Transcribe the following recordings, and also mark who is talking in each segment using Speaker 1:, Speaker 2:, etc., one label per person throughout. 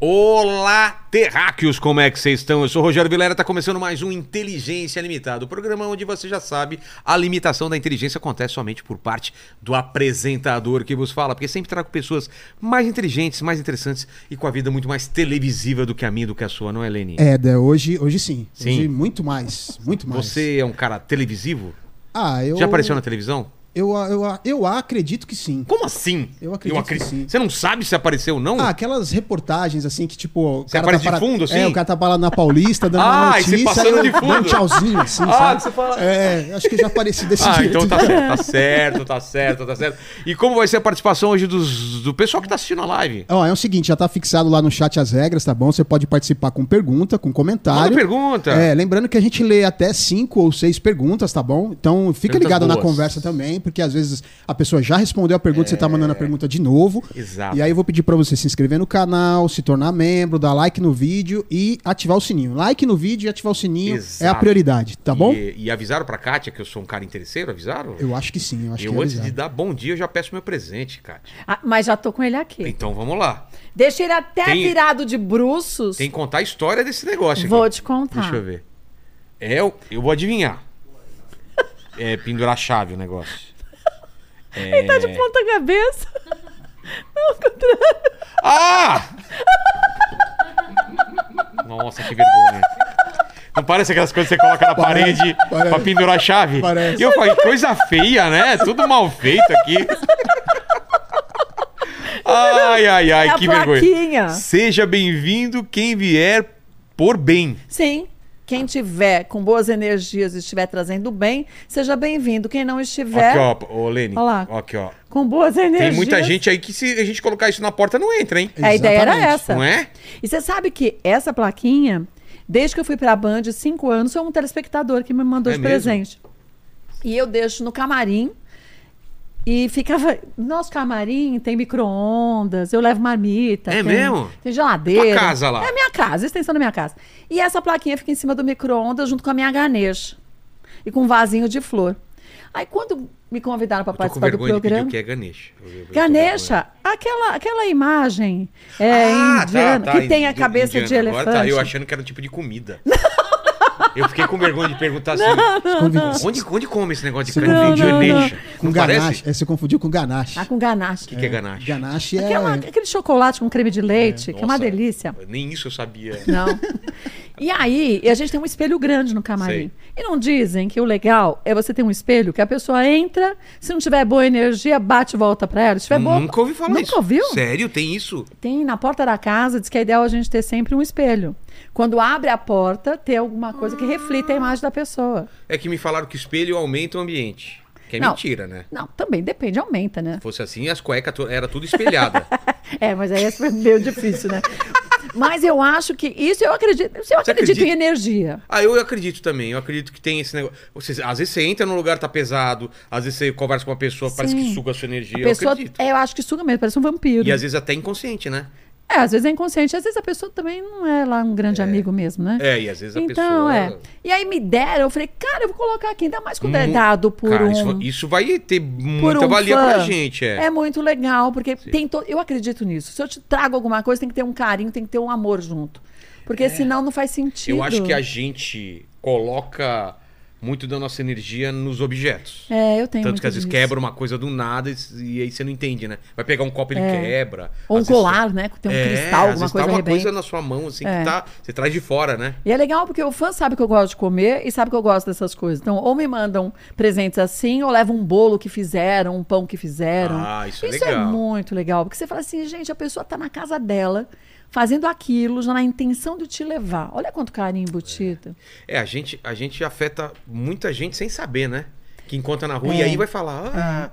Speaker 1: Olá, terráqueos, como é que vocês estão? Eu sou o Rogério Vilera, tá começando mais um Inteligência Limitada, o programa onde você já sabe, a limitação da inteligência acontece somente por parte do apresentador que vos fala, porque sempre trago pessoas mais inteligentes, mais interessantes e com a vida muito mais televisiva do que a minha, do que a sua, não é, Leni?
Speaker 2: É, Dé, hoje, hoje sim.
Speaker 1: Sim.
Speaker 2: Hoje muito mais, muito mais.
Speaker 1: Você é um cara televisivo?
Speaker 2: Ah, eu...
Speaker 1: Já apareceu na televisão?
Speaker 2: Eu, eu, eu, acredito que sim.
Speaker 1: Como assim?
Speaker 2: Eu acredito que sim.
Speaker 1: Você não sabe se apareceu ou não?
Speaker 2: Ah, aquelas reportagens assim que tipo... O
Speaker 1: Você aparece de
Speaker 2: parado-
Speaker 1: fundo, assim?
Speaker 2: É, o cara tá parado na Paulista, dando uma
Speaker 1: Ah, e você
Speaker 2: notícia...
Speaker 1: passando
Speaker 2: aí
Speaker 1: de fundo.
Speaker 2: Dando tchauzinho, assim,
Speaker 1: Ah,
Speaker 2: sabe?
Speaker 1: que você fala-
Speaker 2: É, acho que eu já apareci desse
Speaker 1: Ah,
Speaker 2: jeito. né?
Speaker 1: então tá, tá certo, tá certo, tá certo. E como vai ser a participação hoje dos- do pessoal que tá assistindo a live?
Speaker 2: Ó, é o seguinte, já tá fixado lá no chat as regras, tá bom? Você pode participar com pergunta, com
Speaker 1: Manda
Speaker 2: comentário.
Speaker 1: pergunta.
Speaker 2: É, lembrando que a gente lê até cinco ou seis perguntas, tá bom? Então fica
Speaker 1: Perguntas
Speaker 2: ligado na
Speaker 1: boas.
Speaker 2: conversa também, porque às vezes a pessoa já respondeu a pergunta, você tá
Speaker 1: É.
Speaker 2: mandando a pergunta de novo.
Speaker 1: Exato.
Speaker 2: E aí eu vou pedir pra você se inscrever no canal, se tornar membro, dar like no vídeo e ativar o sininho. Like no vídeo e ativar o sininho é a
Speaker 1: Exato.
Speaker 2: prioridade, tá bom?
Speaker 1: E, e avisaram pra Kátia que eu sou um cara interesseiro? Avisaram?
Speaker 2: Eu acho que sim, eu acho
Speaker 1: Eu,
Speaker 2: que é
Speaker 1: antes de
Speaker 2: avisado.
Speaker 1: dar bom dia, eu já peço meu presente, Kátia.
Speaker 3: Ah, mas já tô com ele aqui.
Speaker 1: Então vamos lá.
Speaker 3: Deixa ele até
Speaker 1: Tem-
Speaker 3: virado de bruços.
Speaker 1: Tem que contar a história desse negócio aqui.
Speaker 3: Vou te contar.
Speaker 1: Deixa eu ver. É, eu, eu vou adivinhar. É pendurar a chave o negócio.
Speaker 3: Ele tá de
Speaker 1: É.
Speaker 3: ponta cabeça. Não, ao contrário.
Speaker 1: Ah! Nossa, que vergonha. Não parece aquelas coisas que você coloca na
Speaker 2: Parece,
Speaker 1: parede
Speaker 2: parece.
Speaker 1: pra pendurar a chave?
Speaker 2: Parece.
Speaker 1: E eu falei, coisa feia, né? Tudo mal feito aqui. Ai, ai, ai,
Speaker 3: É a
Speaker 1: que vergonha.
Speaker 3: plaquinha.
Speaker 1: Seja bem-vindo quem vier por bem.
Speaker 3: Sim. Quem tiver com boas energias e estiver trazendo bem, seja bem-vindo. Quem não estiver
Speaker 1: Aqui, ó, ô Leni.
Speaker 3: Olha lá.
Speaker 1: Aqui, ó.
Speaker 3: com boas energias.
Speaker 1: Tem muita gente aí que se a gente colocar isso na porta não entra, hein?
Speaker 3: A ideia era
Speaker 2: Exatamente.
Speaker 3: essa.
Speaker 1: Não é?
Speaker 3: E você sabe que essa plaquinha, desde que eu fui pra Band, cinco anos, foi um telespectador que me mandou
Speaker 1: É
Speaker 3: de
Speaker 1: mesmo?
Speaker 3: presente. E eu deixo no camarim. E ficava. Nosso camarim tem micro-ondas, eu levo marmita.
Speaker 1: É
Speaker 3: tem-
Speaker 1: mesmo?
Speaker 3: Tem geladeira.
Speaker 1: Tua casa lá.
Speaker 3: É a minha casa, a extensão da minha casa. E essa plaquinha fica em cima do micro-ondas junto com a minha ganesh. E com um vasinho de flor. Aí quando me convidaram
Speaker 1: Eu
Speaker 3: para
Speaker 1: tô com
Speaker 3: participar do
Speaker 1: vergonha de pedir
Speaker 3: programa.
Speaker 1: o que é Ganesha. Eu- eu tô com vergonha.
Speaker 3: Ganesha, aquela, aquela imagem é,
Speaker 1: né? Ah, tá,
Speaker 3: indiana,
Speaker 1: tá,
Speaker 3: que tem a
Speaker 1: indi-
Speaker 3: cabeça de
Speaker 1: indiana.
Speaker 3: elefante.
Speaker 1: Agora tá eu achando que era um tipo de comida. Eu fiquei com vergonha de perguntar assim.
Speaker 2: Convide-
Speaker 1: Onde, onde come esse negócio de
Speaker 2: Você
Speaker 1: canudinho
Speaker 2: confundiu
Speaker 1: de
Speaker 2: com-
Speaker 1: leite?
Speaker 2: com
Speaker 1: Não
Speaker 2: ganache.
Speaker 1: parece?
Speaker 2: É, você confundiu com ganache.
Speaker 3: Ah, com ganache.
Speaker 1: O que, que é ganache?
Speaker 2: Ganache é...
Speaker 3: Aquela- aquele chocolate com creme de leite, que é uma
Speaker 1: Nossa,
Speaker 3: delícia.
Speaker 1: Nem isso eu sabia.
Speaker 3: Não. E aí, e a gente tem um espelho grande no camarim. E não dizem que o legal é você ter um espelho que a pessoa entra, se não tiver boa energia, bate e volta pra ela. Se tiver boa...
Speaker 1: Nunca ouvi falar
Speaker 3: É Nunca
Speaker 1: isso.
Speaker 3: ouviu?
Speaker 1: Sério, tem isso?
Speaker 3: Tem na porta da casa, diz que é ideal a gente ter sempre um espelho. Quando abre a porta, ter alguma coisa que reflita a imagem da pessoa.
Speaker 1: É que me falaram que o espelho aumenta o ambiente. Que é
Speaker 3: Não.
Speaker 1: mentira, né?
Speaker 3: Não, também depende, aumenta, né?
Speaker 1: Se fosse assim, as cuecas to- era tudo espelhada.
Speaker 3: É, mas aí esse foi meio difícil, né? Mas eu acho que isso eu acredito. Se eu
Speaker 1: Você
Speaker 3: acredito em
Speaker 1: acredita?
Speaker 3: energia.
Speaker 1: Ah, eu acredito também. Eu acredito que tem esse negócio. Você, às vezes você entra num lugar tá pesado, às vezes você conversa com uma pessoa, parece que
Speaker 3: Sim.
Speaker 1: suga a sua energia.
Speaker 3: A pessoa,
Speaker 1: Eu acredito.
Speaker 3: é, eu acho que suga mesmo, parece um vampiro.
Speaker 1: E às vezes até inconsciente, né?
Speaker 3: É, às vezes é inconsciente, às vezes a pessoa também não é lá um grande amigo mesmo, né?
Speaker 1: É, e às vezes a
Speaker 3: Então,
Speaker 1: pessoa.
Speaker 3: é. E aí me deram, eu falei, cara, eu vou colocar aqui, ainda mais quando é dado por
Speaker 1: Uhum. Cara,
Speaker 3: um.
Speaker 1: isso, va- isso vai ter
Speaker 3: por
Speaker 1: muita
Speaker 3: um
Speaker 1: valia
Speaker 3: fã.
Speaker 1: pra gente, é.
Speaker 3: É muito legal, porque tem to... eu acredito nisso. Se eu te trago alguma coisa, tem que ter um carinho, tem que ter um amor junto. Porque senão não faz sentido.
Speaker 1: É. Eu acho que a gente coloca muito da nossa energia nos objetos.
Speaker 3: É, eu
Speaker 1: Tanto
Speaker 3: tenho muito
Speaker 1: que às vezes
Speaker 3: disso.
Speaker 1: quebra uma coisa do nada e, e aí você não entende, né? Vai pegar um copo, ele quebra.
Speaker 3: Ou um
Speaker 1: Às vezes-
Speaker 3: colar, né? que Tem um
Speaker 1: É,
Speaker 3: cristal,
Speaker 1: às
Speaker 3: alguma
Speaker 1: vezes
Speaker 3: coisa
Speaker 1: tá uma
Speaker 3: arrebenta.
Speaker 1: coisa na sua mão, assim, que
Speaker 3: É.
Speaker 1: tá. Você traz de fora, né?
Speaker 3: E é legal porque o fã sabe que eu gosto de comer e sabe que eu gosto dessas coisas. Então, ou me mandam presentes assim, ou levam um bolo que fizeram, um pão que fizeram.
Speaker 1: Ah, isso é
Speaker 3: é
Speaker 1: legal.
Speaker 3: muito legal. Porque você fala assim, gente, a pessoa tá na casa dela, fazendo aquilo, já na intenção de te levar. Olha quanto carinho embutido.
Speaker 1: É, a gente, a gente afeta muita gente sem saber, né? Que encontra na
Speaker 3: É.
Speaker 1: rua e aí vai falar: ah,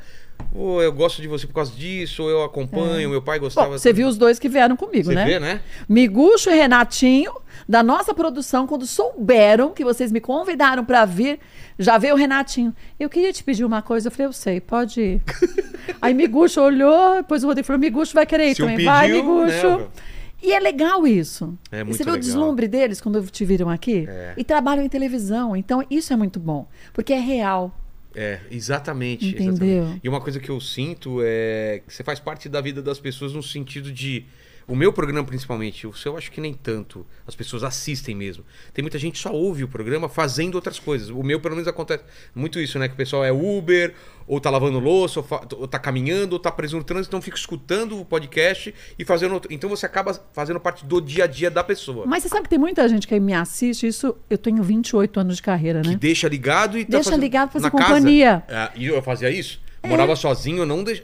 Speaker 1: ô, eu gosto de você por causa disso, ou eu acompanho, meu pai gostava.
Speaker 3: É. Bom, você viu os dois que vieram comigo,
Speaker 1: Você
Speaker 3: né?
Speaker 1: vê, né?
Speaker 3: Miguxo e Renatinho, da nossa produção, quando souberam que vocês me convidaram pra vir, já veio o Renatinho. Eu queria te pedir uma coisa. Eu falei, eu sei, pode ir. Aí Miguxo olhou, depois o Rodrigo falou, Miguxo vai querer ir
Speaker 1: Se um
Speaker 3: também. vai,
Speaker 1: pediu,
Speaker 3: Miguxo.
Speaker 1: né?
Speaker 3: E é legal isso.
Speaker 1: É
Speaker 3: E
Speaker 1: muito
Speaker 3: Você viu o
Speaker 1: legal.
Speaker 3: deslumbre deles quando te viram aqui?
Speaker 1: É.
Speaker 3: E trabalham em televisão. Então, isso é muito bom. Porque é real.
Speaker 1: É, exatamente.
Speaker 3: Entendeu?
Speaker 1: exatamente. E uma coisa que eu sinto é que você faz parte da vida das pessoas no sentido de O meu programa, principalmente, o seu eu acho que nem tanto. As pessoas assistem mesmo. Tem muita gente que só ouve o programa fazendo outras coisas. O meu, pelo menos, acontece muito isso, né? Que o pessoal é Uber, ou tá lavando louça, ou, fa- ou tá caminhando, ou tá preso no trânsito, então fica escutando o podcast e fazendo outro. Então você acaba fazendo parte do dia a dia da pessoa.
Speaker 3: Mas você sabe que tem muita gente que me assiste, isso eu tenho 28 anos de carreira,
Speaker 1: Que
Speaker 3: né?
Speaker 1: deixa ligado e tá
Speaker 3: Deixa
Speaker 1: fazendo-
Speaker 3: ligado pra
Speaker 1: na
Speaker 3: fazer
Speaker 1: casa.
Speaker 3: companhia. É.
Speaker 1: Ah, E eu fazia isso? Morava sozinho, eu não deixa...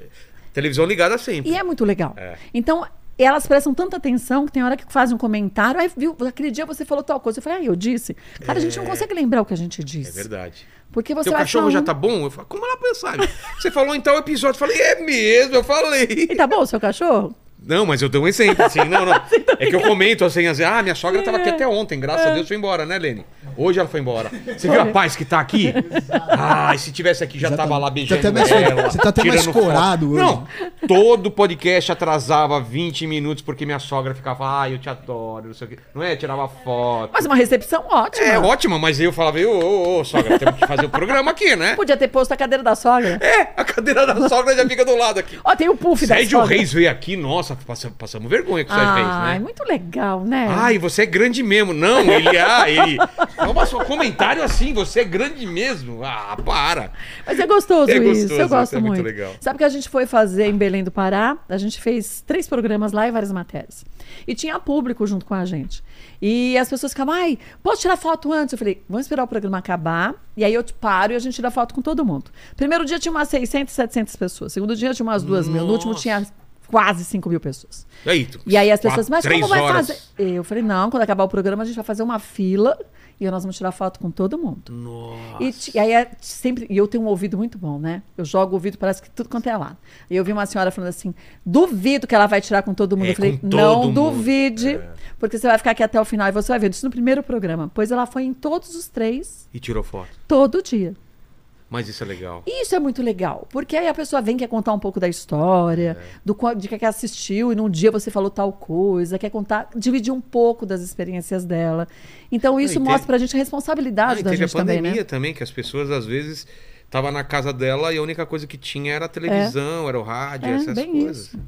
Speaker 1: Televisão ligada sempre.
Speaker 3: E é muito legal.
Speaker 1: É.
Speaker 3: Então, elas prestam tanta atenção que tem hora que fazem um comentário, aí viu, aquele dia você falou tal coisa, eu falei, ah, eu disse. Cara, a gente não consegue lembrar o que a gente
Speaker 1: É
Speaker 3: disse.
Speaker 1: verdade.
Speaker 3: porque você
Speaker 1: Teu
Speaker 3: vai
Speaker 1: cachorro
Speaker 3: achar
Speaker 1: já
Speaker 3: um-
Speaker 1: tá bom? Eu falo, como ela pensava? Você falou em tal episódio. Eu falei, é mesmo, eu falei.
Speaker 3: E tá bom o seu cachorro?
Speaker 1: Não, mas eu dei um exemplo, assim, não, não. É que eu comento assim, assim, ah, minha sogra tava aqui até ontem, graças a Deus foi embora, né, Lene? Hoje ela foi embora. Você viu a paz que tá aqui? Ah, e se tivesse aqui já tava
Speaker 2: Exatamente.
Speaker 1: lá beijando
Speaker 2: Tá até mais-
Speaker 1: ela,
Speaker 2: você tá até mais
Speaker 1: tirando foto.
Speaker 2: corado hoje.
Speaker 1: Não, todo podcast atrasava 20 minutos porque minha sogra ficava, ah, eu te adoro, não sei o quê. Não é? Tirava foto.
Speaker 3: Mas uma recepção ótima.
Speaker 1: É ótimo, mas eu falava, ô, ô, ô, sogra, temos que fazer o programa aqui, né?
Speaker 3: Podia ter posto a cadeira da sogra.
Speaker 1: É, a cadeira da sogra já fica do lado aqui.
Speaker 3: Ó, tem o puff da
Speaker 1: Sérgio
Speaker 3: sogra.
Speaker 1: Reis veio aqui, nossa, passamos, passamos vergonha com o Sérgio Reis,
Speaker 3: Ah,
Speaker 1: né?
Speaker 3: é muito legal, né?
Speaker 1: Ai, você é grande mesmo. Não, ele. Ah, ele. Toma só comentário assim, você é grande mesmo. Ah, para.
Speaker 3: Mas é gostoso
Speaker 1: É
Speaker 3: isso,
Speaker 1: gostoso,
Speaker 3: eu gosto
Speaker 1: é muito
Speaker 3: muito.
Speaker 1: legal.
Speaker 3: Sabe que a gente foi fazer em Belém do Pará? A gente fez três programas lá e várias matérias. E tinha público junto com a gente. E as pessoas ficavam, ai, posso tirar foto antes? Eu falei, vamos esperar o programa acabar, e aí eu te paro e a gente tira foto com todo mundo. Primeiro dia tinha umas 600, 700 pessoas. Segundo dia tinha umas duas mil. No último
Speaker 1: Nossa.
Speaker 3: tinha quase 5 mil pessoas.
Speaker 1: E aí, tu-
Speaker 3: E aí as pessoas,
Speaker 1: quatro,
Speaker 3: mas
Speaker 1: três
Speaker 3: como vai
Speaker 1: horas.
Speaker 3: fazer? Eu falei, não, quando acabar o programa a gente vai fazer uma fila e nós vamos tirar foto com todo mundo.
Speaker 1: Nossa.
Speaker 3: E, ti- e aí é sempre. E eu tenho um ouvido muito bom, né? Eu jogo o ouvido, parece que tudo quanto é lado. E eu vi uma senhora falando assim: duvido que ela vai tirar com todo mundo.
Speaker 1: É,
Speaker 3: eu falei,
Speaker 1: com todo
Speaker 3: não
Speaker 1: mundo.
Speaker 3: duvide,
Speaker 1: É.
Speaker 3: porque você vai ficar aqui até o final e você vai ver isso no primeiro programa. Pois ela foi em todos os três,
Speaker 1: E tirou foto.
Speaker 3: todo dia.
Speaker 1: Mas isso é legal.
Speaker 3: E isso é muito legal, porque aí a pessoa vem quer contar um pouco da história,
Speaker 1: É.
Speaker 3: do qual- de que que assistiu e num dia você falou tal coisa, quer contar, dividir um pouco das experiências dela. Então isso
Speaker 1: e teve-
Speaker 3: mostra pra gente a responsabilidade
Speaker 1: Ah, e
Speaker 3: da
Speaker 1: teve a
Speaker 3: gente
Speaker 1: pandemia
Speaker 3: também,
Speaker 1: também,
Speaker 3: né?
Speaker 1: que as pessoas às vezes tava na casa dela e a única coisa que tinha era a televisão, era o rádio,
Speaker 3: É,
Speaker 1: essas
Speaker 3: bem
Speaker 1: coisas.
Speaker 3: isso.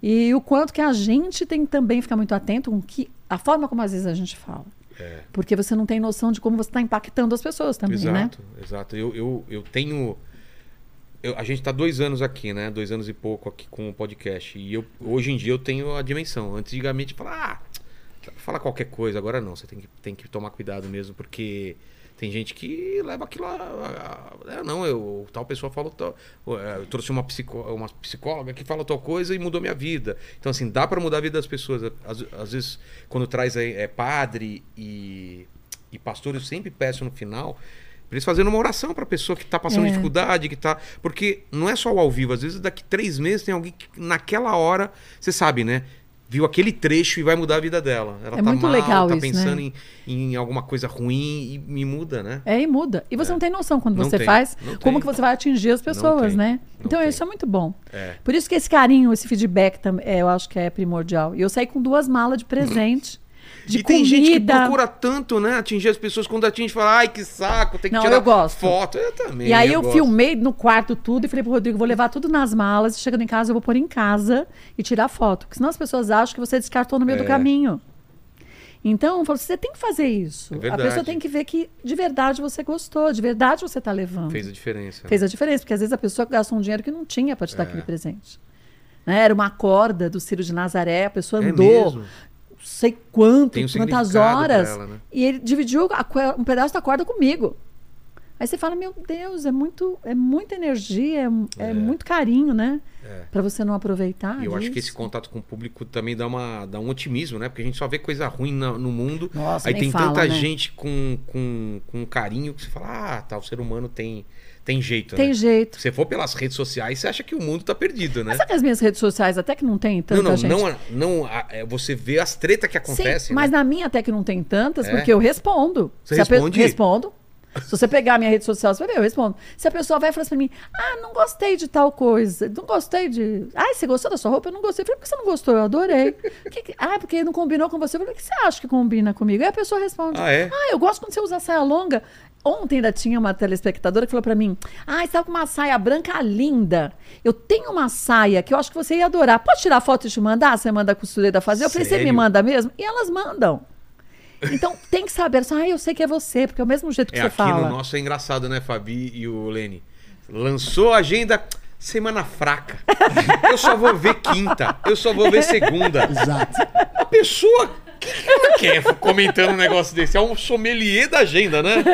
Speaker 3: E o quanto que a gente tem que também ficar muito atento com que a forma como às vezes a gente fala.
Speaker 1: É.
Speaker 3: Porque você não tem noção de como você está impactando as pessoas também, né?
Speaker 1: exato, exato. Eu, eu, eu tenho. eu- a gente está dois anos aqui, né? Dois anos e pouco aqui com o podcast. E eu, hoje em dia eu tenho a dimensão. Antigamente eu falava, ah, fala qualquer coisa, agora não. Você tem que, tem que tomar cuidado mesmo, porque tem gente que leva aquilo a. a- a- não, eu, tal pessoa falou tal. eh, Eu trouxe uma, psicó, uma psicóloga que falou tal coisa e mudou minha vida. Então, assim, dá para mudar a vida das pessoas. Às, às vezes, quando traz aí, é, padre e, e pastor, eu sempre peço no final. Pra eles fazerem uma oração pra pessoa que tá passando
Speaker 3: É.
Speaker 1: dificuldade, que tá. Porque não é só o ao vivo, às vezes daqui três meses tem alguém que naquela hora, você sabe, né? Viu aquele trecho e vai mudar a vida dela. Ela
Speaker 3: É
Speaker 1: tá
Speaker 3: muito
Speaker 1: mal,
Speaker 3: legal
Speaker 1: tá
Speaker 3: isso,
Speaker 1: pensando
Speaker 3: né?
Speaker 1: em, em alguma coisa ruim e me muda, né?
Speaker 3: É, e muda. E você não tem noção quando
Speaker 1: Não
Speaker 3: você
Speaker 1: tem,
Speaker 3: faz,
Speaker 1: não
Speaker 3: como
Speaker 1: tem.
Speaker 3: que você vai atingir as pessoas,
Speaker 1: tem,
Speaker 3: né?
Speaker 1: não
Speaker 3: Então
Speaker 1: tem.
Speaker 3: isso é muito bom.
Speaker 1: É.
Speaker 3: Por isso que esse carinho, esse feedback também, eu acho que é primordial. E eu saí com duas malas de presente, de
Speaker 1: Hum. e
Speaker 3: comida.
Speaker 1: tem gente que procura tanto, né? Atingir as pessoas quando atinge fala, ai, que saco, tem que
Speaker 3: Não,
Speaker 1: tirar
Speaker 3: eu gosto.
Speaker 1: foto. Eu também.
Speaker 3: E aí eu,
Speaker 1: gosto.
Speaker 3: filmei no quarto tudo e falei pro Rodrigo, vou levar tudo nas malas, e chegando em casa eu vou pôr em casa e tirar foto. Porque senão as pessoas acham que você descartou no meio
Speaker 1: É.
Speaker 3: do caminho. Então, eu falo, você tem que fazer isso.
Speaker 1: É
Speaker 3: a
Speaker 1: verdade.
Speaker 3: pessoa tem que ver que de verdade você gostou, de verdade você tá levando.
Speaker 1: Fez a diferença. É.
Speaker 3: Fez a diferença, porque às vezes a pessoa gasta um dinheiro que não tinha para te dar aquele presente. Né? Era uma corda do Ciro de Nazaré, a pessoa
Speaker 1: É
Speaker 3: andou
Speaker 1: mesmo.
Speaker 3: não sei quanto,
Speaker 1: Tem um
Speaker 3: quantas
Speaker 1: significado pra
Speaker 3: horas.
Speaker 1: ela, né?
Speaker 3: E ele dividiu a co- um pedaço da corda comigo. Aí você fala, meu Deus, é muito, é muita energia, é, é muito carinho, né?
Speaker 1: É.
Speaker 3: Pra você não aproveitar.
Speaker 1: E eu acho que esse
Speaker 3: disso.
Speaker 1: contato com o público também dá, uma, dá um otimismo, né? Porque a gente só vê coisa ruim na- no mundo.
Speaker 3: Nossa,
Speaker 1: Aí
Speaker 3: nem
Speaker 1: tem
Speaker 3: fala,
Speaker 1: tanta
Speaker 3: né?
Speaker 1: gente com, com, com carinho que você fala, ah, tá, o ser humano tem, tem jeito,
Speaker 3: Tem
Speaker 1: né?
Speaker 3: jeito.
Speaker 1: Se você for pelas redes sociais, você acha que o mundo tá perdido, né?
Speaker 3: Mas sabe que as minhas redes sociais até que não tem tanta
Speaker 1: não, não,
Speaker 3: gente?
Speaker 1: não, a- não, a- é, você vê as tretas que acontecem.
Speaker 3: Sim, mas
Speaker 1: né?
Speaker 3: na minha até que não tem tantas,
Speaker 1: É?
Speaker 3: porque eu respondo.
Speaker 1: Você
Speaker 3: Se a pe-
Speaker 1: responde?
Speaker 3: Respondo. Se você pegar a minha rede social, você vai ver, eu respondo. Se a pessoa vai e fala assim pra mim, ah, não gostei de tal coisa, não gostei de... Ah, você gostou da sua roupa? Eu não gostei. Eu falei, por que você não gostou? Eu adorei. Que que- Ah, porque não combinou com você. Eu falei, o que você acha que combina comigo? Aí a pessoa responde.
Speaker 1: Ah, é?
Speaker 3: eu gosto quando você usa saia longa. Ontem ainda tinha uma telespectadora que falou pra mim: Ah, estava com uma saia branca linda. Eu tenho uma saia que eu acho que você ia adorar. Pode tirar foto e te mandar? Você manda a costureira fazer? Eu falei: Você me
Speaker 1: Sério?
Speaker 3: manda mesmo? E elas mandam. Então tem que saber. Só, ah, eu sei que é você, porque é o mesmo jeito que
Speaker 1: É,
Speaker 3: você
Speaker 1: aqui
Speaker 3: fala.
Speaker 1: no nosso é engraçado, né, Fabi e o Lene? Lançou a agenda semana fraca. Eu só vou ver quinta, eu só vou ver segunda.
Speaker 2: Exato.
Speaker 1: A pessoa. O que que ela quer comentando um negócio desse? É um sommelier da agenda, né?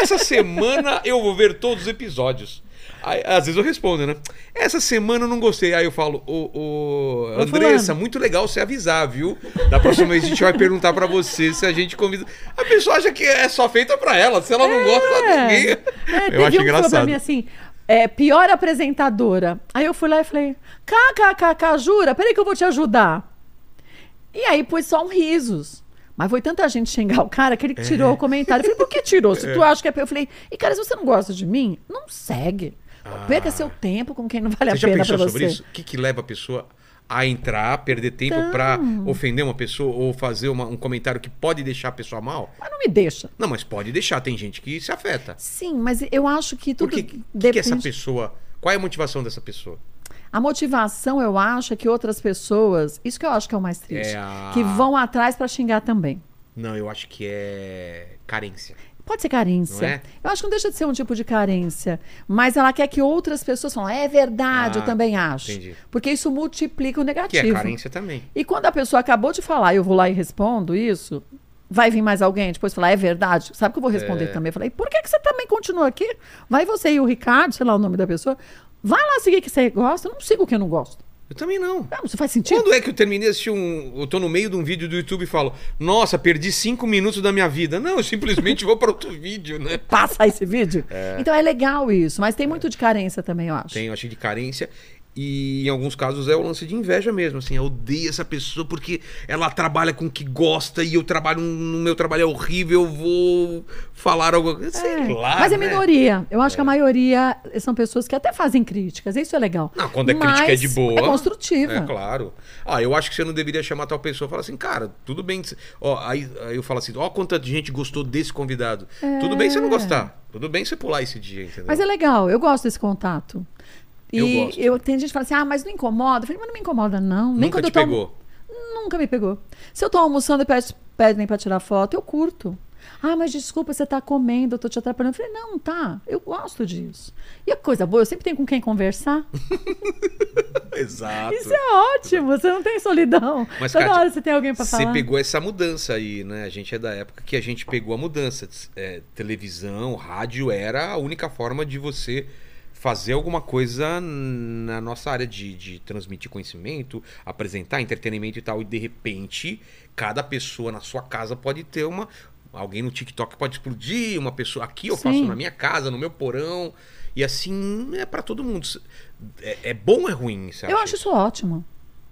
Speaker 1: Essa semana eu vou ver todos os episódios. Aí, às vezes eu respondo, né? Essa semana eu não gostei. Aí eu falo, ô, ô,
Speaker 3: Ô,
Speaker 1: Andressa,
Speaker 3: fulano.
Speaker 1: muito legal você avisar, viu? Da próxima vez a gente vai perguntar pra você se a gente convida. A pessoa acha que é só feita pra ela. Se ela não gosta, ela
Speaker 3: É.
Speaker 1: ninguém.
Speaker 3: É, teve um que falou pra mim assim, é, pior apresentadora. Aí eu fui lá e falei, kkkk, jura? Peraí que eu vou te ajudar. E aí pus só um risos. Mas foi tanta gente xingar o cara que ele
Speaker 1: É.
Speaker 3: tirou o comentário. Eu falei, por que tirou? Se tu acha que é... pe-" Eu falei, e cara, se você não gosta de mim, não segue. Não Perca seu tempo com quem não vale
Speaker 1: Ah. Você já
Speaker 3: a pena
Speaker 1: pensou
Speaker 3: pra você.
Speaker 1: sobre isso? O que, que leva a pessoa a entrar, perder tempo pra
Speaker 3: Então.
Speaker 1: ofender uma pessoa ou fazer uma- um comentário que pode deixar a pessoa mal?
Speaker 3: Mas não me deixa.
Speaker 1: Não, mas pode deixar, tem gente que se afeta.
Speaker 3: Sim, mas eu acho que tudo
Speaker 1: Por que, que
Speaker 3: depende...
Speaker 1: que essa pessoa. Qual é a motivação dessa pessoa?
Speaker 3: A motivação, eu acho, é que outras pessoas, isso que eu acho que é o mais triste,
Speaker 1: É a-
Speaker 3: que vão atrás pra xingar também.
Speaker 1: Não, eu acho que é carência.
Speaker 3: Pode ser carência.
Speaker 1: Não é?
Speaker 3: Eu acho que não deixa de ser um tipo de carência. Mas ela quer que outras pessoas falem, é verdade,
Speaker 1: Ah,
Speaker 3: eu também acho.
Speaker 1: entendi.
Speaker 3: Porque isso multiplica o
Speaker 1: Que é
Speaker 3: negativo.
Speaker 1: carência também.
Speaker 3: e quando a pessoa acabou de falar, eu vou lá e respondo isso, vai vir mais alguém depois falar, é verdade? Sabe que eu vou
Speaker 1: É.
Speaker 3: responder também? Eu falei, por que, que você também continua aqui? Vai você e o Ricardo, sei lá o nome da pessoa, vai lá seguir o que você gosta, eu não sigo o que eu não gosto.
Speaker 1: Eu também não.
Speaker 3: Não, isso faz sentido?
Speaker 1: Quando é que eu terminei de assistir um. Eu tô no meio de um vídeo do YouTube e falo, nossa, perdi cinco minutos da minha vida. Não, eu simplesmente vou pra outro vídeo, né?
Speaker 3: Passar esse vídeo? Então é legal isso, mas tem muito de carência também, eu acho.
Speaker 1: Tem, eu achei de carência. E em alguns casos é o lance de inveja mesmo, assim, eu odeio essa pessoa porque ela trabalha com o que gosta e eu trabalho, no meu trabalho é horrível, eu vou falar algo, sei
Speaker 3: É.
Speaker 1: lá,
Speaker 3: Mas é
Speaker 1: né?
Speaker 3: minoria. Eu acho que a maioria são pessoas que até fazem críticas. Isso é legal.
Speaker 1: Não, quando é
Speaker 3: Mas
Speaker 1: crítica é de boa.
Speaker 3: É construtiva.
Speaker 1: É claro. Ah, eu acho que você não deveria chamar tal pessoa. Fala assim, cara, tudo bem. que você- Ó, aí, aí eu falo assim, ó, quanta gente gostou desse convidado. Tudo bem você não gostar. Tudo bem você pular esse dia, entendeu?
Speaker 3: É. Mas é legal. Eu gosto desse contato. E
Speaker 1: Eu gosto.
Speaker 3: tem gente que fala assim: ah, mas não incomoda? Eu falei, mas não me incomoda, não. Nem
Speaker 1: Nunca
Speaker 3: quando
Speaker 1: te
Speaker 3: eu tô...
Speaker 1: pegou.
Speaker 3: Nunca me pegou. Se eu tô almoçando e peço- pedem pra tirar foto, eu curto. Ah, mas desculpa, você tá comendo, eu tô te atrapalhando. Eu falei, não, tá, eu gosto disso. E a coisa boa, eu sempre tenho com quem conversar.
Speaker 1: Exato.
Speaker 3: Isso é ótimo, você não tem solidão.
Speaker 1: Mas,
Speaker 3: Toda
Speaker 1: Kátia,
Speaker 3: hora você tem alguém pra
Speaker 1: Você
Speaker 3: falar.
Speaker 1: pegou essa mudança aí, né? A gente é da época que a gente pegou a mudança. É, televisão, rádio era a única forma de você fazer alguma coisa na nossa área de, de transmitir conhecimento, apresentar entretenimento e tal. E de repente, cada pessoa na sua casa pode ter uma. Alguém no TikTok pode explodir, uma pessoa aqui eu faço
Speaker 3: Sim.
Speaker 1: na minha casa, no meu porão. E assim é pra todo mundo. É, é bom ou é ruim, sabe?
Speaker 3: Eu acho isso ótimo.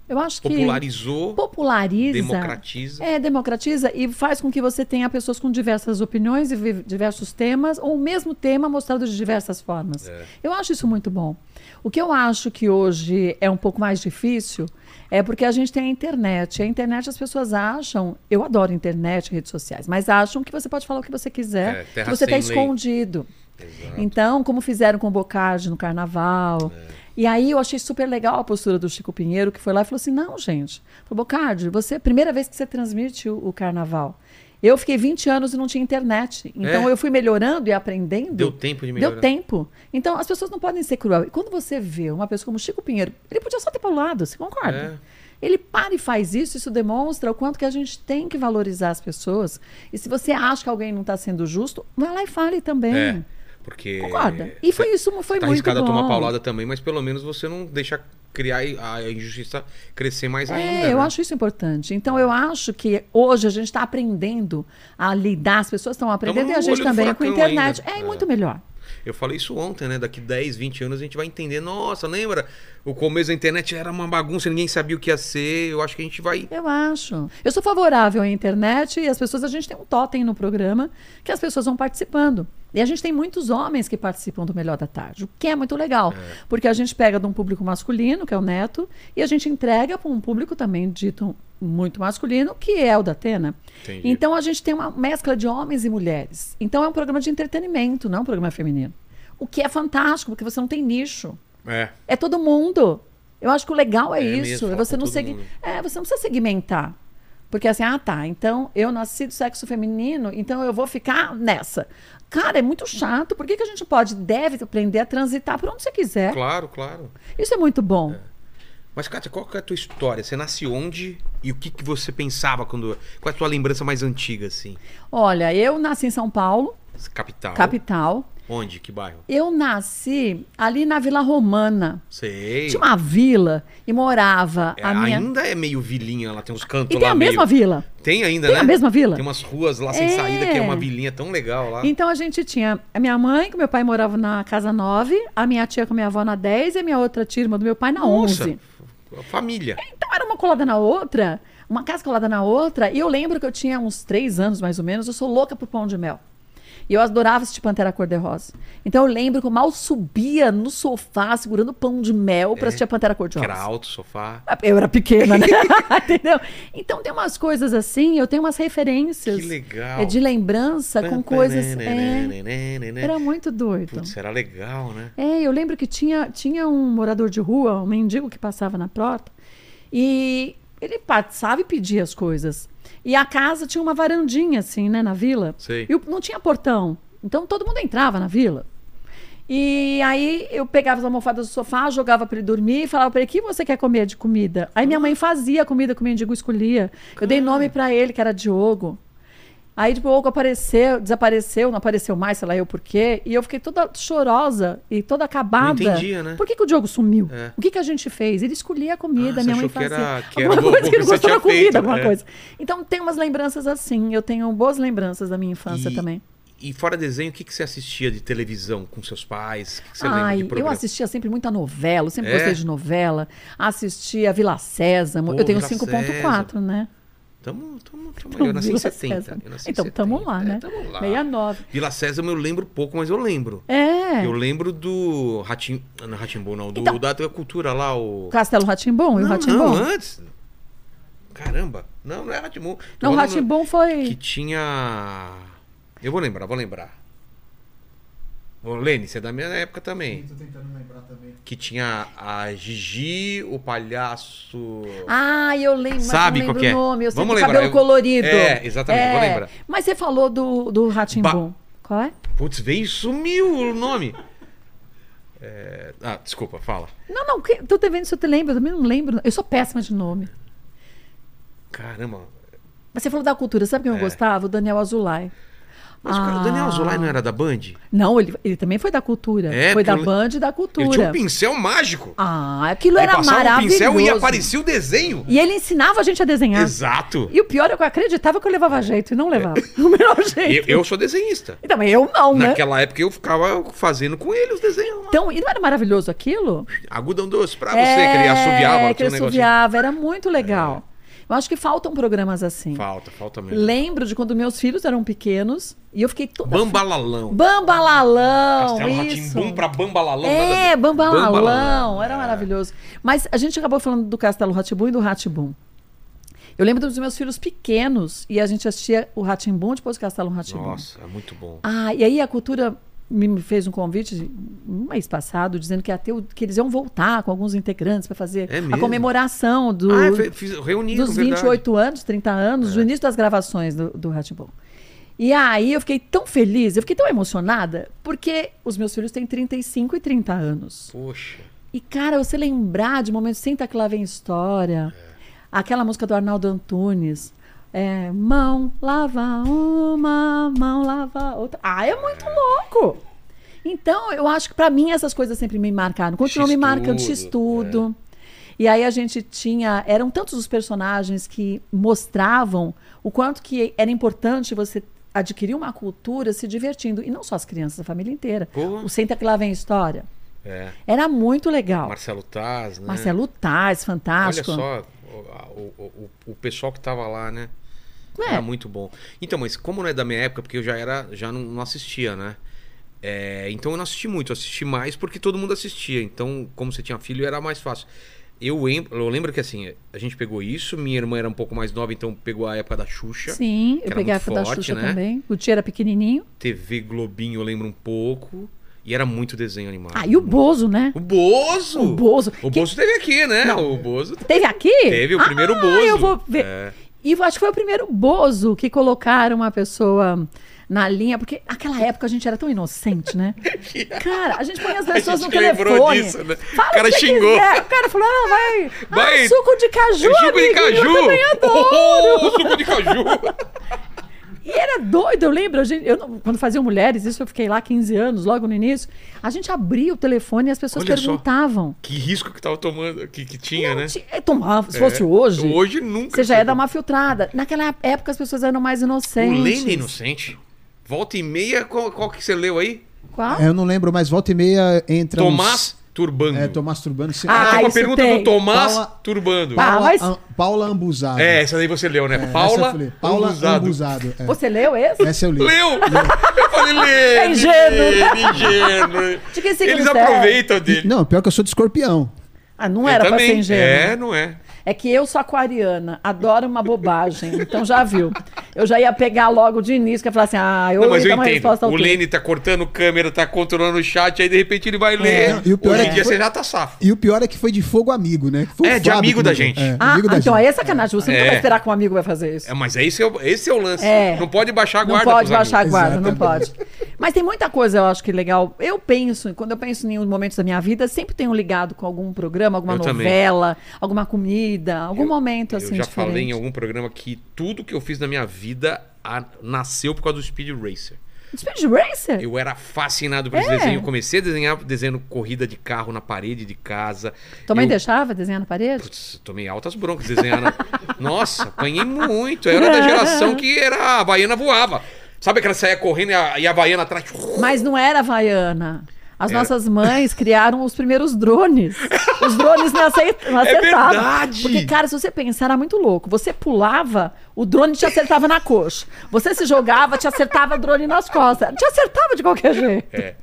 Speaker 3: Eu acho que
Speaker 1: Popularizou,
Speaker 3: populariza,
Speaker 1: democratiza.
Speaker 3: é democratiza e faz com que você tenha pessoas com diversas opiniões e vi- diversos temas ou o mesmo tema mostrado de diversas formas.
Speaker 1: É.
Speaker 3: Eu acho isso muito bom. O que eu acho que hoje é um pouco mais difícil é porque a gente tem a internet. A internet as pessoas acham, eu adoro internet, redes sociais, mas acham que você pode falar o que você
Speaker 1: É,
Speaker 3: quiser,
Speaker 1: terra
Speaker 3: que você está
Speaker 1: sem lei.
Speaker 3: escondido.
Speaker 1: Exato.
Speaker 3: Então, como fizeram com o Bocardi no carnaval.
Speaker 1: É.
Speaker 3: E aí eu achei super legal a postura do Chico Pinheiro, que foi lá e falou assim: não, gente, falou, Bocardi, você é a primeira vez que você transmite o, o carnaval. Eu fiquei 20 anos e não tinha internet. Então
Speaker 1: É.
Speaker 3: eu fui melhorando e aprendendo.
Speaker 1: Deu tempo de melhorar.
Speaker 3: Deu tempo. Então as pessoas não podem ser cruel. E quando você vê uma pessoa como o Chico Pinheiro, ele podia só ter paulado, você concorda?
Speaker 1: É.
Speaker 3: Ele para e faz isso, isso demonstra o quanto que a gente tem que valorizar as pessoas. E se você acha que alguém não está sendo justo, vai lá e fale também.
Speaker 1: É, porque.
Speaker 3: Concorda? E foi isso, foi
Speaker 1: Tá
Speaker 3: muito
Speaker 1: arriscado
Speaker 3: bom.
Speaker 1: a tomar paulada também, mas pelo menos você não deixa criar a injustiça crescer mais ainda.
Speaker 3: É, eu
Speaker 1: né?
Speaker 3: acho isso importante. Então, eu acho que hoje a gente está aprendendo a lidar, as pessoas estão aprendendo e
Speaker 1: no
Speaker 3: a gente
Speaker 1: olho do
Speaker 3: também com a
Speaker 1: furacão
Speaker 3: internet.
Speaker 1: ainda.
Speaker 3: É,
Speaker 1: É.
Speaker 3: muito melhor.
Speaker 1: Eu falei isso ontem, né? Daqui 10, 20 anos a gente vai entender. Nossa, lembra? O começo da internet era uma bagunça, ninguém sabia o que ia ser. Eu acho que a gente vai.
Speaker 3: Eu acho. Eu sou favorável à internet e as pessoas, a gente tem um totem no programa que as pessoas vão participando. E a gente tem muitos homens que participam do Melhor da Tarde, o que é muito legal. Porque a gente pega de um público masculino, que é o Neto, e a gente entrega para um público também dito muito masculino, que é o da Atena.
Speaker 1: Entendi.
Speaker 3: Então a gente tem uma mescla de homens e mulheres. Então é um programa de entretenimento, não um programa feminino. O que é fantástico, porque você não tem nicho.
Speaker 1: É.
Speaker 3: É todo mundo. Eu acho que o legal é,
Speaker 1: É mesmo,
Speaker 3: isso. é
Speaker 1: fala
Speaker 3: você
Speaker 1: com
Speaker 3: não
Speaker 1: todo
Speaker 3: segui...
Speaker 1: mundo.
Speaker 3: é, você não precisa segmentar. Porque assim, ah, tá, então eu nasci do sexo feminino, então eu vou ficar nessa. Cara, é muito chato. Por que, que a gente pode, deve aprender a transitar por onde você quiser?
Speaker 1: Claro, claro.
Speaker 3: Isso é muito bom.
Speaker 1: Mas, Kátia, qual que é a tua história? Você nasce onde e o que, que você pensava quando. Qual é a tua lembrança mais antiga, assim?
Speaker 3: Olha, eu nasci em São Paulo,
Speaker 1: Capital.
Speaker 3: capital.
Speaker 1: Onde? Que bairro?
Speaker 3: Eu nasci ali na Vila Romana.
Speaker 1: Sei.
Speaker 3: Tinha uma vila e morava
Speaker 1: É,
Speaker 3: a minha.
Speaker 1: Ainda é meio vilinha, lá tem uns cantos
Speaker 3: E tem
Speaker 1: lá
Speaker 3: a mesma
Speaker 1: meio...
Speaker 3: vila.
Speaker 1: Tem ainda,
Speaker 3: Tem
Speaker 1: né?
Speaker 3: a mesma vila.
Speaker 1: Tem umas ruas lá sem
Speaker 3: É.
Speaker 1: saída, que é uma vilinha tão legal lá.
Speaker 3: Então a gente tinha a minha mãe, que meu pai morava na casa 9, a minha tia com a minha avó na 10 e a minha outra tia, irmã do meu pai, na
Speaker 1: Nossa,
Speaker 3: 11.
Speaker 1: a família.
Speaker 3: Então era uma colada na outra, uma casa colada na outra, e eu lembro que eu tinha uns 3 anos mais ou menos, eu sou louca por pão de mel. E eu adorava assistir Pantera Cor-de-Rosa. Então eu lembro que eu mal subia no sofá segurando pão de mel
Speaker 1: É.
Speaker 3: pra assistir a Pantera
Speaker 1: Que era
Speaker 3: Cor-de-Rosa.
Speaker 1: alto, sofá.
Speaker 3: Eu era pequena, né? Entendeu? Então tem umas coisas assim, eu tenho umas referências.
Speaker 1: Que legal.
Speaker 3: É de lembrança com coisas. é. Era
Speaker 1: Era...
Speaker 3: muito doido.
Speaker 1: né? Putz, era legal, né?
Speaker 3: É, eu lembro que tinha, tinha um morador de rua, um mendigo que passava na porta, e ele passava e pedia as coisas. E a casa tinha uma varandinha, assim, né, na vila.
Speaker 1: Sei.
Speaker 3: E o- não tinha portão. Então todo mundo entrava na vila. E aí eu pegava as almofadas do sofá, jogava pra ele dormir e falava pra ele: o que você quer comer de comida? Aí minha mãe fazia a comida que o mendigo escolhia. Eu dei nome pra ele, que era Diogo. Aí, tipo, o Oco apareceu, desapareceu, não apareceu mais, sei lá eu por quê. E eu fiquei toda chorosa e toda acabada.
Speaker 1: Não entendia, né?
Speaker 3: Por que, que o Diogo sumiu?
Speaker 1: É.
Speaker 3: O que, que a gente fez? Ele escolhia a comida,
Speaker 1: Ah,
Speaker 3: minha
Speaker 1: você
Speaker 3: mãe
Speaker 1: achou que
Speaker 3: fazia.
Speaker 1: era- que era
Speaker 3: alguma
Speaker 1: o-
Speaker 3: coisa
Speaker 1: o
Speaker 3: que
Speaker 1: que
Speaker 3: ele
Speaker 1: você
Speaker 3: gostou da
Speaker 1: tinha feito,
Speaker 3: comida, alguma
Speaker 1: é.
Speaker 3: coisa. Então, tem umas lembranças assim. Eu tenho boas lembranças da minha infância
Speaker 1: E-
Speaker 3: também.
Speaker 1: E fora desenho, o que, que você assistia de televisão com seus pais? O que, que você lembra de
Speaker 3: Ai, eu
Speaker 1: programa?
Speaker 3: assistia sempre muita novela, eu sempre
Speaker 1: É?
Speaker 3: gostei de novela. Assistia Vila Sésamo.
Speaker 1: Pô,
Speaker 3: eu tenho
Speaker 1: Vila
Speaker 3: 5.4, né?
Speaker 1: Tamo, tamo, tamo.
Speaker 3: Então,
Speaker 1: eu nasci em
Speaker 3: Vila
Speaker 1: 70.
Speaker 3: Sésamo.
Speaker 1: eu nasci em
Speaker 3: Então, tamo
Speaker 1: 70,
Speaker 3: lá,
Speaker 1: é,
Speaker 3: né?
Speaker 1: tamo lá.
Speaker 3: 69.
Speaker 1: Vila Sésamo eu lembro pouco, mas eu lembro.
Speaker 3: É.
Speaker 1: Eu lembro do Ratim... Não, é Ratimbu não. Do,
Speaker 3: Então-
Speaker 1: da tua cultura lá, o...
Speaker 3: Castelo Ratimbom e o
Speaker 1: não,
Speaker 3: Ratimbom.
Speaker 1: não, antes. Caramba. Não, não é Ratimbu.
Speaker 3: Não, é. o Ratimbom foi.
Speaker 1: Que tinha... Eu vou lembrar, vou lembrar. Ô, Lene, você é da minha época também.
Speaker 2: Tô tentando lembrar também.
Speaker 1: Que tinha a Gigi, o palhaço...
Speaker 3: Ah, eu lembro, mas
Speaker 1: Sabe
Speaker 3: eu não
Speaker 1: qual
Speaker 3: lembro
Speaker 1: que é?
Speaker 3: o nome. Eu sei
Speaker 1: Vamos
Speaker 3: do
Speaker 1: lembrar,
Speaker 3: cabelo
Speaker 1: eu-
Speaker 3: colorido.
Speaker 1: É, exatamente, vou lembrar.
Speaker 3: Mas você falou do, do Ratimbom. Qual é?
Speaker 1: Putz, veio e sumiu o nome. É, Ah, desculpa, fala.
Speaker 3: Não, não, que- tô te vendo se eu te lembro, eu também não lembro. Eu sou péssima de nome.
Speaker 1: Caramba.
Speaker 3: Mas você falou da cultura, sabe
Speaker 1: É.
Speaker 3: quem eu gostava? O Daniel Azulay.
Speaker 1: Mas o cara, o
Speaker 3: Ah.
Speaker 1: Daniel Azulay não era da Band?
Speaker 3: Não, ele, ele também foi da cultura.
Speaker 1: É,
Speaker 3: foi
Speaker 1: porque
Speaker 3: da
Speaker 1: eu-
Speaker 3: Band e da
Speaker 1: Ele tinha um
Speaker 3: cultura.
Speaker 1: pincel mágico.
Speaker 3: Ah, aquilo
Speaker 1: Ele
Speaker 3: era
Speaker 1: passava o
Speaker 3: maravilhoso.
Speaker 1: pincel e aparecia o desenho.
Speaker 3: E ele ensinava a gente a desenhar.
Speaker 1: Exato.
Speaker 3: E o pior é que eu acreditava que eu levava jeito e não levava. O melhor
Speaker 1: Eu,
Speaker 3: jeito.
Speaker 1: eu sou desenhista.
Speaker 3: E também eu não, né?
Speaker 1: Naquela época eu ficava fazendo com ele os desenhos. lá.
Speaker 3: Então, e não era maravilhoso aquilo?
Speaker 1: Agudão doce pra Ah, você, que ele assoviava,
Speaker 3: É, que
Speaker 1: tinha um
Speaker 3: ele
Speaker 1: negocinho.
Speaker 3: assoviava, era muito legal. Eu acho que faltam programas assim.
Speaker 1: Falta, falta mesmo.
Speaker 3: Lembro de quando meus filhos eram pequenos e eu fiquei toda...
Speaker 1: Bambalalão.
Speaker 3: Bambalalão,
Speaker 1: Castelo
Speaker 3: isso.
Speaker 1: Ratimbum pra Bambalalão. nada a
Speaker 3: É,
Speaker 1: ver.
Speaker 3: Bambalalão, era
Speaker 1: é.
Speaker 3: maravilhoso. Mas a gente acabou falando do Castelo Ratibum e do Ratibum. Eu lembro dos meus filhos pequenos e a gente assistia o Ratimbum, depois o Castelo Ratibum.
Speaker 1: Nossa, é muito bom.
Speaker 3: Ah, e aí a cultura me fez um convite um mês passado dizendo que, ia ter o- que eles iam voltar com alguns integrantes para fazer
Speaker 1: É
Speaker 3: a
Speaker 1: mesmo?
Speaker 3: comemoração do,
Speaker 1: Ah, fe- fiz, reuni
Speaker 3: dos
Speaker 1: com verdade.
Speaker 3: 28 anos, 30 anos, do início das gravações do, do Ratibum. E aí eu fiquei tão feliz, eu fiquei tão emocionada, porque os meus filhos têm 35 e 30 anos.
Speaker 1: Poxa.
Speaker 3: E, cara, você lembrar de momentos Senta que lá vem história.
Speaker 1: É.
Speaker 3: Aquela música do Arnaldo Antunes. É, mão lava uma, mão lava outra. Ah, é muito louco! Então, eu acho que pra mim essas coisas sempre me marcaram. Continuam me
Speaker 1: X-Tudo, é.
Speaker 3: marcando X-Tudo. E aí a gente tinha. Eram tantos os personagens que mostravam o quanto que era importante você adquirir uma cultura se divertindo. E não só as crianças, a família inteira.
Speaker 1: Pô.
Speaker 3: O Senta que lá vem história.
Speaker 1: É.
Speaker 3: Era muito legal.
Speaker 1: Marcelo Taz, né?
Speaker 3: Marcelo Taz,
Speaker 1: Olha
Speaker 3: fantástico.
Speaker 1: só o, a- o- o- o pessoal que tava lá, né?
Speaker 3: É.
Speaker 1: Era muito bom. Então, mas como não é da minha época, porque eu já era, já não, não assistia, né? É, então eu não assisti muito, eu assisti mais porque todo mundo assistia. Então, como você tinha filho, era mais fácil. Eu, em- eu lembro que assim, a gente pegou isso, minha irmã era um pouco mais nova, então pegou a época da Xuxa.
Speaker 3: Sim,
Speaker 1: que
Speaker 3: eu
Speaker 1: era
Speaker 3: peguei a
Speaker 1: muito
Speaker 3: foto da
Speaker 1: forte,
Speaker 3: Xuxa
Speaker 1: né?
Speaker 3: também. O tio era pequenininho.
Speaker 1: TV Globinho, eu lembro um pouco. E era muito desenho animado.
Speaker 3: Ah, e o Bozo, né?
Speaker 1: O Bozo!
Speaker 3: O Bozo.
Speaker 1: O
Speaker 3: Que-
Speaker 1: Bozo teve aqui, né? O Bozo
Speaker 3: Teve aqui?
Speaker 1: teve o
Speaker 3: Ah,
Speaker 1: primeiro Bozo.
Speaker 3: eu vou ver.
Speaker 1: É.
Speaker 3: E eu acho que foi o primeiro Bozo que colocaram uma pessoa na linha, porque naquela época a gente era tão inocente, né? Cara, a gente põe as pessoas
Speaker 1: gente
Speaker 3: no
Speaker 1: lembrou
Speaker 3: telefone.
Speaker 1: disso, né?
Speaker 3: Fala
Speaker 1: O cara
Speaker 3: que
Speaker 1: xingou.
Speaker 3: quiser. O cara falou: ah, vai.
Speaker 1: Vai.
Speaker 3: Ah, suco de caju.
Speaker 1: É suco de
Speaker 3: amiguinho, eu
Speaker 1: caju!
Speaker 3: também adoro.
Speaker 1: Oh, suco de caju!
Speaker 3: E era doido, eu lembro. a gente- eu não- quando faziam mulheres, isso eu fiquei lá 15 anos, logo no início. A gente abria o telefone e as pessoas
Speaker 1: Olha só.
Speaker 3: perguntavam.
Speaker 1: que risco que tava tomando, que, que tinha, né?
Speaker 3: Gente, é, Tomava, se
Speaker 1: É.
Speaker 3: fosse hoje,
Speaker 1: Hoje nunca.
Speaker 3: você já é ia dar uma filtrada. Naquela época as pessoas eram mais inocentes.
Speaker 1: O Lênin é inocente. Volta e meia, qual, qual que você leu aí?
Speaker 3: Qual?
Speaker 2: É, Eu não lembro, mas volta e meia entra uns-
Speaker 1: Tomás Turbando.
Speaker 2: É, Tomás Turbano. se-
Speaker 3: Ah,
Speaker 1: Ah, tem uma
Speaker 3: isso
Speaker 1: pergunta
Speaker 3: tem.
Speaker 1: do Tomás
Speaker 2: Paula-
Speaker 1: Turbando.
Speaker 3: Pa-
Speaker 2: Paula,
Speaker 3: Ah, mas-
Speaker 2: Am- Paula Ambuzado.
Speaker 1: É, essa daí você leu, né?
Speaker 2: É, essa eu
Speaker 1: Paula,
Speaker 2: falei. Paula
Speaker 1: Ambuzado.
Speaker 2: Ambuzado. é.
Speaker 3: Você leu esse?
Speaker 2: Essa eu li.
Speaker 1: Leu! Eu falei, lê!
Speaker 3: É ingênuo.
Speaker 1: lê, ingênuo.
Speaker 3: De que signo
Speaker 1: Eles
Speaker 3: você é?
Speaker 1: aproveitam
Speaker 2: E-
Speaker 1: dele.
Speaker 2: Não, pior que eu sou de escorpião.
Speaker 3: Ah, não
Speaker 1: Eu
Speaker 3: era
Speaker 1: também.
Speaker 3: pra ser ingênuo.
Speaker 1: É, não é.
Speaker 3: É que eu sou aquariana, adoro uma bobagem. Então já viu. Eu já ia pegar logo de início, que ia falar assim: ah, eu
Speaker 1: Não, mas
Speaker 3: ia
Speaker 1: eu
Speaker 3: dar uma
Speaker 1: entendo.
Speaker 3: resposta ao
Speaker 1: O
Speaker 3: quê?
Speaker 1: Lene tá cortando câmera, tá controlando o chat, aí de repente ele vai ler.
Speaker 2: não, e o pior
Speaker 1: Hoje
Speaker 2: é
Speaker 1: em
Speaker 2: que
Speaker 1: dia
Speaker 2: foi-
Speaker 1: você já tá safo.
Speaker 2: E o pior é que foi de fogo amigo, né? Que foi o
Speaker 1: É, de
Speaker 2: Fábio
Speaker 1: amigo
Speaker 2: que
Speaker 1: da
Speaker 2: mandou.
Speaker 1: gente.
Speaker 2: É,
Speaker 3: Ah,
Speaker 2: amigo da
Speaker 3: então
Speaker 2: gente.
Speaker 3: é sacanagem. Você
Speaker 1: É.
Speaker 3: nunca vai esperar que um amigo vai fazer isso.
Speaker 1: É, mas esse é, o, esse é o lance.
Speaker 3: É.
Speaker 1: Não pode baixar a
Speaker 3: Não
Speaker 1: guarda.
Speaker 3: pode
Speaker 1: pros amigos.
Speaker 3: baixar a guarda, não pode.
Speaker 2: Exatamente.
Speaker 3: Mas tem muita coisa, eu acho que legal. Eu penso, quando eu penso em momentos da minha vida, sempre tenho ligado com algum programa, alguma
Speaker 1: Eu também.
Speaker 3: novela, alguma comida, algum momento assim
Speaker 1: Eu já
Speaker 3: diferente.
Speaker 1: falei em algum programa que tudo que eu fiz na minha vida a- nasceu por causa do Speed Racer.
Speaker 3: Speed Racer?
Speaker 1: Eu era fascinado por esse
Speaker 3: É.
Speaker 1: desenho. Eu comecei a desenhar desenhando corrida de carro na parede de casa.
Speaker 3: Tua mãe
Speaker 1: eu,
Speaker 3: deixava desenhar na parede?
Speaker 1: Putz, tomei altas broncas desenhando. Nossa, apanhei muito. Eu era da geração que era a Havaiana voava. Sabe aquela saia correndo e a, e a Havaiana atrás?
Speaker 3: Mas não era Havaiana. As
Speaker 1: Era.
Speaker 3: nossas mães criaram os primeiros drones. Os drones não acei- não
Speaker 1: É
Speaker 3: acertavam.
Speaker 1: verdade!
Speaker 3: Porque, cara, se você pensar, era muito louco. Você pulava, o drone te acertava na coxa. Você se jogava, te acertava o drone nas costas. Te acertava de qualquer jeito.
Speaker 1: É.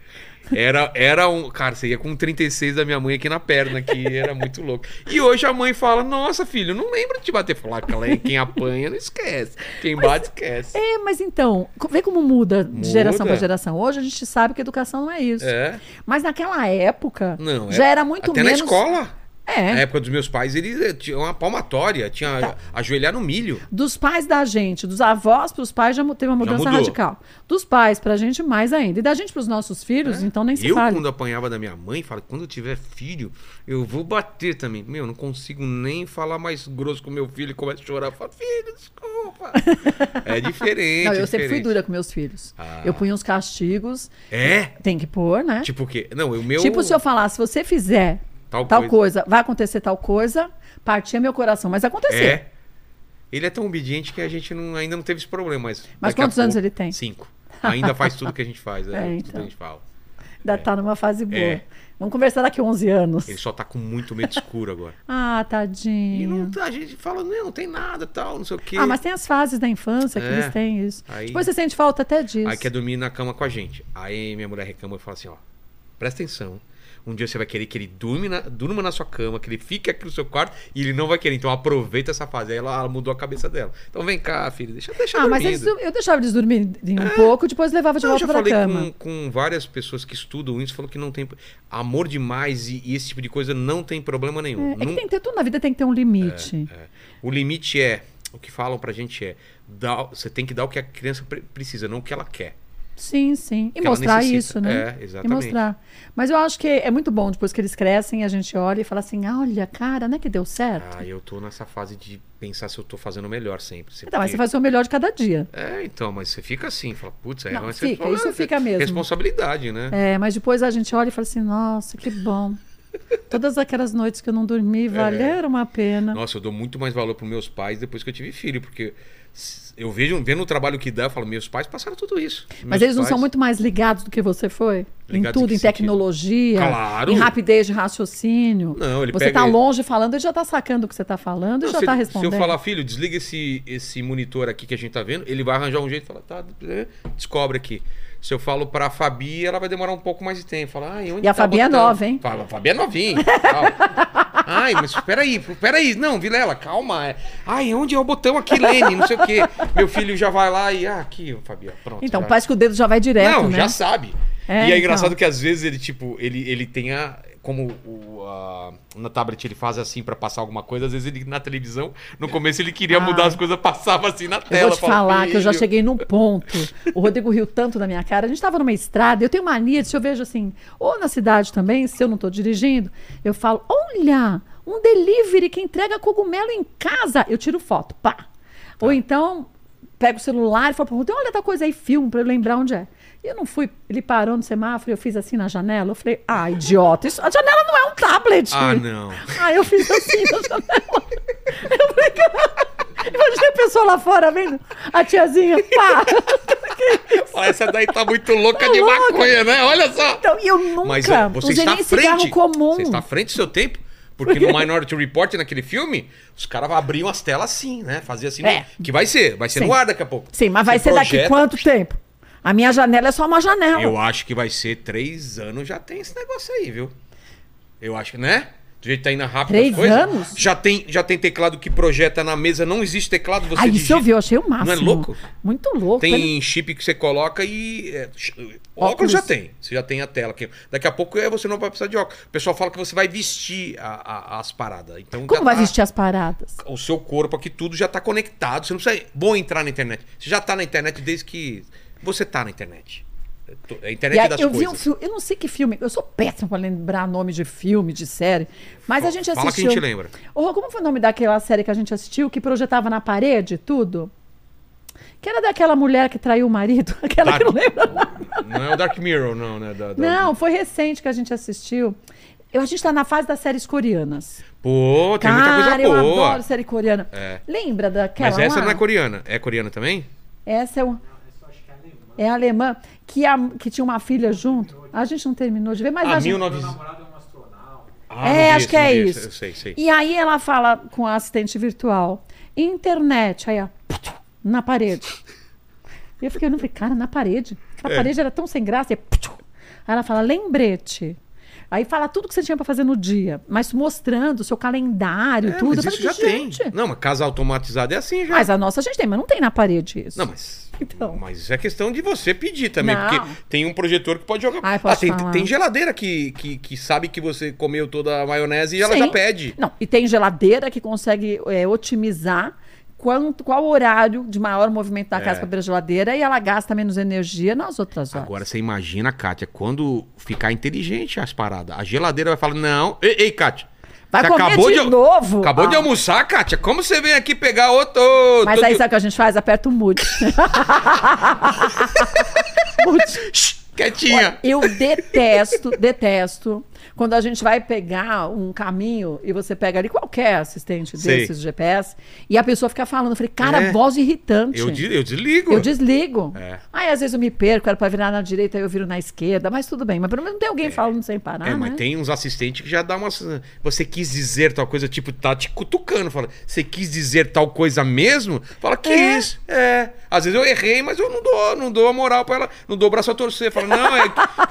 Speaker 1: Era, era um. Cara, você ia com 36 da minha mãe aqui na perna, que era muito louco. E hoje a mãe fala: Nossa, filho, não lembro de te bater. Falar que ela é quem apanha, não esquece. Quem bate, esquece.
Speaker 3: É, mas então, co- vê como muda de geração
Speaker 1: Muda.
Speaker 3: para geração. Hoje a gente sabe que educação não é isso.
Speaker 1: É.
Speaker 3: Mas naquela época,
Speaker 1: Não, é-
Speaker 3: já era muito
Speaker 1: Até
Speaker 3: menos...
Speaker 1: na escola.
Speaker 3: É. Tá.
Speaker 1: Na época dos meus pais, eles eh, tinham uma palmatória, tinha ajoelhar no milho.
Speaker 3: Dos pais da gente, dos avós para os pais, já mu- teve uma mudança
Speaker 1: mudou.
Speaker 3: radical. Dos pais para a gente, mais ainda. E da gente para os nossos filhos, então nem se
Speaker 1: É? eu,
Speaker 3: fala.
Speaker 1: quando apanhava da minha mãe, fala, quando eu tiver filho, eu vou bater também. Meu, não consigo nem falar mais grosso com meu filho e começa a chorar. Fala, filho, desculpa. é diferente.
Speaker 3: Não, eu
Speaker 1: é
Speaker 3: sempre fui
Speaker 1: diferente.
Speaker 3: dura com meus filhos. Eu punha uns castigos.
Speaker 1: É?
Speaker 3: Tem que pôr, né? Tipo,
Speaker 1: Tipo o quê? Não, o meu.
Speaker 3: se eu falar, se você fizer
Speaker 1: Tal
Speaker 3: tal,
Speaker 1: coisa.
Speaker 3: coisa. vai acontecer tal coisa, partia meu coração. Mas aconteceu.
Speaker 1: É. Ele é tão obediente que a gente não- ainda não teve esse problema. Mas,
Speaker 3: Mas
Speaker 1: daqui a
Speaker 3: quantos anos
Speaker 1: pouco-
Speaker 3: ele tem?
Speaker 1: Cinco. Ainda faz tudo que a gente faz, né?
Speaker 3: É,
Speaker 1: tudo que a
Speaker 3: então.
Speaker 1: gente fala.
Speaker 3: Ainda tá numa fase boa.
Speaker 1: É.
Speaker 3: Vamos conversar daqui a 11 anos.
Speaker 1: Ele só tá com muito medo escuro agora.
Speaker 3: Ah,
Speaker 1: E
Speaker 3: tadinho.
Speaker 1: não, tá, a gente fala, não, não tem nada tal, não sei o quê.
Speaker 3: Ah, mas tem as fases da infância que
Speaker 1: É.
Speaker 3: eles têm isso.
Speaker 1: Aí-
Speaker 3: Depois você sente falta até disso.
Speaker 1: Aí quer dormir na cama com a gente. Aí minha mulher reclama e fala assim, ó, presta atenção. Um dia você vai querer que ele durma na, durma na sua cama, que ele fique aqui no seu quarto e ele não vai querer. Então aproveita essa fase. Aí ela, ela mudou a cabeça dela. Então vem cá, filho, deixa, deixa
Speaker 3: Ah, mas
Speaker 1: dormindo. É.
Speaker 3: eles- eu deixava eles dormirem um pouco, depois levava de
Speaker 1: Não, eu
Speaker 3: volta
Speaker 1: já
Speaker 3: pra
Speaker 1: falei
Speaker 3: cama.
Speaker 1: com, com várias pessoas que estudam isso, falou que não tem amor demais e, e esse tipo de coisa não tem problema nenhum.
Speaker 3: É que
Speaker 1: Nun-
Speaker 3: tem que ter, tudo na vida tem que ter um limite.
Speaker 1: É, O limite é, o que falam pra gente é, dá- você tem que dar o que a criança pre- precisa, não o que ela quer.
Speaker 3: Sim, sim. E
Speaker 1: ela
Speaker 3: mostrar
Speaker 1: necessita.
Speaker 3: isso, né?
Speaker 1: É,
Speaker 3: E
Speaker 1: exatamente.
Speaker 3: mostrar. Mas eu acho que é muito bom depois que eles crescem, a gente olha e fala assim: "Ah, olha, cara, não é que deu certo?
Speaker 1: Ah, eu tô nessa fase de pensar se eu tô fazendo o melhor sempre.
Speaker 3: então, mas você faz o seu melhor de cada dia.
Speaker 1: É, então, mas você fica assim, fala, putz, é
Speaker 3: Não,
Speaker 1: mas
Speaker 3: fica,
Speaker 1: fala,
Speaker 3: isso
Speaker 1: é
Speaker 3: fica mesmo.
Speaker 1: Responsabilidade, né?
Speaker 3: É, mas depois a gente olha e fala assim: nossa, que bom. Todas aquelas noites que eu não dormi
Speaker 1: É.
Speaker 3: valeram uma pena.
Speaker 1: Nossa, eu dou muito mais valor pros meus pais depois que eu tive filho, porque s- eu vejo, vendo o trabalho que dá, eu falo, meus pais passaram tudo isso. Meus
Speaker 3: Mas eles não
Speaker 1: pais-
Speaker 3: são muito mais ligados do que você foi?
Speaker 1: é Ligados
Speaker 3: em
Speaker 1: em
Speaker 3: tudo,
Speaker 1: que
Speaker 3: em
Speaker 1: sentido?
Speaker 3: tecnologia,
Speaker 1: Claro.
Speaker 3: em rapidez de raciocínio.
Speaker 1: Não, ele
Speaker 3: você
Speaker 1: pega-
Speaker 3: tá longe falando, ele já tá sacando o que você tá falando
Speaker 1: Não,
Speaker 3: e já
Speaker 1: se,
Speaker 3: tá
Speaker 1: se eu
Speaker 3: respondendo.
Speaker 1: falar, filho, desliga esse, esse monitor aqui que a gente tá vendo, ele vai arranjar um jeito e falar, tá, é, né, descobre aqui. Se eu falo pra Fabi, ela vai demorar um pouco mais de tempo. Fala, ai, onde
Speaker 3: E a
Speaker 1: tá
Speaker 3: Fabi é
Speaker 1: botando?
Speaker 3: nova, hein?
Speaker 1: Fala, a Fabi é novinha. e tal. ai, mas peraí, peraí. Não, Vilela, calma. É- Ai, onde é o botão aqui, Lene? Não sei o quê. Meu filho já vai lá e, ah, aqui, Fabi, ó, pronto.
Speaker 3: Então,
Speaker 1: já.
Speaker 3: parece que o dedo já vai direto,
Speaker 1: Não,
Speaker 3: né?
Speaker 1: já sabe.
Speaker 3: É,
Speaker 1: e é
Speaker 3: então.
Speaker 1: engraçado que às vezes ele, tipo, ele, ele tem a. Como o, a- na tablet ele faz assim pra passar alguma coisa, às vezes ele na televisão, no começo ele queria
Speaker 3: Ah.
Speaker 1: mudar as coisas, passava assim na
Speaker 3: Eu
Speaker 1: tela.
Speaker 3: vou te
Speaker 1: fala,
Speaker 3: falar que eu já
Speaker 1: "Filho".
Speaker 3: cheguei num ponto. O Rodrigo riu tanto da minha cara. A gente tava numa estrada. Eu tenho mania de, se eu vejo assim, ou na cidade também, se eu não tô dirigindo, eu falo: olha, um delivery que entrega cogumelo em casa. Eu tiro foto, pá.
Speaker 1: Tá.
Speaker 3: Ou então, pego o celular e falo pro Rodrigo: olha, tá coisa aí, filme, pra eu lembrar onde é. E eu não fui. Ele parou no semáforo, eu fiz assim na janela. Eu falei: ah, idiota, isso, a janela não é um tablet.
Speaker 1: Ah, não.
Speaker 3: Aí eu fiz assim na janela. Eu falei, "Caralho." Imagina a pessoa lá fora vendo a tiazinha, pá.
Speaker 1: Fala, essa daí tá muito louca
Speaker 3: Tá
Speaker 1: de
Speaker 3: louca.
Speaker 1: maconha, né? Olha só.
Speaker 3: Então, e eu nunca
Speaker 1: Mas é, você
Speaker 3: usei
Speaker 1: está à
Speaker 3: nem cigarro
Speaker 1: frente.
Speaker 3: comum.
Speaker 1: Você está à frente do seu tempo. Porque no Minority Report, naquele filme, os caras abriam as telas assim, né? Fazia assim. no-
Speaker 3: É.
Speaker 1: Que vai ser, vai ser
Speaker 3: Sim.
Speaker 1: no ar daqui a pouco.
Speaker 3: Sim, mas vai
Speaker 1: Você
Speaker 3: ser
Speaker 1: projeta-
Speaker 3: daqui quanto tempo? A minha janela é só uma janela.
Speaker 1: Eu acho que vai ser três anos já tem esse negócio aí, viu? Eu acho que, né? Do jeito que tá indo rápido
Speaker 3: Três
Speaker 1: as coisas.
Speaker 3: anos?
Speaker 1: Já tem, já tem teclado que projeta na mesa. Não existe teclado, você
Speaker 3: Aí isso
Speaker 1: digita. é
Speaker 3: eu vi, eu achei o máximo.
Speaker 1: louco?
Speaker 3: Muito louco. Ele-
Speaker 1: Tem chip que você coloca e... é, ch-
Speaker 3: Óculos.
Speaker 1: óculos já tem. Você já tem a tela. Que daqui a pouco é, você não vai precisar de óculos. O pessoal fala que você vai vestir a- a- as paradas. Então,
Speaker 3: Como
Speaker 1: já
Speaker 3: vai
Speaker 1: tá-
Speaker 3: vestir as paradas?
Speaker 1: O seu corpo aqui, tudo já tá conectado. Você não precisa... Bom entrar na internet. Você já tá na internet desde que... Você tá na internet. É to- É a
Speaker 3: E
Speaker 1: internet
Speaker 3: aí,
Speaker 1: das
Speaker 3: eu vi
Speaker 1: coisas.
Speaker 3: um filme, eu não sei que filme, eu sou péssima pra lembrar nome de filme, de série, mas a gente assistiu.
Speaker 1: Fala que a gente lembra.
Speaker 3: Ô, como foi o nome daquela série que a gente assistiu que projetava na parede tudo? Que era daquela mulher que traiu o marido, aquela que não
Speaker 1: Dark-
Speaker 3: lembra.
Speaker 1: Não é o Dark Mirror, não, né? Da- da-
Speaker 3: Não, foi recente que a gente assistiu. Eu, a gente tá na fase das séries coreanas.
Speaker 1: Pô, tem muita coisa
Speaker 3: Cara,
Speaker 1: boa.
Speaker 3: eu adoro série coreana.
Speaker 1: É.
Speaker 3: Lembra daquela
Speaker 1: Mas essa
Speaker 3: lá?
Speaker 1: não é coreana. É coreana também?
Speaker 3: Essa é o... É alemã, que, a, que tinha uma filha junto. A gente não terminou de ver, mas a
Speaker 1: ah,
Speaker 3: gente...
Speaker 1: 19... Ah, não vi
Speaker 3: É, acho
Speaker 1: esse,
Speaker 3: que
Speaker 1: não
Speaker 3: é
Speaker 1: vi esse.
Speaker 3: isso.
Speaker 1: Eu sei, sei.
Speaker 3: E aí ela fala com a assistente virtual. Internet, aí ó, na parede. E eu fiquei olhando, falei, cara, na parede.
Speaker 1: É.
Speaker 3: A parede era tão sem graça. E aí ela fala, lembrete. Aí fala tudo que você tinha pra fazer no dia, mas mostrando o seu calendário,
Speaker 1: É,
Speaker 3: tudo.
Speaker 1: mas
Speaker 3: Eu
Speaker 1: isso
Speaker 3: falei,
Speaker 1: já tem.
Speaker 3: "Gente,
Speaker 1: Não, mas casa automatizada é assim já.
Speaker 3: Mas a nossa a gente tem, mas não tem na parede isso.
Speaker 1: Não, mas...
Speaker 3: Então.
Speaker 1: Mas isso é questão de você pedir também,
Speaker 3: Não.
Speaker 1: porque tem um projetor que pode jogar.
Speaker 3: Ai, posso
Speaker 1: ah, tem,
Speaker 3: falar.
Speaker 1: tem geladeira que, que, que sabe que você comeu toda a maionese e ela
Speaker 3: Sim.
Speaker 1: já pede.
Speaker 3: Não, e tem geladeira que consegue é, otimizar quanto, qual horário de maior movimento da
Speaker 1: É.
Speaker 3: casa para abrir a geladeira e ela gasta menos energia nas outras horas.
Speaker 1: Agora você imagina, Kátia, quando ficar inteligente as paradas. A geladeira vai falar: não, ei, ei Kátia.
Speaker 3: Vai
Speaker 1: você
Speaker 3: comer de
Speaker 1: al-
Speaker 3: novo?
Speaker 1: Acabou de
Speaker 3: Ah.
Speaker 1: almoçar, Kátia. Como você vem aqui pegar outro.
Speaker 3: Mas
Speaker 1: todo-
Speaker 3: aí sabe o que a gente faz? Aperta o mute. mute.
Speaker 1: Quietinha.
Speaker 3: Eu detesto, detesto. Quando a gente vai pegar um caminho e você pega ali qualquer assistente
Speaker 1: Sei.
Speaker 3: desses GPS e a pessoa fica falando, eu falei, cara,
Speaker 1: É.
Speaker 3: voz irritante.
Speaker 1: Eu, de- eu desligo.
Speaker 3: Eu desligo.
Speaker 1: É.
Speaker 3: Aí às vezes eu me perco, era pra virar na direita, aí eu viro na esquerda, mas tudo bem. Mas pelo menos não tem alguém falando sem parar.
Speaker 1: É, mas
Speaker 3: né?
Speaker 1: tem uns assistentes que já dá umas. Você quis dizer tal coisa, tipo, tá te cutucando. Fala, você quis dizer tal coisa mesmo? Fala, quis. É. Às vezes eu errei, mas eu não dou, não dou a moral pra ela, não dou o braço a torcer. Fala, não, é,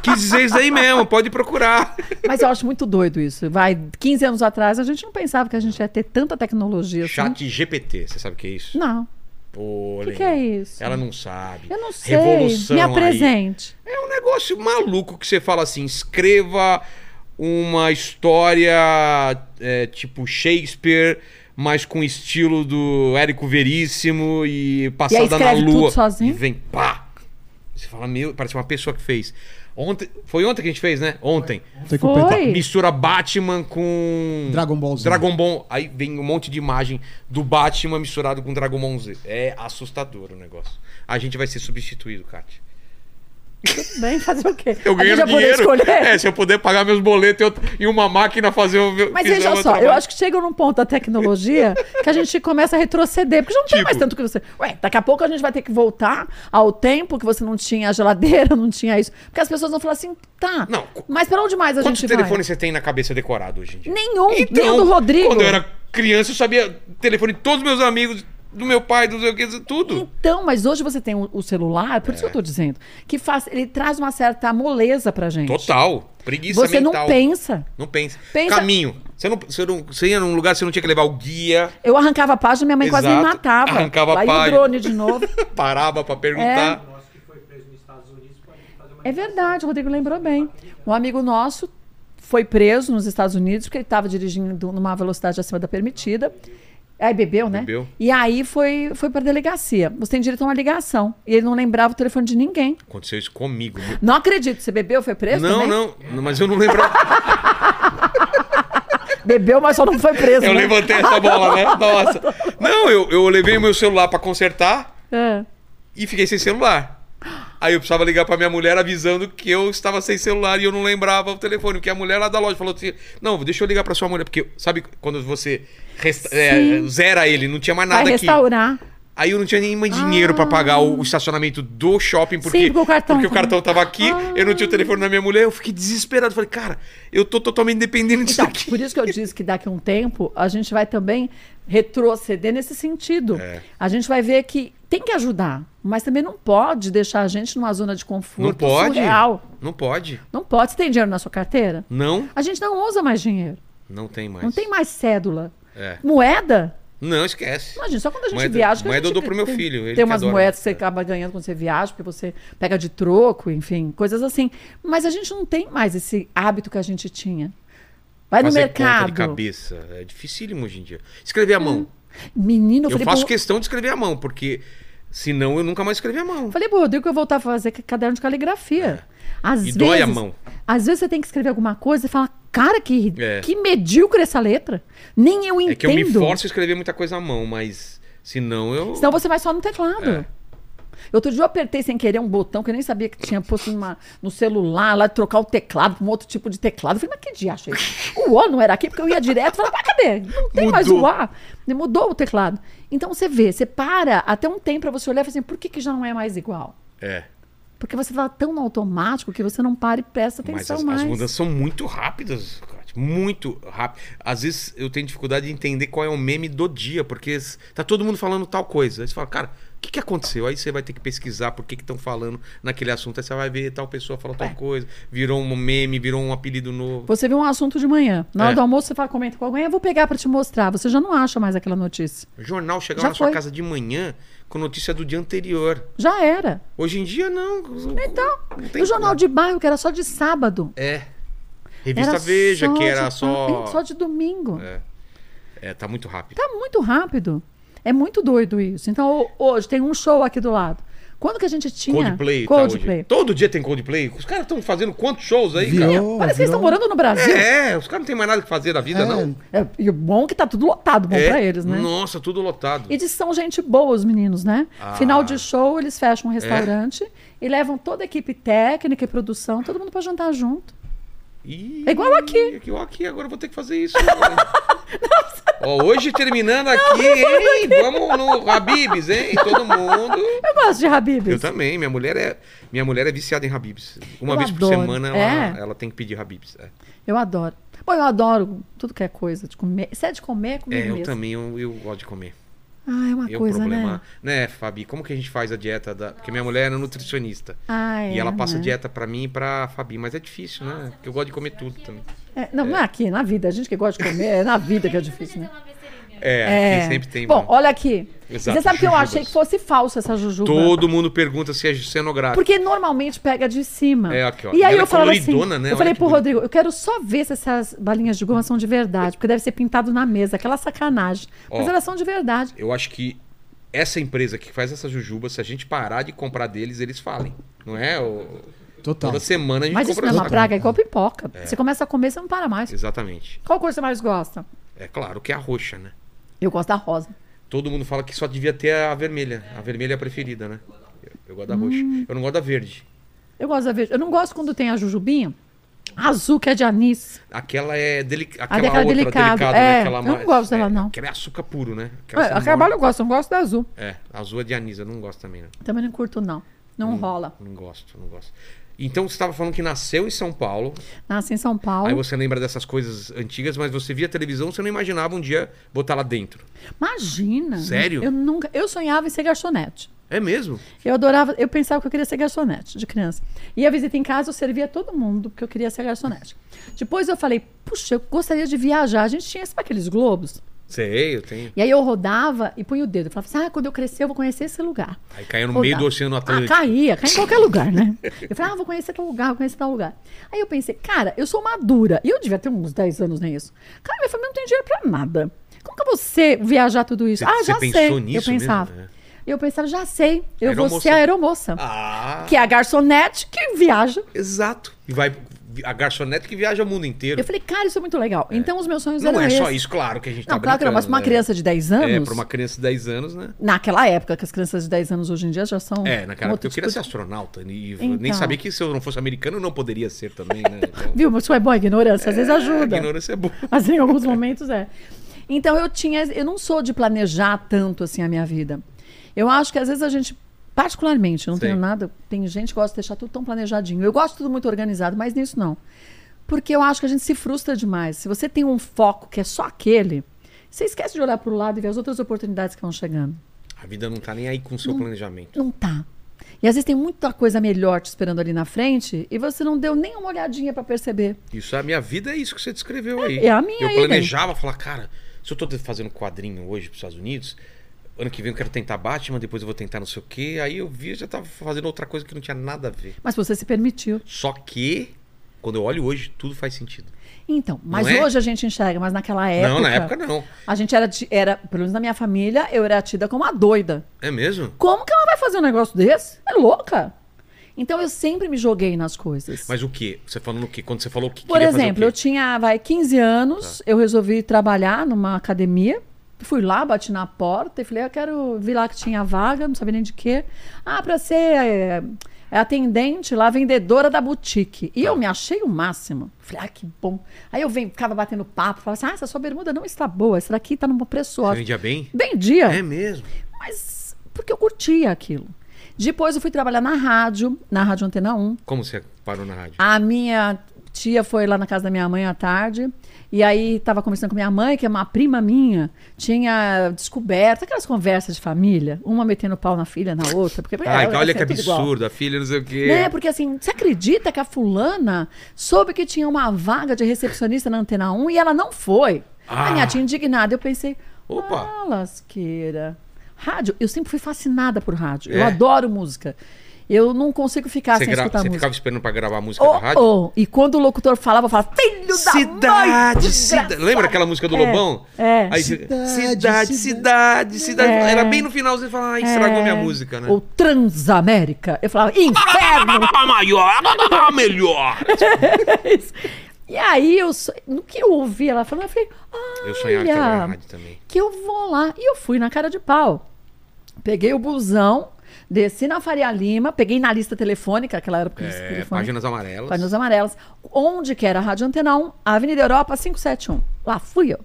Speaker 1: quis dizer isso aí mesmo, pode procurar.
Speaker 3: Mas eu acho muito doido isso. Vai, 15 anos atrás, a gente não pensava que a gente ia ter tanta tecnologia assim.
Speaker 1: Chat GPT, você sabe o que é isso?
Speaker 3: Não.
Speaker 1: Pô,
Speaker 3: que
Speaker 1: Lene,
Speaker 3: que é isso?
Speaker 1: Ela não sabe.
Speaker 3: Eu não sei.
Speaker 1: Revolução
Speaker 3: Me
Speaker 1: aí.
Speaker 3: apresente.
Speaker 1: É um negócio maluco que você fala assim: escreva uma história é, tipo Shakespeare, mas com estilo do Érico Veríssimo e
Speaker 3: E aí
Speaker 1: passada na
Speaker 3: escreve tudo
Speaker 1: lua.
Speaker 3: sozinho?
Speaker 1: E vem pá! Você fala, meu, parece uma pessoa que fez. Ontem, foi ontem que a gente fez, né? Ontem.
Speaker 2: Tem que completar.
Speaker 3: é Foi.
Speaker 1: Mistura Batman com.
Speaker 2: Dragon Ball Z.
Speaker 1: Dragon Ball. Aí vem um monte de imagem do Batman misturado com Dragon Ball Z. É assustador o negócio. A gente vai ser substituído, Kátia.
Speaker 3: Vem fazer o quê?
Speaker 1: Eu
Speaker 3: a
Speaker 1: ganho
Speaker 3: gente vai poder
Speaker 1: dinheiro.
Speaker 3: escolher.
Speaker 1: É, se eu puder pagar meus boletos eu- e uma máquina fazer o meu.
Speaker 3: Mas
Speaker 1: fizer
Speaker 3: veja
Speaker 1: o meu
Speaker 3: só,
Speaker 1: é um trabalho.
Speaker 3: eu acho que chega num ponto da tecnologia que a gente começa a retroceder, porque já não tem
Speaker 1: Tipo?
Speaker 3: mais tanto que você. Ué, daqui a pouco a gente vai ter que voltar ao tempo que você não tinha a geladeira, não tinha isso. Porque as pessoas vão falar assim, tá.
Speaker 1: Não, qu-
Speaker 3: mas pra onde mais a
Speaker 1: Quantos
Speaker 3: gente
Speaker 1: telefones você
Speaker 3: vai?
Speaker 1: tem na cabeça decorado hoje em dia? Então,
Speaker 3: Nenhum, nem o do Rodrigo.
Speaker 1: Quando eu era criança, eu sabia telefone de todos os meus amigos, do meu pai, do seu que, tudo.
Speaker 3: Então, mas hoje você tem o o celular, é por isso que
Speaker 1: É.
Speaker 3: eu tô dizendo, que faz, ele traz uma certa moleza pra gente.
Speaker 1: Total. Preguiça
Speaker 3: Você não
Speaker 1: mental.
Speaker 3: pensa.
Speaker 1: Não pensa.
Speaker 3: Pensa-
Speaker 1: Caminho. Você, não, você, não, você ia num lugar, você não tinha que levar o guia,
Speaker 3: Eu arrancava a página, minha mãe quase me
Speaker 1: Exato.
Speaker 3: matava.
Speaker 1: Arrancava a
Speaker 3: Lá ia
Speaker 1: página.
Speaker 3: o drone de novo.
Speaker 1: parava pra perguntar.
Speaker 4: negócio que foi preso nos Estados Unidos pode fazer uma
Speaker 3: É verdade, o Rodrigo lembrou bem. Um amigo nosso foi preso nos Estados Unidos porque ele estava dirigindo numa velocidade acima da permitida. Aí bebeu, né?
Speaker 1: Bebeu.
Speaker 3: E aí foi, foi para delegacia. Você tem direito a uma ligação. E ele não lembrava o telefone de ninguém.
Speaker 1: Aconteceu isso comigo.
Speaker 3: Não acredito. Você bebeu, foi preso
Speaker 1: Não,
Speaker 3: É. também?
Speaker 1: não, não, mas eu não lembro.
Speaker 3: Bebeu, mas só não foi preso,
Speaker 1: Eu
Speaker 3: né?
Speaker 1: levantei essa bola, né? Nossa. Não, eu, eu levei o meu celular pra consertar
Speaker 3: É.
Speaker 1: e fiquei sem celular. Aí eu precisava ligar pra minha mulher avisando que eu estava sem celular e eu não lembrava o telefone, porque a mulher lá da loja falou assim: Não, deixa eu ligar pra sua mulher, porque sabe quando você resta- é,
Speaker 3: Sim.
Speaker 1: zera ele, não tinha mais
Speaker 3: Vai
Speaker 1: nada aqui.
Speaker 3: restaurar.
Speaker 1: Aí eu não tinha nem mais dinheiro pra pagar o, o estacionamento do shopping, porque,
Speaker 3: Ah. Sim, porque o cartão Ah.
Speaker 1: porque o
Speaker 3: tava-
Speaker 1: cartão tava aqui, eu não tinha o telefone da minha mulher, eu fiquei desesperado. Falei, cara, eu tô totalmente dependendo disso
Speaker 3: Então,
Speaker 1: daqui.
Speaker 3: por isso que eu disse que daqui a um tempo a gente vai também retroceder nesse sentido.
Speaker 1: É.
Speaker 3: A gente vai ver que tem que ajudar, mas também não pode deixar a gente numa zona de conforto
Speaker 1: Não pode.
Speaker 3: é surreal.
Speaker 1: Não pode.
Speaker 3: Não pode. Você tem dinheiro na sua carteira?
Speaker 1: Não,
Speaker 3: A gente não usa mais dinheiro.
Speaker 1: não tem mais.
Speaker 3: Não tem mais cédula.
Speaker 1: É.
Speaker 3: Moeda?
Speaker 1: Não, esquece.
Speaker 3: Imagina, só quando a gente
Speaker 1: Moeda-
Speaker 3: viaja. Que a
Speaker 1: moeda
Speaker 3: gente
Speaker 1: eu dou pro meu
Speaker 3: tem-
Speaker 1: filho, ele
Speaker 3: Tem
Speaker 1: que
Speaker 3: umas
Speaker 1: adora.
Speaker 3: moedas que você acaba ganhando quando você viaja, porque você pega de troco, enfim, coisas assim. Mas a gente não tem mais esse hábito que a gente tinha. Vai é no
Speaker 1: Fazer
Speaker 3: mercado.
Speaker 1: conta de cabeça. É dificílimo hoje em dia. Escrever a mão.
Speaker 3: Menino, eu,
Speaker 1: Eu
Speaker 3: falei,
Speaker 1: faço
Speaker 3: pro-
Speaker 1: questão de escrever a mão, porque senão eu nunca mais escrevi a mão.
Speaker 3: falei pro Rodrigo que eu voltar a fazer ca- caderno de caligrafia. Às
Speaker 1: É. E
Speaker 3: vezes,
Speaker 1: dói a mão.
Speaker 3: Às vezes você tem que escrever alguma coisa e fala, cara, que,
Speaker 1: É.
Speaker 3: que medíocre essa letra. Nem eu entendo.
Speaker 1: É que eu me forço a escrever muita coisa à mão, mas senão eu.
Speaker 3: Senão você vai só no teclado.
Speaker 1: É.
Speaker 3: Outro dia eu apertei sem querer um botão que eu nem sabia que tinha posto numa- no celular lá de trocar o teclado pra um outro tipo de teclado. Eu falei, mas que dia achei? O O não era aqui, porque eu ia direto e falava, mas cadê? Não tem mais o
Speaker 1: Mudou.
Speaker 3: A. E Mudou o teclado. Então você vê, você para até um tempo pra você olhar e falar assim, por que, que já não é mais igual?
Speaker 1: É.
Speaker 3: Porque você tá tão no automático que você não para e presta
Speaker 1: Mas
Speaker 3: atenção
Speaker 1: as,
Speaker 3: mais.
Speaker 1: as mudanças são muito rápidas, Cátia, muito rápido. Às vezes eu tenho dificuldade de entender qual é o meme do dia, porque s- tá todo mundo falando tal coisa. Aí você fala, cara, o que, que aconteceu? Aí você vai ter que pesquisar por que estão falando naquele assunto. Aí você vai ver tal pessoa falou
Speaker 3: É.
Speaker 1: tal coisa, virou um meme, virou um apelido novo.
Speaker 3: Você vê um assunto de manhã. Na hora
Speaker 1: É.
Speaker 3: do almoço, você fala, comenta com alguém, eu vou pegar pra te mostrar. Você já não acha mais aquela notícia.
Speaker 1: O jornal chegava
Speaker 3: Já
Speaker 1: na sua
Speaker 3: foi.
Speaker 1: casa de manhã com notícia do dia anterior.
Speaker 3: Já era.
Speaker 1: Hoje em dia, não. Então,
Speaker 3: o jornal de bairro, que era só de sábado.
Speaker 1: É. Revista Veja,
Speaker 3: só
Speaker 1: que era
Speaker 3: de-
Speaker 1: só.
Speaker 3: Só de domingo.
Speaker 1: É. É, tá muito rápido.
Speaker 3: Tá muito rápido. É muito doido isso. Então, ho- hoje tem um show aqui do lado. Quando que a gente tinha.
Speaker 1: Coldplay, Tá
Speaker 3: Coldplay.
Speaker 1: hoje. Todo dia tem Coldplay. Os caras estão fazendo quantos shows aí, cara?
Speaker 2: Virou,
Speaker 3: Parece que eles
Speaker 2: virou-
Speaker 3: estão morando no Brasil.
Speaker 1: É, os caras não tem mais nada que fazer da vida,
Speaker 2: É.
Speaker 1: não.
Speaker 3: É, e o bom é que tá tudo lotado, bom
Speaker 1: É.
Speaker 3: pra eles, né?
Speaker 1: Nossa, tudo lotado.
Speaker 3: E de são gente boa, os meninos, né?
Speaker 1: Ah.
Speaker 3: Final de show, eles
Speaker 1: É?
Speaker 3: fecham um restaurante e levam toda a equipe técnica e produção, todo mundo pra jantar junto.
Speaker 1: Ih,
Speaker 3: É igual aqui.
Speaker 1: Aqui, ó, aqui, agora eu vou ter que fazer isso. Ó, hoje terminando aqui, hein? Vamos no Habibs, hein? Todo mundo.
Speaker 3: Eu gosto de Habibs.
Speaker 1: Eu também, minha mulher é, minha mulher é viciada em Habibs. Uma
Speaker 3: Eu
Speaker 1: vez por
Speaker 3: adoro.
Speaker 1: semana ela,
Speaker 3: É.
Speaker 1: ela tem que pedir Habibs. É,
Speaker 3: Eu adoro. Bom, eu adoro tudo que é coisa de comer. Se é de comer, é comer
Speaker 1: É, eu
Speaker 3: mesmo.
Speaker 1: também, eu, eu gosto de comer.
Speaker 3: Ah, é uma
Speaker 1: É o
Speaker 3: coisa,
Speaker 1: problema.
Speaker 3: né?
Speaker 1: Né? Fabi, como que a gente faz a dieta da. Porque minha mulher é nutricionista.
Speaker 3: Ah, é,
Speaker 1: E ela passa
Speaker 3: né?
Speaker 1: dieta pra mim e pra Fabi, mas é difícil, né? Porque eu gosto de comer tudo também.
Speaker 3: É, não, não é aqui, na vida. A gente que gosta de comer, é na vida que é difícil, né?
Speaker 1: É, aqui sempre tem.
Speaker 3: Bom,
Speaker 1: né?
Speaker 3: olha aqui.
Speaker 1: Exato,
Speaker 3: Você sabe que eu
Speaker 1: jujubas.
Speaker 3: achei que fosse falso essa jujuba.
Speaker 1: Todo mundo pergunta se é cenográfico.
Speaker 3: Porque normalmente pega de cima.
Speaker 1: É, aqui, ó.
Speaker 3: E
Speaker 1: E
Speaker 3: aí
Speaker 1: ela
Speaker 3: eu
Speaker 1: é
Speaker 3: falava assim,
Speaker 1: coloridona, né?
Speaker 3: eu
Speaker 1: Olha
Speaker 3: falei
Speaker 1: que
Speaker 3: pro
Speaker 1: bonito.
Speaker 3: Rodrigo, eu quero só ver se essas balinhas de goma são de verdade, porque deve ser pintado na mesa, aquela sacanagem. Mas
Speaker 1: Ó.
Speaker 3: elas são de verdade.
Speaker 1: Eu acho que essa empresa que faz essa jujuba, se a gente parar de comprar deles, eles falem. Não é? O-
Speaker 5: Então.
Speaker 2: Total.
Speaker 1: Toda semana a gente
Speaker 3: Mas isso
Speaker 1: compra
Speaker 3: não é uma
Speaker 1: saco.
Speaker 3: praga, é igual pipoca. Você começa a comer, você não para mais.
Speaker 1: Exatamente.
Speaker 3: Qual cor você mais gosta?
Speaker 1: É claro que é a roxa, né?
Speaker 3: Eu gosto da rosa.
Speaker 1: Todo mundo fala que só devia ter a vermelha. A vermelha é a preferida, né? Eu, eu gosto da
Speaker 3: Hum.
Speaker 1: roxa. Eu não gosto da verde.
Speaker 3: Eu gosto da verde. Eu não gosto quando tem a
Speaker 1: Hum.
Speaker 3: jujubinha azul, que é de anis.
Speaker 1: Aquela é deli... aquela
Speaker 3: Ah, daquela
Speaker 1: outra
Speaker 3: delicada,
Speaker 1: delicada,
Speaker 3: é.
Speaker 1: né? Aquela
Speaker 3: Eu não gosto dela,
Speaker 1: é,
Speaker 3: não. É,
Speaker 1: Aquela é açúcar puro, né? Aquela
Speaker 3: Ué,
Speaker 1: você
Speaker 3: a
Speaker 1: não
Speaker 3: carvalho eu
Speaker 1: morde.
Speaker 3: gosto, eu não gosto da azul.
Speaker 1: É, azul é de anis, eu não gosto também, não. Hum.
Speaker 3: Também não curto, não. Não rola.
Speaker 1: Não gosto, não gosto. Então você estava falando que nasceu em São Paulo,
Speaker 3: Nasci em São
Speaker 1: aí
Speaker 3: Paulo.
Speaker 1: você lembra dessas coisas antigas, mas você via televisão, você não imaginava um dia botar lá dentro.
Speaker 3: Imagina.
Speaker 1: Sério?
Speaker 3: Eu nunca. Eu sonhava em ser garçonete.
Speaker 1: É mesmo?
Speaker 3: Eu adorava, eu pensava que eu queria ser garçonete de criança. E a visita em casa eu servia todo mundo porque eu queria ser garçonete. Depois eu falei, puxa, eu gostaria de viajar. A gente tinha sabe aqueles globos.
Speaker 1: Sei, eu tenho.
Speaker 3: E aí eu rodava e punha o dedo. Eu falava assim, ah, quando eu crescer eu vou conhecer esse lugar.
Speaker 1: Aí caiu no
Speaker 3: Rodava.
Speaker 1: meio do Oceano Atlântico.
Speaker 3: Ah, caía, caía em qualquer lugar, né? Eu falei, ah, vou conhecer tal lugar, vou conhecer tal lugar. Aí eu pensei, cara, eu sou madura. E eu devia ter uns 10 anos nem isso. Cara, minha família não tem dinheiro pra nada. Como que eu vou ser, viajar tudo isso?
Speaker 1: Você-
Speaker 3: ah,
Speaker 1: você
Speaker 3: já
Speaker 1: pensou
Speaker 3: sei.
Speaker 1: nisso
Speaker 3: eu
Speaker 1: mesmo,
Speaker 3: pensava.
Speaker 1: né?
Speaker 3: Eu pensava, já sei. Eu vou
Speaker 1: Aeromoça.
Speaker 3: ser a aeromoça.
Speaker 1: Ah,
Speaker 3: Que é a garçonete que viaja.
Speaker 1: exato. E vai a garçonete que viaja o mundo inteiro.
Speaker 3: Eu falei, cara, isso é muito legal. Então os meus sonhos
Speaker 1: Não
Speaker 3: eram
Speaker 1: é só
Speaker 3: esses.
Speaker 1: isso, claro, que a gente
Speaker 3: Não,
Speaker 1: tá
Speaker 3: claro que não, mas pra uma
Speaker 1: brincando, né?
Speaker 3: criança de 10 anos.
Speaker 1: É, pra uma criança de 10 anos, né?
Speaker 3: Naquela época, que as crianças de 10 anos hoje em dia já são.
Speaker 1: É, naquela
Speaker 3: um
Speaker 1: época
Speaker 3: outro
Speaker 1: eu queria
Speaker 3: tipo
Speaker 1: ser
Speaker 3: de-
Speaker 1: astronauta. né? E eu
Speaker 3: Então.
Speaker 1: nem sabia que se eu não fosse americano, eu não poderia ser também, né? Então,
Speaker 3: Viu, mas isso é bom, a ignorância, às vezes ajuda.
Speaker 1: A ignorância é boa.
Speaker 3: Mas em alguns momentos é. Então eu tinha, eu não sou de planejar tanto assim a minha vida. Eu acho que às vezes a gente, particularmente, eu não
Speaker 1: Sim.
Speaker 3: tenho nada. Tem gente que gosta de deixar tudo tão planejadinho. Eu gosto de tudo muito organizado, mas nisso não. Porque eu acho que a gente se frustra demais. Se você tem um foco que é só aquele, você esquece de olhar para o lado e ver as outras oportunidades que vão chegando.
Speaker 1: A vida não tá nem aí com o seu planejamento.
Speaker 3: Não tá. E às vezes tem muita coisa melhor te esperando ali na frente e você não deu nem uma olhadinha para perceber.
Speaker 1: Isso, a minha vida é isso que você descreveu aí.
Speaker 3: é a minha
Speaker 1: Eu
Speaker 3: aí,
Speaker 1: planejava falar, cara, se eu tô fazendo quadrinho hoje pros Estados Unidos, ano que vem eu quero tentar Batman, depois eu vou tentar não sei o quê. Aí eu vi, eu já tava fazendo outra coisa que não tinha nada a ver.
Speaker 3: Mas você se permitiu.
Speaker 1: Só que, quando eu olho hoje, tudo faz sentido.
Speaker 3: Então, mas
Speaker 1: é?
Speaker 3: hoje a gente enxerga, mas naquela época.
Speaker 1: Não, na época não.
Speaker 3: A gente era, ti- era, pelo menos na minha família, eu era tida como a doida.
Speaker 1: É mesmo?
Speaker 3: Como que ela vai fazer um negócio desse? É louca. Então eu sempre me joguei nas coisas.
Speaker 1: Mas o quê? Você falando o quê? Quando você falou que
Speaker 3: Por
Speaker 1: queria
Speaker 3: exemplo, eu
Speaker 1: fazer o quê? Tá.
Speaker 3: tinha, vai, 15 anos, eu resolvi trabalhar numa academia. Fui lá, bati na porta e falei, eu quero vi lá que tinha vaga, não sabia nem de quê. Ah, pra ser é, é atendente lá, vendedora da boutique.
Speaker 1: Tá.
Speaker 3: E eu me achei o máximo. Falei, ah, que bom. Aí eu vem, ficava batendo papo, falava assim, ah, essa sua bermuda não está boa, essa daqui tá num preço
Speaker 1: Você
Speaker 3: ótimo.
Speaker 1: vendia bem?
Speaker 3: Vendia.
Speaker 1: É mesmo.
Speaker 3: Mas porque eu curtia aquilo. Depois eu fui trabalhar na rádio, na Rádio Antena 1.
Speaker 1: Como você parou na rádio?
Speaker 3: A minha tia foi lá na casa da minha mãe à tarde. E aí tava conversando com minha mãe, que é uma prima minha, tinha descoberto aquelas conversas de família, uma metendo pau na filha, na outra. Porque,
Speaker 1: Ai,
Speaker 3: era-
Speaker 1: olha
Speaker 3: assim,
Speaker 1: que
Speaker 3: tudo igual.
Speaker 1: absurdo, a filha não sei o quê.
Speaker 3: Né? Porque assim, você acredita que a fulana soube que tinha uma vaga de recepcionista na Antena 1 e ela não foi?
Speaker 1: Ah.
Speaker 3: A minha tia indignada. Eu pensei,
Speaker 1: Opa.
Speaker 3: opa, ah, lasqueira. Rádio, eu sempre fui fascinada por rádio.
Speaker 1: É?
Speaker 3: Eu adoro música. Eu não consigo ficar
Speaker 1: Você,
Speaker 3: sem
Speaker 1: gra-
Speaker 3: escutar
Speaker 1: você
Speaker 3: música.
Speaker 1: ficava esperando pra gravar a música da
Speaker 3: Oh,
Speaker 1: rádio?
Speaker 3: oh. E quando o locutor falava, eu falava, filho da mãe,
Speaker 1: Cidade, cidade.
Speaker 3: desgraçado."
Speaker 1: Lembra aquela música do Lobão?
Speaker 3: é.
Speaker 1: Aí, você- cidade,
Speaker 2: Cidade,
Speaker 1: cidade, cidade.
Speaker 3: É.
Speaker 1: Era bem no final, você fala, ah, estragou minha música, né? "Ah,
Speaker 3: Ou Transamérica. Eu falava, inferno! é
Speaker 1: maior, melhor.
Speaker 3: e aí, eu, so- no que eu ouvi ela falando, eu falei, olha...
Speaker 1: Eu sonhava que era na rádio também.
Speaker 3: que eu vou lá. E eu fui na cara de pau. Peguei o busão, desci na Faria Lima, peguei na lista telefônica, aquela época lista
Speaker 1: É,
Speaker 3: telefônica.
Speaker 1: páginas amarelas.
Speaker 3: Páginas Amarelas. Onde que era a Rádio Antena 1, Avenida Europa 571. Lá fui eu.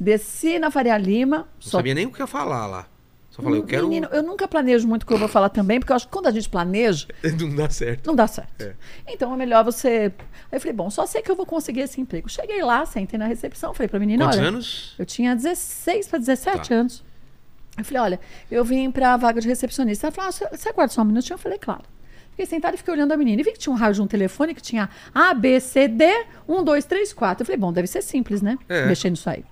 Speaker 3: Desci na Faria Lima.
Speaker 1: Não sabia nem o que ia falar lá. Só falei, eu quero. um.
Speaker 3: Menino, eu nunca planejo muito o que eu vou falar também, porque eu acho que quando a gente planeja,
Speaker 1: Não dá certo.
Speaker 3: não dá certo. Então é melhor você. Aí eu falei, bom, só sei que eu vou conseguir esse emprego. Cheguei lá, sentei na recepção, falei pra menina,
Speaker 1: Quantos
Speaker 3: olha.
Speaker 1: anos?
Speaker 3: Eu tinha 16 para 17
Speaker 1: Tá.
Speaker 3: anos. Eu falei, olha, eu vim para a vaga de recepcionista. Ela falou, ah, você- você aguarda só um minutinho? Eu falei, claro. Fiquei sentada e fiquei olhando a menina. E vi que tinha um raio de um telefone que tinha A, B, C, D, 1, 2, 3, 4. Eu falei, bom, deve ser simples, né?
Speaker 1: É.
Speaker 3: Mexer nisso aí.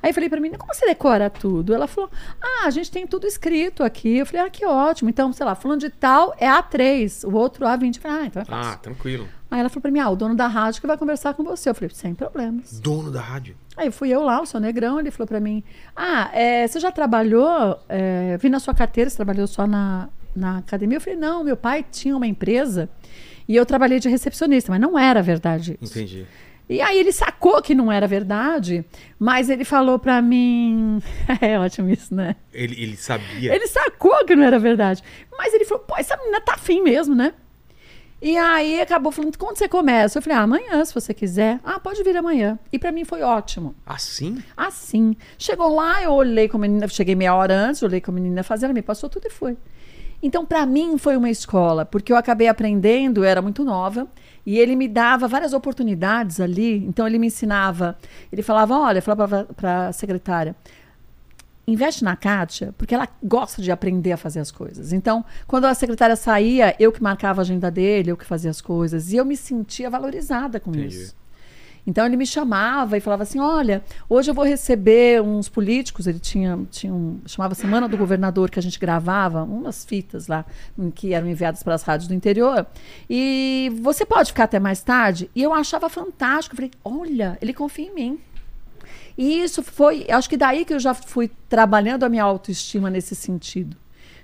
Speaker 3: Aí eu falei pra menina, como você decora tudo? Ela falou, ah, a gente tem tudo escrito aqui. Eu falei, ah, que ótimo. Então, sei lá, fulano de tal é A3, o outro A20. Eu falei, ah, então é fácil.
Speaker 1: Ah, tranquilo.
Speaker 3: Aí ela falou pra mim, ah, o dono da rádio que vai conversar com você. Eu falei, sem problemas.
Speaker 1: Dono da rádio.
Speaker 3: Aí fui eu lá, o seu negrão, ele falou pra mim: Ah, é, você já trabalhou? É, vi na sua carteira, você trabalhou só na, na academia? Eu falei: Não, meu pai tinha uma empresa e eu trabalhei de recepcionista, mas não era verdade isso.
Speaker 1: Entendi.
Speaker 3: E aí ele sacou que não era verdade, mas ele falou pra mim: É ótimo isso, né?
Speaker 1: Ele, ele sabia.
Speaker 3: Ele sacou que não era verdade. Mas ele falou, pô, essa menina tá afim mesmo, né? E aí acabou falando, quando você começa? Eu falei, ah, amanhã, se você quiser. Ah, pode vir amanhã. E pra mim foi ótimo.
Speaker 1: Assim?
Speaker 3: Ah, Assim. Chegou lá, eu olhei com a menina, cheguei meia hora antes, olhei com a menina fazendo, me passou tudo e foi. Então, para mim, foi uma escola, porque eu acabei aprendendo, eu era muito nova, e ele me dava várias oportunidades ali. Então, ele me ensinava. Ele falava: olha, falava para a secretária, investe na Kátia, porque ela gosta de aprender a fazer as coisas. Então, quando a secretária saía, eu que marcava a agenda dele, eu que fazia as coisas. E eu me sentia valorizada com
Speaker 1: Entendi.
Speaker 3: isso. Então ele me chamava e falava assim: olha, hoje eu vou receber uns políticos. Ele tinha, tinha um. chamava Semana do Governador, que a gente gravava, umas fitas lá, em que eram enviadas para as rádios do interior. E você pode ficar até mais tarde? E eu achava fantástico. Eu falei: olha, ele confia em mim. E isso foi, acho que daí que eu já fui trabalhando a minha autoestima nesse sentido.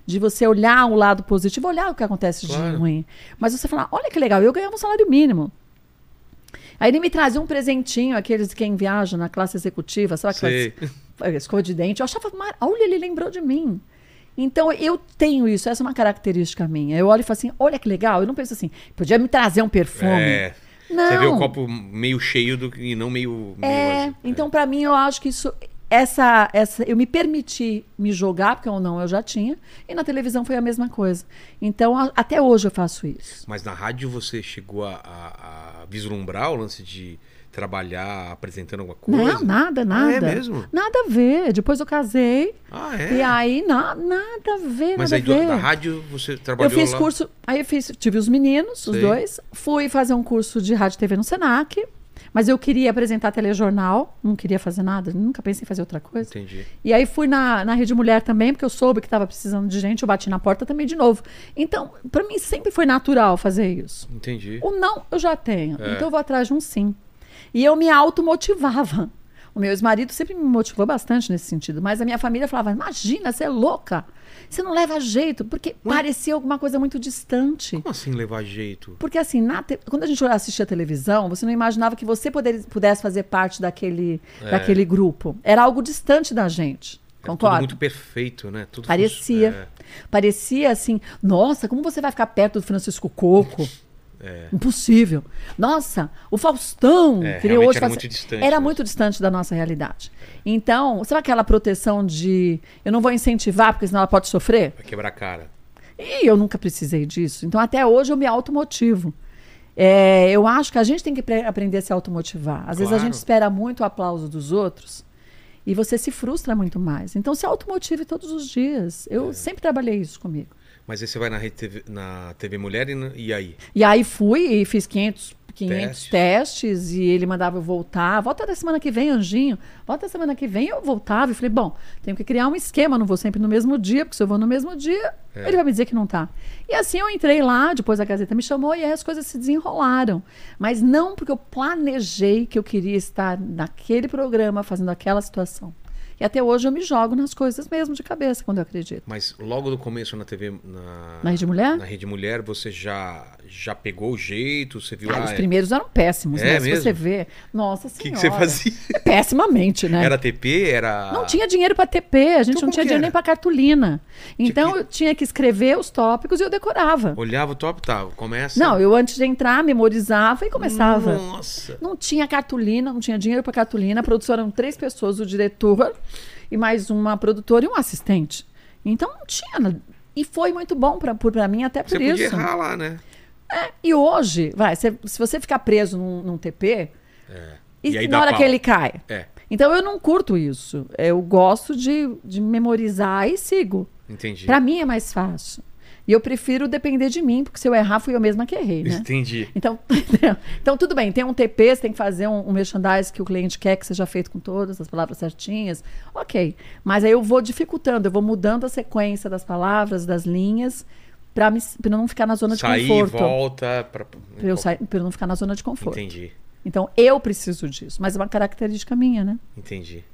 Speaker 3: De você olhar o lado positivo, olhar o que acontece de
Speaker 1: Claro.
Speaker 3: ruim. Mas você falar, olha que legal, eu ganhava um salário mínimo. Aí ele me trazia um presentinho, aqueles de quem viaja na classe executiva, sabe
Speaker 1: Sei.
Speaker 3: aquelas eh, escova de dente. Eu achava, mar... olha, ele lembrou de mim. Então eu tenho isso, essa é uma característica minha. Eu olho e falo assim, olha que legal. Eu não penso assim, podia me trazer um perfume.
Speaker 1: É.
Speaker 3: Não.
Speaker 1: Você vê o copo meio cheio do, e não meio. assim. meio
Speaker 3: É,
Speaker 1: vazio.
Speaker 3: então pra mim eu acho que isso essa essa eu me permiti me jogar porque ou não eu já tinha e na televisão foi a mesma coisa. Então a- até hoje eu faço isso.
Speaker 1: Mas na rádio você chegou a, a- a vislumbrar o lance de trabalhar apresentando alguma coisa?
Speaker 3: Não, nada, nada.
Speaker 1: Ah, é mesmo?
Speaker 3: Nada a ver. Depois eu casei
Speaker 1: Ah,
Speaker 3: e
Speaker 1: é?
Speaker 3: aí na- nada a ver,
Speaker 1: Mas
Speaker 3: nada
Speaker 1: aí
Speaker 3: a
Speaker 1: do-
Speaker 3: ver.
Speaker 1: da rádio você trabalhou
Speaker 3: eu fiz
Speaker 1: lá?
Speaker 3: curso, aí eu fiz, tive os meninos, os
Speaker 1: Sei.
Speaker 3: dois, fui fazer um curso de rádio e TV no Senac, mas eu queria apresentar telejornal, não queria fazer nada, nunca pensei em fazer outra coisa.
Speaker 1: Entendi.
Speaker 3: E aí fui na, na Rede Mulher também, porque eu soube que estava precisando de gente, eu bati na porta também de novo. Então, para mim sempre foi natural fazer isso.
Speaker 1: Entendi.
Speaker 3: O não eu já tenho,
Speaker 1: É.
Speaker 3: então eu vou atrás de um sim. E eu me automotivava. O meu ex-marido sempre me motivou bastante nesse sentido, mas a minha família falava: imagina, você é louca, você não leva jeito, porque parecia alguma coisa muito distante.
Speaker 1: Como assim levar jeito?
Speaker 3: Porque assim, na te- quando a gente assistia a televisão, você não imaginava que você poder- pudesse fazer parte daquele, daquele grupo. Era algo distante da gente.
Speaker 1: Era
Speaker 3: Concorda?
Speaker 1: É. Tudo muito perfeito, né? Tudo é.
Speaker 3: Parecia.
Speaker 1: func-
Speaker 3: Parecia assim, nossa, como você vai ficar perto do Francisco Coco? Impossível. Nossa, o Faustão.
Speaker 1: É,
Speaker 3: queria
Speaker 1: realmente
Speaker 3: hoje
Speaker 1: era
Speaker 3: fazer-
Speaker 1: muito distante né?
Speaker 3: Era
Speaker 1: mesmo.
Speaker 3: muito distante da nossa realidade. Então, sabe aquela proteção de eu não vou incentivar porque senão ela pode sofrer?
Speaker 1: É, vai quebrar a cara.
Speaker 3: E eu nunca precisei disso. Então, até hoje, eu me automotivo. É, eu acho que a gente tem que pre- aprender a se automotivar. Às vezes, a
Speaker 1: Claro.
Speaker 3: gente espera muito o aplauso dos outros e você se frustra muito mais. Então, se automotive todos os dias. Eu sempre trabalhei isso comigo.
Speaker 1: Mas aí você vai na, rede TV, na TV Mulher e, na- e aí?
Speaker 3: E aí fui e fiz 500, 500
Speaker 1: Testes.
Speaker 3: testes. e ele mandava eu voltar. Volta da semana que vem, Anjinho. Volta da semana que vem. Eu voltava e falei, bom, tenho que criar um esquema. Não vou sempre no mesmo dia, porque se eu vou no mesmo dia, ele vai me dizer que não tá. E assim eu entrei lá, depois a Gazeta me chamou e aí as coisas se desenrolaram. Mas não porque eu planejei que eu queria estar naquele programa, fazendo aquela situação. E até hoje eu me jogo nas coisas mesmo de cabeça, quando eu acredito.
Speaker 1: Mas logo do começo na TV. Na,
Speaker 3: Na Rede Mulher?
Speaker 1: Na Rede Mulher, você já, já pegou o jeito? Você viu.
Speaker 3: Ah, os
Speaker 1: é-
Speaker 3: primeiros eram péssimos,
Speaker 1: É
Speaker 3: né? Se você
Speaker 1: mesmo?
Speaker 3: vê. Nossa
Speaker 1: que,
Speaker 3: Senhora.
Speaker 1: que você fazia?
Speaker 3: Pessimamente, né?
Speaker 1: Era TP? Era.
Speaker 3: Não tinha dinheiro para TP, a
Speaker 1: Então
Speaker 3: gente não
Speaker 1: como que
Speaker 3: tinha dinheiro
Speaker 1: era?
Speaker 3: nem para cartolina. Então
Speaker 1: que-
Speaker 3: eu tinha que escrever os tópicos e eu decorava.
Speaker 1: Olhava o top, tá, começa.
Speaker 3: Não, eu antes de entrar, memorizava e começava.
Speaker 1: Hum. Nossa.
Speaker 3: Não tinha cartolina, não tinha dinheiro para cartolina. A produção eram três pessoas, o diretor e mais uma produtora e um assistente. Então não tinha. E foi muito bom para mim, até por
Speaker 1: Você
Speaker 3: isso.
Speaker 1: podia errar lá, né?
Speaker 3: E hoje, vai, se, se você ficar preso num, num TP, e,
Speaker 1: É. E aí
Speaker 3: na
Speaker 1: dá
Speaker 3: hora
Speaker 1: pau.
Speaker 3: que ele cai.
Speaker 1: É,
Speaker 3: Então eu não curto isso. Eu gosto de, de memorizar e sigo.
Speaker 1: entendi.
Speaker 3: Pra mim é mais fácil. E eu prefiro depender de mim, porque se eu errar, fui eu mesma que errei, né?
Speaker 1: Entendi.
Speaker 3: Então, entendeu? então, tudo bem, tem um TP, você tem que fazer um, um merchandise que o cliente quer que seja feito com todas as palavras certinhas. Ok. Mas aí eu vou dificultando, eu vou mudando a sequência das palavras, das linhas, pra, me, pra eu não ficar na zona de
Speaker 1: Sair,
Speaker 3: conforto.
Speaker 1: volta. Pra...
Speaker 3: Pra eu, sair, pra eu não ficar na zona de conforto.
Speaker 1: Entendi,
Speaker 3: Então, eu preciso disso. Mas é uma característica minha, né?
Speaker 1: entendi.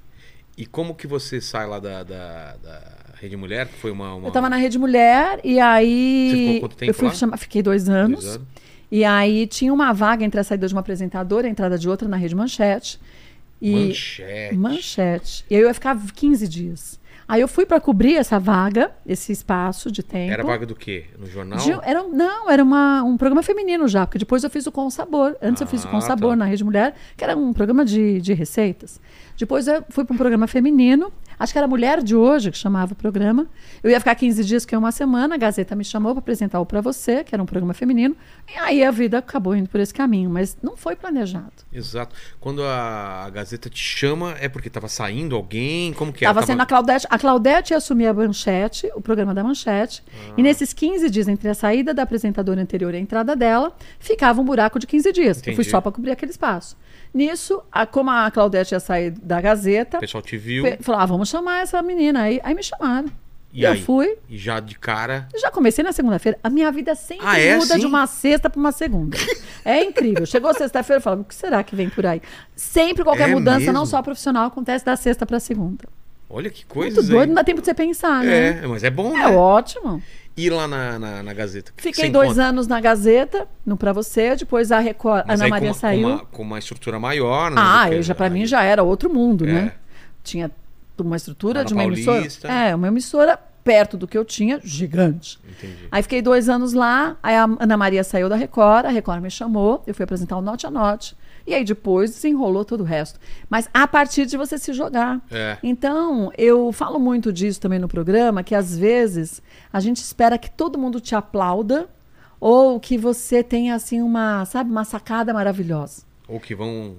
Speaker 1: E como que você sai lá da, da, da Rede Mulher? Que foi uma. uma...
Speaker 3: Eu tava na Rede Mulher e aí.
Speaker 1: Você ficou quanto tempo
Speaker 3: eu fui
Speaker 1: lá?
Speaker 3: chamar- fiquei dois anos,
Speaker 1: anos.
Speaker 3: E aí tinha uma vaga entre a saída de uma apresentadora e a entrada de outra na Rede Manchete. E
Speaker 1: Manchete.
Speaker 3: Manchete. E aí eu ia ficar 15 dias. Aí eu fui pra cobrir essa vaga, esse espaço de tempo.
Speaker 1: Era vaga do quê? No jornal?
Speaker 3: De- era, um- não, era uma- um programa feminino já, porque depois eu fiz o Com Sabor. Antes eu fiz o
Speaker 1: Ah,
Speaker 3: Com Sabor
Speaker 1: tá.
Speaker 3: na Rede Mulher, que era um programa de, de receitas. Depois eu fui para um programa feminino. Acho que era Mulher de Hoje que chamava o programa. Eu ia ficar 15 dias, que é uma semana. A Gazeta me chamou para apresentar o Pra Você, que era um programa feminino. E aí a vida acabou indo por esse caminho, mas não foi planejado.
Speaker 1: Exato. Quando a a Gazeta te chama, é porque tava saindo alguém? Como que é?
Speaker 3: Tava sendo a Claudete. A Claudete ia assumir a manchete, o programa da manchete.
Speaker 1: Ah.
Speaker 3: E nesses 15 dias, entre a saída da apresentadora anterior e a entrada dela, ficava um buraco de 15 dias. Eu fui
Speaker 1: Entendi.
Speaker 3: só para cobrir aquele espaço. Nisso, a- como a Claudete ia sair da Gazeta,
Speaker 1: O pessoal te viu
Speaker 3: pe- falou: ah, vamos chamar essa menina. Aí, aí me chamaram.
Speaker 1: E
Speaker 3: eu
Speaker 1: aí?
Speaker 3: fui.
Speaker 1: e já de cara...
Speaker 3: Eu Já comecei na segunda-feira. A minha vida sempre
Speaker 1: Ah, é
Speaker 3: muda
Speaker 1: assim?
Speaker 3: de uma sexta para uma segunda. É incrível. Chegou sexta-feira, eu falava, o que será que vem por aí? Sempre qualquer
Speaker 1: É
Speaker 3: mudança,
Speaker 1: mesmo?
Speaker 3: não só profissional, acontece da sexta para segunda.
Speaker 1: Olha que
Speaker 3: Muito
Speaker 1: coisa,
Speaker 3: doido, não dá tempo de você pensar, né?
Speaker 1: É, mas é bom,
Speaker 3: É
Speaker 1: né?
Speaker 3: ótimo.
Speaker 1: E lá na, na, na Gazeta? o que que
Speaker 3: Fiquei
Speaker 1: você
Speaker 3: dois
Speaker 1: encontra?
Speaker 3: anos na Gazeta, no Pra Você, depois a Record,
Speaker 1: Mas
Speaker 3: Ana
Speaker 1: aí
Speaker 3: Maria
Speaker 1: com,
Speaker 3: saiu.
Speaker 1: Com uma, com uma estrutura maior, né?
Speaker 3: Ah,
Speaker 1: do que-
Speaker 3: eu já para
Speaker 1: aí-
Speaker 3: mim já era outro mundo, né?
Speaker 1: É.
Speaker 3: Tinha uma estrutura
Speaker 1: Lá na
Speaker 3: de uma
Speaker 1: Paulista.
Speaker 3: emissora. É, uma emissora perto do que eu tinha, gigante.
Speaker 1: Entendi.
Speaker 3: Aí fiquei dois anos lá, aí a Ana Maria saiu da Record, a Record me chamou, eu fui apresentar o Note a Note. E aí depois desenrolou todo o resto. Mas a partir de você se jogar.
Speaker 1: É.
Speaker 3: Então, eu falo muito disso também no programa, que às vezes a gente espera que todo mundo te aplauda ou que você tenha assim uma, sabe, uma sacada maravilhosa.
Speaker 1: Ou que vão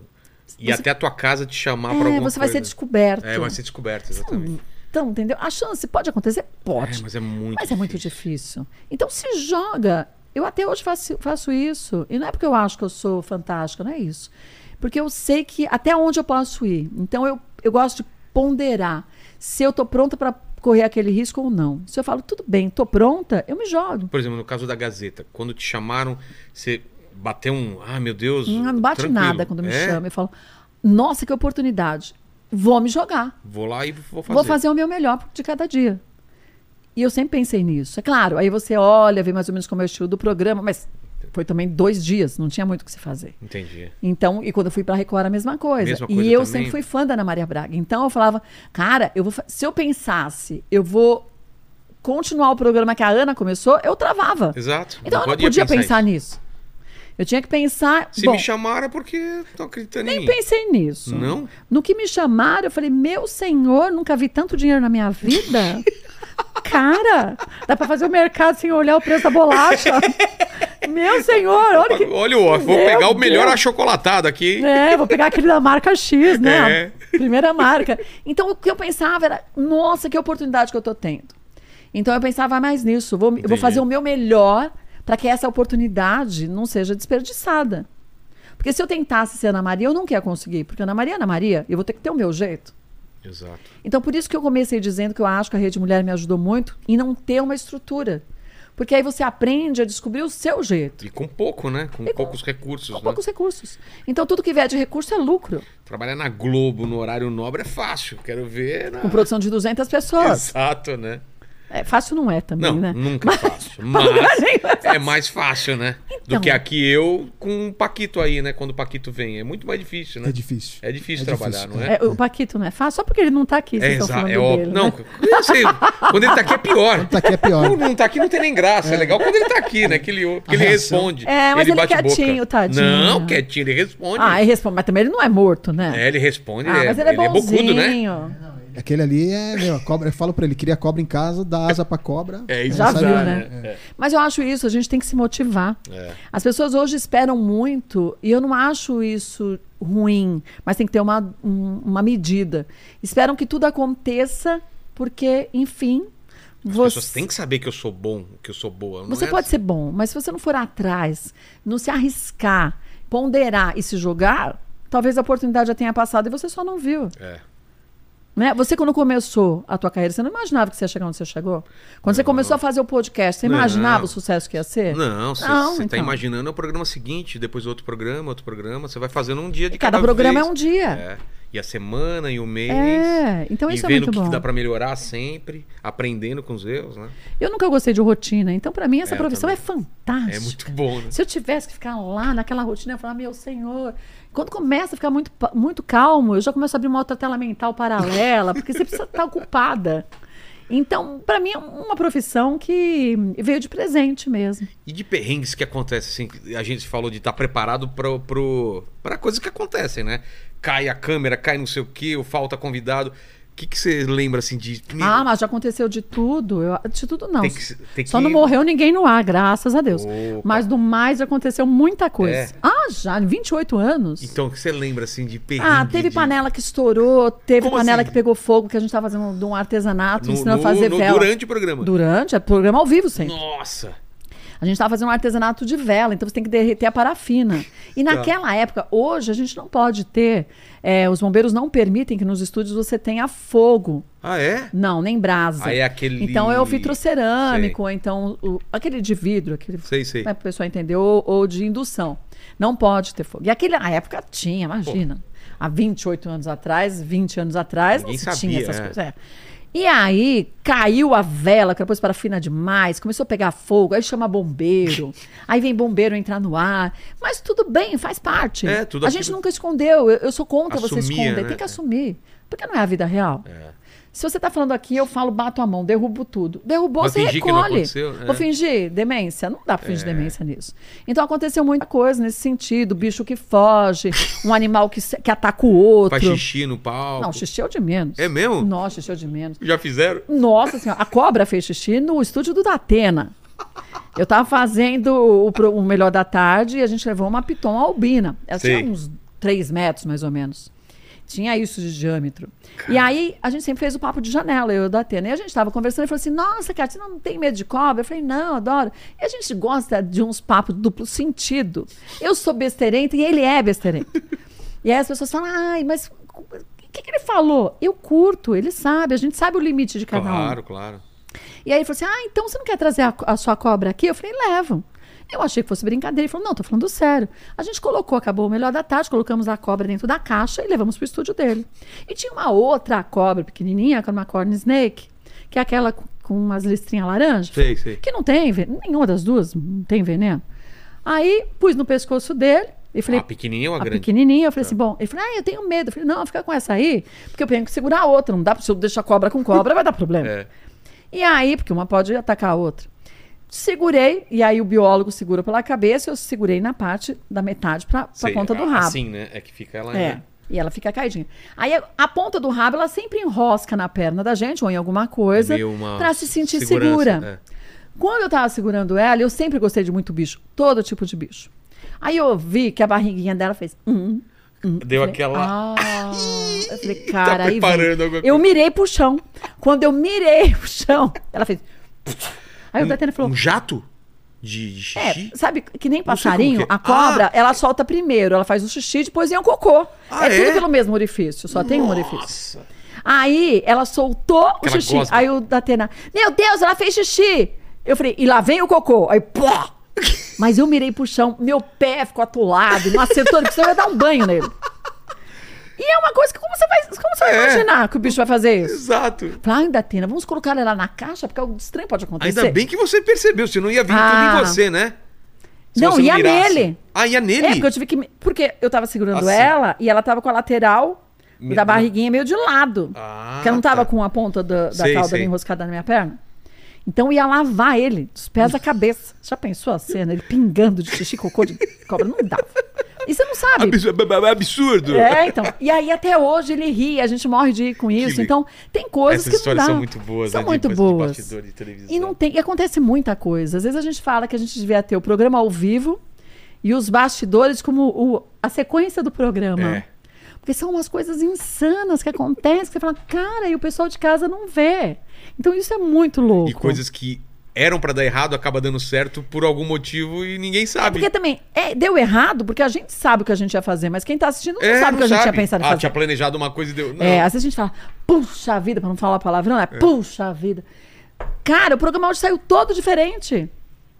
Speaker 1: ir
Speaker 3: Você-
Speaker 1: até a tua casa te chamar pra
Speaker 3: É,
Speaker 1: alguma
Speaker 3: você vai ser
Speaker 1: coisa.
Speaker 3: descoberto.
Speaker 1: É, vai ser descoberto, exatamente.
Speaker 3: Então, entendeu? A chance pode acontecer? Pode.
Speaker 1: É, mas é muito
Speaker 3: Mas é muito difícil. Então se joga. Eu até hoje faço, faço isso. E não é porque eu acho que eu sou fantástica, não é isso. Porque eu sei que até onde eu posso ir. Então eu, eu gosto de ponderar se eu tô pronta para correr aquele risco ou não. Se eu falo, tudo bem, tô pronta, eu me jogo.
Speaker 1: Por exemplo, no caso da Gazeta, quando te chamaram, você bateu um. Ah, meu Deus.
Speaker 3: Não bate
Speaker 1: tranquilo.
Speaker 3: nada quando me
Speaker 1: É?
Speaker 3: chama. Eu falo, nossa, que oportunidade. Vou me jogar.
Speaker 1: Vou lá e vou fazer.
Speaker 3: Vou fazer o meu melhor de cada dia. E eu sempre pensei nisso. É claro, aí você olha, vê mais ou menos como é o estilo do programa, mas foi também dois dias, não tinha muito o que se fazer.
Speaker 1: Entendi.
Speaker 3: Então, e quando eu fui pra Record, a mesma coisa.
Speaker 1: Mesma
Speaker 3: e
Speaker 1: coisa
Speaker 3: eu
Speaker 1: também?
Speaker 3: sempre fui fã da Ana Maria Braga. Então eu falava, cara, eu vou fa- se eu pensasse, eu vou continuar o programa que a Ana começou, eu travava.
Speaker 1: Exato.
Speaker 3: Então eu não podia pensar,
Speaker 1: nisso.
Speaker 3: nisso. Eu tinha que pensar.
Speaker 1: Se
Speaker 3: bom,
Speaker 1: me chamaram é porque tô acreditando em
Speaker 3: nem
Speaker 1: mim.
Speaker 3: pensei nisso.
Speaker 1: Não?
Speaker 3: No que me chamaram, eu falei, meu senhor, nunca vi tanto dinheiro na minha vida. Cara, dá pra fazer o mercado sem olhar o preço da bolacha. meu senhor, olha que.
Speaker 1: Olha o off, vou
Speaker 3: Meu
Speaker 1: pegar o melhor
Speaker 3: Deus.
Speaker 1: achocolatado aqui.
Speaker 3: É, vou pegar aquele da marca X, né?
Speaker 1: É.
Speaker 3: Primeira marca. Então, o que eu pensava era, nossa, que oportunidade que eu tô tendo. Então, eu pensava mais nisso. Vou, eu vou
Speaker 1: Entendi.
Speaker 3: fazer o meu melhor para que essa oportunidade não seja desperdiçada. Porque se eu tentasse ser Ana Maria, eu não ia conseguir. Porque Ana Maria é Ana Maria, eu vou ter que ter o meu jeito.
Speaker 1: Exato.
Speaker 3: Então, por isso que eu comecei dizendo que eu acho que a Rede Mulher me ajudou muito em não ter uma estrutura. Porque aí você aprende a descobrir o seu jeito.
Speaker 1: E com pouco, né? Com
Speaker 3: E com-
Speaker 1: poucos recursos,
Speaker 3: Com
Speaker 1: né?
Speaker 3: poucos recursos. Então, tudo que vier de recurso é lucro.
Speaker 1: Trabalhar na Globo no horário nobre é fácil. Quero ver. Na...
Speaker 3: Com produção de 200 pessoas.
Speaker 1: Exato, né?
Speaker 3: É, fácil não é também,
Speaker 1: Não,
Speaker 3: né?
Speaker 1: nunca é fácil.
Speaker 3: Pra lugar
Speaker 1: Mas
Speaker 3: nenhum é fácil.
Speaker 1: é mais fácil, né? Do
Speaker 3: Então.
Speaker 1: que aqui eu com o Paquito aí, né? Quando o Paquito vem. É muito mais difícil, né?
Speaker 2: É difícil.
Speaker 1: É difícil
Speaker 2: É
Speaker 1: trabalhar,
Speaker 2: difícil,
Speaker 1: não é?
Speaker 3: É, o Paquito não é fácil, só porque ele não tá aqui, vocês estão
Speaker 1: exa-
Speaker 3: falando
Speaker 1: é
Speaker 3: dele,
Speaker 1: óbvio. Não,
Speaker 3: né?
Speaker 1: eu não sei. Quando ele tá aqui é pior.
Speaker 2: Tá aqui é pior.
Speaker 1: Quando não tá aqui não tem nem graça. É legal quando ele tá aqui, né? Que ele, porque ele
Speaker 2: reação.
Speaker 1: responde.
Speaker 3: É, mas ele é
Speaker 1: bate boca.
Speaker 3: quietinho, tadinho.
Speaker 1: Não, quietinho, ele responde.
Speaker 3: Ah, ele responde, mas também ele não é morto, né?
Speaker 1: É, ele responde.
Speaker 3: ah,
Speaker 1: é,
Speaker 3: mas ele é bonzinho.
Speaker 1: bocudo, né?
Speaker 2: Aquele ali é, meu, a cobra, eu falo pra ele, cria cobra em casa, dá asa pra cobra.
Speaker 1: É isso,
Speaker 3: Já
Speaker 2: sabe?
Speaker 3: viu, né? Mas eu acho isso, a gente tem que se motivar.
Speaker 1: É.
Speaker 3: As pessoas hoje esperam muito, e eu não acho isso ruim, mas tem que ter uma, um- uma medida. Esperam que tudo aconteça, porque, enfim,
Speaker 1: As
Speaker 3: você,
Speaker 1: pessoas têm que saber que eu sou bom, que eu sou boa. não
Speaker 3: você
Speaker 1: é
Speaker 3: pode ser bom, mas se você não for atrás, não se arriscar, ponderar e se jogar, talvez a oportunidade já tenha passado e você só não viu.
Speaker 1: É.
Speaker 3: Né? Você, quando começou a tua carreira, você não imaginava que você ia chegar onde você chegou? Quando você começou a fazer o podcast, você
Speaker 1: Não.
Speaker 3: imaginava o sucesso que ia ser?
Speaker 1: Não, você
Speaker 3: Não,
Speaker 1: está
Speaker 3: então.
Speaker 1: imaginando é o programa seguinte, depois outro programa, outro programa. Você vai fazendo um dia de
Speaker 3: E cada
Speaker 1: cada,
Speaker 3: programa
Speaker 1: vez.
Speaker 3: é um dia.
Speaker 1: É. E a semana, e o mês.
Speaker 3: É, então isso
Speaker 1: e
Speaker 3: é
Speaker 1: vendo
Speaker 3: muito
Speaker 1: o que que
Speaker 3: bom.
Speaker 1: dá pra melhorar sempre, aprendendo com os erros, né?
Speaker 3: Eu nunca gostei de rotina, então pra mim essa
Speaker 1: É, eu
Speaker 3: profissão
Speaker 1: também.
Speaker 3: é fantástica.
Speaker 1: É muito bom, né?
Speaker 3: Se eu tivesse que ficar lá naquela rotina, eu falava, meu senhor. Quando começa a ficar muito, pa- muito calmo, eu já começo a abrir uma outra tela mental paralela, porque você precisa estar ocupada. Então, pra mim é uma profissão que veio de presente mesmo.
Speaker 1: E de perrengues que acontecem, assim, que a gente falou de estar preparado para pro, pra coisas que acontecem, né? Cai a câmera, cai não sei o quê, ou falta convidado. O que que você lembra assim de.
Speaker 3: Ah, mas já aconteceu de tudo. Eu- de tudo não.
Speaker 1: Tem que- tem
Speaker 3: Só
Speaker 1: que-
Speaker 3: não morreu ninguém no ar, graças a Deus.
Speaker 1: Opa.
Speaker 3: Mas do mais já aconteceu muita coisa.
Speaker 1: É.
Speaker 3: Ah, já, 28 anos.
Speaker 1: Então, o que você lembra assim de perrengue?
Speaker 3: Ah, teve
Speaker 1: de-
Speaker 3: panela que estourou, teve
Speaker 1: Como
Speaker 3: panela
Speaker 1: assim?
Speaker 3: que pegou fogo, que a gente tava fazendo de um artesanato,
Speaker 1: no,
Speaker 3: ensinando
Speaker 1: no-
Speaker 3: a fazer
Speaker 1: no-
Speaker 3: vela.
Speaker 1: Durante o programa.
Speaker 3: Durante, é programa ao vivo sempre.
Speaker 1: Nossa!
Speaker 3: A gente tava fazendo um artesanato de vela, então você tem que derreter a parafina. E naquela época, hoje a gente não pode ter, é, os bombeiros não permitem que nos estúdios você tenha fogo.
Speaker 1: Ah, é?
Speaker 3: Não, nem brasa.
Speaker 1: Aí é aquele-
Speaker 3: Então é o vitrocerâmico, ou então o- aquele de vidro, aquele
Speaker 1: Sei, sei.
Speaker 3: né, para o pessoal entender, ou, ou de indução. Não pode ter fogo. E aquele, na época tinha, imagina. Há 28 anos atrás, 20 anos atrás,
Speaker 1: Ninguém
Speaker 3: não se tinha
Speaker 1: sabia, é.
Speaker 3: essas coisas. é. E aí caiu a vela, que depois para fina demais, começou a pegar fogo, aí chama bombeiro, aí vem bombeiro entrar no ar. Mas tudo bem, faz parte.
Speaker 1: É, tudo
Speaker 3: a
Speaker 1: aquilo-
Speaker 3: gente nunca escondeu. Eu, eu sou contra você
Speaker 1: Assumia,
Speaker 3: esconder.
Speaker 1: né?
Speaker 3: Tem que
Speaker 1: É.
Speaker 3: assumir. Porque não é a vida real.
Speaker 1: É.
Speaker 3: Se você tá falando aqui, eu falo, bato a mão, derrubo tudo. Derrubou,
Speaker 1: Mas
Speaker 3: você
Speaker 1: fingir que
Speaker 3: recolhe.
Speaker 1: não aconteceu, É. né?
Speaker 3: Vou fingir demência? Não dá pra fingir demência nisso. Então aconteceu muita coisa nesse sentido. Bicho que foge, um animal que, se- que ataca o outro.
Speaker 1: Faz xixi no palco.
Speaker 3: Não, xixi é o de menos.
Speaker 1: É mesmo?
Speaker 3: Nossa, xixi é o de menos.
Speaker 1: Já fizeram?
Speaker 3: Nossa senhora, a cobra fez xixi no estúdio do Datena. Eu tava fazendo o, pro- o Melhor da Tarde e a gente levou uma piton albina. Ela
Speaker 1: Sei.
Speaker 3: tinha uns 3 metros, mais ou menos. Tinha isso de diâmetro. E aí, a gente sempre fez o papo de janela, eu e o Datena. E a gente tava conversando e falou assim, nossa, cara, você não tem medo de cobra? Eu falei, não, adoro. E a gente gosta de uns papos duplo sentido. Eu sou besterenta e ele é besterento. E aí as pessoas falam, ai, mas o que, que ele falou? Eu curto, ele sabe, a gente sabe o limite de cada um.
Speaker 1: Claro, claro.
Speaker 3: E aí ele falou assim: Ah, então você não quer trazer a, co- a sua cobra aqui? Eu falei: Levam. Eu achei que fosse brincadeira. Ele falou: Não, tô falando sério. A gente colocou, acabou o melhor da tarde, colocamos a cobra dentro da caixa e levamos pro estúdio dele. E tinha uma outra cobra pequenininha, que era uma corn snake, que é aquela com- com umas listrinhas laranja.
Speaker 1: Sei, sei.
Speaker 3: Que não tem veneno, nenhuma das duas não tem veneno. Aí pus no pescoço dele e falei:
Speaker 1: A pequenininha ou a
Speaker 3: a
Speaker 1: é grande? É.
Speaker 3: pequenininha. Eu falei assim, bom, ele falou, ah, eu tenho medo. Eu falei, não, fica com essa aí, porque eu tenho que segurar a outra. Não dá pra se eu deixar cobra com cobra, vai dar problema.
Speaker 1: É.
Speaker 3: E aí, porque uma pode atacar a outra. Segurei, e aí o biólogo segura pela cabeça, eu segurei na parte da metade pra, pra
Speaker 1: Sei,
Speaker 3: ponta do
Speaker 1: a-
Speaker 3: rabo.
Speaker 1: Assim, né? É que fica ela.
Speaker 3: É.
Speaker 1: né?
Speaker 3: E ela fica caidinha. Aí a- a ponta do rabo, ela sempre enrosca na perna da gente ou em alguma coisa
Speaker 1: Meio uma
Speaker 3: pra se sentir
Speaker 1: segurança, é.
Speaker 3: segura. Quando eu tava segurando ela, eu sempre gostei de muito bicho, todo tipo de bicho. Aí eu vi que a barriguinha dela fez. Hum,
Speaker 1: é. Deu aquela. Tá
Speaker 3: ah, eu falei, cara, aí
Speaker 1: preparando
Speaker 3: vem.
Speaker 1: alguma
Speaker 3: Eu
Speaker 1: coisa.
Speaker 3: mirei pro chão. Quando eu mirei pro chão, ela fez. Aí o Tatiana falou.
Speaker 1: Um jato? De de xixi?
Speaker 3: É, sabe, que nem
Speaker 1: sei como
Speaker 3: passarinho,
Speaker 1: que é.
Speaker 3: a cobra,
Speaker 1: Ah!
Speaker 3: ela solta primeiro, ela faz o xixi, depois vem o cocô.
Speaker 1: Ah,
Speaker 3: é,
Speaker 1: é?
Speaker 3: tudo pelo mesmo orifício, só tem um orifício.
Speaker 1: Nossa!
Speaker 3: Aí ela soltou o
Speaker 1: ela
Speaker 3: xixi.
Speaker 1: gosma.
Speaker 3: Aí o Datena, meu Deus, ela fez xixi. Eu falei, e lá vem o cocô. Aí, pó! Mas eu mirei pro chão, meu pé ficou atolado, não acertou, porque senão eu ia dar um banho nele. E é uma coisa que como você vai, como você vai
Speaker 1: É.
Speaker 3: imaginar que o bicho vai fazer isso?
Speaker 1: Exato.
Speaker 3: Falei, ai, Datena, vamos colocar ela na caixa, porque algo estranho pode acontecer.
Speaker 1: Ainda bem que você percebeu, senão ia vir tudo
Speaker 3: Ah.
Speaker 1: em você, né? Se
Speaker 3: Não,
Speaker 1: você
Speaker 3: ia
Speaker 1: mirasse.
Speaker 3: nele.
Speaker 1: Ah, ia nele?
Speaker 3: É, porque eu tive que. me- Porque eu tava segurando
Speaker 1: Assim.
Speaker 3: ela e ela tava com a lateral
Speaker 1: Me-
Speaker 3: da barriguinha meio de lado.
Speaker 1: Ah,
Speaker 3: porque ela não tava
Speaker 1: tá.
Speaker 3: com a ponta da, da
Speaker 1: Sei,
Speaker 3: cauda
Speaker 1: sei.
Speaker 3: meio enroscada na minha perna. Então eu ia lavar ele, dos pés à cabeça. Já pensou a cena? Ele pingando de xixi, cocô de cobra? Não dava. E você não sabe.
Speaker 1: Absu- b- b- Absurdo!
Speaker 3: É, então. E aí até hoje ele ri, a gente morre de rir com isso.
Speaker 1: legal.
Speaker 3: Então, tem coisas
Speaker 1: Essas
Speaker 3: que não
Speaker 1: histórias
Speaker 3: dá.
Speaker 1: são muito boas,
Speaker 3: São
Speaker 1: né, de-
Speaker 3: muito
Speaker 1: de
Speaker 3: boas.
Speaker 1: bastidor de televisão.
Speaker 3: e não tem, e acontece muita coisa. Às vezes a gente fala que a gente devia ter o programa ao vivo e os bastidores como o- a sequência do programa.
Speaker 1: É.
Speaker 3: Porque são umas coisas insanas que acontecem, que você fala, cara, e o pessoal de casa não vê. Então isso é muito louco.
Speaker 1: E coisas que eram pra dar errado, acaba dando certo por algum motivo e ninguém sabe.
Speaker 3: Porque também é, deu errado, porque a gente sabe o que a gente ia fazer, mas quem tá assistindo não
Speaker 1: É,
Speaker 3: sabe o que a gente
Speaker 1: sabe.
Speaker 3: ia pensar em
Speaker 1: Ah,
Speaker 3: fazer.
Speaker 1: tinha planejado uma coisa e deu. Não.
Speaker 3: É, às vezes a gente fala, puxa vida, pra não falar palavrão, é, puxa vida. Cara, o programa hoje saiu todo diferente.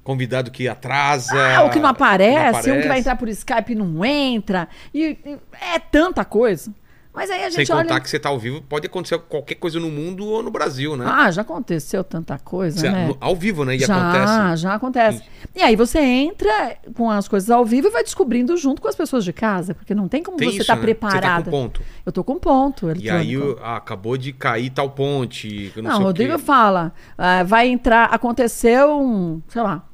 Speaker 1: Convidado que atrasa.
Speaker 3: Ah, o que não aparece,
Speaker 1: É, não
Speaker 3: um que
Speaker 1: aparece.
Speaker 3: vai entrar por Skype e não entra. E, e é tanta coisa. Mas aí a
Speaker 1: Sem
Speaker 3: gente
Speaker 1: contar
Speaker 3: olha.
Speaker 1: que você tá ao vivo, pode acontecer qualquer coisa no mundo ou no Brasil, né?
Speaker 3: Ah, já aconteceu tanta coisa,
Speaker 1: Você-
Speaker 3: né?
Speaker 1: no- Ao vivo, né? E
Speaker 3: já,
Speaker 1: acontece.
Speaker 3: já acontece. E aí você entra com as coisas ao vivo e vai descobrindo junto com as pessoas de casa, porque não tem como
Speaker 1: Tem
Speaker 3: você
Speaker 1: isso,
Speaker 3: estar
Speaker 1: né? Você tá com
Speaker 3: preparada.
Speaker 1: ponto.
Speaker 3: Eu tô com ponto.
Speaker 1: E
Speaker 3: Eletrônico.
Speaker 1: aí ah, acabou de cair tal ponte. que eu Não,
Speaker 3: Não,
Speaker 1: sei o
Speaker 3: Rodrigo
Speaker 1: quê.
Speaker 3: fala, ah, vai entrar, aconteceu um, sei lá,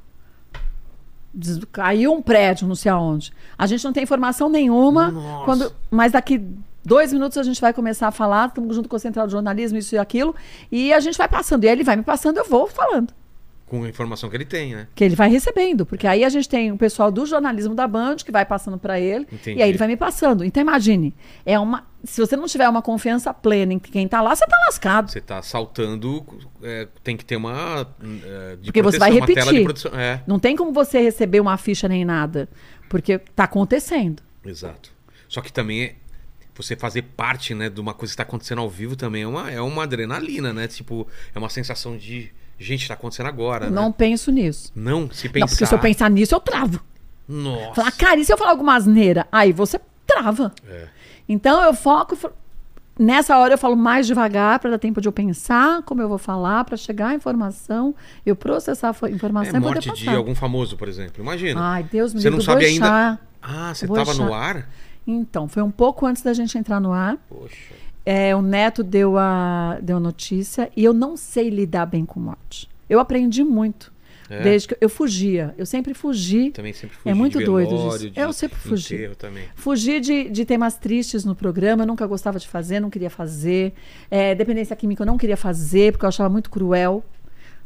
Speaker 3: des- caiu um prédio, não sei aonde. A gente não tem informação nenhuma,
Speaker 1: Nossa.
Speaker 3: quando, mas daqui Dois minutos a gente vai começar a falar, estamos junto com o Central de Jornalismo, isso e aquilo. E a gente vai passando. E aí ele vai me passando, eu vou falando.
Speaker 1: Com a informação que ele tem, né?
Speaker 3: Que ele vai recebendo, porque aí a gente tem o pessoal do jornalismo da Band que vai passando para ele,
Speaker 1: Entendi.
Speaker 3: e aí ele vai me passando. Então imagine, é uma, se você não tiver uma confiança plena em quem tá lá, você tá lascado.
Speaker 1: Você tá saltando, é, tem que ter uma. é, de
Speaker 3: Porque você
Speaker 1: proteção,
Speaker 3: vai
Speaker 1: uma
Speaker 3: repetir.
Speaker 1: tela de proteção. É,
Speaker 3: Não tem como você receber uma ficha nem nada, porque tá acontecendo.
Speaker 1: exato. Só que também é- você fazer parte né, de uma coisa que tá acontecendo ao vivo também é uma, é uma adrenalina, né? Tipo, é uma sensação de. Gente, tá acontecendo agora.
Speaker 3: Não
Speaker 1: Né?
Speaker 3: penso nisso.
Speaker 1: não se pensar.
Speaker 3: Não, porque se eu pensar nisso, eu travo.
Speaker 1: Nossa.
Speaker 3: Falar, cara, e se eu falar alguma asneira? Aí você trava.
Speaker 1: É.
Speaker 3: Então eu foco. fo- Nessa hora eu falo mais devagar para dar tempo de eu pensar como eu vou falar, para chegar a informação, eu processar a fo- informação
Speaker 1: É,
Speaker 3: e poder
Speaker 1: morte de
Speaker 3: passar.
Speaker 1: algum famoso, por exemplo. Imagina.
Speaker 3: Ai, Deus me
Speaker 1: Você
Speaker 3: livre,
Speaker 1: não
Speaker 3: do
Speaker 1: sabe ainda-
Speaker 3: Boixá.
Speaker 1: Ah, você
Speaker 3: Vou
Speaker 1: tava no
Speaker 3: achar.
Speaker 1: ar?
Speaker 3: Então, foi um pouco antes da gente entrar no ar.
Speaker 1: Poxa.
Speaker 3: É, o Neto deu a, deu a notícia e eu não sei lidar bem com morte. Eu aprendi muito.
Speaker 1: É?
Speaker 3: Desde que eu, eu fugia. Eu sempre fugi.
Speaker 1: Também sempre fugi
Speaker 3: É muito
Speaker 1: de
Speaker 3: doido
Speaker 1: velório,
Speaker 3: disso.
Speaker 1: de
Speaker 3: Eu sempre fugi.
Speaker 1: enterro também.
Speaker 3: Fugi de, de temas tristes no programa, eu nunca gostava de fazer, não queria fazer. É, dependência química eu não queria fazer, porque eu achava muito cruel.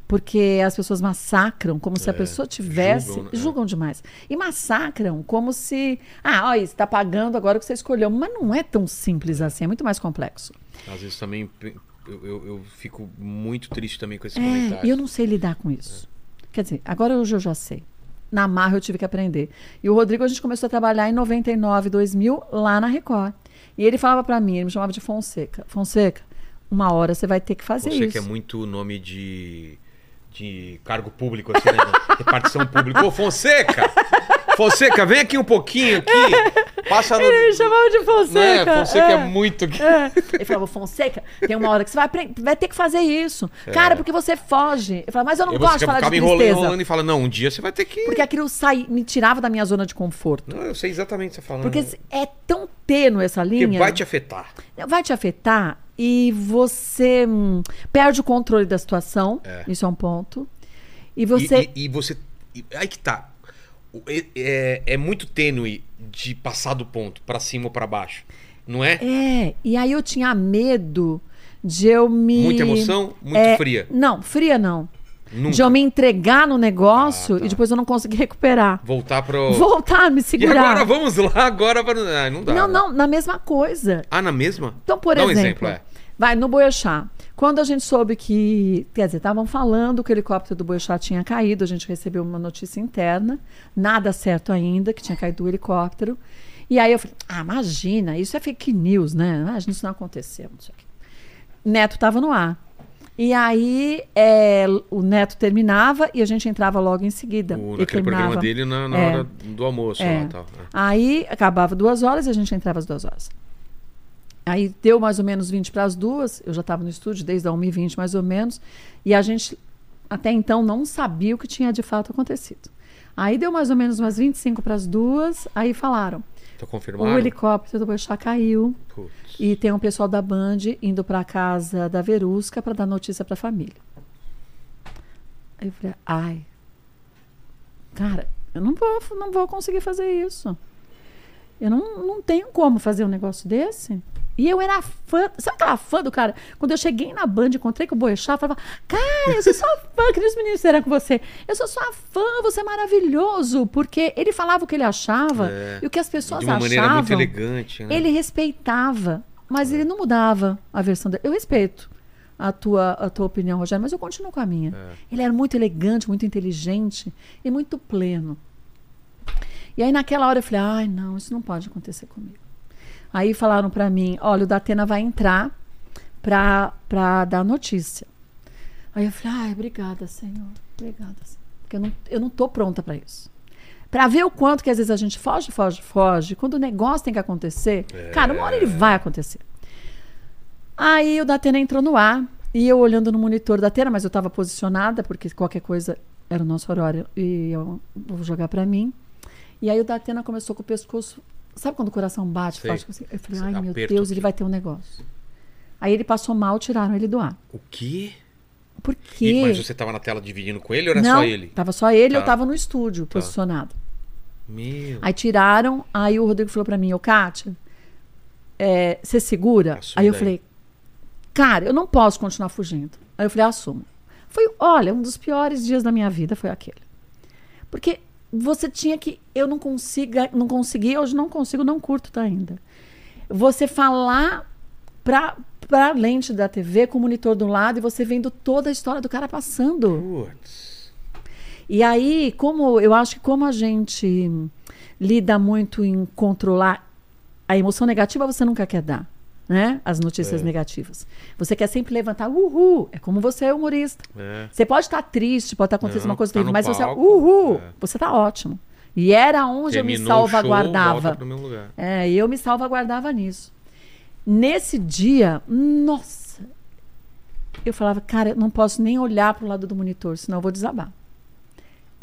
Speaker 3: Porque as pessoas massacram como se a pessoa tivesse.
Speaker 1: É, julgam, né?
Speaker 3: Julgam, demais. E massacram como se. Ah, olha, você está pagando agora o que você escolheu. Mas não é tão simples assim, é muito mais complexo.
Speaker 1: Às vezes também pe- eu, eu, eu fico muito triste também com esse
Speaker 3: É,
Speaker 1: comentário.
Speaker 3: e eu não sei lidar com isso. Quer dizer, agora hoje eu já sei. Na marra eu tive que aprender. E o Rodrigo a gente começou a trabalhar em 99, 2000, lá na Record. E ele falava pra mim, ele me chamava de Fonseca. Fonseca, uma hora você vai ter que fazer
Speaker 1: Você
Speaker 3: isso.
Speaker 1: que é muito nome de, de cargo público, assim, né? Repartição pública. Ô, Fonseca! Fonseca, vem aqui um pouquinho aqui. Passa no.
Speaker 3: Ele me chamava de Fonseca.
Speaker 1: né? Fonseca é,
Speaker 3: é.
Speaker 1: muito.
Speaker 3: É. Ele falava, Fonseca, tem uma hora que você vai, apre- vai ter que fazer isso. Cara, porque você foge. Eu falava, mas eu não
Speaker 1: É. Eu
Speaker 3: gosto
Speaker 1: você
Speaker 3: de falar de
Speaker 1: me enrolando,
Speaker 3: tristeza.
Speaker 1: enrolando e fala, não, um dia você vai ter que.
Speaker 3: Porque aquilo sai, me tirava da minha zona de conforto.
Speaker 1: Não, eu sei exatamente o que você tá falando.
Speaker 3: Porque é tão tênue essa linha.
Speaker 1: Porque vai te afetar.
Speaker 3: vai te afetar e você hum, perde o controle da situação. Isso é um ponto. E você.
Speaker 1: E, e- e você. e- aí que tá. O- e- É, é muito tênue de passar do ponto, pra cima ou pra baixo. Não é?
Speaker 3: É, e aí eu tinha medo de eu me.
Speaker 1: Muita emoção, muito
Speaker 3: É,
Speaker 1: fria.
Speaker 3: Não, fria não.
Speaker 1: Nunca.
Speaker 3: De eu me entregar no negócio
Speaker 1: Ah, tá.
Speaker 3: e depois eu não conseguir recuperar.
Speaker 1: Voltar pro.
Speaker 3: Voltar, me
Speaker 1: e agora
Speaker 3: segurar.
Speaker 1: vamos lá, agora para. Ah, não dá.
Speaker 3: não,
Speaker 1: né?
Speaker 3: não, na mesma coisa.
Speaker 1: Ah, na mesma?
Speaker 3: Então, por
Speaker 1: Dá um
Speaker 3: exemplo,
Speaker 1: exemplo, é.
Speaker 3: vai no Boechat. Quando a gente soube que, quer dizer, estavam falando que o helicóptero do Boechat tinha caído, a gente recebeu uma notícia interna, nada certo ainda, que tinha caído o helicóptero. E aí eu falei, ah, imagina, isso é fake news, né? Imagina isso não aconteceu, não sei o quê. Neto estava no ar. E aí é, o Neto terminava e a gente entrava logo em seguida.
Speaker 1: O,
Speaker 3: E
Speaker 1: naquele programa
Speaker 3: terminava.
Speaker 1: dele na, na
Speaker 3: É.
Speaker 1: hora do almoço lá
Speaker 3: É.
Speaker 1: e tal. né?
Speaker 3: Aí acabava duas horas e a gente entrava às duas horas. Aí deu mais ou menos 20 para as duas, eu já estava no estúdio desde a 1h20 mais ou menos, e a gente até então não sabia o que tinha de fato acontecido. Aí deu mais ou menos umas 25 para as duas, aí falaram:
Speaker 1: Tô tá
Speaker 3: o
Speaker 1: confirmado.
Speaker 3: helicóptero do Boixá caiu
Speaker 1: Putz.
Speaker 3: e tem um pessoal da Band indo para casa da Verusca para dar notícia para a família. Aí eu falei: ai, cara, eu não vou, não vou conseguir fazer isso. Eu não, não tenho como fazer um negócio desse. E eu era fã, sabe aquela fã do cara? Quando eu cheguei na Band, encontrei com o Boechat, eu falava, cara, eu sou sua fã, que nem os meninos serão com você. Eu sou sua fã, você é maravilhoso. Porque ele falava o que ele achava
Speaker 1: É.
Speaker 3: e o que as pessoas
Speaker 1: De uma maneira
Speaker 3: achavam.
Speaker 1: muito elegante, né?
Speaker 3: Ele respeitava, mas ele não mudava a versão dele. Eu respeito a tua, a tua opinião, Rogério, mas eu continuo com a minha. Ele era muito elegante, muito inteligente e muito pleno. E aí naquela hora eu falei, ai não, isso não pode acontecer comigo. Aí falaram pra mim, olha, o Datena vai entrar pra, pra dar notícia. Aí eu falei, ai, obrigada, Senhor. Obrigada, Senhor. Porque eu não, eu não tô pronta pra isso. Pra ver o quanto que às vezes a gente foge, foge, foge. Quando o negócio tem que acontecer,
Speaker 1: É.
Speaker 3: cara, uma hora ele vai acontecer. Aí o Datena entrou no ar e eu olhando no monitor da Datena, mas eu estava posicionada porque qualquer coisa era o nosso horário e eu vou jogar para mim. E aí o Datena começou com o pescoço, sabe quando o coração bate
Speaker 1: Sei.
Speaker 3: forte? Assim? Eu falei,
Speaker 1: Esse
Speaker 3: ai meu
Speaker 1: aperto
Speaker 3: Deus,
Speaker 1: aqui.
Speaker 3: ele vai ter um negócio. Aí ele passou mal, tiraram ele do ar.
Speaker 1: O quê?
Speaker 3: Por
Speaker 1: E-
Speaker 3: quê?
Speaker 1: mas você tava na tela dividindo com ele ou era
Speaker 3: Não,
Speaker 1: só ele?
Speaker 3: tava só ele, eu
Speaker 1: Tá.
Speaker 3: tava no estúdio, posicionado.
Speaker 1: Meu.
Speaker 3: Aí tiraram, aí o Rodrigo falou pra mim, ô Kátia, é, você segura?
Speaker 1: Assume
Speaker 3: Aí eu
Speaker 1: daí.
Speaker 3: falei, cara, eu não posso continuar fugindo. Aí eu falei, assumo. Foi, olha, um dos piores dias da minha vida foi aquele. Porque você tinha que. Eu não consiga, não consegui, hoje não consigo, não curto tá ainda. Você falar pra, pra lente da TV com o monitor do lado e você vendo toda a história do cara passando.
Speaker 1: Putz.
Speaker 3: E aí, como eu acho que como a gente lida muito em controlar a emoção negativa, você nunca quer dar, né? As notícias
Speaker 1: É.
Speaker 3: negativas. Você quer sempre levantar, uhul, é como você é humorista.
Speaker 1: É.
Speaker 3: Você pode estar triste, pode estar acontecendo
Speaker 1: Não,
Speaker 3: uma coisa
Speaker 1: tá
Speaker 3: terrível,
Speaker 1: no
Speaker 3: mas você,
Speaker 1: palco,
Speaker 3: uhul,
Speaker 1: é.
Speaker 3: você tá ótimo. E era onde eu me
Speaker 1: Terminou o show, volta
Speaker 3: salvaguardava.
Speaker 1: pro meu lugar.
Speaker 3: É, e eu me salvaguardava nisso. Nesse dia, nossa, eu falava, cara, eu não posso nem olhar pro lado do monitor, senão eu vou desabar.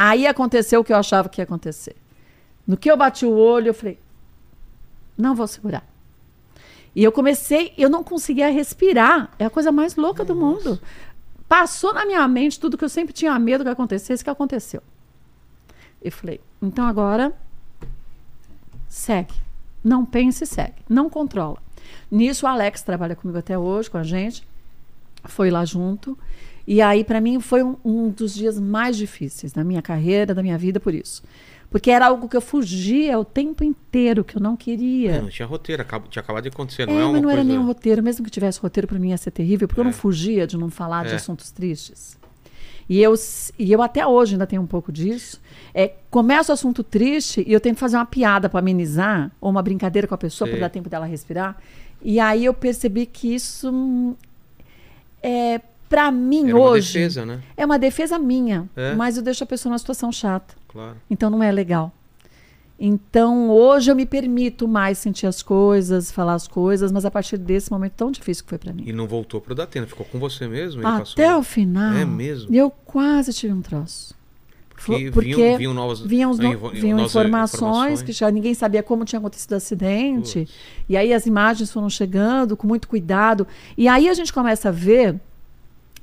Speaker 3: Aí aconteceu o que eu achava que ia acontecer. No que eu bati o olho, eu falei, não vou segurar. E eu comecei, eu não conseguia respirar. É a coisa mais louca do mundo. Passou na minha mente tudo que eu sempre tinha medo que acontecesse, que aconteceu. Eu falei, então agora segue. Não pense e segue. Não controla. Nisso, o Alex trabalha comigo até hoje, com a gente. Foi lá junto. E aí, para mim, foi um, um dos dias mais difíceis da minha carreira, da minha vida, por isso. Porque era algo que eu fugia o tempo inteiro, que eu não queria.
Speaker 1: Não tinha roteiro, acab- tinha acabado de acontecer,
Speaker 3: É,
Speaker 1: não é, uma
Speaker 3: mas não era
Speaker 1: coisa...
Speaker 3: nenhum roteiro. Mesmo que tivesse roteiro, pra mim ia ser terrível, porque eu não fugia de não falar de
Speaker 1: É.
Speaker 3: assuntos tristes. E eu, s- e eu até hoje ainda tenho um pouco disso. É, começa o assunto triste e eu tenho que fazer uma piada pra amenizar, ou uma brincadeira com a pessoa, pra
Speaker 1: Sei.
Speaker 3: dar tempo dela respirar. E aí eu percebi que isso hum, é para mim
Speaker 1: Era uma
Speaker 3: hoje
Speaker 1: defesa, né?
Speaker 3: é uma defesa minha,
Speaker 1: É.
Speaker 3: mas eu deixo a pessoa numa situação chata.
Speaker 1: Claro.
Speaker 3: Então não é legal. Então hoje eu me permito mais sentir as coisas, falar as coisas, mas a partir desse momento tão difícil que foi pra mim.
Speaker 1: E não voltou pro Datena, ficou com você mesmo? ele passou-
Speaker 3: Até o final.
Speaker 1: É mesmo?
Speaker 3: Eu quase tive um troço. Fo-
Speaker 1: Porque, vinham,
Speaker 3: porque
Speaker 1: vinham novas...
Speaker 3: vinham, os no-
Speaker 1: invo-
Speaker 3: vinham
Speaker 1: novas eh,
Speaker 3: informações, que já ninguém sabia como tinha acontecido o acidente. E aí as imagens foram chegando com muito cuidado. E aí a gente começa a ver,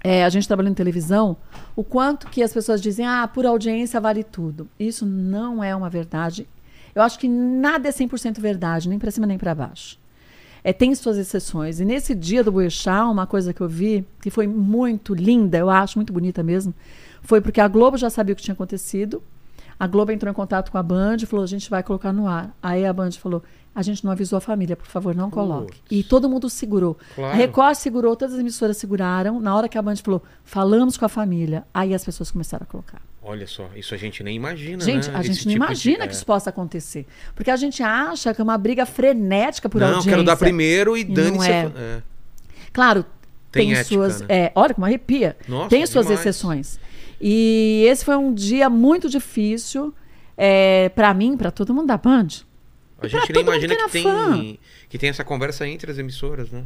Speaker 3: é, a gente trabalhando em televisão, o quanto que as pessoas dizem, ah, por audiência vale tudo. Isso não é uma verdade. Eu acho que nada é 100% verdade, nem para cima nem para baixo. É, tem suas exceções. E nesse dia do Boechat, uma coisa que eu vi, que foi muito linda, eu acho, muito bonita mesmo, foi porque a Globo já sabia o que tinha acontecido. A Globo entrou em contato com a Band e falou: a gente vai colocar no ar. Aí a Band falou: a gente não avisou a família, por favor, não coloque.
Speaker 1: Putz.
Speaker 3: E todo mundo segurou.
Speaker 1: Claro.
Speaker 3: A Record segurou, todas as emissoras seguraram. Na hora que a Band falou, falamos com a família, aí as pessoas começaram a colocar.
Speaker 1: Olha só, isso a gente nem imagina,
Speaker 3: Gente,
Speaker 1: né?
Speaker 3: a gente
Speaker 1: Esse
Speaker 3: não
Speaker 1: tipo de-
Speaker 3: imagina
Speaker 1: é.
Speaker 3: que isso possa acontecer. Porque a gente acha que é uma briga frenética por
Speaker 1: Não,
Speaker 3: audiência.
Speaker 1: quero dar primeiro e dane-se. a-
Speaker 3: não
Speaker 1: é.
Speaker 3: Claro,
Speaker 1: Tem
Speaker 3: tem,
Speaker 1: ética,
Speaker 3: suas.
Speaker 1: né?
Speaker 3: É, olha como arrepia.
Speaker 1: Nossa,
Speaker 3: tem suas
Speaker 1: demais.
Speaker 3: exceções. E esse foi um dia muito difícil é, para mim, para todo mundo da Band.
Speaker 1: A
Speaker 3: E pra
Speaker 1: gente
Speaker 3: todo
Speaker 1: nem
Speaker 3: mundo
Speaker 1: imagina
Speaker 3: que
Speaker 1: que
Speaker 3: era
Speaker 1: tem,
Speaker 3: fã.
Speaker 1: que tem essa conversa entre as emissoras, né?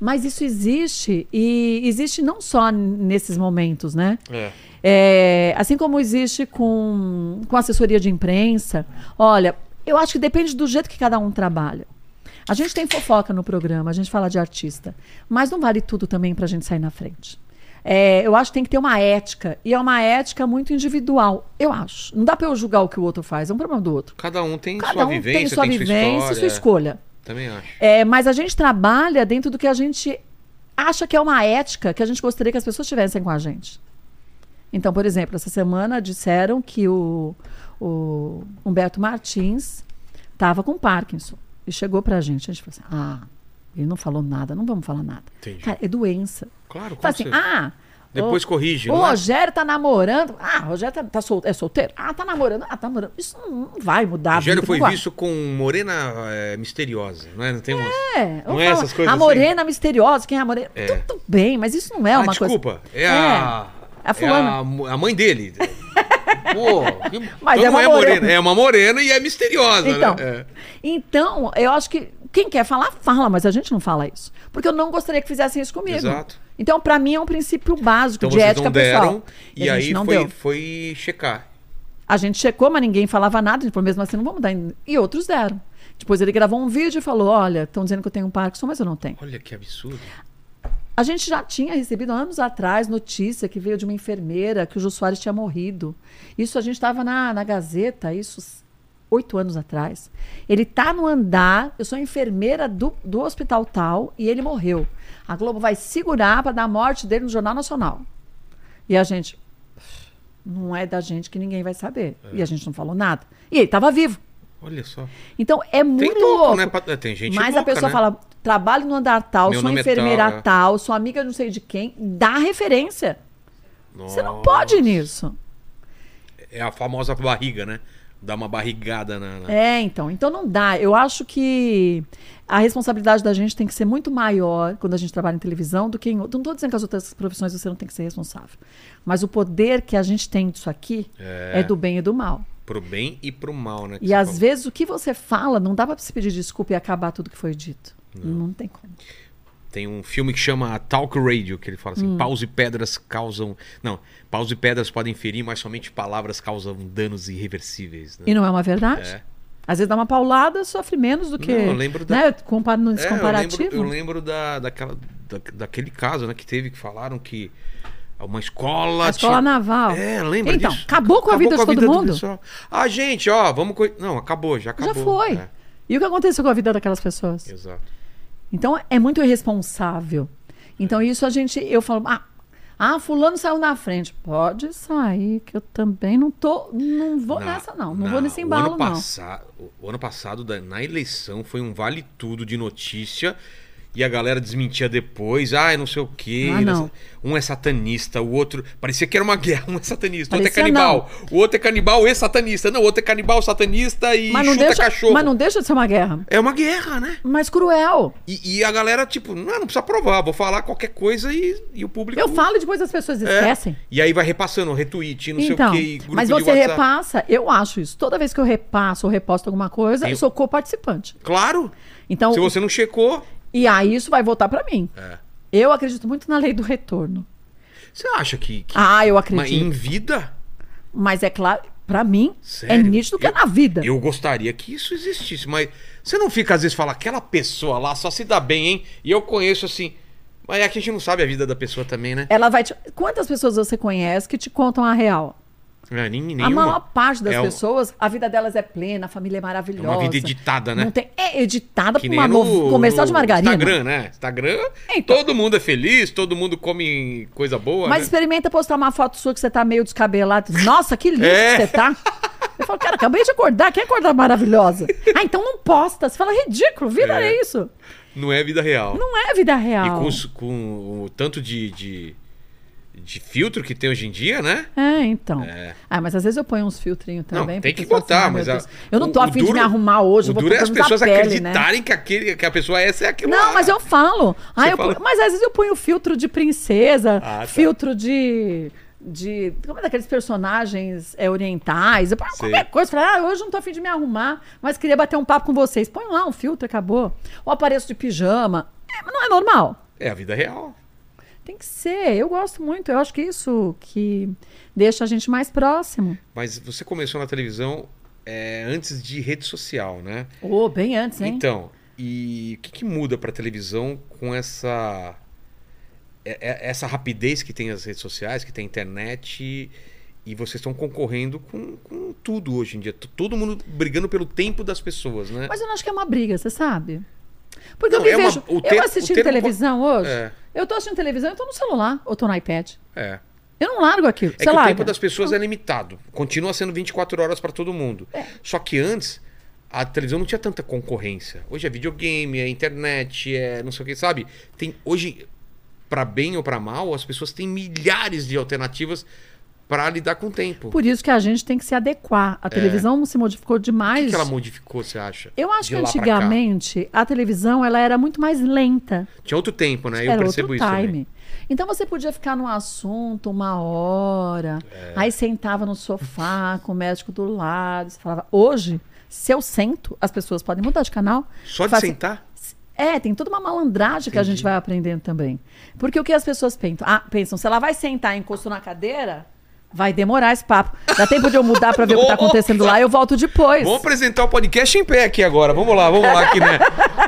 Speaker 3: Mas isso existe e existe não só nesses momentos, né?
Speaker 1: É.
Speaker 3: É, assim como existe com, com assessoria de imprensa, olha, eu acho que depende do jeito que cada um trabalha. A gente tem fofoca no programa, a gente fala de artista, mas não vale tudo também para a gente sair na frente. É, eu acho que tem que ter uma ética, e é uma ética muito individual, eu acho. Não dá para eu julgar o que o outro faz, é um problema do outro.
Speaker 1: Cada um tem
Speaker 3: Cada
Speaker 1: sua
Speaker 3: um
Speaker 1: vivência,
Speaker 3: tem sua vivência e sua
Speaker 1: história.
Speaker 3: escolha.
Speaker 1: Também acho.
Speaker 3: É, mas a gente trabalha dentro do que a gente acha que é uma ética que a gente gostaria que as pessoas tivessem com a gente. Então, por exemplo, essa semana disseram que o, o Humberto Martins estava com Parkinson e chegou pra gente. A gente falou assim: ah, ele não falou nada, não vamos falar nada.
Speaker 1: Entendi.
Speaker 3: Cara, é doença.
Speaker 1: Claro, com
Speaker 3: Fala assim:
Speaker 1: certeza.
Speaker 3: ah.
Speaker 1: Depois
Speaker 3: o-
Speaker 1: corrige,
Speaker 3: o
Speaker 1: não é?
Speaker 3: Rogério tá namorando. Ah, o Rogério tá, tá sol- é solteiro? Ah, tá namorando. Ah, tá namorando. Isso não, não vai mudar. a
Speaker 1: Rogério
Speaker 3: vida,
Speaker 1: foi
Speaker 3: não vai.
Speaker 1: visto com morena é, misteriosa, não é? Não tem um...
Speaker 3: É,
Speaker 1: Não
Speaker 3: eu
Speaker 1: é
Speaker 3: falo,
Speaker 1: essas coisas
Speaker 3: A morena misteriosa, quem é a morena?
Speaker 1: É.
Speaker 3: Tudo bem, mas isso não é
Speaker 1: ah,
Speaker 3: uma coisa.
Speaker 1: desculpa, é, a...
Speaker 3: A fulana.
Speaker 1: é a mu- a mãe dele. Pô, que- então
Speaker 3: Mas é
Speaker 1: não
Speaker 3: uma
Speaker 1: é morena.
Speaker 3: morena.
Speaker 1: É uma morena e é misteriosa,
Speaker 3: Então,
Speaker 1: né? É.
Speaker 3: então, eu acho que quem quer falar, fala, mas a gente não fala isso. Porque eu não gostaria que fizessem isso comigo.
Speaker 1: Exato.
Speaker 3: Então, pra mim, é um princípio básico
Speaker 1: Então
Speaker 3: de
Speaker 1: vocês
Speaker 3: ética
Speaker 1: não deram
Speaker 3: pessoal.
Speaker 1: e
Speaker 3: a gente
Speaker 1: aí
Speaker 3: não
Speaker 1: foi,
Speaker 3: deu.
Speaker 1: foi checar.
Speaker 3: A gente checou, mas ninguém falava nada. A gente falou, mesmo assim, não vamos dar. em- E outros deram. Depois ele gravou um vídeo e falou: Olha, estão dizendo que eu tenho um Parkinson, mas eu não tenho.
Speaker 1: Olha que absurdo.
Speaker 3: A gente já tinha recebido anos atrás notícia que veio de uma enfermeira que o Jô Soares tinha morrido. Isso a gente estava na, na Gazeta, isso s- oito anos atrás. Ele tá no andar, eu sou enfermeira do, do hospital tal e ele morreu. A Globo vai segurar para dar a morte dele no Jornal Nacional. E a gente. Não é da gente que ninguém vai saber. E a gente não falou nada. E ele estava vivo.
Speaker 1: Olha só.
Speaker 3: Então é muito
Speaker 1: louco,
Speaker 3: louco.
Speaker 1: né? Pa- Tem gente
Speaker 3: Mas a
Speaker 1: louca,
Speaker 3: pessoa
Speaker 1: né?
Speaker 3: fala: trabalho no andar tal,
Speaker 1: Meu
Speaker 3: sou
Speaker 1: nome é
Speaker 3: enfermeira
Speaker 1: tal, é.
Speaker 3: tal, sou amiga não sei de quem, dá referência. Você não
Speaker 1: Nossa.
Speaker 3: pode nisso.
Speaker 1: É a famosa barriga, né? Dá uma barrigada na. na-
Speaker 3: É, então. Então não dá. Eu acho que a responsabilidade da gente tem que ser muito maior quando a gente trabalha em televisão do que em outras. Não estou dizendo que as outras profissões você não tem que ser responsável. Mas o poder que a gente tem disso aqui é, do bem e do mal.
Speaker 1: Pro bem e pro mal, né? que
Speaker 3: E
Speaker 1: você
Speaker 3: às
Speaker 1: falou.
Speaker 3: vezes o que você fala não dá para se pedir desculpa e acabar tudo que foi dito. Não, tem como.
Speaker 1: Tem um filme que chama Talk Radio, que ele fala
Speaker 3: Hum.
Speaker 1: assim: paus e pedras causam. Não, paus e pedras podem ferir, mas somente palavras causam danos irreversíveis. Né?
Speaker 3: E não é uma verdade?
Speaker 1: É.
Speaker 3: Às vezes dá uma paulada, sofre menos do que.
Speaker 1: Não, eu lembro da-
Speaker 3: né, compar- no
Speaker 1: É, eu lembro,
Speaker 3: descomparativo.
Speaker 1: eu lembro da, daquela, da- daquele caso né, que teve, que falaram que uma escola.
Speaker 3: A escola naval.
Speaker 1: É, lembra
Speaker 3: Então,
Speaker 1: disso?
Speaker 3: acabou com a vida de todo
Speaker 1: do
Speaker 3: mundo?
Speaker 1: pessoal. ah, gente, ó, vamos. coi- Não, acabou, já acabou.
Speaker 3: Já foi.
Speaker 1: É,
Speaker 3: E o que aconteceu com a vida daquelas pessoas?
Speaker 1: exato.
Speaker 3: Então é muito irresponsável. Então isso a gente, eu falo, ah, ah, fulano saiu na frente. Pode sair, que eu também não tô, não vou nessa não, não, vou nesse
Speaker 1: o
Speaker 3: embalo
Speaker 1: ano
Speaker 3: não.
Speaker 1: Passado, o ano passado, da- na eleição, foi um vale tudo de notícia. E a galera desmentia depois, ah, não sei o quê.
Speaker 3: Ah, não.
Speaker 1: Um é satanista, o outro. Parecia que era uma guerra, um é satanista, o outro é
Speaker 3: Parecia
Speaker 1: canibal. O outro é canibal e satanista. Não, o outro é canibal, satanista e
Speaker 3: Mas não,
Speaker 1: chuta
Speaker 3: deixa,
Speaker 1: cachorro.
Speaker 3: mas não deixa de ser uma guerra.
Speaker 1: É uma guerra, né?
Speaker 3: Mas cruel.
Speaker 1: E, e a galera, tipo, não, não precisa provar, vou falar qualquer coisa e, e o público.
Speaker 3: Eu falo e depois as pessoas
Speaker 1: É.
Speaker 3: esquecem.
Speaker 1: E aí vai repassando, retweet, não
Speaker 3: Então,
Speaker 1: sei o quê, e grupo
Speaker 3: mas
Speaker 1: de
Speaker 3: você
Speaker 1: WhatsApp.
Speaker 3: repassa, eu acho isso. Toda vez que eu repasso ou reposto alguma coisa, eu,
Speaker 1: Eu-
Speaker 3: sou co-participante.
Speaker 1: Claro.
Speaker 3: Então,
Speaker 1: Se você não checou.
Speaker 3: e aí isso vai voltar pra mim.
Speaker 1: É.
Speaker 3: Eu acredito muito na lei do retorno.
Speaker 1: Você acha que. que-
Speaker 3: Ah, eu
Speaker 1: Mas
Speaker 3: acredito.
Speaker 1: em vida?
Speaker 3: Mas é claro, pra mim,
Speaker 1: Sério?
Speaker 3: é nítido que é
Speaker 1: Eu-
Speaker 3: na vida.
Speaker 1: Eu gostaria que isso existisse, mas você não fica às vezes fala aquela pessoa lá só se dá bem, hein? E eu conheço assim, mas é que a gente não sabe a vida da pessoa também, né?
Speaker 3: Ela vai te... Quantas pessoas você conhece que te contam a real?
Speaker 1: É, nem,
Speaker 3: A
Speaker 1: nenhuma.
Speaker 3: maior parte das
Speaker 1: É um-
Speaker 3: pessoas, a vida delas é plena, a família é maravilhosa.
Speaker 1: É uma vida editada, né?
Speaker 3: Não tem... É editada
Speaker 1: Que
Speaker 3: por
Speaker 1: nem
Speaker 3: uma
Speaker 1: no,
Speaker 3: novo comercial
Speaker 1: no
Speaker 3: de margarina.
Speaker 1: Instagram, né? Instagram,
Speaker 3: Então.
Speaker 1: todo mundo é feliz, todo mundo come coisa boa,
Speaker 3: Mas
Speaker 1: né?
Speaker 3: experimenta postar uma foto sua que você tá meio descabelado. Nossa, que lindo
Speaker 1: É.
Speaker 3: que você tá. Eu falo, cara, acabei de acordar, que acordar maravilhosa. Ah, então não posta. Você fala, ridículo, vida
Speaker 1: É.
Speaker 3: é, isso.
Speaker 1: Não é vida real.
Speaker 3: Não é vida
Speaker 1: E
Speaker 3: real.
Speaker 1: com, os- com o tanto de, de, de filtro que tem hoje em dia, né?
Speaker 3: É, então.
Speaker 1: É.
Speaker 3: Ah, mas às vezes eu ponho uns filtrinhos
Speaker 1: Não,
Speaker 3: também.
Speaker 1: tem que
Speaker 3: porque eu falo
Speaker 1: botar,
Speaker 3: ah, meu
Speaker 1: mas a-
Speaker 3: Deus, eu não tô
Speaker 1: o- o
Speaker 3: afim de
Speaker 1: duro-
Speaker 3: me arrumar hoje.
Speaker 1: o
Speaker 3: eu vou
Speaker 1: duro é
Speaker 3: pôr
Speaker 1: as
Speaker 3: tanto da
Speaker 1: pessoas
Speaker 3: pele, né?
Speaker 1: acreditarem que, aquele, que a pessoa essa é aquilo
Speaker 3: Não,
Speaker 1: lá.
Speaker 3: mas eu falo. Ah,
Speaker 1: Você
Speaker 3: eu
Speaker 1: fala-
Speaker 3: ponho- Mas às vezes eu ponho filtro de princesa,
Speaker 1: Ah, tá.
Speaker 3: filtro de. De, como é daqueles personagens é, orientais? Eu ponho
Speaker 1: Sei.
Speaker 3: qualquer coisa. Falei, ah, hoje eu não tô afim de me arrumar, mas queria bater um papo com vocês. Põe lá um filtro, acabou. Ou apareço de pijama. É, mas não é normal.
Speaker 1: É a vida real.
Speaker 3: Tem que ser. Eu gosto muito. Eu acho que é isso que deixa a gente mais próximo.
Speaker 1: Mas você começou na televisão é, antes de rede social, né?
Speaker 3: Ô, bem antes, hein?
Speaker 1: Então, e o que, que muda pra televisão com essa é- é- essa rapidez que tem as redes sociais, que tem a internet e, e vocês estão concorrendo com, com tudo hoje em dia. T- Todo mundo brigando pelo tempo das pessoas, né?
Speaker 3: Mas eu não acho que é uma briga, você sabe? Porque
Speaker 1: Não,
Speaker 3: eu me
Speaker 1: é uma-
Speaker 3: vejo.
Speaker 1: o ter-
Speaker 3: eu
Speaker 1: o
Speaker 3: assistindo
Speaker 1: termo
Speaker 3: televisão hoje.
Speaker 1: É,
Speaker 3: Eu tô assistindo televisão, eu tô no celular ou tô no iPad.
Speaker 1: é.
Speaker 3: Eu não largo aquilo.
Speaker 1: É
Speaker 3: Você
Speaker 1: que
Speaker 3: larga?
Speaker 1: o tempo das pessoas é limitado. Continua sendo 24 horas pra todo mundo.
Speaker 3: É.
Speaker 1: Só que antes, a televisão não tinha tanta concorrência. Hoje é videogame, é internet, é não sei o que, sabe? Tem, hoje, pra bem ou pra mal, as pessoas têm milhares de alternativas pra lidar com o tempo.
Speaker 3: Por isso que a gente tem que se adequar. A televisão se modificou
Speaker 1: O É.
Speaker 3: demais.
Speaker 1: que, que ela modificou, você acha?
Speaker 3: Eu acho
Speaker 1: de
Speaker 3: que
Speaker 1: lá pra cá?
Speaker 3: antigamente a televisão ela era muito mais lenta.
Speaker 1: Tinha outro tempo, né? Eu
Speaker 3: era
Speaker 1: percebo
Speaker 3: outro
Speaker 1: isso também.
Speaker 3: time. Então você podia ficar num assunto uma hora,
Speaker 1: É.
Speaker 3: aí sentava no sofá com o médico do lado. Você falava, hoje, se eu sento, as pessoas podem mudar de canal.
Speaker 1: Só de
Speaker 3: Faz-
Speaker 1: sentar?
Speaker 3: É, tem toda uma malandragem que a gente vai aprendendo também. Porque o que as pessoas pensam? Ah, pensam, se ela vai sentar e encostou na cadeira, Vai demorar esse papo. Dá tempo de eu mudar pra ver o que tá acontecendo lá, eu volto depois.
Speaker 1: Vamos apresentar o podcast em pé aqui agora. Vamos lá, vamos lá aqui, né?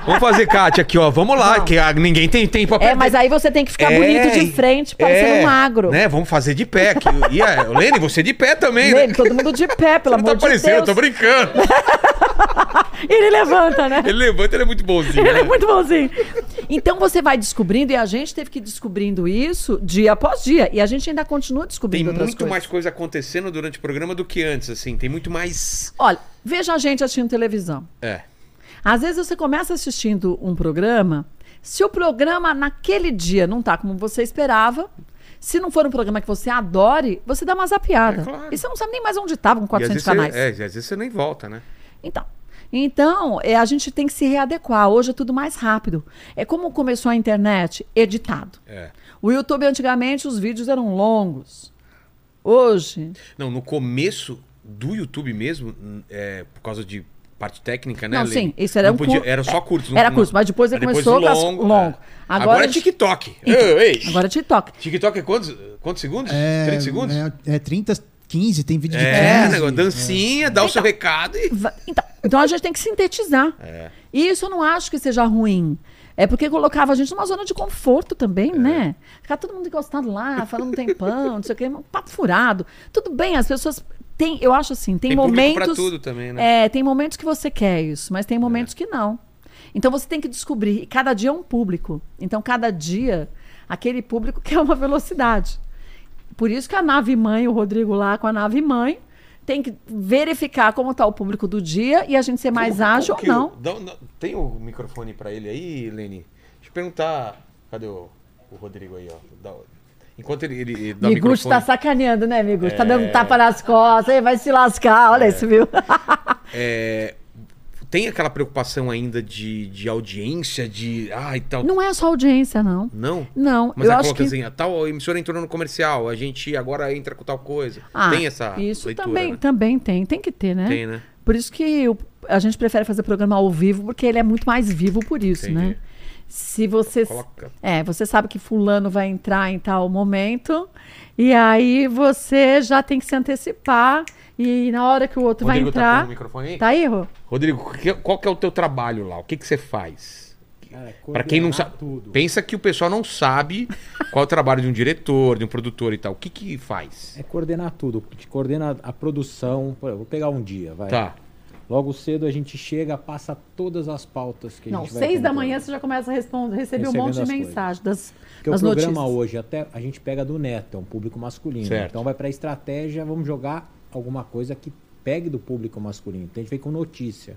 Speaker 1: Vamos fazer, Kátia, aqui, ó. Vamos lá, que ah, ninguém tem tempo pra
Speaker 3: É, mas aí você tem que ficar bonito de frente, parecendo um magro.
Speaker 1: É, Né? Vamos fazer de pé aqui. E a Lene, você de pé também,
Speaker 3: Lene,
Speaker 1: né?
Speaker 3: todo mundo de pé, pelo
Speaker 1: Não tá
Speaker 3: amor de Deus.
Speaker 1: aparecendo, eu tô brincando.
Speaker 3: Ele levanta, né?
Speaker 1: Ele levanta, ele é muito bonzinho.
Speaker 3: Ele
Speaker 1: né?
Speaker 3: é muito bonzinho. Então você vai descobrindo, e a gente teve que ir descobrindo isso dia após dia. E a gente ainda continua
Speaker 1: Tem
Speaker 3: descobrindo outras
Speaker 1: muito
Speaker 3: coisas.
Speaker 1: mais coisa acontecendo durante o programa do que antes, assim. Tem muito mais.
Speaker 3: Olha, veja a gente assistindo televisão.
Speaker 1: É.
Speaker 3: Às vezes você começa assistindo um programa, se o programa naquele dia não tá como você esperava, se não for um programa que você adore, você dá uma zapiada.
Speaker 1: É claro.
Speaker 3: E você não sabe nem mais onde estava com
Speaker 1: E às
Speaker 3: 400
Speaker 1: vezes
Speaker 3: canais.
Speaker 1: Você, é, às vezes você nem volta, né?
Speaker 3: Então. Então, é, a gente tem que se readequar. Hoje é tudo mais rápido. É como começou a internet, editado.
Speaker 1: É.
Speaker 3: O YouTube, antigamente, os vídeos eram longos. Hoje,
Speaker 1: Não, no começo do YouTube mesmo, hum, é, por causa de parte técnica, né?
Speaker 3: Não,
Speaker 1: Lê?
Speaker 3: sim, isso era
Speaker 1: Não
Speaker 3: um
Speaker 1: podia,
Speaker 3: cur-
Speaker 1: Era só curto. não-
Speaker 3: era
Speaker 1: não-
Speaker 3: curto, mas depois
Speaker 1: Aí
Speaker 3: ele começou com as- longo.
Speaker 1: é. Agora,
Speaker 3: Agora
Speaker 1: é
Speaker 3: a gente-
Speaker 1: TikTok.
Speaker 3: Então,
Speaker 1: Ei, ei.
Speaker 3: agora é TikTok.
Speaker 1: TikTok é quantos, quantos segundos?
Speaker 2: É,
Speaker 1: 30 segundos? É,
Speaker 2: É, é 30, 15, tem vídeo de 15.
Speaker 1: né, negócio, dancinha, dá o seu recado e.
Speaker 3: Va- Então, então a gente tem que sintetizar.
Speaker 1: É.
Speaker 3: E isso eu não acho que seja ruim. É porque colocava a gente numa zona de conforto também,
Speaker 1: É.
Speaker 3: né? Ficar todo mundo encostado lá, falando um tempão, não sei o quê, um papo furado. Tudo bem, as pessoas têm, eu acho assim, tem,
Speaker 1: Tem público pra
Speaker 3: momentos.
Speaker 1: tudo também, né?
Speaker 3: É, tem momentos que você quer isso, mas tem
Speaker 1: É.
Speaker 3: momentos que não. Então você tem que descobrir. E cada dia é um público. Então cada dia, aquele público quer uma velocidade. Por isso que a nave mãe, o Rodrigo lá com a nave mãe, tem que verificar como está o público do dia e a gente ser mais
Speaker 1: Como-
Speaker 3: ágil
Speaker 1: como
Speaker 3: ou
Speaker 1: que o-
Speaker 3: não.
Speaker 1: dá um- dá- tem o microfone pra ele aí, Leni? Deixa eu perguntar. Cadê o, o Rodrigo aí, ó? Dá o- enquanto ele, ele, ele dá o
Speaker 3: Miguxo
Speaker 1: microfone.
Speaker 3: tá sacaneando, né, Miguxo? Tá dando tapa nas costas, aí vai se lascar, olha isso, viu?
Speaker 1: É, tem aquela preocupação ainda de, de audiência, de. Ah, e tal.
Speaker 3: não é só audiência, não.
Speaker 1: Não?
Speaker 3: Não,
Speaker 1: Mas
Speaker 3: eu
Speaker 1: a
Speaker 3: acho que...
Speaker 1: assim, a tal emissora entrou no comercial, a gente agora entra com tal coisa.
Speaker 3: Ah,
Speaker 1: tem essa
Speaker 3: isso
Speaker 1: leitura,
Speaker 3: também,
Speaker 1: né?
Speaker 3: também tem, tem que ter, né?
Speaker 1: Tem, né?
Speaker 3: Por isso que o- a gente prefere fazer programa ao vivo, porque ele é muito mais vivo por isso,
Speaker 1: Entendi.
Speaker 3: né? Se você.
Speaker 1: Coloca.
Speaker 3: É, você sabe que fulano vai entrar em tal momento, e aí você já tem que se antecipar, e na hora que o outro
Speaker 1: Rodrigo
Speaker 3: vai entrar.
Speaker 1: tá com o microfone aí?
Speaker 3: Tá aí, Rô?
Speaker 1: Rodrigo, que- qual que é o teu trabalho lá? O que, que você faz?
Speaker 6: Cara,
Speaker 1: Pra quem não
Speaker 6: É, coordenar
Speaker 1: sabe,
Speaker 6: Tudo.
Speaker 1: pensa que o pessoal não sabe qual é o trabalho de um diretor, de um produtor e tal. O que que faz?
Speaker 6: É coordenar tudo. Te coordena a produção. Pô, eu vou pegar um dia, vai.
Speaker 1: Tá.
Speaker 6: Logo cedo a gente chega, passa todas as pautas que a
Speaker 3: Não,
Speaker 6: gente vai
Speaker 3: seis da
Speaker 6: comentando.
Speaker 3: manhã você já começa a responder, receber um
Speaker 6: Recebendo
Speaker 3: monte de
Speaker 6: as coisas.
Speaker 3: mensagem das,
Speaker 6: Porque
Speaker 3: das
Speaker 6: o programa
Speaker 3: notícias.
Speaker 6: hoje, até a gente pega do neto, é um público masculino.
Speaker 1: Certo.
Speaker 6: Então vai pra estratégia, vamos jogar alguma coisa que pegue do público masculino. Então a gente vem com notícia.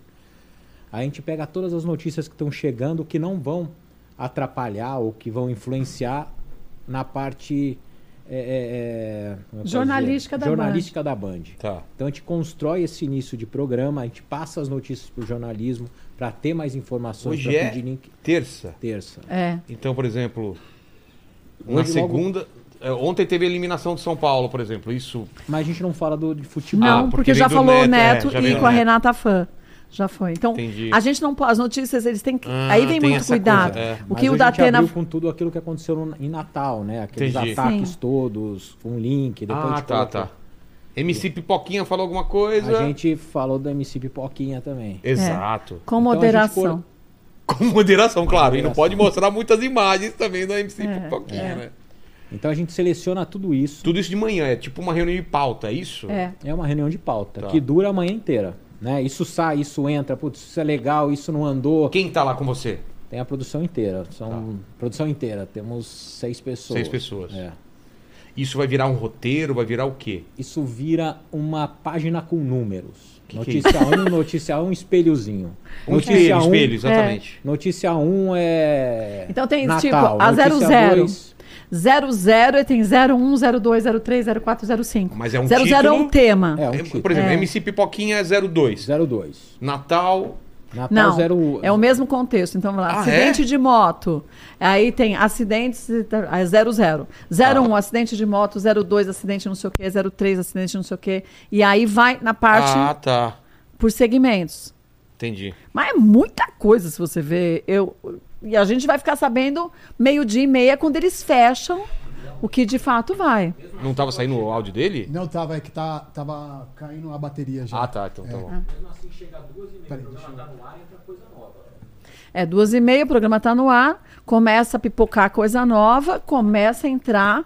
Speaker 6: Aí a gente pega todas as notícias que estão chegando que não vão atrapalhar ou que vão influenciar na parte é, é, é, como eu posso
Speaker 3: Jornalística da
Speaker 6: jornalística da Band.
Speaker 1: Tá.
Speaker 6: Então a gente constrói esse início de programa, a gente passa as notícias pro jornalismo para ter mais informações,
Speaker 1: Hoje
Speaker 6: pra
Speaker 1: é
Speaker 6: pedir link
Speaker 1: terça.
Speaker 6: terça.
Speaker 3: É.
Speaker 1: Então, por exemplo, na
Speaker 6: Hoje logo-
Speaker 1: segunda. é, Ontem teve a eliminação de São Paulo, por exemplo. Isso.
Speaker 6: Mas a gente não fala do de futebol.
Speaker 1: Ah,
Speaker 3: Não,
Speaker 1: porque
Speaker 3: porque,
Speaker 1: vem
Speaker 3: já
Speaker 1: do
Speaker 3: falou o
Speaker 1: Neto, é,
Speaker 3: Neto
Speaker 1: já
Speaker 3: e
Speaker 1: vem
Speaker 3: com
Speaker 1: do
Speaker 3: a
Speaker 1: Neto.
Speaker 3: Renata Fã. Já foi. Então,
Speaker 1: Entendi.
Speaker 3: a gente não pode. As notícias, eles têm que.
Speaker 1: Ah,
Speaker 3: aí vem
Speaker 1: tem
Speaker 3: muito
Speaker 1: essa
Speaker 3: cuidado.
Speaker 1: coisa, é.
Speaker 3: O
Speaker 6: Tá, Mas
Speaker 3: que o
Speaker 6: a gente
Speaker 3: Datena
Speaker 6: abriu com tudo aquilo que aconteceu no- em Natal, né? Aqueles
Speaker 1: Entendi.
Speaker 6: ataques
Speaker 3: Sim.
Speaker 6: todos, com um link, depois a
Speaker 1: Ah,
Speaker 6: gente
Speaker 1: tá,
Speaker 6: colocou-
Speaker 1: tá. MC Pipoquinha falou alguma coisa.
Speaker 6: A gente É. falou da MC Pipoquinha também.
Speaker 1: Exato.
Speaker 3: Com
Speaker 6: Então, a gente
Speaker 3: moderação.
Speaker 1: Com moderação, claro. E não
Speaker 6: Moderação.
Speaker 1: pode mostrar muitas imagens também da MC
Speaker 3: É,
Speaker 1: Pipoquinha,
Speaker 3: é.
Speaker 1: né?
Speaker 6: Então a gente seleciona tudo isso.
Speaker 1: Tudo isso de manhã, é tipo uma reunião de pauta, é isso?
Speaker 3: É.
Speaker 6: É uma reunião de pauta,
Speaker 1: Tá.
Speaker 6: que dura a manhã inteira. Né? Isso sai, isso entra, putz, isso é legal, isso não andou.
Speaker 1: Quem tá lá com você?
Speaker 6: Tem a produção inteira. São produção inteira. Temos seis pessoas.
Speaker 1: Tá. Seis pessoas.
Speaker 6: É.
Speaker 1: Isso vai virar um roteiro, vai virar o quê?
Speaker 6: Isso vira uma página com números.
Speaker 1: Que que é
Speaker 6: notícia 1, notícia 1, espelhozinho.
Speaker 1: Um
Speaker 6: notícia
Speaker 1: espelho,
Speaker 6: um,
Speaker 1: espelho, exatamente.
Speaker 6: Notícia 1 um é.
Speaker 3: Então tem
Speaker 6: Natal.
Speaker 3: tipo a
Speaker 6: Notícia
Speaker 3: 00.
Speaker 6: dois-
Speaker 3: 00 e tem 01, 02, 03, 04, 05.
Speaker 1: Mas é um
Speaker 3: 00 é um
Speaker 1: título?
Speaker 3: tema.
Speaker 6: É, um
Speaker 1: É,
Speaker 6: título.
Speaker 1: Por exemplo,
Speaker 3: É.
Speaker 1: MC Pipoquinha 02.
Speaker 6: 02.
Speaker 1: Natal.
Speaker 6: Natal
Speaker 3: Não,
Speaker 6: 01.
Speaker 3: é o mesmo contexto. Então, vamos lá,
Speaker 1: Ah,
Speaker 3: acidente
Speaker 1: é?
Speaker 3: de moto. Aí tem acidentes, é 00.
Speaker 1: Ah.
Speaker 3: 01, acidente de moto, 02, acidente não sei o quê, 03, acidente não sei o quê. E aí vai na parte
Speaker 1: Ah, tá.
Speaker 3: por segmentos.
Speaker 1: Entendi.
Speaker 3: Mas é muita coisa se você ver. Eu, e a gente vai ficar sabendo meio-dia e meia quando eles fecham O que de fato vai.
Speaker 1: Não tava saindo o áudio dele?
Speaker 5: Não, tava, é que tá, tava caindo a bateria já.
Speaker 1: Ah, tá. Então tá
Speaker 6: É.
Speaker 1: bom.
Speaker 4: Mesmo assim, chega às duas e meia, o
Speaker 5: Peraí,
Speaker 4: programa
Speaker 5: deixa
Speaker 4: tá no ar, entra coisa nova.
Speaker 3: É duas e meia, o programa tá no ar, começa a pipocar coisa nova, começa a entrar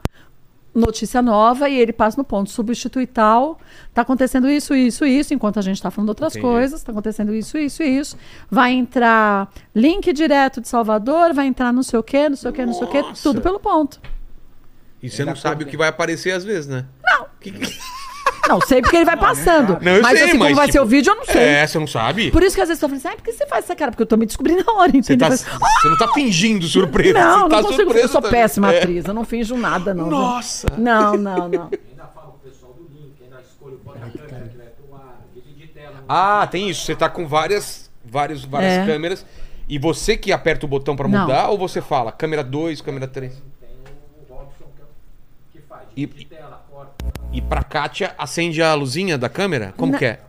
Speaker 3: notícia nova e ele passa no ponto substitui tal, tá acontecendo isso, isso, isso, enquanto a gente tá falando outras
Speaker 1: Entendi.
Speaker 3: coisas, tá acontecendo isso, isso, isso, vai entrar link direto de Salvador, vai entrar não sei o quê, não sei o quê, não sei o quê,
Speaker 1: Nossa!
Speaker 3: tudo pelo ponto.
Speaker 1: E você não
Speaker 6: tá
Speaker 1: sabe o que vai aparecer às vezes, né?
Speaker 3: Não sei porque ele vai passando,
Speaker 1: Ah, é? Não, eu
Speaker 3: mas
Speaker 1: sei,
Speaker 3: assim como
Speaker 1: mas,
Speaker 3: vai ser
Speaker 1: tipo,
Speaker 3: o vídeo, eu não sei.
Speaker 1: É, você não sabe?
Speaker 3: Por isso que às vezes eu tô falando assim, ah, por que você faz essa cara? Porque eu tô me descobrindo na hora,
Speaker 1: Você,
Speaker 3: entendeu?
Speaker 1: tá,
Speaker 3: Mas-
Speaker 1: você não tá fingindo surpresa.
Speaker 3: Não,
Speaker 1: você tá
Speaker 3: não consigo. Eu
Speaker 1: surpreso
Speaker 3: sou
Speaker 1: também.
Speaker 3: péssima
Speaker 1: É.
Speaker 3: atriz. Eu não finjo nada, não. viu?
Speaker 1: Nossa!
Speaker 3: Não, não, não.
Speaker 4: Ainda fala pro pessoal do link, ainda escolhe o ponto da câmera que vai pro ar, vídeo de tela.
Speaker 1: Ah, tem isso. Você tá com várias, várias, várias
Speaker 3: É.
Speaker 1: câmeras. E você que aperta o botão pra
Speaker 3: Não.
Speaker 1: mudar ou você fala câmera 2, câmera 3?
Speaker 4: Tem o Robson que, é o- que faz
Speaker 1: E-
Speaker 4: vídeo de tela, corta.
Speaker 1: E pra Kátia, acende a luzinha da câmera? Como
Speaker 3: Na-
Speaker 1: que é?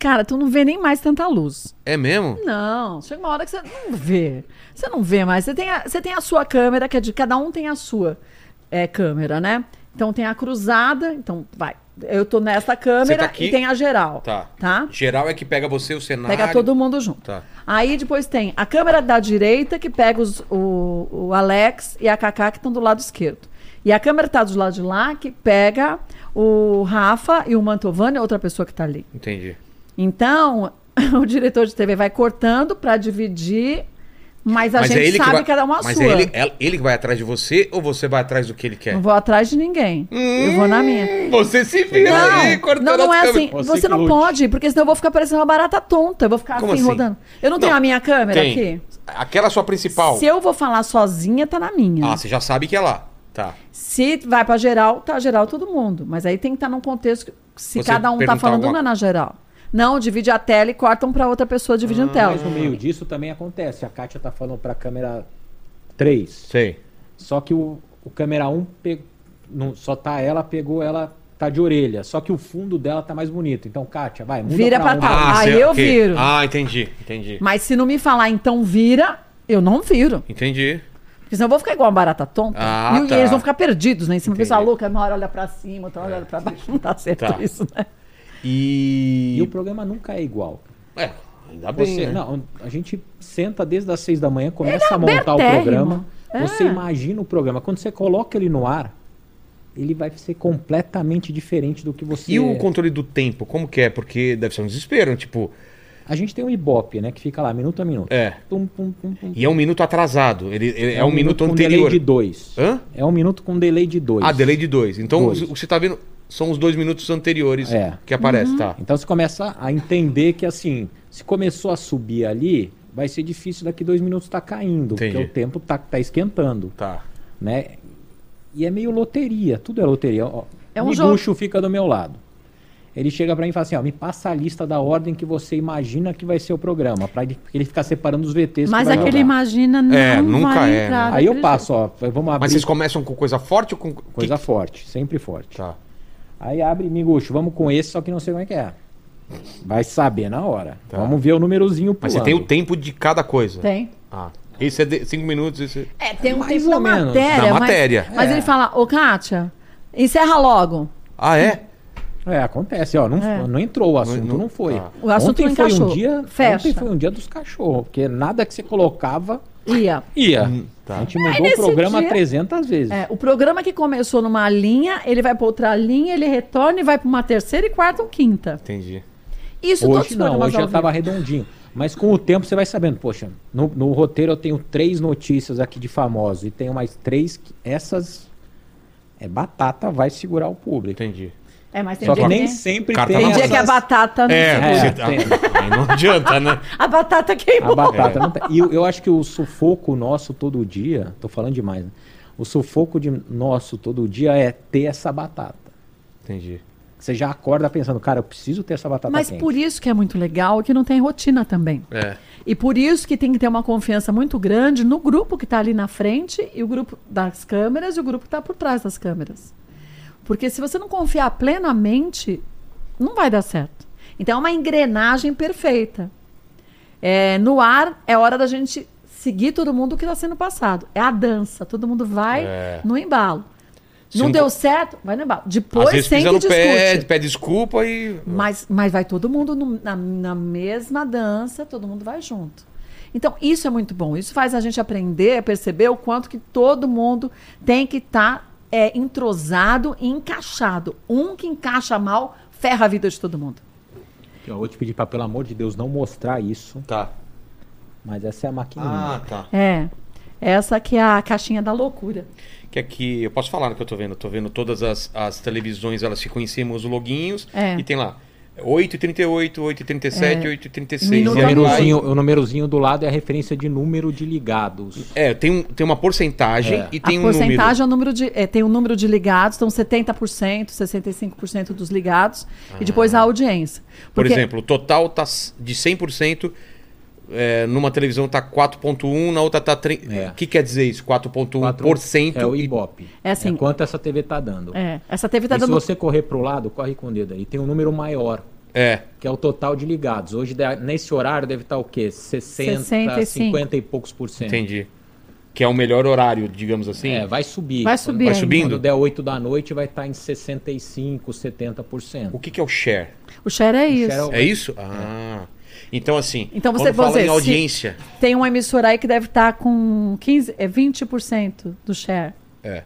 Speaker 3: Cara, tu não vê nem mais tanta luz.
Speaker 1: É mesmo?
Speaker 3: Não, chega uma hora que você não vê. Você não vê mais. Você tem a, você tem a sua câmera, que é de cada um tem a sua é, câmera, né? Então tem a cruzada, então vai. Eu tô nesta câmera
Speaker 1: tá aqui?
Speaker 3: e tem a geral.
Speaker 1: Tá.
Speaker 3: Tá?
Speaker 1: Geral é que pega você, o cenário.
Speaker 3: Pega todo mundo junto.
Speaker 1: Tá.
Speaker 3: Aí depois tem a câmera da direita, que pega os- o, o Alex e a Kaká, que estão do lado esquerdo. E a câmera que tá do lado de lá, que pega o Rafa e o Mantovani, outra pessoa que tá ali.
Speaker 1: Entendi.
Speaker 3: Então, o diretor de TV vai cortando para dividir, mas a gente sabe
Speaker 1: é vai...
Speaker 3: cada uma a
Speaker 1: Mas
Speaker 3: sua.
Speaker 1: é ele, é ele que vai atrás de você ou você vai atrás do que ele quer?
Speaker 3: Não vou atrás de ninguém. eu vou na minha.
Speaker 1: Hum, Você se vira aí,
Speaker 3: Não,
Speaker 1: cortando
Speaker 3: não, não
Speaker 1: as
Speaker 3: é
Speaker 1: câmeras.
Speaker 3: assim.
Speaker 6: Você
Speaker 3: Você
Speaker 6: que
Speaker 3: não
Speaker 6: lute.
Speaker 3: pode, porque senão eu vou ficar parecendo uma barata tonta. Eu vou ficar
Speaker 1: Como
Speaker 3: assim,
Speaker 1: assim?
Speaker 3: rodando. Eu não, tenho
Speaker 1: Não,
Speaker 3: a minha câmera
Speaker 1: Tem.
Speaker 3: aqui?
Speaker 1: Aquela sua principal.
Speaker 3: Se eu vou falar sozinha, tá na
Speaker 6: Né?
Speaker 3: minha.
Speaker 1: Ah, você já sabe que é lá. Tá.
Speaker 3: Se vai pra geral, tá geral todo mundo. Mas aí tem que estar num contexto que se
Speaker 1: Você
Speaker 3: cada um tá
Speaker 1: perguntar
Speaker 3: falando,
Speaker 1: alguma-
Speaker 3: não é na geral. Não, divide a tela e cortam pra outra pessoa
Speaker 1: Ah,
Speaker 3: dividindo tela.
Speaker 6: Mas no meio disso também acontece. A Kátia tá falando pra câmera 3.
Speaker 1: Sei.
Speaker 6: Só que o, o câmera 1 pe- não, só tá ela, pegou ela, tá de orelha. Só que o fundo dela tá mais bonito. Então, Kátia, vai, muda
Speaker 3: Vira pra
Speaker 6: um.
Speaker 3: cá. Ah,
Speaker 1: sei-
Speaker 3: aí eu
Speaker 1: ok.
Speaker 3: viro.
Speaker 1: Ah, entendi. Entendi.
Speaker 3: Mas se não me falar, então vira, eu não viro.
Speaker 1: Entendi.
Speaker 3: Porque senão eu vou ficar igual uma barata tonta.
Speaker 1: Ah,
Speaker 3: e, o- e
Speaker 1: tá.
Speaker 3: eles vão ficar perdidos, né? Em cima,
Speaker 1: Entendi.
Speaker 3: pessoa louca, uma hora olha pra cima, outra hora olha pra baixo. Não tá certo
Speaker 1: Tá.
Speaker 3: isso, né?
Speaker 6: E o
Speaker 1: E.
Speaker 6: programa nunca é igual.
Speaker 1: É, ainda bem.
Speaker 6: Você,
Speaker 1: né?
Speaker 6: não, a gente senta desde as seis da manhã, começa a montar o
Speaker 3: abertérrimo.
Speaker 6: programa.
Speaker 3: É.
Speaker 6: Você imagina o programa. Quando você coloca ele no ar, ele vai ser completamente diferente do que você.
Speaker 1: E o controle do tempo, como que é? Porque deve ser um desespero, tipo,
Speaker 6: A gente tem um Ibope, né? Que fica lá minuto a minuto.
Speaker 1: é.
Speaker 6: Pum, pum, pum, pum.
Speaker 1: E é um minuto atrasado. Ele, ele- é, um, minuto,
Speaker 6: com
Speaker 1: anterior.
Speaker 6: delay de dois.
Speaker 1: Hã?
Speaker 6: É um minuto com delay de dois.
Speaker 1: Ah, delay de dois. Então
Speaker 6: Dois.
Speaker 1: os- o que você tá vendo são os dois minutos anteriores
Speaker 6: É.
Speaker 1: que aparece, tá?
Speaker 6: Então você começa a entender que assim, se começou a subir ali, vai ser difícil daqui dois minutos estar caindo,
Speaker 1: Entendi.
Speaker 6: porque o tempo tá, tá esquentando,
Speaker 1: Tá.
Speaker 6: né? E é meio loteria, tudo é loteria. Ó,
Speaker 3: É um
Speaker 6: o
Speaker 3: jogo.
Speaker 6: Miguxo fica do meu lado. Ele chega pra mim e fala assim, ó, me passa a lista da ordem que você imagina que vai ser o programa, pra ele ele ficar separando os VTs. que
Speaker 3: Mas
Speaker 6: vai
Speaker 3: aquele
Speaker 6: jogar.
Speaker 3: imagina não
Speaker 1: É, nunca
Speaker 3: vai
Speaker 1: é,
Speaker 3: entrar.
Speaker 1: né?
Speaker 6: Aí eu
Speaker 3: daquele
Speaker 6: passo, ó, vamos abrir
Speaker 1: Mas vocês começam com coisa forte ou com.
Speaker 6: Tá coisa forte, sempre forte.
Speaker 1: Tá.
Speaker 6: Aí abre, Miguxo, vamos com esse, só que não sei como é que é. Vai saber na hora. Vamos ver o númerozinho
Speaker 1: Tá. Mas você tem o tempo de cada coisa.
Speaker 3: jeito. Tem.
Speaker 1: Ah. Esse é de cinco minutos, esse.
Speaker 3: É, tem um
Speaker 6: Mais
Speaker 3: tempo
Speaker 6: ou
Speaker 3: da
Speaker 6: menos.
Speaker 3: matéria.
Speaker 1: Da
Speaker 3: mas-
Speaker 1: matéria.
Speaker 3: Mas,
Speaker 6: É.
Speaker 3: ele fala, ô Kátia, encerra logo.
Speaker 1: Ah, é?
Speaker 6: É, acontece, ó. Não,
Speaker 3: É.
Speaker 6: não entrou o assunto,
Speaker 1: não-
Speaker 6: não, foi.
Speaker 1: tá.
Speaker 3: O assunto
Speaker 6: ontem
Speaker 3: não
Speaker 6: foi um
Speaker 3: encaixou.
Speaker 6: dia.
Speaker 3: Fecha.
Speaker 6: Ontem foi um dia dos cachorros, porque nada que você colocava
Speaker 3: Ia.
Speaker 6: ia.
Speaker 3: Hum,
Speaker 1: tá.
Speaker 6: A gente mudou o
Speaker 3: nesse
Speaker 6: programa
Speaker 3: dia-
Speaker 6: 300 vezes.
Speaker 3: É, o programa que começou numa linha, ele vai pra outra linha, ele retorna e vai pra uma terceira e quarta ou quinta.
Speaker 1: Entendi.
Speaker 3: Isso todos
Speaker 6: Hoje
Speaker 3: os
Speaker 6: não,
Speaker 3: programas
Speaker 6: hoje
Speaker 3: ao
Speaker 6: já
Speaker 3: vivo.
Speaker 6: tava redondinho. Mas com o tempo você vai sabendo, poxa, no, no roteiro eu tenho três notícias aqui de famosos e tenho mais três que essas é batata vai segurar o público.
Speaker 1: Entendi.
Speaker 3: É, mas tem
Speaker 6: Só que
Speaker 3: dia
Speaker 6: nem
Speaker 3: que,
Speaker 6: sempre
Speaker 1: Carta
Speaker 6: tem
Speaker 1: na
Speaker 3: tem dia que
Speaker 6: essas...
Speaker 3: a batata não
Speaker 1: É,
Speaker 3: segura.
Speaker 1: você
Speaker 6: É,
Speaker 1: tá-
Speaker 6: tem.
Speaker 1: Aí não adianta, né?
Speaker 3: A batata queimou.
Speaker 6: A batata não tem. E eu, eu acho que o sufoco nosso todo dia, tô falando demais, né? O sufoco de nosso todo dia é ter essa batata.
Speaker 1: Entendi.
Speaker 6: Você já acorda pensando, cara, eu preciso ter essa batata
Speaker 3: Mas
Speaker 6: quente.
Speaker 3: por isso que é muito legal que não tem rotina também.
Speaker 1: É.
Speaker 3: E por isso que tem que ter uma confiança muito grande no grupo que está ali na frente, e o grupo das câmeras e o grupo que está por trás das câmeras. Porque se você não confiar plenamente, não vai dar certo. Então é uma engrenagem perfeita. É, no ar é hora da gente tá seguir todo mundo que está sendo passado. É a dança, todo mundo vai
Speaker 1: É.
Speaker 3: no embalo.
Speaker 1: Se
Speaker 3: Não
Speaker 1: um-
Speaker 3: deu certo, vai no embalo.
Speaker 1: Às
Speaker 3: Depois
Speaker 1: vezes pisa
Speaker 3: sempre
Speaker 1: no
Speaker 3: discute.
Speaker 1: pé, pede desculpa e.
Speaker 3: Mas, mas vai todo mundo no- na, na mesma dança, todo mundo vai junto. Então, isso é muito bom. Isso faz a gente aprender, perceber o quanto que todo mundo tem que estar entrosado e encaixado. Um que encaixa mal, ferra a vida de todo mundo.
Speaker 6: Eu vou te pedir pra, pelo amor de Deus, não mostrar isso.
Speaker 1: Tá.
Speaker 6: Mas essa é a maquininha.
Speaker 1: Ah, tá.
Speaker 3: É. Essa que é a caixinha da loucura.
Speaker 1: Que aqui, eu posso falar no que eu tô vendo. Eu tô vendo todas as, as televisões, elas ficam em cima os loguinhos.
Speaker 3: É.
Speaker 1: E tem lá 8h38, 8h37, 8h36.
Speaker 6: o,
Speaker 3: Minuto
Speaker 1: e aí vai-
Speaker 6: numerozinho, o numerozinho do lado é a referência de número de ligados.
Speaker 1: É, tem, um, tem uma porcentagem
Speaker 6: É.
Speaker 1: e tem
Speaker 3: a
Speaker 1: um
Speaker 3: porcentagem
Speaker 1: número.
Speaker 3: é o número de. é, tem o número de ligados, então 70%, 65% dos ligados, e depois a audiência.
Speaker 1: Ah. Por
Speaker 3: Porque-
Speaker 1: exemplo, o total tá s- de 100%, é, numa televisão tá 4.1, na outra tá... tre- O
Speaker 6: É.
Speaker 1: que quer dizer isso? 4.1%
Speaker 6: é o
Speaker 1: e-
Speaker 6: Ibope.
Speaker 3: É assim.
Speaker 6: quanto essa TV tá dando.
Speaker 3: É, essa TV tá
Speaker 6: e
Speaker 3: dando.
Speaker 6: se você correr pro lado, corre com o dedo aí. Tem um número maior,
Speaker 1: É,
Speaker 6: que é o total de ligados. Hoje, da- nesse horário, deve estar o quê? 60,
Speaker 3: 65.
Speaker 6: 50 e poucos por cento.
Speaker 1: entendi. Que é o melhor horário, digamos assim.
Speaker 6: É, vai subir.
Speaker 3: Vai
Speaker 6: Quando-
Speaker 3: subir
Speaker 1: Vai
Speaker 3: ainda.
Speaker 1: subir?
Speaker 6: Quando der 8 da noite, vai estar em 65, 70%.
Speaker 1: O que, que é o share?
Speaker 3: O share é
Speaker 6: share
Speaker 3: isso.
Speaker 6: é o-
Speaker 1: É isso? Ah. Então, assim,
Speaker 3: Então você-
Speaker 1: quando fala
Speaker 3: você-
Speaker 1: em
Speaker 3: se-
Speaker 1: audiência...
Speaker 3: Tem uma emissora aí que deve estar com 15, é 20% do share.
Speaker 1: É.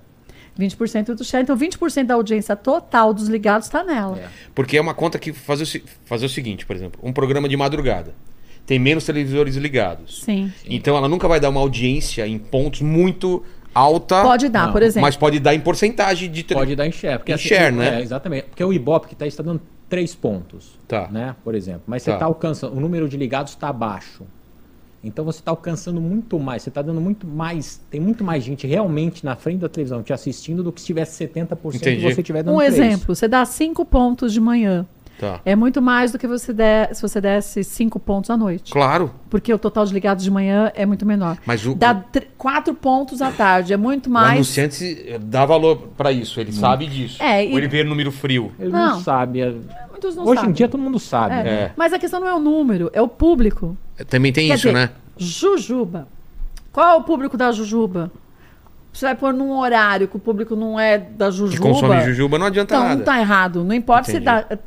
Speaker 3: 20% do share, então 20% da audiência total dos ligados está nela.
Speaker 6: É.
Speaker 1: Porque é uma conta que faz o, se- faz o seguinte, por exemplo, um programa de madrugada. Tem menos televisores ligados.
Speaker 3: Sim.
Speaker 1: Então ela nunca vai dar uma audiência em pontos muito alta.
Speaker 3: Pode dar,
Speaker 6: Ah, Não, tá
Speaker 3: por exemplo.
Speaker 1: Mas pode dar em porcentagem de tele-
Speaker 6: Pode dar em share. Porque
Speaker 1: Em share,
Speaker 6: o-
Speaker 1: né?
Speaker 6: é, exatamente. Porque o Ibope que está está dando 3 pontos,
Speaker 1: Tá.
Speaker 6: né? por exemplo. Mas você
Speaker 1: Tá.
Speaker 6: está alcançando, o número de ligados está baixo. Então você está alcançando muito mais, você está dando muito mais, tem muito mais gente realmente na frente da televisão te assistindo do que se tivesse 70%
Speaker 1: Entendi.
Speaker 6: e você tiver dando
Speaker 3: Um
Speaker 6: três.
Speaker 3: exemplo, você dá 5 pontos de manhã.
Speaker 1: Tá.
Speaker 3: É muito mais do que você der, se você desse 5 pontos à noite.
Speaker 1: Claro,
Speaker 3: Porque o total de ligados de manhã é muito menor.
Speaker 1: mas o,
Speaker 3: Dá 4 pontos à tarde, é muito
Speaker 1: o
Speaker 3: mais.
Speaker 1: anunciante se- dá valor pra isso, ele sabe disso.
Speaker 3: É, e-
Speaker 1: Ou ele vê número frio.
Speaker 6: Ele não,
Speaker 3: Não.
Speaker 6: sabe. é-
Speaker 3: Muitos não
Speaker 6: Hoje em
Speaker 3: sabem.
Speaker 6: dia todo mundo sabe. né?
Speaker 3: É.
Speaker 1: É.
Speaker 3: Mas a questão não é o número, é o público.
Speaker 1: Também tem
Speaker 3: Quer
Speaker 1: isso,
Speaker 3: dizer,
Speaker 1: né?
Speaker 3: Jujuba. Qual é o público da Jujuba? Você vai pôr num horário que o público não é da Jujuba.
Speaker 1: Que consome jujuba não adianta
Speaker 3: Então, não
Speaker 1: nada.
Speaker 3: tá errado. Não importa se
Speaker 1: Entendi.
Speaker 3: dá eh,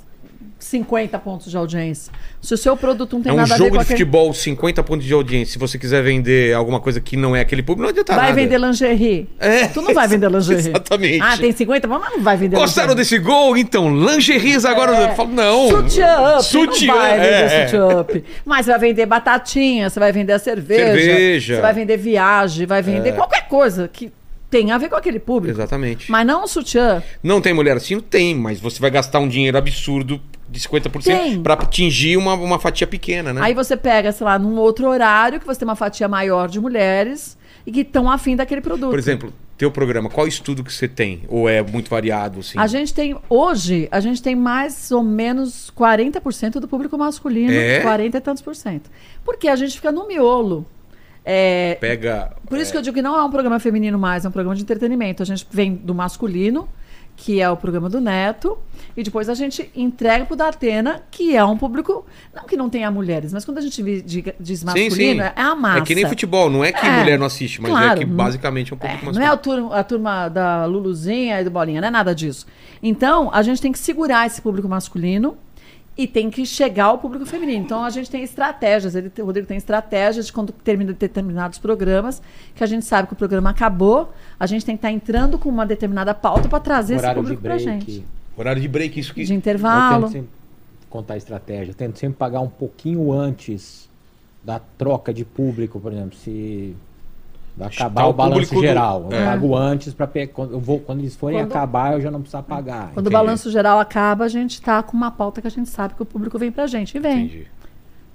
Speaker 3: 50 pontos de audiência. Se o seu produto não tem
Speaker 1: É um
Speaker 3: nada a ver
Speaker 1: jogo
Speaker 3: com
Speaker 1: de
Speaker 3: aquele...
Speaker 1: futebol, 50 pontos de audiência. Se você quiser vender alguma coisa que não é aquele público, não adianta
Speaker 3: Vai
Speaker 1: nada.
Speaker 3: vender lingerie.
Speaker 1: É,
Speaker 3: tu não vai vender lingerie.
Speaker 1: exatamente.
Speaker 3: Ah, tem 50, mas não vai vender
Speaker 1: Gostaram
Speaker 3: lingerie.
Speaker 1: desse gol? Então, lingeries agora. Eu falo, não.
Speaker 3: É. Sutiã up.
Speaker 1: Sutiã,
Speaker 3: não vai vender
Speaker 1: é, é.
Speaker 3: sutiã up. Mas você vai vender batatinha, você vai vender a cerveja.
Speaker 1: Cerveja. É.
Speaker 3: Você vai vender viagem, vai vender qualquer coisa que tenha a ver com aquele público.
Speaker 1: Exatamente.
Speaker 3: Mas não o sutiã.
Speaker 1: Não tem mulher assim? Tem, mas você vai gastar um dinheiro absurdo de 50%
Speaker 3: Tem.
Speaker 1: pra atingir uma, uma fatia pequena, né?
Speaker 3: Aí você pega, sei lá, num outro horário que você tem uma fatia maior de mulheres e que estão afim daquele produto.
Speaker 1: Por exemplo, teu programa, qual estudo que você tem? Ou é muito variado, assim?
Speaker 3: A gente tem, hoje, a gente tem mais ou menos 40% do público masculino,
Speaker 1: É?
Speaker 3: 40 e tantos por cento. Porque a gente fica no miolo. É,
Speaker 1: Pega.
Speaker 3: Por isso que eu digo que não é um programa feminino mais, é um programa de entretenimento. A gente vem do masculino, que é o programa do Neto, e depois a gente entrega pro da Atena, que é um público. Não que não tenha mulheres, mas quando a gente vi- diga- diz masculino, é a massa.
Speaker 1: É que nem futebol, não é que
Speaker 3: É,
Speaker 1: mulher não assiste, mas é
Speaker 3: claro,
Speaker 1: que
Speaker 3: não-
Speaker 1: basicamente é um pouco
Speaker 3: É,
Speaker 1: mais.
Speaker 3: não é a turma, a turma da Luluzinha e do Bolinha, não é nada disso. Então, a gente tem que segurar esse público masculino e tem que chegar ao público feminino. Então, a gente tem estratégias. Ele, tem- o Rodrigo tem estratégias de quando termina determinados programas, que a gente sabe que o programa acabou, a gente tem que estar entrando com uma determinada pauta para trazer esse
Speaker 6: Horário de
Speaker 3: público para gente.
Speaker 6: break.
Speaker 1: Horário de break, isso que.
Speaker 3: De
Speaker 6: Eu tento
Speaker 3: intervalo.
Speaker 6: sempre contar a estratégia. Eu tento sempre pagar um pouquinho antes da troca de público, por exemplo, se vai acabar
Speaker 1: Tá, o
Speaker 6: o balanço
Speaker 1: público do-
Speaker 6: geral. né? Eu
Speaker 1: É.
Speaker 6: pago antes para quando, eu vou- quando eles forem
Speaker 3: Quando-
Speaker 6: acabar, eu já não precisar pagar.
Speaker 3: Quando o
Speaker 1: Entendi.
Speaker 3: balanço geral acaba, a gente está com uma pauta que a gente sabe que o público vem para gente. E vem.
Speaker 1: É, Entendi.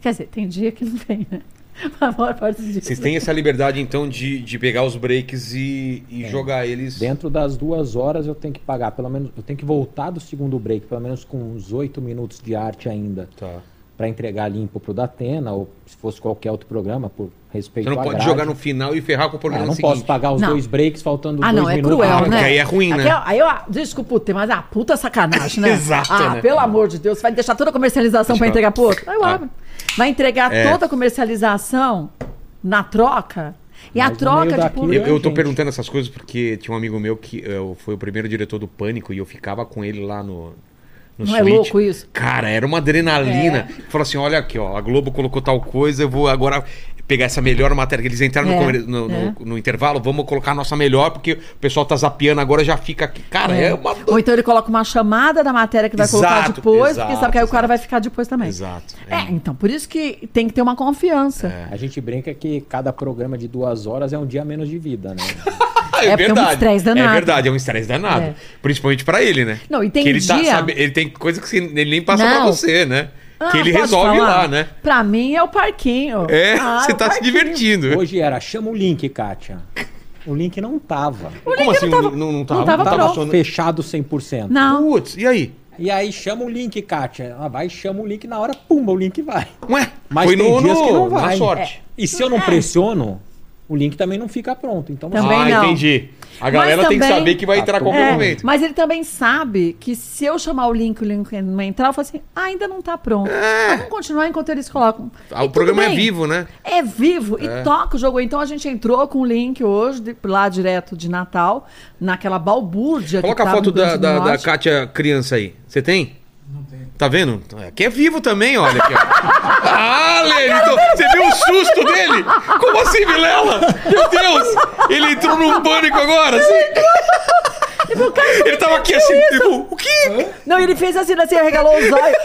Speaker 3: Quer dizer, tem dia que não vem, né? A maior parte dos dias.
Speaker 1: Vocês têm essa liberdade, então, de, de pegar os breaks e, e jogar eles.
Speaker 6: É. Dentro das duas horas eu tenho que pagar, pelo menos eu tenho que voltar do segundo break, pelo menos com uns oito minutos de arte ainda,
Speaker 1: Tá.
Speaker 6: para entregar limpo pro Datena ou se fosse qualquer outro programa, por respeito
Speaker 1: Você não
Speaker 6: à
Speaker 1: pode
Speaker 6: grade.
Speaker 1: jogar no final e ferrar com o
Speaker 6: Ah,
Speaker 1: programa
Speaker 6: não
Speaker 1: seguinte.
Speaker 6: posso pagar os
Speaker 3: Não.
Speaker 6: dois breaks faltando
Speaker 3: Ah,
Speaker 6: dois
Speaker 3: não, é
Speaker 6: minutos.
Speaker 3: cruel,
Speaker 1: Ah, porque
Speaker 3: né?
Speaker 1: aí é ruim, né?
Speaker 3: Aqui, ó, aí eu, desculpa o tema, mas é uma puta sacanagem, né?
Speaker 1: Exato,
Speaker 3: Ah,
Speaker 1: né?
Speaker 3: pelo amor de Deus, você vai deixar toda a comercialização
Speaker 1: Deixa
Speaker 3: pra
Speaker 1: eu-
Speaker 3: entregar pro outro? Aí eu
Speaker 1: Ah.
Speaker 3: abro. Vai entregar
Speaker 1: É.
Speaker 3: toda a comercialização na troca? E
Speaker 6: Mas
Speaker 3: a
Speaker 6: no
Speaker 3: troca
Speaker 6: meio
Speaker 3: de
Speaker 6: daqui-
Speaker 1: Eu,
Speaker 3: público.
Speaker 1: eu tô
Speaker 6: gente.
Speaker 1: perguntando essas coisas porque tinha um amigo meu que eh, foi o primeiro diretor do Pânico e eu ficava com ele lá no. no
Speaker 3: Não é
Speaker 1: suíte.
Speaker 3: louco isso? É.
Speaker 1: Cara, era uma adrenalina. Falou assim: olha aqui, ó, a Globo colocou tal coisa, eu vou agora pegar essa melhor matéria que eles entraram no
Speaker 3: É,
Speaker 1: comer- no, no-
Speaker 3: é.
Speaker 1: no intervalo, vamos colocar a nossa melhor, porque o pessoal tá zapeando agora, já fica aqui. Cara, é, uma.
Speaker 3: Ou então ele coloca uma chamada da matéria que vai colocar
Speaker 1: Exato,
Speaker 3: depois,
Speaker 1: exato,
Speaker 3: porque sabe que aí o cara
Speaker 1: exato.
Speaker 3: vai ficar depois também.
Speaker 1: Exato. É.
Speaker 3: É, então, por isso que tem que ter uma confiança.
Speaker 6: A gente brinca que cada programa de duas horas é um dia a menos de vida, né?
Speaker 1: Ah,
Speaker 3: É porque é um estresse danado.
Speaker 1: É verdade, é um estresse danado.
Speaker 3: É.
Speaker 1: Principalmente pra ele, né?
Speaker 3: Não, e tem
Speaker 1: que ele tá,
Speaker 3: dia-
Speaker 1: sabe, ele tem coisa que você- ele nem passa pra
Speaker 3: Não.
Speaker 1: você, né?
Speaker 3: Ah,
Speaker 1: que ele
Speaker 3: pode
Speaker 1: resolve
Speaker 3: falar?
Speaker 1: lá, né?
Speaker 3: Pra mim é o parquinho.
Speaker 1: É,
Speaker 3: Ah,
Speaker 1: você
Speaker 3: o
Speaker 1: tá se
Speaker 3: parquinho.
Speaker 1: divertindo.
Speaker 6: Hoje era, chama o link, Kátia. O link não tava.
Speaker 1: Como assim? Não, não, não tava,
Speaker 3: não tava pronto.
Speaker 1: só no-
Speaker 6: Fechado 100%.
Speaker 3: Não.
Speaker 1: Putz, e aí?
Speaker 6: E aí chama o link, Kátia. Ela vai, chama o link na hora, pumba, o link vai.
Speaker 1: Ué,
Speaker 6: Mas
Speaker 1: foi
Speaker 6: tem
Speaker 1: no,
Speaker 6: dias
Speaker 1: no-
Speaker 6: que não
Speaker 1: na
Speaker 6: vai. É.
Speaker 1: sorte.
Speaker 6: E se eu não pressiono, o link também não fica pronto. Então
Speaker 3: Também
Speaker 1: ah,
Speaker 3: não.
Speaker 1: entendi. A galera tem que
Speaker 3: também-
Speaker 1: saber que vai entrar a qualquer
Speaker 3: É,
Speaker 1: momento.
Speaker 3: mas ele também sabe que se eu chamar o link e o link não entrar, eu falo assim, ah, ainda não tá pronto. Então Vamos continuar enquanto eles colocam. E
Speaker 1: É. Ah, o
Speaker 3: tudo
Speaker 1: programa é
Speaker 3: bem.
Speaker 1: vivo, né?
Speaker 3: É vivo e toca o jogo. Então a gente entrou com o link hoje, de- lá direto de Natal, naquela balbúrdia.
Speaker 1: Coloca
Speaker 3: é que tá
Speaker 1: a
Speaker 3: tava
Speaker 1: foto
Speaker 3: no
Speaker 1: da,
Speaker 3: Grande
Speaker 1: da, da
Speaker 3: Norte.
Speaker 1: Kátia criança aí. Você tem?
Speaker 5: Não tem.
Speaker 1: Tá vendo? Aqui é vivo também, olha aqui. ó. ah, Lênin, então, você viu o susto dele? Como assim, Vilela? Meu Deus! Ele entrou num pânico agora. Assim. Ele tava aqui assim, tipo, o quê?
Speaker 3: Não, ele fez assim, assim, arregalou os olhos.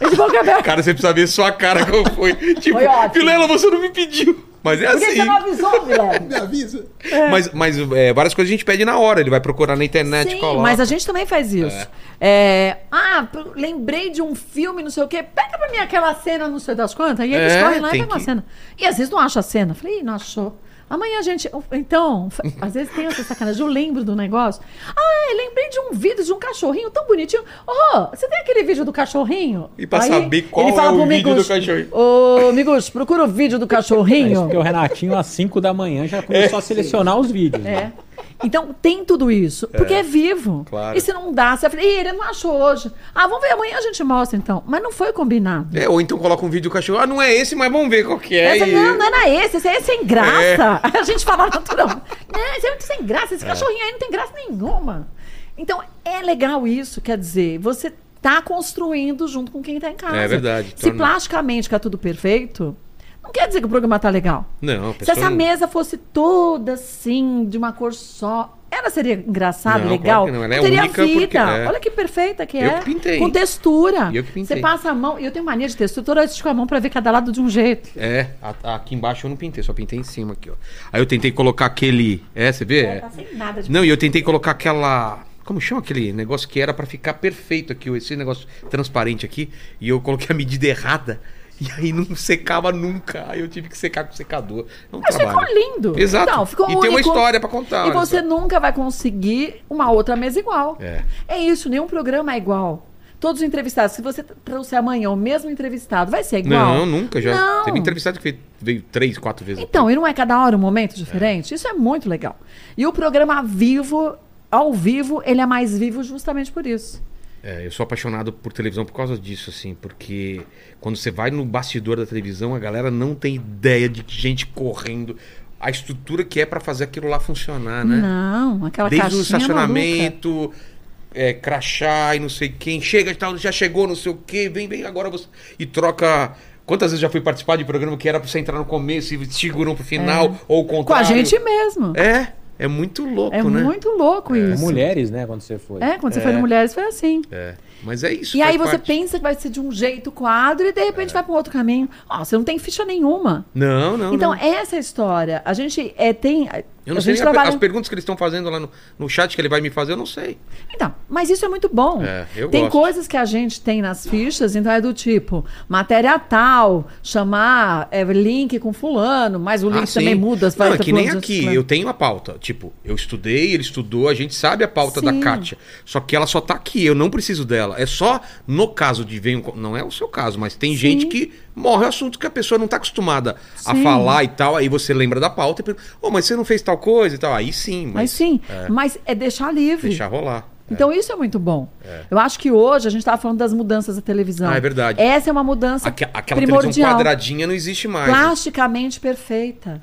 Speaker 3: Ele é ficou com a cara.
Speaker 1: Cara, você precisa ver sua cara como foi. Tipo,
Speaker 3: Foi ótimo.
Speaker 1: Vilela, você não me pediu. Mas é
Speaker 3: Por que
Speaker 1: assim.
Speaker 3: você não avisou, Guilherme?
Speaker 5: Me avisa.
Speaker 1: Mas, mas é, várias coisas a gente pede na hora. Ele vai procurar na internet,
Speaker 3: Sim,
Speaker 1: né, coloca.
Speaker 3: mas a gente também faz isso. É, ah, p- lembrei de um filme, não sei o quê. Pega pra mim aquela cena, não sei das quantas. E aí eles
Speaker 1: É,
Speaker 3: correm lá e
Speaker 1: tem
Speaker 3: pegam a
Speaker 1: que-
Speaker 3: cena. E às vezes não acha a cena. Falei, Ih, não achou. Amanhã a gente. Então, fa- às vezes tem essa sacanagem. Eu lembro do negócio. Ah, eu lembrei de um vídeo de um cachorrinho tão bonitinho. Oh, você tem aquele vídeo do cachorrinho?
Speaker 1: E pra saber qual
Speaker 3: ele
Speaker 1: é
Speaker 3: fala
Speaker 1: o
Speaker 3: pro
Speaker 1: vídeo do
Speaker 3: Miguxo,
Speaker 1: cachorrinho. É
Speaker 3: Ô, Miguxo, procura o vídeo do
Speaker 6: Isso
Speaker 3: cachorrinho.
Speaker 6: assim, porque o Renatinho, às 5 da manhã, já começou a selecionar os vídeos. né?
Speaker 3: É. Então tem tudo isso, porque é vivo.
Speaker 1: Claro.
Speaker 3: E se não dá, você fala, "Ih, ele não achou hoje. Ah, vamos ver, amanhã a gente mostra então. Mas não foi combinado.
Speaker 1: É, ou então coloca um vídeo do cachorro. Ah, não é esse, mas vamos ver qual que é.
Speaker 3: Essa,
Speaker 1: e-
Speaker 3: não, não era esse, esse é sem graça. A gente fala natural. não, esse é muito sem graça, esse cachorrinho aí não tem graça nenhuma. Então é legal isso, quer dizer, você tá construindo junto com quem tá em casa.
Speaker 1: É verdade,
Speaker 3: Se
Speaker 1: torna-
Speaker 3: plasticamente ficar tudo perfeito, não quer dizer que o programa tá legal.
Speaker 1: Não, a
Speaker 3: Se
Speaker 1: pessoa
Speaker 3: essa
Speaker 1: não-
Speaker 3: mesa fosse toda assim, de uma cor só, ela seria engraçada,
Speaker 1: Não, claro
Speaker 3: legal.
Speaker 1: que não, ela é
Speaker 3: teria
Speaker 1: única
Speaker 3: vida.
Speaker 1: porque- é.
Speaker 3: Olha que perfeita que
Speaker 1: Eu
Speaker 3: é.
Speaker 1: que pintei.
Speaker 3: Com textura.
Speaker 1: E eu que pintei.
Speaker 3: Você passa a mão, e eu tenho mania de textura, toda hora eu estico a mão pra ver cada lado de um jeito.
Speaker 1: É, a- a- aqui embaixo eu não pintei, só pintei em cima aqui, ó. Aí eu tentei colocar aquele. É, você vê?
Speaker 3: Tá sem nada de
Speaker 1: Não, e eu tentei colocar aquela. Como chama aquele negócio que era pra ficar perfeito aqui, esse negócio transparente aqui, e eu coloquei a medida errada, e aí não secava nunca. Aí eu tive que secar com o secador. É um
Speaker 3: Mas
Speaker 1: trabalho.
Speaker 3: ficou lindo.
Speaker 1: Exato.
Speaker 3: Então, ficou
Speaker 1: e tem uma
Speaker 3: único.
Speaker 1: história pra contar.
Speaker 3: E
Speaker 1: olha
Speaker 3: você
Speaker 1: só.
Speaker 3: nunca vai conseguir uma outra mesa igual.
Speaker 1: É.
Speaker 3: isso, nenhum programa é igual. Todos os entrevistados, se você trouxer amanhã o mesmo entrevistado, vai ser igual.
Speaker 1: Não, nunca já.
Speaker 3: Não.
Speaker 1: Teve entrevistado que veio, veio três, quatro vezes.
Speaker 3: Então, e não é cada hora um momento diferente? Isso é muito legal. E o programa vivo, ao vivo, ele é mais vivo justamente por isso.
Speaker 1: É, eu sou apaixonado por televisão por causa disso, assim, porque quando você vai no bastidor da televisão, a galera não tem ideia de gente correndo, a estrutura que é pra fazer aquilo lá funcionar, né?
Speaker 3: Não, aquela
Speaker 1: Desde o
Speaker 3: caixinha maluca.
Speaker 1: estacionamento, é, crachá e não sei quem, chega e tal, já chegou, não sei o quê, vem, vem, agora você. E troca. Quantas vezes já fui participar de programa que era pra você entrar no começo e seguram pro final, ou o contrário.
Speaker 3: É. Com a gente mesmo. É,
Speaker 1: É, é muito louco, né?
Speaker 3: muito louco isso.
Speaker 6: Mulheres, né, quando você foi.
Speaker 3: É, quando você foi no Mulheres foi assim.
Speaker 1: É, mas é isso.
Speaker 3: E
Speaker 1: faz
Speaker 3: aí você
Speaker 1: parte. É.
Speaker 3: pensa que vai ser de um jeito o quadro e de repente vai para um outro caminho. Ó, você não tem ficha nenhuma.
Speaker 1: Não, não.
Speaker 3: então,
Speaker 1: não.
Speaker 3: essa é a história. A gente é, tem.
Speaker 1: Eu
Speaker 3: a
Speaker 1: não sei
Speaker 3: gente
Speaker 1: nem a per-
Speaker 3: trabalha-
Speaker 1: as perguntas que eles estão fazendo lá no, no chat que ele vai me fazer, eu não sei.
Speaker 3: Então, mas isso é muito bom.
Speaker 1: É, eu
Speaker 3: tem
Speaker 1: gosto.
Speaker 3: coisas que a gente tem nas fichas, então é do tipo, matéria tal, chamar é, link com fulano, mas o link
Speaker 1: sim.
Speaker 3: também muda.
Speaker 1: Não,
Speaker 3: vai
Speaker 1: é
Speaker 3: pra
Speaker 1: que nem
Speaker 3: fulano,
Speaker 1: aqui.
Speaker 3: fulano.
Speaker 1: Eu tenho a pauta. Tipo, eu estudei, ele estudou, a gente sabe a pauta da
Speaker 3: Sim.
Speaker 1: Kátia. Só que ela só tá aqui, eu não preciso dela. É só no caso de vem. um co- Não é o seu caso, mas tem gente que morre o assunto que a pessoa não tá acostumada a
Speaker 3: Sim.
Speaker 1: falar e tal. Aí você lembra da pauta e pergunta, ô, mas você não fez tal coisa e tal. Aí sim, mas,
Speaker 3: Mas sim, mas é deixar livre.
Speaker 1: deixar rolar.
Speaker 3: Então isso é muito bom. Eu acho que hoje a gente estava falando das mudanças da televisão.
Speaker 1: Ah, é verdade.
Speaker 3: Essa é uma mudança
Speaker 1: Aque- aquela televisão
Speaker 3: primordial.
Speaker 1: quadradinha não existe mais. né?
Speaker 3: plasticamente perfeita.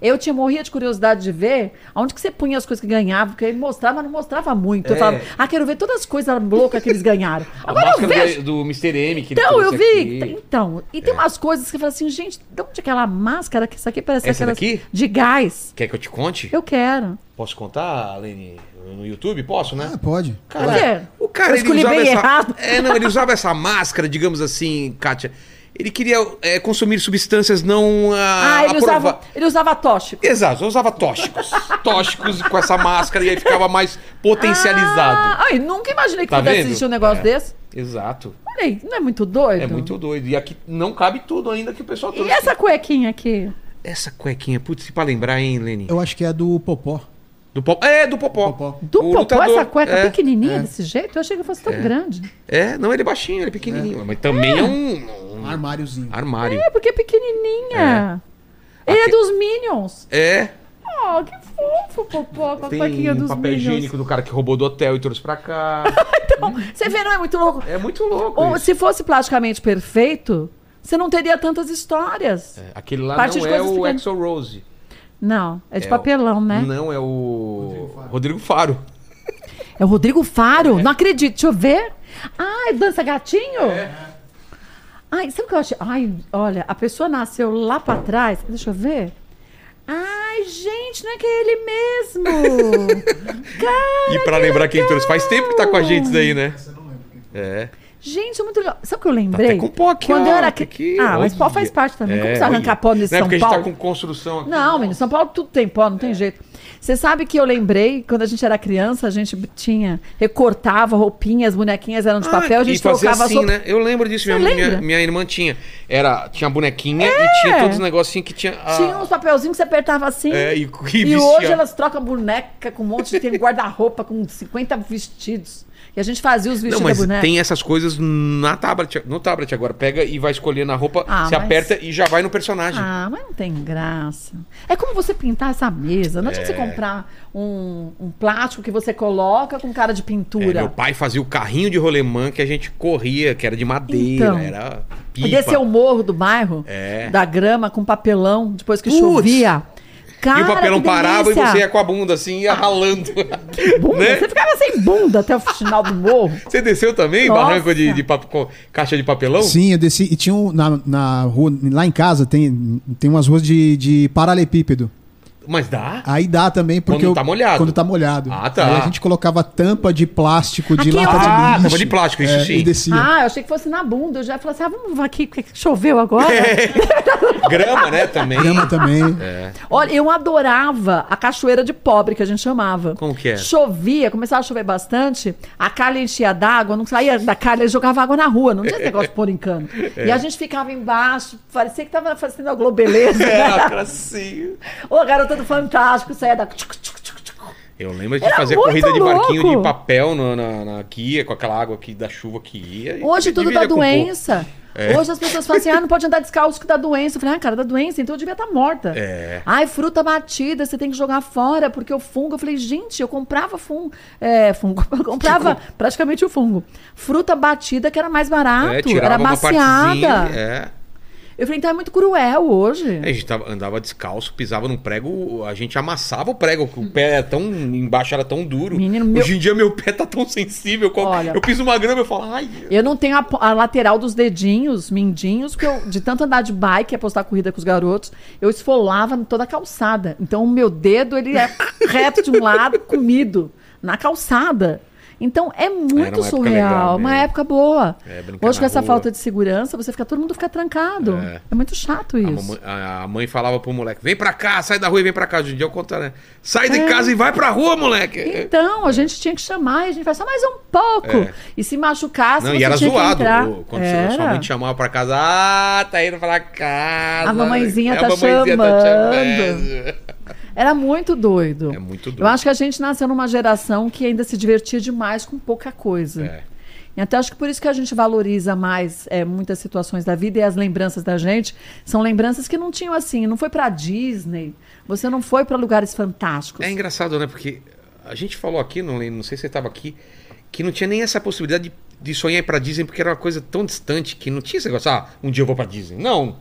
Speaker 3: Eu tinha morria de curiosidade de ver onde que você punha as coisas que ganhava, porque ele mostrava, mas não mostrava muito. Eu
Speaker 1: É.
Speaker 3: falava, ah, quero ver todas as coisas loucas que eles ganharam. Agora eu vejo.
Speaker 1: do, do Mr. M que ele
Speaker 3: Então, eu
Speaker 1: trouxe
Speaker 3: vi.
Speaker 1: aqui. É.
Speaker 3: Então, e tem umas coisas que eu falo assim, gente, de onde é aquela máscara que isso aqui parece
Speaker 1: Essa
Speaker 3: aquelas
Speaker 1: daqui?
Speaker 3: de gás?
Speaker 1: Quer que eu te conte?
Speaker 3: Eu quero.
Speaker 1: Posso contar, Lene? No YouTube? Posso, né?
Speaker 2: Ah, pode.
Speaker 3: quê?
Speaker 1: o cara
Speaker 3: é. Eu
Speaker 1: ele
Speaker 3: escolhi
Speaker 1: usava
Speaker 3: bem
Speaker 1: essa...
Speaker 3: errado.
Speaker 1: É, não, ele usava essa máscara, digamos assim, Kátia. Ele queria é, consumir substâncias não ah,
Speaker 3: Ah, ele,
Speaker 1: aprova-
Speaker 3: usava, ele usava tóxico.
Speaker 1: Exato, eu usava tóxicos. tóxicos com essa máscara e aí ficava mais potencializado.
Speaker 3: Ah, ai, nunca imaginei que
Speaker 1: Tá
Speaker 3: pudesse
Speaker 1: vendo?
Speaker 3: existir um negócio
Speaker 1: É.
Speaker 3: desse.
Speaker 1: Exato.
Speaker 3: Olha aí, não é muito doido?
Speaker 1: É muito doido. E aqui não cabe tudo ainda que o pessoal
Speaker 3: E
Speaker 1: trouxe.
Speaker 3: essa cuequinha aqui?
Speaker 1: Essa cuequinha, putz, se pra lembrar, hein, Lene?
Speaker 5: Eu acho que é do Popó.
Speaker 1: Do Popó. É, do Popó.
Speaker 5: Popó.
Speaker 3: Do
Speaker 1: O
Speaker 3: popó,
Speaker 1: lutador,
Speaker 3: essa cueca
Speaker 1: é,
Speaker 3: pequenininha desse jeito? Eu achei que fosse tão grande.
Speaker 1: É, não, ele é baixinho, ele é pequenininho. Mas também é um, um
Speaker 5: Um armáriozinho.
Speaker 1: armário.
Speaker 3: É, porque é pequenininha. Ele é
Speaker 1: Aqui-
Speaker 3: dos Minions.
Speaker 1: É.
Speaker 3: Oh, que fofo, popó, com a
Speaker 1: Tem
Speaker 3: cuequinha
Speaker 1: um
Speaker 3: dos
Speaker 1: papel
Speaker 3: Minions.
Speaker 1: higiênico do cara que roubou do hotel e trouxe pra cá.
Speaker 3: Você vê, não é muito louco?
Speaker 1: é muito louco.
Speaker 3: Ou,
Speaker 1: isso.
Speaker 3: se fosse plasticamente perfeito, você não teria tantas histórias.
Speaker 1: É, Aquele lá
Speaker 3: Parte
Speaker 1: não
Speaker 3: de
Speaker 1: é
Speaker 3: coisas
Speaker 1: o
Speaker 3: pequenas.
Speaker 1: Exo Rose.
Speaker 3: Não, é de
Speaker 1: É o-
Speaker 3: papelão, né?
Speaker 1: Não, é o. Rodrigo Faro.
Speaker 3: É o Rodrigo Faro. Não acredito. Deixa eu ver. Ai, dança gatinho?
Speaker 1: É.
Speaker 3: Ai, sabe o que eu achei? Ai, olha, a pessoa nasceu lá pra trás. Deixa eu ver. Ai, gente, não é que é ele mesmo. Cara,
Speaker 1: e pra
Speaker 3: que
Speaker 1: lembrar quem
Speaker 3: legal.
Speaker 1: trouxe. Faz tempo que tá com a gente daí, né? É.
Speaker 3: Gente, é muito legal. Sabe o que eu lembrei?
Speaker 1: Tá até com pó aqui,
Speaker 3: Quando
Speaker 1: ó,
Speaker 3: eu era
Speaker 1: tá
Speaker 3: cri-
Speaker 1: aqui,
Speaker 3: Ah, mas
Speaker 1: olha.
Speaker 3: pó faz parte também. Como
Speaker 1: É,
Speaker 3: você arranca
Speaker 1: olha.
Speaker 3: pó nesse
Speaker 1: Não é
Speaker 3: São
Speaker 1: porque
Speaker 3: Paulo?
Speaker 1: a gente tá com É. construção aqui.
Speaker 3: Não, menino, São Paulo tudo tem pó, não tem jeito. Você sabe que eu lembrei, quando a gente era criança, a gente tinha, recortava roupinhas, bonequinhas eram de papel, a
Speaker 1: Ah,
Speaker 3: gente
Speaker 1: e fazia
Speaker 3: trocava
Speaker 1: assim,
Speaker 3: sopa.
Speaker 1: né? Eu lembro disso, minha,
Speaker 3: Você lembra? É.
Speaker 1: minha, minha irmã tinha. Era, tinha a bonequinha e tinha todos os negocinhos que tinha. a-
Speaker 3: Tinha um uns papelzinhos que você apertava assim.
Speaker 1: Ah. É, e- e
Speaker 3: e
Speaker 1: vestia.
Speaker 3: hoje elas trocam boneca com um monte de tem guarda-roupa com 50 vestidos. E a gente fazia os
Speaker 1: Não,
Speaker 3: vestidos
Speaker 1: mas
Speaker 3: da boneca.
Speaker 1: tem essas coisas na tablet, no tablet agora. Pega e vai escolher na roupa,
Speaker 3: Ah,
Speaker 1: se
Speaker 3: mas-
Speaker 1: aperta e já vai no personagem.
Speaker 3: Ah, mas não tem graça. É como você pintar essa mesa. Não
Speaker 1: É.
Speaker 3: adianta você comprar um, um plástico que você coloca com cara de
Speaker 1: É,
Speaker 3: pintura.
Speaker 1: meu pai fazia o carrinho de rolemã que a gente corria, que era de madeira,
Speaker 3: Então. um
Speaker 1: era
Speaker 3: E
Speaker 1: pipa.
Speaker 3: descer é o morro do bairro,
Speaker 1: É.
Speaker 3: da grama, com papelão, depois que
Speaker 1: Putz!
Speaker 3: chovia. Cara,
Speaker 1: e o papelão
Speaker 3: que
Speaker 1: parava e
Speaker 3: delícia! Ah,
Speaker 1: você ia com a bunda assim, ia ralando.
Speaker 3: Bunda?
Speaker 1: né?
Speaker 3: Você ficava sem bunda até o final do morro.
Speaker 1: Você desceu também,
Speaker 3: Nossa.
Speaker 1: barranco de, de papo- com caixa de papelão?
Speaker 5: Sim, eu desci. E tinha um. Na, na rua, lá em casa tem, tem umas ruas de, de paralelepípedo.
Speaker 1: Mas dá.
Speaker 5: Aí dá também porque.
Speaker 1: Quando
Speaker 5: eu-
Speaker 1: tá molhado.
Speaker 5: Quando tá molhado.
Speaker 1: Ah, tá.
Speaker 5: Aí a gente colocava tampa de plástico, de
Speaker 3: Aqui,
Speaker 5: lata
Speaker 3: ó.
Speaker 5: de
Speaker 1: Ah,
Speaker 5: lixo. É,
Speaker 1: tampa de plástico, isso sim.
Speaker 5: E descia.
Speaker 3: Ah, eu achei que fosse na bunda. Eu já falei assim, ah, vamos aqui, porque choveu agora.
Speaker 1: É. Grama, né, também.
Speaker 5: Grama também.
Speaker 1: É.
Speaker 3: Olha, eu adorava a cachoeira de pobre, que a gente chamava.
Speaker 1: Como que é? era?
Speaker 3: Chovia, começava a chover bastante, a calha enchia d'água, não saía da calha, eles jogavam água na rua, não tinha esse negócio de pôr em cano.
Speaker 1: É.
Speaker 3: E a gente ficava embaixo, parecia que tava fazendo a globeleza.
Speaker 1: É,
Speaker 3: né?
Speaker 1: assim.
Speaker 3: Ô, garota do Fantástico, saia da... tchuc, tchuc, tchuc, tchuc.
Speaker 1: Eu lembro de
Speaker 3: Era
Speaker 1: fazer
Speaker 3: muito
Speaker 1: corrida de barquinho
Speaker 3: louco.
Speaker 1: de papel na, na, na guia, com aquela água que, da chuva que ia. e
Speaker 3: Hoje tudo tá
Speaker 1: dividia
Speaker 3: dá
Speaker 1: com É. o povo.
Speaker 3: doença. Hoje as pessoas falam assim, ah, não pode andar descalço que dá doença. Eu falei, ah, cara, dá doença, então eu devia estar morta.
Speaker 1: É.
Speaker 3: Ai, fruta batida, você tem que jogar fora, porque o fungo. Eu falei, gente, eu comprava fungo. É, fungo. Eu comprava
Speaker 1: Tipo
Speaker 3: praticamente o fungo. Fruta batida que era mais barato,
Speaker 1: É, tirava
Speaker 3: era
Speaker 1: uma
Speaker 3: maciada.
Speaker 1: partezinha. É.
Speaker 3: Eu falei, então é muito cruel hoje.
Speaker 1: É, A gente tava- andava descalço, pisava num prego, a gente amassava o prego, que o pé é tão embaixo era tão duro.
Speaker 3: Menino, meu-
Speaker 1: Hoje em dia meu pé tá tão sensível. qual-
Speaker 3: Olha.
Speaker 1: Eu piso uma grama e eu falo, ai.
Speaker 3: Eu não tenho a, po- a lateral dos dedinhos, mindinhos, porque eu, de tanto andar de bike e apostar corrida com os garotos, eu esfolava em toda a calçada. Então o meu dedo, ele é reto de um lado, comido, na calçada. Então é
Speaker 1: Era
Speaker 3: muito
Speaker 1: uma época
Speaker 3: surreal,
Speaker 1: legal
Speaker 3: uma
Speaker 1: mesmo.
Speaker 3: época boa.
Speaker 1: É, brincar
Speaker 3: Hoje com
Speaker 1: na
Speaker 3: essa
Speaker 1: rua.
Speaker 3: falta de segurança, você fica todo mundo fica trancado. É,
Speaker 1: É.
Speaker 3: muito chato
Speaker 1: A,
Speaker 3: isso.
Speaker 1: mamãe- a- a mãe falava pro moleque: vem pra cá, sai da rua e vem pra cá. Hoje em dia eu conto, né? Sai
Speaker 3: É.
Speaker 1: de casa e vai pra rua, moleque. É.
Speaker 3: Então, a gente tinha que chamar e a gente faz só mais um pouco.
Speaker 1: É.
Speaker 3: E se machucasse,
Speaker 1: Não,
Speaker 3: você
Speaker 1: e era
Speaker 3: tinha que
Speaker 1: zoado.
Speaker 3: entrar.
Speaker 1: pô. Quando
Speaker 3: Era.
Speaker 1: sua mãe te chamava pra casa, ah, tá indo pra casa.
Speaker 3: A mamãezinha
Speaker 1: É,
Speaker 3: tá
Speaker 1: chamando.
Speaker 3: Era muito doido.
Speaker 1: É muito doido.
Speaker 3: Eu acho que a gente nasceu numa geração que ainda se divertia demais com pouca coisa.
Speaker 1: É.
Speaker 3: E até acho que por isso que a gente valoriza mais é, muitas situações da vida e as lembranças da gente são lembranças que não tinham assim, não foi pra Disney, você não foi pra lugares fantásticos.
Speaker 1: É engraçado, né? Porque a gente falou aqui, não, lembro, não sei se você estava aqui, que não tinha nem essa possibilidade de, de sonhar ir pra Disney, porque era uma coisa tão distante que não tinha esse negócio, ah, um dia eu vou pra Disney. Não.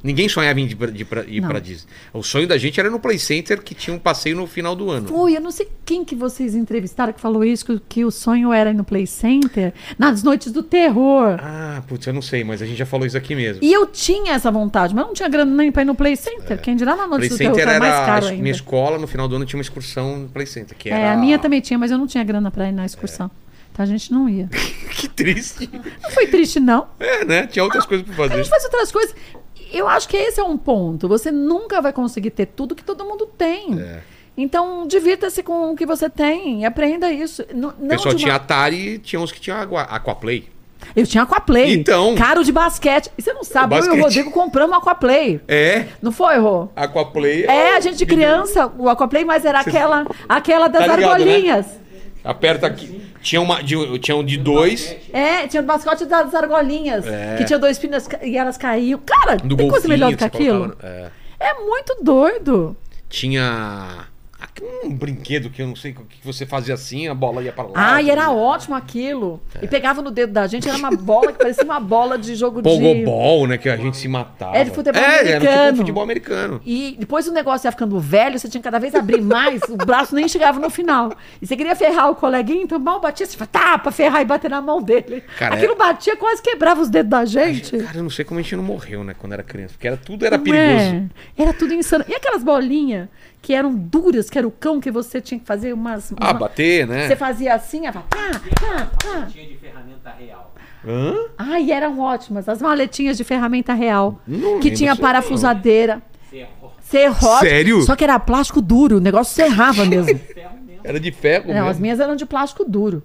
Speaker 1: Ninguém sonhava em ir pra, de pra- ir
Speaker 3: Não.
Speaker 1: pra Disney. O sonho da gente era no Play Center, que tinha um passeio no final do ano.
Speaker 3: Foi, eu não sei quem que vocês entrevistaram que falou isso, que, que o sonho era ir no Play Center nas noites do terror.
Speaker 1: Ah, putz, eu não sei, mas a gente já falou isso aqui mesmo.
Speaker 3: E eu tinha essa vontade, mas eu não tinha grana nem pra ir no Play Center. Quem dirá na noite
Speaker 1: É. Play
Speaker 3: do terror, que
Speaker 1: Center
Speaker 3: é
Speaker 1: era
Speaker 3: mais
Speaker 1: a
Speaker 3: caro
Speaker 1: es-
Speaker 3: ainda.
Speaker 1: minha escola, no final do ano tinha uma excursão no Play Center, que era... É.
Speaker 3: É, a minha também tinha, mas eu não tinha grana pra ir na excursão. Então a gente não ia.
Speaker 1: Que triste.
Speaker 3: Não foi triste, não.
Speaker 1: É, né? Tinha outras coisas pra
Speaker 3: A
Speaker 1: fazer.
Speaker 3: gente faz outras coisas. Eu acho que esse é um ponto. Você nunca vai conseguir ter tudo que todo mundo tem.
Speaker 1: É.
Speaker 3: Então, divirta-se com o que você tem. e Aprenda isso. N- Não,
Speaker 1: O pessoal
Speaker 3: de
Speaker 1: tinha
Speaker 3: uma-
Speaker 1: Atari e tinha uns que tinham Aqua- Aquaplay.
Speaker 3: Eu tinha Aquaplay.
Speaker 1: Então.
Speaker 3: Caro de basquete. E você não sabe, eu e
Speaker 1: Basquete.
Speaker 3: o Rodrigo compramos Aquaplay.
Speaker 1: É,
Speaker 3: Não foi, Rô?
Speaker 1: Aquaplay.
Speaker 3: É, a gente de criança, o Aquaplay, mas era aquela, aquela das
Speaker 1: Tá ligado,
Speaker 3: argolinhas.
Speaker 1: Aperta aqui. Tinha, uma, de, tinha um de dois.
Speaker 3: É, tinha o mascote das argolinhas, que tinha dois pinos ca- e elas caíam. Cara,
Speaker 1: Do
Speaker 3: tem coisa
Speaker 1: É. golfinho
Speaker 3: melhor do que
Speaker 1: você
Speaker 3: aquilo?
Speaker 1: colocava, né? É.
Speaker 3: É muito doido.
Speaker 1: Tinha aqui um brinquedo que eu não sei o que você fazia assim, a bola ia pra lá.
Speaker 3: Ah, e era ótimo aquilo. E
Speaker 1: É.
Speaker 3: pegava no dedo da gente, era uma bola que parecia uma bola de jogo de...
Speaker 1: Pogobol, né? Que a gente se matava.
Speaker 3: É, de futebol
Speaker 1: era tipo um
Speaker 3: americano.
Speaker 1: futebol americano.
Speaker 3: E depois o negócio ia ficando velho, você tinha que cada vez abrir mais, o braço nem chegava no final. E você queria ferrar o coleguinha, então mal batia, você falava, tá, pra ferrar e bater na mão dele.
Speaker 1: Cara, é
Speaker 3: Aquilo batia, quase quebrava os dedos da gente.
Speaker 1: Cara, eu não sei como a gente não morreu, né? Quando era criança. Porque era, tudo era
Speaker 3: Não
Speaker 1: perigoso.
Speaker 3: é? Era tudo insano. E aquelas bolinhas que eram duras, que era o cão que você tinha que fazer umas...
Speaker 1: Ah,
Speaker 3: uma-
Speaker 1: bater, né?
Speaker 3: Você fazia assim, aí falava, pá, pá, pá.
Speaker 4: Tinha de ferramenta real.
Speaker 1: Hã?
Speaker 3: Ai, eram ótimas. As maletinhas de ferramenta real.
Speaker 1: Não
Speaker 3: que
Speaker 1: lembro
Speaker 3: tinha
Speaker 1: disso,
Speaker 3: parafusadeira.
Speaker 4: Ferro.
Speaker 3: Serrote.
Speaker 1: Sério?
Speaker 3: Só que era plástico duro, o negócio serrava mesmo.
Speaker 1: Era de ferro né?
Speaker 3: Não, as
Speaker 1: mesmo.
Speaker 3: minhas eram de plástico duro.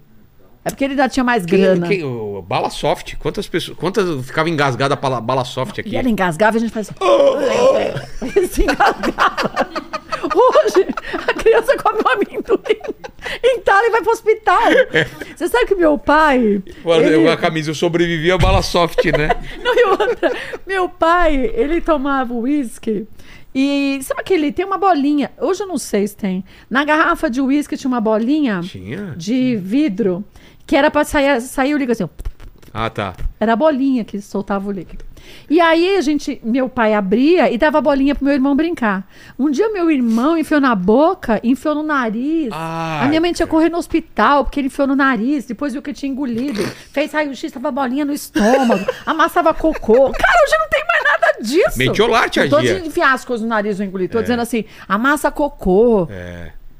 Speaker 3: É porque ele já tinha mais
Speaker 1: Quem,
Speaker 3: grana.
Speaker 1: quem- o- bala soft. Quantas pessoas. Quantas ficava engasgada a bala, bala soft aqui?
Speaker 3: E ela engasgava e a gente fazia assim. E se engasgava. Hoje, a criança come um amendoim, entala e vai pro hospital. Você sabe que meu pai.
Speaker 1: Olha,
Speaker 3: ele-
Speaker 1: eu- A camisa, eu sobrevivi a bala soft, né?
Speaker 3: Não, e outra. Meu pai, ele tomava uísque. E sabe aquele? Tem uma bolinha. Hoje eu não sei se tem. Na garrafa de uísque tinha uma bolinha
Speaker 1: Tinha?
Speaker 3: de vidro que era pra sair, sair o líquido assim. ó.
Speaker 1: Ah, tá.
Speaker 3: Era a bolinha que soltava o líquido. E aí a gente, meu pai abria e dava a bolinha pro meu irmão brincar. Um dia meu irmão enfiou na boca, enfiou no nariz.
Speaker 1: Ai,
Speaker 3: a minha mãe tinha corrido no hospital porque ele enfiou no nariz, depois viu que tinha engolido. Fez raio-x, tava bolinha no estômago, amassava cocô. Cara, hoje não tem mais nada disso.
Speaker 1: Metiolate,
Speaker 3: Eu Tô
Speaker 1: Agia. É.
Speaker 3: de enfiar as coisas no nariz ou engolir. Tô dizendo assim, amassa cocô.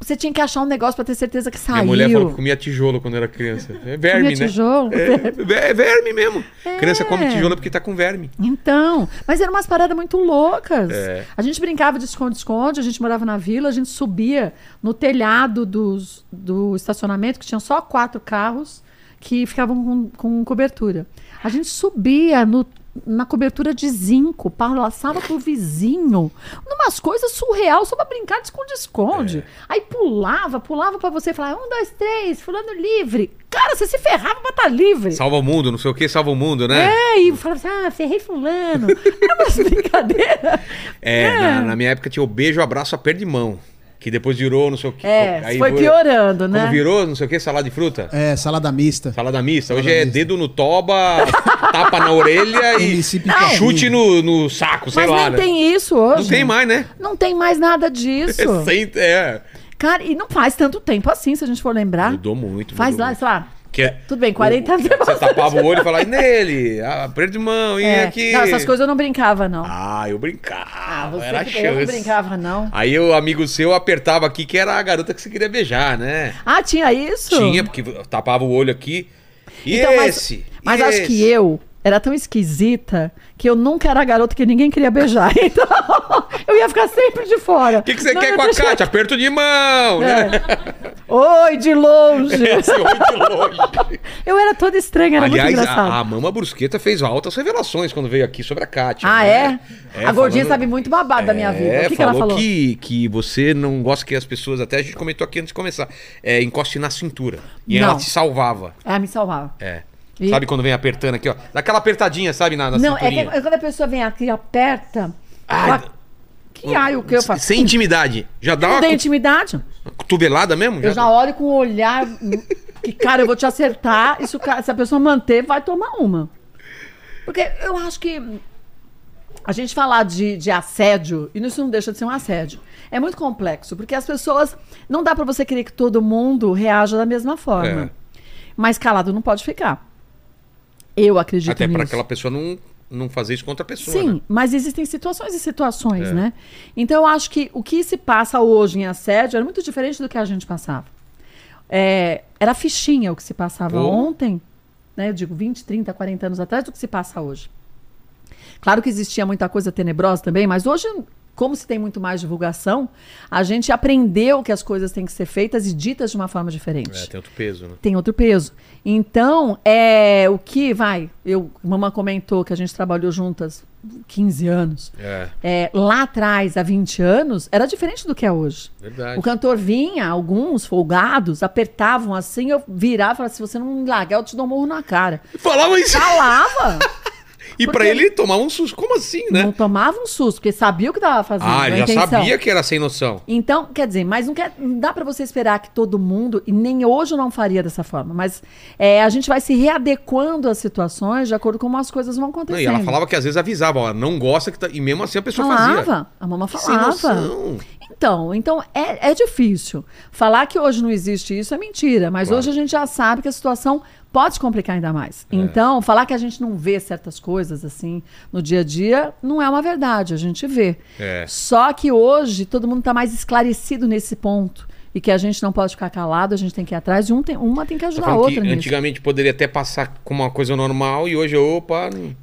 Speaker 3: Você tinha que achar um negócio pra ter certeza que saiu.
Speaker 1: Minha mulher falou que comia tijolo quando era criança. É verme,
Speaker 3: Comia
Speaker 1: né?
Speaker 3: tijolo? É.
Speaker 1: É, ver- é verme mesmo. Criança come tijolo porque tá com verme.
Speaker 3: Então, mas eram umas paradas muito loucas.
Speaker 1: É.
Speaker 3: A gente brincava de esconde-esconde, a gente morava na vila, a gente subia no telhado dos, do estacionamento, que tinham só quatro carros que ficavam com, com cobertura. A gente subia no- na cobertura de zinco, passava pro vizinho, numas coisas surreal só pra brincar de esconde-esconde. Aí pulava, pulava pra você falar: um, dois, três, fulano livre. Cara, você se ferrava pra estar livre.
Speaker 1: Salva o mundo, não sei o que, salva o mundo, né?
Speaker 3: É, e falava assim, ah, ferrei fulano. Era umas brincadeiras.
Speaker 1: É, na, na minha época tinha o beijo, abraço, aperto de mão. Que depois virou, não sei o que.
Speaker 3: É, foi piorando, né?
Speaker 1: Como virou, não sei o que, salada de fruta?
Speaker 5: É, salada mista.
Speaker 1: Salada mista. Hoje
Speaker 5: Salada
Speaker 1: é
Speaker 5: mista.
Speaker 1: dedo no toba, tapa na orelha e
Speaker 5: MC Picadinho.
Speaker 1: chute no, no saco, sei
Speaker 3: Mas
Speaker 1: lá.
Speaker 3: nem
Speaker 1: né?
Speaker 3: tem isso hoje.
Speaker 1: Não tem mais, né?
Speaker 3: Não tem mais nada disso.
Speaker 1: É, sem- é.
Speaker 3: Cara, e não faz tanto tempo assim, se a gente for lembrar.
Speaker 1: Mudou muito.
Speaker 3: faz
Speaker 1: mudou
Speaker 3: lá,
Speaker 1: muito.
Speaker 3: sei lá.
Speaker 1: Que é-
Speaker 3: Tudo bem, 40 anos é
Speaker 1: Você
Speaker 3: bastante.
Speaker 1: tapava o olho e falava, e nele? Ah, aperto de mão, e
Speaker 3: É.
Speaker 1: aqui?
Speaker 3: Não, essas coisas eu não brincava, não.
Speaker 1: Ah, eu brincava.
Speaker 3: Ah, você
Speaker 1: era
Speaker 3: que-
Speaker 1: chance.
Speaker 3: eu não brincava, não.
Speaker 1: Aí o amigo seu apertava aqui que era a garota que você queria beijar, né?
Speaker 3: Ah, tinha isso?
Speaker 1: Tinha, porque tapava o olho aqui. E
Speaker 3: Então, mas-
Speaker 1: esse?
Speaker 3: Mas
Speaker 1: E
Speaker 3: acho
Speaker 1: esse?
Speaker 3: que eu era tão esquisita que eu nunca era a garota que ninguém queria beijar. Então, eu ia ficar sempre de fora.
Speaker 1: O que, que você
Speaker 3: Não É.
Speaker 1: quer
Speaker 3: ia
Speaker 1: com a
Speaker 3: deixar-
Speaker 1: Kátia? Aperto de mão, né?
Speaker 3: Oi, de longe.
Speaker 1: Esse olho de longe.
Speaker 3: Eu era toda estranha, era muito
Speaker 1: Aliás,
Speaker 3: engraçado.
Speaker 1: a, a Mama Brusqueta fez altas revelações quando veio aqui sobre a Kátia.
Speaker 3: Ah, é?
Speaker 1: né?
Speaker 3: a gordinha
Speaker 1: falando-
Speaker 3: sabe muito babado da minha vida.
Speaker 1: É,
Speaker 3: o que, que
Speaker 1: falou
Speaker 3: ela falou?
Speaker 1: Que, que você não gosta que as pessoas, até a gente comentou aqui antes de começar, é, encoste na cintura. E
Speaker 3: Não.
Speaker 1: ela te salvava.
Speaker 3: Ah, me salvava.
Speaker 1: É.
Speaker 3: E-
Speaker 1: Sabe quando vem apertando aqui, ó? Daquela apertadinha, sabe, na, na
Speaker 3: Não, é, que,
Speaker 1: cinturinha.
Speaker 3: é quando a pessoa vem aqui e aperta.
Speaker 1: Ai,
Speaker 3: fala, que ai, o que eu faço? assim.
Speaker 1: Sem intimidade. Já dá
Speaker 3: Não
Speaker 1: uma
Speaker 3: tem
Speaker 1: cu-
Speaker 3: intimidade?
Speaker 1: cotovelada mesmo?
Speaker 3: Eu já olho com um olhar que, cara, eu vou te acertar. E se, o cara- se a pessoa manter, vai tomar uma. Porque eu acho que a gente falar de, de assédio, e isso não deixa de ser um assédio, é muito complexo, porque as pessoas. Não dá pra você querer que todo mundo reaja da mesma
Speaker 1: É.
Speaker 3: forma. Mas calado não pode ficar. Eu acredito
Speaker 1: Até
Speaker 3: nisso.
Speaker 1: para aquela pessoa não, não fazer isso contra a pessoa.
Speaker 3: Sim,
Speaker 1: né? É.
Speaker 3: mas existem situações e situações, né? Então eu acho que o que se passa hoje em assédio era muito diferente do que a gente passava. É, era fichinha o que se passava
Speaker 1: Pô.
Speaker 3: ontem, né? Eu digo 20, 30, 40 anos atrás do que se passa hoje. Claro que existia muita coisa tenebrosa também, mas hoje, como se tem muito mais divulgação, a gente aprendeu que as coisas têm que ser feitas e ditas de uma forma diferente
Speaker 1: É, tem outro peso, né?
Speaker 3: tem outro peso. Então, é o que vai. Eu, mamãe comentou que a gente trabalhou juntas 15 anos.
Speaker 1: É,
Speaker 3: É, lá atrás, há 20 anos, era diferente do que é hoje.
Speaker 1: verdade.
Speaker 3: O cantor vinha, alguns folgados, apertavam assim, eu virava e falava: se você não me largar, eu te dou um morro na cara.
Speaker 1: Falava isso.
Speaker 3: Calava!
Speaker 1: E pra
Speaker 3: porque-
Speaker 1: ele tomar um susto. Como assim, né?
Speaker 3: Não tomava um susto, porque sabia o que estava fazendo.
Speaker 1: ah,
Speaker 3: a
Speaker 1: ele já
Speaker 3: intenção.
Speaker 1: sabia que era sem noção.
Speaker 3: Então, quer dizer, mas não, quer, não dá para você esperar que todo mundo, e nem hoje eu não faria dessa forma, mas é, a gente vai se readequando às situações de acordo com como as coisas vão
Speaker 1: Não,
Speaker 3: acontecendo.
Speaker 1: e ela falava que às vezes avisava, ó, não gosta que tá... E mesmo assim a pessoa fazia.
Speaker 3: Falava, a mamãe
Speaker 1: Que
Speaker 3: falava.
Speaker 1: Sem noção.
Speaker 3: Então, então é, é difícil. Falar que hoje não existe isso é mentira, mas
Speaker 1: Claro. É.
Speaker 3: hoje a gente já sabe que a situação pode se complicar ainda mais. Então, falar que a gente não vê certas coisas assim no dia a dia não é uma verdade, a gente vê.
Speaker 1: É.
Speaker 3: Só que hoje todo mundo está mais esclarecido nesse ponto. E que a gente não pode ficar calado, a gente tem que ir atrás e um tem- uma tem que
Speaker 1: Tá
Speaker 3: ajudar a
Speaker 1: falando que
Speaker 3: outra nisso.
Speaker 1: antigamente poderia até passar como uma coisa normal e hoje, opa. não-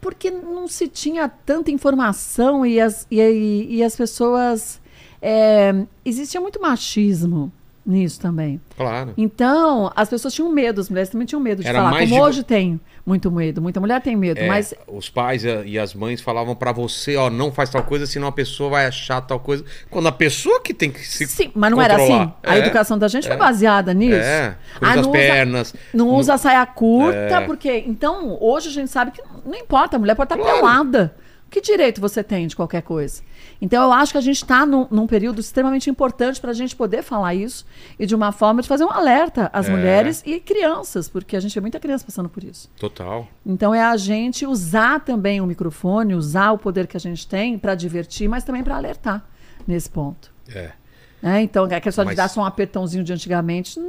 Speaker 3: porque não se tinha tanta informação e as, e, e- e as pessoas. é, existia muito machismo nisso também.
Speaker 1: Claro.
Speaker 3: Então, as pessoas tinham medo, as mulheres também tinham medo de
Speaker 1: Era
Speaker 3: falar. Como
Speaker 1: mais divu-
Speaker 3: hoje tem muito medo, muita mulher tem medo,
Speaker 1: É,
Speaker 3: mas
Speaker 1: Os pais eh, e as mães falavam pra você, ó, não faz tal coisa, senão a pessoa vai achar tal coisa. Quando a pessoa que tem que se
Speaker 3: Sim, mas não era
Speaker 1: controlar.
Speaker 3: assim. A
Speaker 1: É,
Speaker 3: educação da gente foi
Speaker 1: é.
Speaker 3: baseada nisso. Ah,
Speaker 1: É, cruza as
Speaker 3: não
Speaker 1: pernas,
Speaker 3: Usa, não
Speaker 1: não- É.
Speaker 3: usa saia curta, porque. Então, hoje a gente sabe que não importa, a mulher pode estar
Speaker 1: Claro.
Speaker 3: pelada. Que direito você tem de qualquer coisa? Então, eu acho que a gente está num, num período extremamente importante para a gente poder falar isso e de uma forma de fazer um alerta às
Speaker 1: É.
Speaker 3: mulheres e crianças, porque a gente vê muita criança passando por isso.
Speaker 1: Total.
Speaker 3: Então, é a gente usar também o microfone, usar o poder que a gente tem para divertir, mas também para alertar nesse ponto.
Speaker 1: É.
Speaker 3: Né? Então, a questão
Speaker 1: Mas-
Speaker 3: de dar só um apertãozinho de antigamente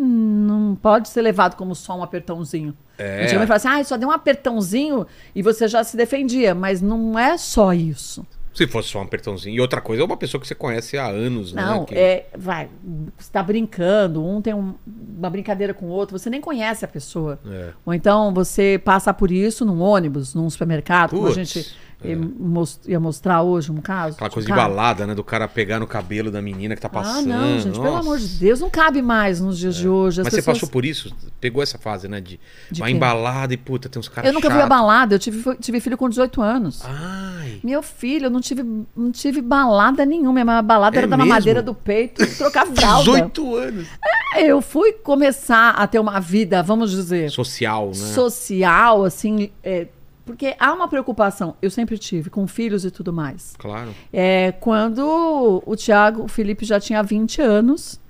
Speaker 3: hum, não pode ser levado como só um apertãozinho.
Speaker 1: É.
Speaker 3: Antigamente falava assim, ah, só deu um apertãozinho e você já se defendia. Mas não é só isso.
Speaker 1: Se fosse só um apertãozinho. E outra coisa é uma pessoa que você conhece há anos, né?
Speaker 3: Não,
Speaker 1: que-
Speaker 3: é, vai, você tá brincando, um tem um- uma brincadeira com o outro, você nem conhece a pessoa.
Speaker 1: É.
Speaker 3: Ou então você passa por isso num ônibus, num supermercado, como a
Speaker 1: Putz, é.
Speaker 3: gente eh, mos- ia mostrar hoje um caso.
Speaker 1: Aquela
Speaker 3: um
Speaker 1: coisa de
Speaker 3: cara.
Speaker 1: balada, né? Do cara pegar no cabelo da menina que tá
Speaker 3: Ah,
Speaker 1: passando.
Speaker 3: não, gente, pelo
Speaker 1: nossa. É.
Speaker 3: amor de Deus, não cabe mais nos dias de hoje. As
Speaker 1: Mas você
Speaker 3: pessoas...
Speaker 1: passou por isso? Pegou essa fase, né? De,
Speaker 3: De
Speaker 1: vai
Speaker 3: quê?
Speaker 1: embalada e puta, tem uns caras
Speaker 3: Eu nunca fui a balada, eu tive, tive filho com 18 anos.
Speaker 1: Ah. Ai.
Speaker 3: Meu filho, eu não tive, não tive balada nenhuma. Minha balada
Speaker 1: É
Speaker 3: era da
Speaker 1: mesmo?
Speaker 3: mamadeira do peito, trocar fralda.
Speaker 1: 18 anos.
Speaker 3: Eu fui começar a ter uma vida, vamos dizer,
Speaker 1: Social, né?
Speaker 3: social, assim. é, porque há uma preocupação, eu sempre tive, com filhos e tudo mais.
Speaker 1: Claro.
Speaker 3: É, quando o Thiago, o Felipe já tinha 20 anos.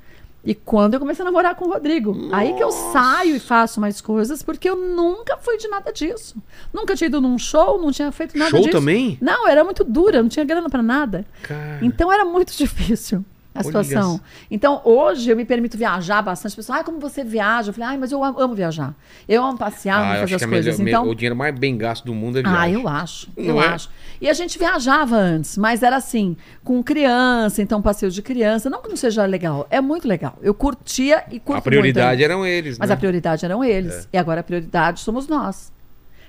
Speaker 3: E quando eu comecei a namorar com o Rodrigo. Aí que eu saio e faço mais coisas, porque eu nunca fui de nada disso. Nunca tinha ido num show, não tinha feito nada
Speaker 1: Show
Speaker 3: disso.
Speaker 1: também?
Speaker 3: Não, eu era muito dura, não tinha grana pra nada.
Speaker 1: Cara.
Speaker 3: Então era muito difícil a
Speaker 1: Olha
Speaker 3: situação.
Speaker 1: só.
Speaker 3: Então hoje eu me permito viajar bastante. As pessoas, ah, como você viaja? Eu falei, ai, mas eu amo, amo viajar. Eu amo passear,
Speaker 1: Ah,
Speaker 3: amo
Speaker 1: eu
Speaker 3: fazer
Speaker 1: acho que
Speaker 3: as
Speaker 1: é
Speaker 3: coisas.
Speaker 1: melhor- me-
Speaker 3: então,
Speaker 1: o dinheiro mais bem gasto do mundo é
Speaker 3: ah,
Speaker 1: viagem.
Speaker 3: eu acho,
Speaker 1: Não
Speaker 3: eu
Speaker 1: é?
Speaker 3: acho. E a gente viajava antes, mas era assim, com criança, então passeio de criança. Não que não seja legal, é muito legal. Eu curtia e curto
Speaker 1: A prioridade
Speaker 3: muito.
Speaker 1: eram eles,
Speaker 3: Mas
Speaker 1: né?
Speaker 3: a prioridade eram eles. E agora a prioridade somos nós.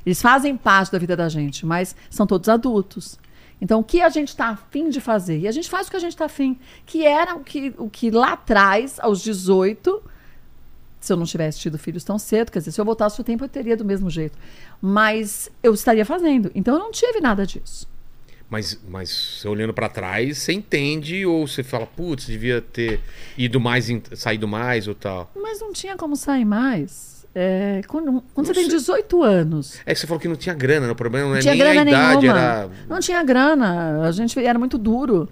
Speaker 3: Eles fazem parte da vida da gente, mas são todos adultos. Então, o que a gente está afim de fazer? E a gente faz o que a gente está afim. Que era o que, o que lá atrás, aos 18, se eu não tivesse tido filhos tão cedo, quer dizer, se eu voltasse o tempo, eu teria do mesmo jeito. Mas eu estaria fazendo. Então, eu não tive nada disso.
Speaker 1: Mas, mas você olhando pra trás, você entende ou você fala, putz, devia ter ido mais, em- saído mais ou tal.
Speaker 3: Mas não tinha como sair mais. É, quando quando você tem 18 anos,
Speaker 1: É que você falou que não tinha grana, né? o problema não é
Speaker 3: Não tinha
Speaker 1: nem
Speaker 3: grana
Speaker 1: a idade,
Speaker 3: nenhuma.
Speaker 1: era...
Speaker 3: Não tinha grana. A gente era muito duro.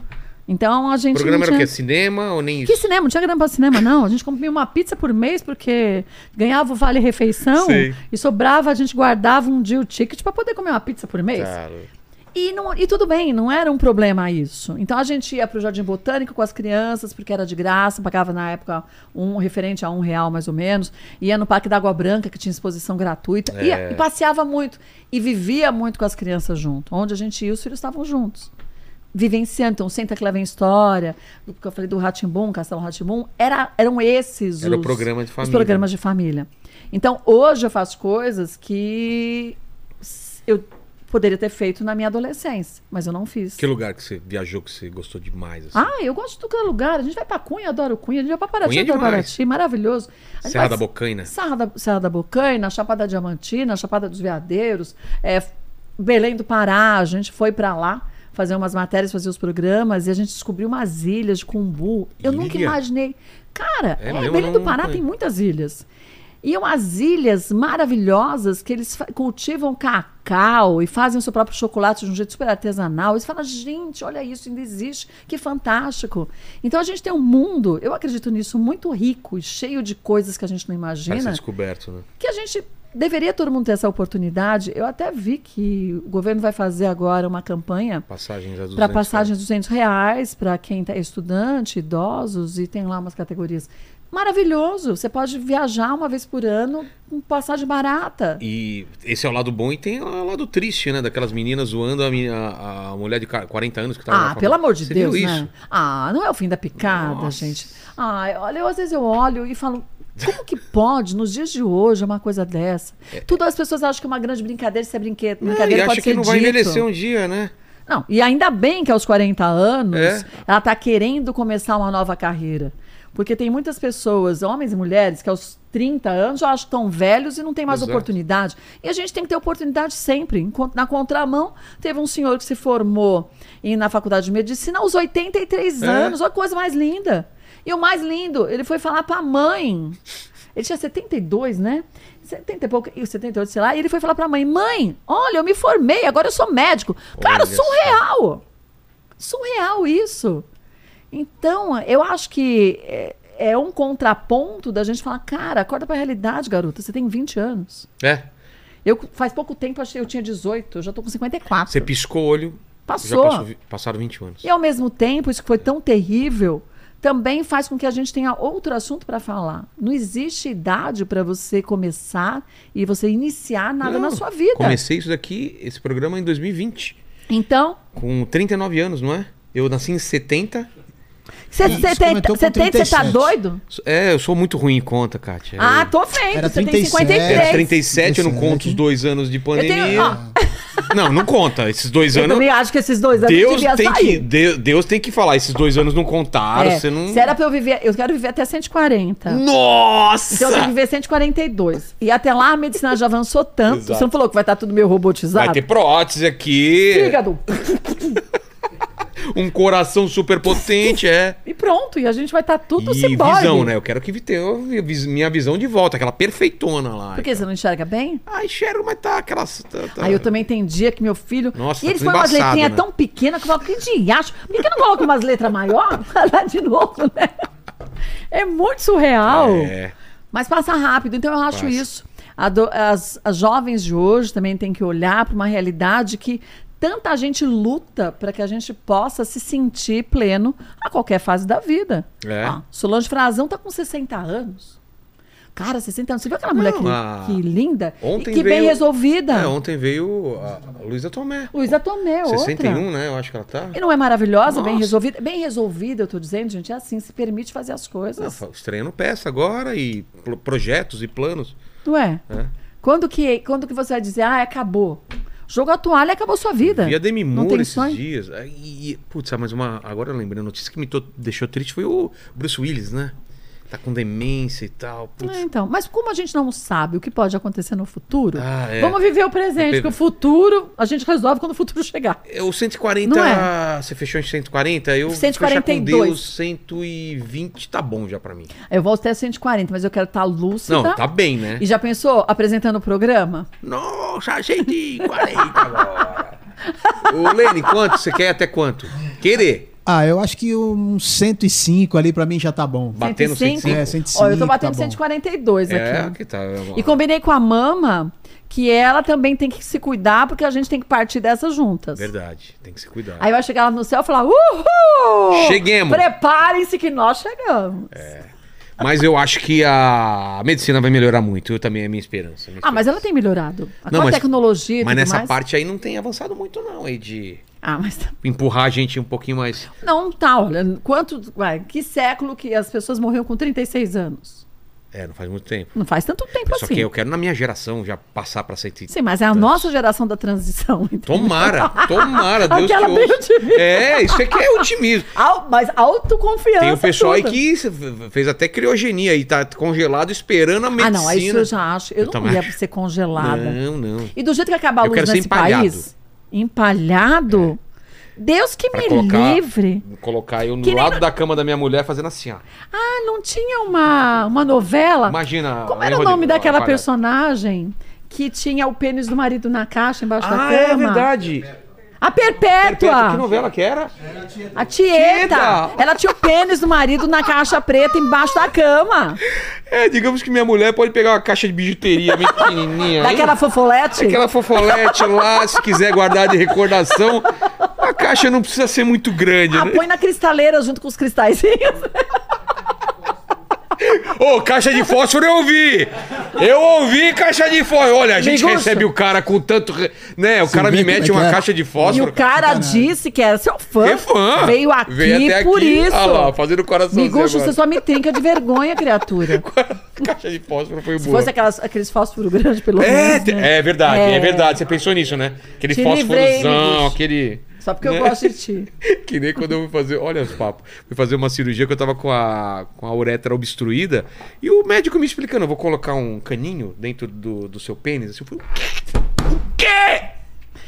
Speaker 3: Então a
Speaker 1: O
Speaker 3: gente.
Speaker 1: programa
Speaker 3: não
Speaker 1: era o
Speaker 3: tinha...
Speaker 1: quê? Cinema ou nem
Speaker 3: Que
Speaker 1: isso?
Speaker 3: cinema? Não tinha grana pra cinema, não. A gente comia uma pizza por mês porque ganhava o Vale Refeição
Speaker 1: Sei. Tá.
Speaker 3: e sobrava, a gente guardava um dia o ticket pra poder comer uma pizza por mês.
Speaker 1: Cara,
Speaker 3: E, não- e tudo bem, não era um problema isso. Então a gente ia para o Jardim Botânico com as crianças, porque era de graça, pagava na época um referente a um real mais ou menos. Ia no Parque da Água Branca, que tinha exposição gratuita.
Speaker 1: É.
Speaker 3: Ia- e passeava muito. E vivia muito com as crianças junto. Onde a gente ia, os filhos estavam juntos. Vivenciando. Então, senta que lá vem história. do que eu falei do Ratimbum, Castelo Ratimbum. Era, eram esses
Speaker 1: Era o
Speaker 3: os-
Speaker 1: programa de
Speaker 3: Os
Speaker 1: família.
Speaker 3: programas de família. Então, hoje eu faço coisas que s- eu poderia ter feito na minha adolescência, mas eu não fiz.
Speaker 1: Que lugar que você viajou que você gostou demais? Assim?
Speaker 3: Ah, eu gosto de qualquer lugar. A gente vai pra Cunha, adoro Cunha. A gente vai pra Paraty,
Speaker 1: Cunha é
Speaker 3: adoro
Speaker 1: demais.
Speaker 3: Paraty. Maravilhoso. A gente
Speaker 1: Serra da
Speaker 3: vai-
Speaker 1: Bocaina.
Speaker 3: Serra da, Serra da Bocaina, Chapada Diamantina, Chapada dos Veadeiros, é, Belém do Pará. A gente foi pra lá fazer umas matérias, fazer os programas e a gente descobriu umas ilhas de Cumbu. Eu
Speaker 1: Ilha?
Speaker 3: nunca imaginei. Cara,
Speaker 1: É
Speaker 3: é,
Speaker 1: mesmo?
Speaker 3: Belém
Speaker 1: Não
Speaker 3: do Pará
Speaker 1: conhe-
Speaker 3: tem muitas ilhas. E é umas ilhas maravilhosas que eles fa- cultivam cacau e fazem o seu próprio chocolate de um jeito super artesanal. E você fala, gente, olha isso, ainda existe, que fantástico. Então a gente tem um mundo, eu acredito nisso, muito rico e cheio de coisas que a gente não
Speaker 1: Para ser
Speaker 3: imagina
Speaker 1: descoberto, né?
Speaker 3: que a gente deveria todo mundo ter essa oportunidade. Eu até vi que o governo vai fazer agora uma campanha
Speaker 1: Passagens né? a 200
Speaker 3: para passagens de 200 reais para quem é estudante, idosos e tem lá umas categorias. Maravilhoso! Você pode viajar uma vez por ano com passagem barata.
Speaker 1: E esse é o lado bom e tem o lado triste, né? Daquelas meninas zoando a, meni- a- a mulher de ca- 40 anos que tava na
Speaker 3: Ah,
Speaker 1: fama.
Speaker 3: pelo amor de
Speaker 1: Você
Speaker 3: Deus,
Speaker 1: viu
Speaker 3: né?
Speaker 1: isso?
Speaker 3: Ah, não é o fim da picada,
Speaker 1: Nossa.
Speaker 3: gente. Ah, olha, eu, às vezes eu olho e falo, como que pode, nos dias de hoje, uma coisa dessa? Tudo as pessoas acham que é uma grande brincadeira, se é brinquedo,
Speaker 1: Não,
Speaker 3: brincadeira
Speaker 1: e
Speaker 3: pode
Speaker 1: acha
Speaker 3: ser
Speaker 1: que não vai
Speaker 3: dito.
Speaker 1: envelhecer um dia, né?
Speaker 3: Não, e ainda bem que aos 40 anos
Speaker 1: É.
Speaker 3: ela está querendo começar uma nova carreira. Porque tem muitas pessoas, homens e mulheres, que aos 30 anos já acham tão velhos e não tem mais
Speaker 1: Exato.
Speaker 3: oportunidade. E a gente tem que ter oportunidade sempre. Enquanto- Na contramão, teve um senhor que se formou em- na faculdade de medicina aos 83
Speaker 1: É.
Speaker 3: anos. Olha que coisa mais linda. E o mais lindo, ele foi falar para a mãe. Ele tinha 72, né? 70 e pouco, e 78, sei lá. E ele foi falar para a mãe: Mãe, olha, eu me formei, agora eu sou médico.
Speaker 1: Olha
Speaker 3: Cara, surreal! Surreal isso. Então, eu acho que é, é um contraponto da gente falar, cara, acorda pra realidade, garota. Você tem 20 anos.
Speaker 1: É.
Speaker 3: Eu faz pouco tempo achei eu tinha 18, eu já tô com 54.
Speaker 1: Você piscou o olho,
Speaker 3: Passou.
Speaker 1: já passou, vi- passaram 20 anos.
Speaker 3: E ao mesmo tempo, isso que foi tão terrível também faz com que a gente tenha outro assunto pra falar. Não existe idade pra você começar e você iniciar nada
Speaker 1: Não,
Speaker 3: na sua vida.
Speaker 1: Comecei isso daqui, esse programa, em 2020.
Speaker 3: Então,
Speaker 1: Com 39 anos, não é? Eu nasci em 70.
Speaker 3: você
Speaker 5: Isso, comentou com
Speaker 3: tá
Speaker 5: 37.
Speaker 3: doido?
Speaker 1: É, eu sou muito ruim em conta, Kátia. é,
Speaker 3: Ah, tô feio.
Speaker 5: Era
Speaker 3: Você tem
Speaker 5: 37.
Speaker 3: 53.
Speaker 1: Eu, eu 37, eu não
Speaker 5: 37.
Speaker 1: conto os dois anos de
Speaker 3: Eu
Speaker 1: pandemia.
Speaker 3: tenho, ó,
Speaker 1: Não, não conta. Esses dois
Speaker 3: Eu
Speaker 1: anos.
Speaker 3: também acho que esses dois anos
Speaker 1: Deus
Speaker 3: devia
Speaker 1: tem, que,
Speaker 3: sair.
Speaker 1: Deus, Deus tem que falar. Esses dois anos não contaram.
Speaker 3: É,
Speaker 1: Você não.
Speaker 3: Se era pra eu viver, eu quero viver até 140.
Speaker 1: Nossa!
Speaker 3: Então eu tenho que viver 142. E até lá a medicina já avançou tanto.
Speaker 1: Exato.
Speaker 3: Você não falou que vai estar tudo meio robotizado?
Speaker 1: Vai ter prótese aqui.
Speaker 3: Fígado.
Speaker 1: Um coração super potente, é.
Speaker 3: E pronto, e a gente vai estar tudo
Speaker 1: e
Speaker 3: ciborgue.
Speaker 1: visão, né? Eu quero que ter a vis- minha visão de volta, aquela perfeitona lá.
Speaker 3: Por que você não enxerga bem?
Speaker 1: Ah, enxergo, mas tá aquela. Tá, tá-
Speaker 3: Aí eu também entendia que meu filho.
Speaker 1: Nossa,
Speaker 3: e ele
Speaker 1: tá
Speaker 3: foi umas
Speaker 1: embaçado,
Speaker 3: letrinhas
Speaker 1: né?
Speaker 3: tão pequenas que eu falava, que diacho? Por que, que não coloca umas letras maior? Lá de novo, né? É muito surreal.
Speaker 1: É.
Speaker 3: Mas passa rápido, então eu acho
Speaker 1: Passa.
Speaker 3: isso. A do- as, as jovens de hoje também têm que olhar para uma realidade que tanta gente luta para que a gente possa se sentir pleno a qualquer fase da vida.
Speaker 1: É.
Speaker 3: Ah, Solange Frazão tá com 60 anos. Cara, 60 anos. Você viu aquela mulher
Speaker 1: Não,
Speaker 3: que,
Speaker 1: a-
Speaker 3: que linda
Speaker 1: Ontem
Speaker 3: e que
Speaker 1: veio-
Speaker 3: bem resolvida?
Speaker 1: É, ontem veio a a Luísa Tomé.
Speaker 3: Luísa Tomé, outra.
Speaker 1: 61, né? Eu acho que ela tá.
Speaker 3: E não é maravilhosa, bem
Speaker 1: Nossa.
Speaker 3: resolvida? Bem resolvida, eu tô dizendo, gente, é assim, se permite fazer as
Speaker 1: Não,
Speaker 3: coisas.
Speaker 1: fa- estreando peça agora e pl- projetos e planos.
Speaker 3: Não é?
Speaker 1: né?
Speaker 3: Quando que, quando que você vai dizer, ah, acabou? Jogo a toalha e acabou sua vida.
Speaker 1: Vi a Demi
Speaker 3: Não é?
Speaker 1: Moore
Speaker 3: tem
Speaker 1: esses
Speaker 3: sonho?
Speaker 1: dias. Aí, E, putz, ah, mas uma. Agora eu lembrei, a notícia que me to- deixou triste foi o Bruce Willis, né? Tá com demência e tal. Putz,
Speaker 3: É, então, mas como a gente não sabe o que pode acontecer no futuro,
Speaker 1: Ah, é.
Speaker 3: vamos viver o presente,
Speaker 1: Pe-
Speaker 3: porque o futuro a gente resolve quando o futuro chegar.
Speaker 1: É, O 140.
Speaker 3: Não é?
Speaker 1: Você fechou em 140? Eu
Speaker 3: 142.
Speaker 1: fechar com Deus, 120 tá bom já pra mim.
Speaker 3: Eu volto até 140, mas eu quero estar lúcida.
Speaker 1: Não, tá bem, né?
Speaker 3: E já pensou apresentando o programa?
Speaker 1: Nossa, 140 agora. Ô, Lene, quanto? Você quer até quanto? Querer.
Speaker 5: Ah, eu acho que um 105 ali pra mim já tá bom.
Speaker 1: Batendo 105?
Speaker 5: É, 105.
Speaker 3: Ó, eu tô batendo
Speaker 5: tá bom.
Speaker 3: 142
Speaker 1: É,
Speaker 3: aqui.
Speaker 1: aqui tá.
Speaker 3: E combinei com a mama que ela também tem que se cuidar, porque a gente tem que partir dessas juntas.
Speaker 1: Verdade, tem que se cuidar.
Speaker 3: Aí vai chegar lá no céu e falar: Uhul!
Speaker 1: Cheguemos. É,
Speaker 3: Preparem-se que nós chegamos.
Speaker 1: Mas eu acho que a medicina vai melhorar muito. Eu também é minha esperança. minha
Speaker 3: Ah, mas
Speaker 1: esperança.
Speaker 3: ela tem melhorado.
Speaker 1: Não,
Speaker 3: Aquela tecnologia e
Speaker 1: Mas
Speaker 3: tudo
Speaker 1: nessa
Speaker 3: mais.
Speaker 1: parte aí não tem avançado muito, não, aí de
Speaker 3: Ah, mas.
Speaker 1: empurrar a gente um pouquinho mais.
Speaker 3: Não, tá, olha. Quanto. Ué, que século que as pessoas morreram com 36 anos?
Speaker 1: É, não faz muito tempo.
Speaker 3: Não faz tanto tempo
Speaker 1: Só
Speaker 3: assim.
Speaker 1: que eu quero na minha geração já passar pra 130.
Speaker 3: Sim, mas é a nossa geração da transição. entendeu?
Speaker 1: Tomara, tomara, Deus
Speaker 3: Aquela
Speaker 1: te
Speaker 3: bem
Speaker 1: ouça.
Speaker 3: otimista.
Speaker 1: É, isso aqui é otimismo.
Speaker 3: Au- mas autoconfiança. é
Speaker 1: Tem o pessoal aí
Speaker 3: tudo.
Speaker 1: que f- f- fez até criogenia e tá congelado esperando a medicina.
Speaker 3: Ah, não, isso eu já acho. Eu,
Speaker 1: Eu
Speaker 3: não
Speaker 1: também
Speaker 3: ia
Speaker 1: acho.
Speaker 3: ser congelada.
Speaker 1: Não, não.
Speaker 3: E do jeito que acaba a
Speaker 1: Eu
Speaker 3: luz
Speaker 1: quero ser
Speaker 3: nesse
Speaker 1: empalhado.
Speaker 3: país. Empalhado? Deus que
Speaker 1: É. Pra
Speaker 3: me
Speaker 1: colocar-
Speaker 3: É livre.
Speaker 1: Colocar eu no
Speaker 3: Que nem
Speaker 1: lado
Speaker 3: no-
Speaker 1: da cama da minha mulher fazendo assim, ó.
Speaker 3: Ah, não tinha uma, uma novela?
Speaker 1: Imagina.
Speaker 3: Como
Speaker 1: aí,
Speaker 3: era o
Speaker 1: Rodrigo,
Speaker 3: nome daquela
Speaker 1: aparece.
Speaker 3: personagem que tinha o pênis do marido na caixa embaixo da
Speaker 1: Ah,
Speaker 3: cama?
Speaker 1: é verdade.
Speaker 3: A Perpétua!
Speaker 1: Perpétua, que novela que era?
Speaker 3: A Tieta!
Speaker 1: Tieta!
Speaker 3: Ela tinha o pênis do marido na caixa preta embaixo da cama.
Speaker 1: É, digamos que minha mulher pode pegar uma caixa de bijuteria bem pequenininha. aí,
Speaker 3: Daquela fofolete.
Speaker 1: Aquela fofolete lá, se quiser guardar de recordação. A caixa não precisa ser muito grande,
Speaker 3: Ah,
Speaker 1: né?
Speaker 3: põe na cristaleira junto com os cristalzinhos.
Speaker 1: Ô, caixa de fósforo eu ouvi! Eu ouvi caixa de fósforo! Olha, a gente
Speaker 3: Miguxo.
Speaker 1: recebe o cara com tanto. re- Né? O cara me
Speaker 5: vê como
Speaker 1: mete
Speaker 5: é que
Speaker 1: uma
Speaker 5: é?
Speaker 1: caixa de
Speaker 3: E
Speaker 1: fósforo.
Speaker 3: o cara disse que era seu fã.
Speaker 1: É fã!
Speaker 3: Veio aqui
Speaker 1: até
Speaker 3: por
Speaker 1: aqui.
Speaker 3: isso.
Speaker 1: Ah lá, fazendo coraçãozinho.
Speaker 3: Miguxo,
Speaker 1: agora.
Speaker 3: você só me trinca de vergonha, criatura.
Speaker 1: Caixa de fósforo foi
Speaker 3: Se
Speaker 1: boa.
Speaker 3: fosse aquelas, aqueles fósforos grandes, pelo
Speaker 1: É,
Speaker 3: menos.
Speaker 1: te-
Speaker 3: né?
Speaker 1: é verdade, é. verdade. Você pensou nisso, né? Aquele
Speaker 3: Te livrei,
Speaker 1: fósforozão,
Speaker 3: Miguxo.
Speaker 1: aquele.
Speaker 3: Só porque eu
Speaker 1: né?
Speaker 3: gosto de ti.
Speaker 1: Que nem quando eu fui fazer. Olha os papos. Fui fazer uma cirurgia que eu tava com a, com a uretra obstruída. E o médico me explicando: eu vou colocar um caninho dentro do, do seu pênis. Assim, eu falei: o quê? O quê?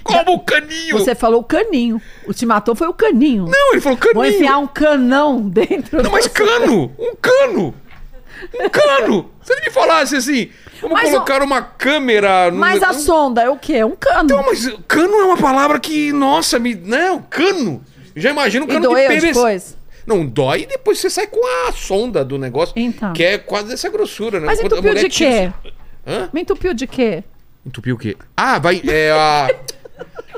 Speaker 1: Como o caninho?
Speaker 3: Você falou o caninho. O te matou foi o caninho.
Speaker 1: Não, ele falou:
Speaker 3: Vou
Speaker 1: caninho.
Speaker 3: enfiar um canão dentro.
Speaker 1: Não,
Speaker 3: do-
Speaker 1: mas cano! Um cano! Um cano! Se ele me falasse assim: vamos
Speaker 3: Mas o-
Speaker 1: colocar uma câmera no.
Speaker 3: Mas a sonda é o quê? É um cano.
Speaker 1: Não, mas cano é uma palavra que, nossa, me. Não, cano. Eu já imagino um
Speaker 3: e
Speaker 1: cano
Speaker 3: doeu
Speaker 1: de PVC.
Speaker 3: depois.
Speaker 1: Não, dói e depois você sai com a sonda do negócio.
Speaker 3: Então.
Speaker 1: Que é quase dessa grossura, né?
Speaker 3: Mas
Speaker 1: Quando a
Speaker 3: entupiu
Speaker 1: mulher
Speaker 3: de
Speaker 1: tira-
Speaker 3: quê?
Speaker 1: Hã?
Speaker 3: Me entupiu de quê?
Speaker 1: Entupiu o quê? Ah, vai. É a.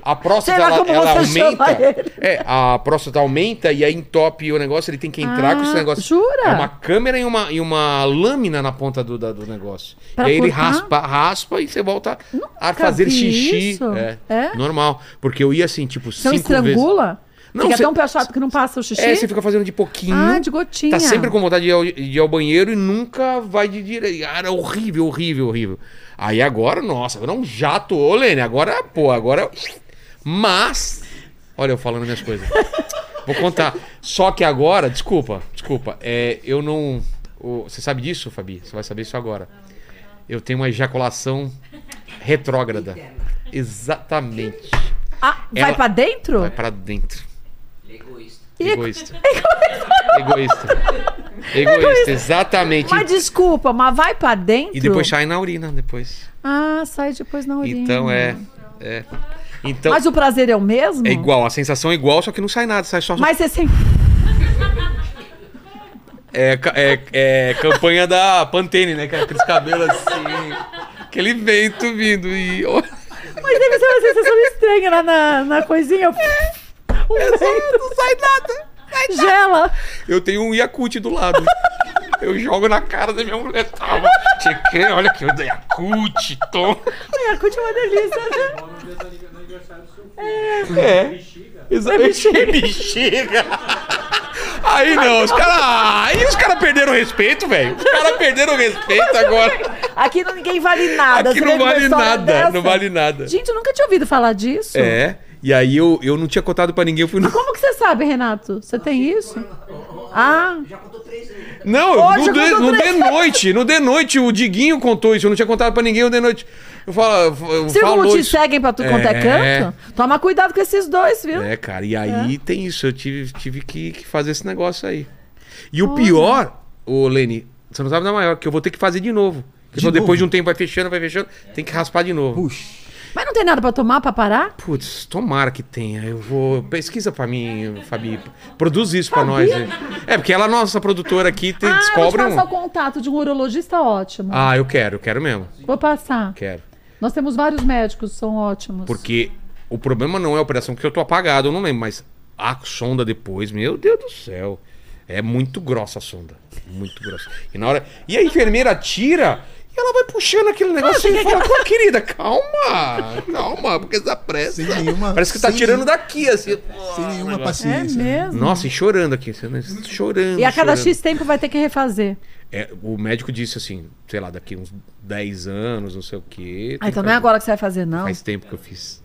Speaker 1: A próstata,
Speaker 3: Sei lá
Speaker 1: ela,
Speaker 3: como
Speaker 1: ela
Speaker 3: você chama
Speaker 1: aumenta.
Speaker 3: ele.
Speaker 1: É, a próstata aumenta e aí entope o negócio, ele tem que entrar com esse
Speaker 3: Ah,
Speaker 1: negócio.
Speaker 3: jura?
Speaker 1: É uma câmera e uma, e uma lâmina na ponta do, da- do negócio.
Speaker 3: Pra
Speaker 1: e aí ele
Speaker 3: cortar?
Speaker 1: raspa, raspa e você volta a
Speaker 3: Nunca
Speaker 1: fazer
Speaker 3: vi
Speaker 1: xixi.
Speaker 3: isso.
Speaker 1: É,
Speaker 3: É?
Speaker 1: Normal. Porque eu ia assim, tipo,
Speaker 3: Você não
Speaker 1: cinco vezes.
Speaker 3: estrangula?
Speaker 1: Não,
Speaker 3: Fica
Speaker 1: você-
Speaker 3: tão pechado que não passa o xixi?
Speaker 1: É, você fica fazendo de pouquinho.
Speaker 3: Ah, de gotinha.
Speaker 1: Tá sempre com vontade de ir, ao, de ir ao banheiro e nunca vai de direito. Cara, horrível, horrível, horrível. Aí agora, nossa, agora é um jato. Ô, Lene, agora, pô, agora... é Mas... Olha eu falando minhas coisas. Vou contar. Só que agora, desculpa, desculpa. É, eu não... o- você sabe disso, Fabi? Você vai saber isso agora. Eu tenho uma ejaculação retrógrada. Exatamente.
Speaker 3: Ah, vai
Speaker 1: Ela-
Speaker 3: pra dentro?
Speaker 1: É, Vai pra dentro.
Speaker 4: Egoísta.
Speaker 1: Egoísta. Egoísta. Egoísta, exatamente.
Speaker 3: Mas desculpa, mas vai pra dentro?
Speaker 1: E depois sai na urina, depois.
Speaker 3: Ah, sai depois na urina.
Speaker 1: Então é. é. Então
Speaker 3: Mas o prazer é o mesmo?
Speaker 1: é igual, a sensação é igual, só que não sai nada, sai só.
Speaker 3: Mas você sem...
Speaker 1: É, ca- é, é campanha da Pantene, né? Com aqueles cabelos assim. Aquele vento vindo e.
Speaker 3: Mas deve ser uma sensação estranha lá na, na coisinha. Um vento.
Speaker 1: É. Não sai nada!
Speaker 3: Gela.
Speaker 1: Eu tenho um Yakut do lado. Eu jogo na cara da minha mulher. tá, Toma, chequei, olha aqui, eu dei Yakut, toma.
Speaker 3: Ai, a curte é uma delícia, né?
Speaker 4: No aniversário do seu filho.
Speaker 1: É. Exa- É bexiga. Aí não, os caras. Aí os caras perderam o respeito, velho. Os caras perderam o respeito agora.
Speaker 3: Aqui não, ninguém vale nada.
Speaker 1: Aqui
Speaker 3: Você
Speaker 1: não
Speaker 3: lembra uma
Speaker 1: vale
Speaker 3: história
Speaker 1: nada.
Speaker 3: é dessa?
Speaker 1: Não vale nada.
Speaker 3: Gente, eu nunca tinha ouvido falar disso.
Speaker 1: É. E aí eu, eu não tinha contado pra ninguém, eu fui no.
Speaker 3: Como que você sabe, Renato? Você tem isso? Ah,
Speaker 1: Não,
Speaker 3: Hoje
Speaker 1: no,
Speaker 3: eu
Speaker 1: de,
Speaker 3: conto
Speaker 1: no
Speaker 3: três.
Speaker 1: de noite, no de noite, o Diguinho contou isso, eu não tinha contado pra ninguém no de noite. Eu falo, eu
Speaker 3: se não
Speaker 1: falou
Speaker 3: te
Speaker 1: isso.
Speaker 3: seguem pra tu contar
Speaker 1: É.
Speaker 3: canto, toma cuidado com esses dois, viu?
Speaker 1: É, cara, e aí tem isso, eu tive, tive que, que fazer esse negócio aí. E o pior, ô Leni, você não sabe da maior, que eu vou ter que fazer de novo. Porque
Speaker 5: De
Speaker 1: só depois
Speaker 5: novo?
Speaker 1: de um tempo vai fechando, vai fechando, tem que raspar de novo.
Speaker 5: Puxa.
Speaker 3: Mas não tem nada pra tomar, pra parar?
Speaker 1: Putz, tomara que tenha. Eu vou. Pesquisa pra mim, Fabi. Produz isso pra nós. né? É, porque ela, é nossa produtora aqui, tem,
Speaker 3: ah,
Speaker 1: descobre
Speaker 3: eu vou te
Speaker 1: um.
Speaker 3: passar o contato de um urologista ótimo.
Speaker 1: Ah, eu quero, eu quero mesmo.
Speaker 3: Vou passar.
Speaker 1: Quero.
Speaker 3: Nós temos vários médicos, são ótimos.
Speaker 1: Porque o problema não é a operação, porque eu tô apagado, eu não lembro, mas a sonda depois, meu Deus do céu. É muito grossa a sonda. Muito grossa. E na hora. E a enfermeira tira e ela vai puxando
Speaker 3: Ah,
Speaker 1: aquele negócio e fala, "Pô, querida, calma, calma, porque essa pressa.
Speaker 5: Sem nenhuma-
Speaker 1: Parece que tá
Speaker 5: sem
Speaker 1: tirando
Speaker 5: nenhum-
Speaker 1: daqui, assim.
Speaker 5: Sem nenhuma
Speaker 3: É
Speaker 5: paciência.
Speaker 3: mesmo?
Speaker 1: Nossa, e chorando aqui, você- né, chorando.
Speaker 3: E a cada
Speaker 1: chorando.
Speaker 3: X tempo vai ter que refazer.
Speaker 1: É, o médico disse assim, sei lá, daqui uns 10 anos, não sei o quê.
Speaker 3: Ah,
Speaker 1: tem
Speaker 3: então
Speaker 1: que
Speaker 3: não é
Speaker 1: fazer.
Speaker 3: agora que você vai fazer, não.
Speaker 1: Faz tempo que eu fiz.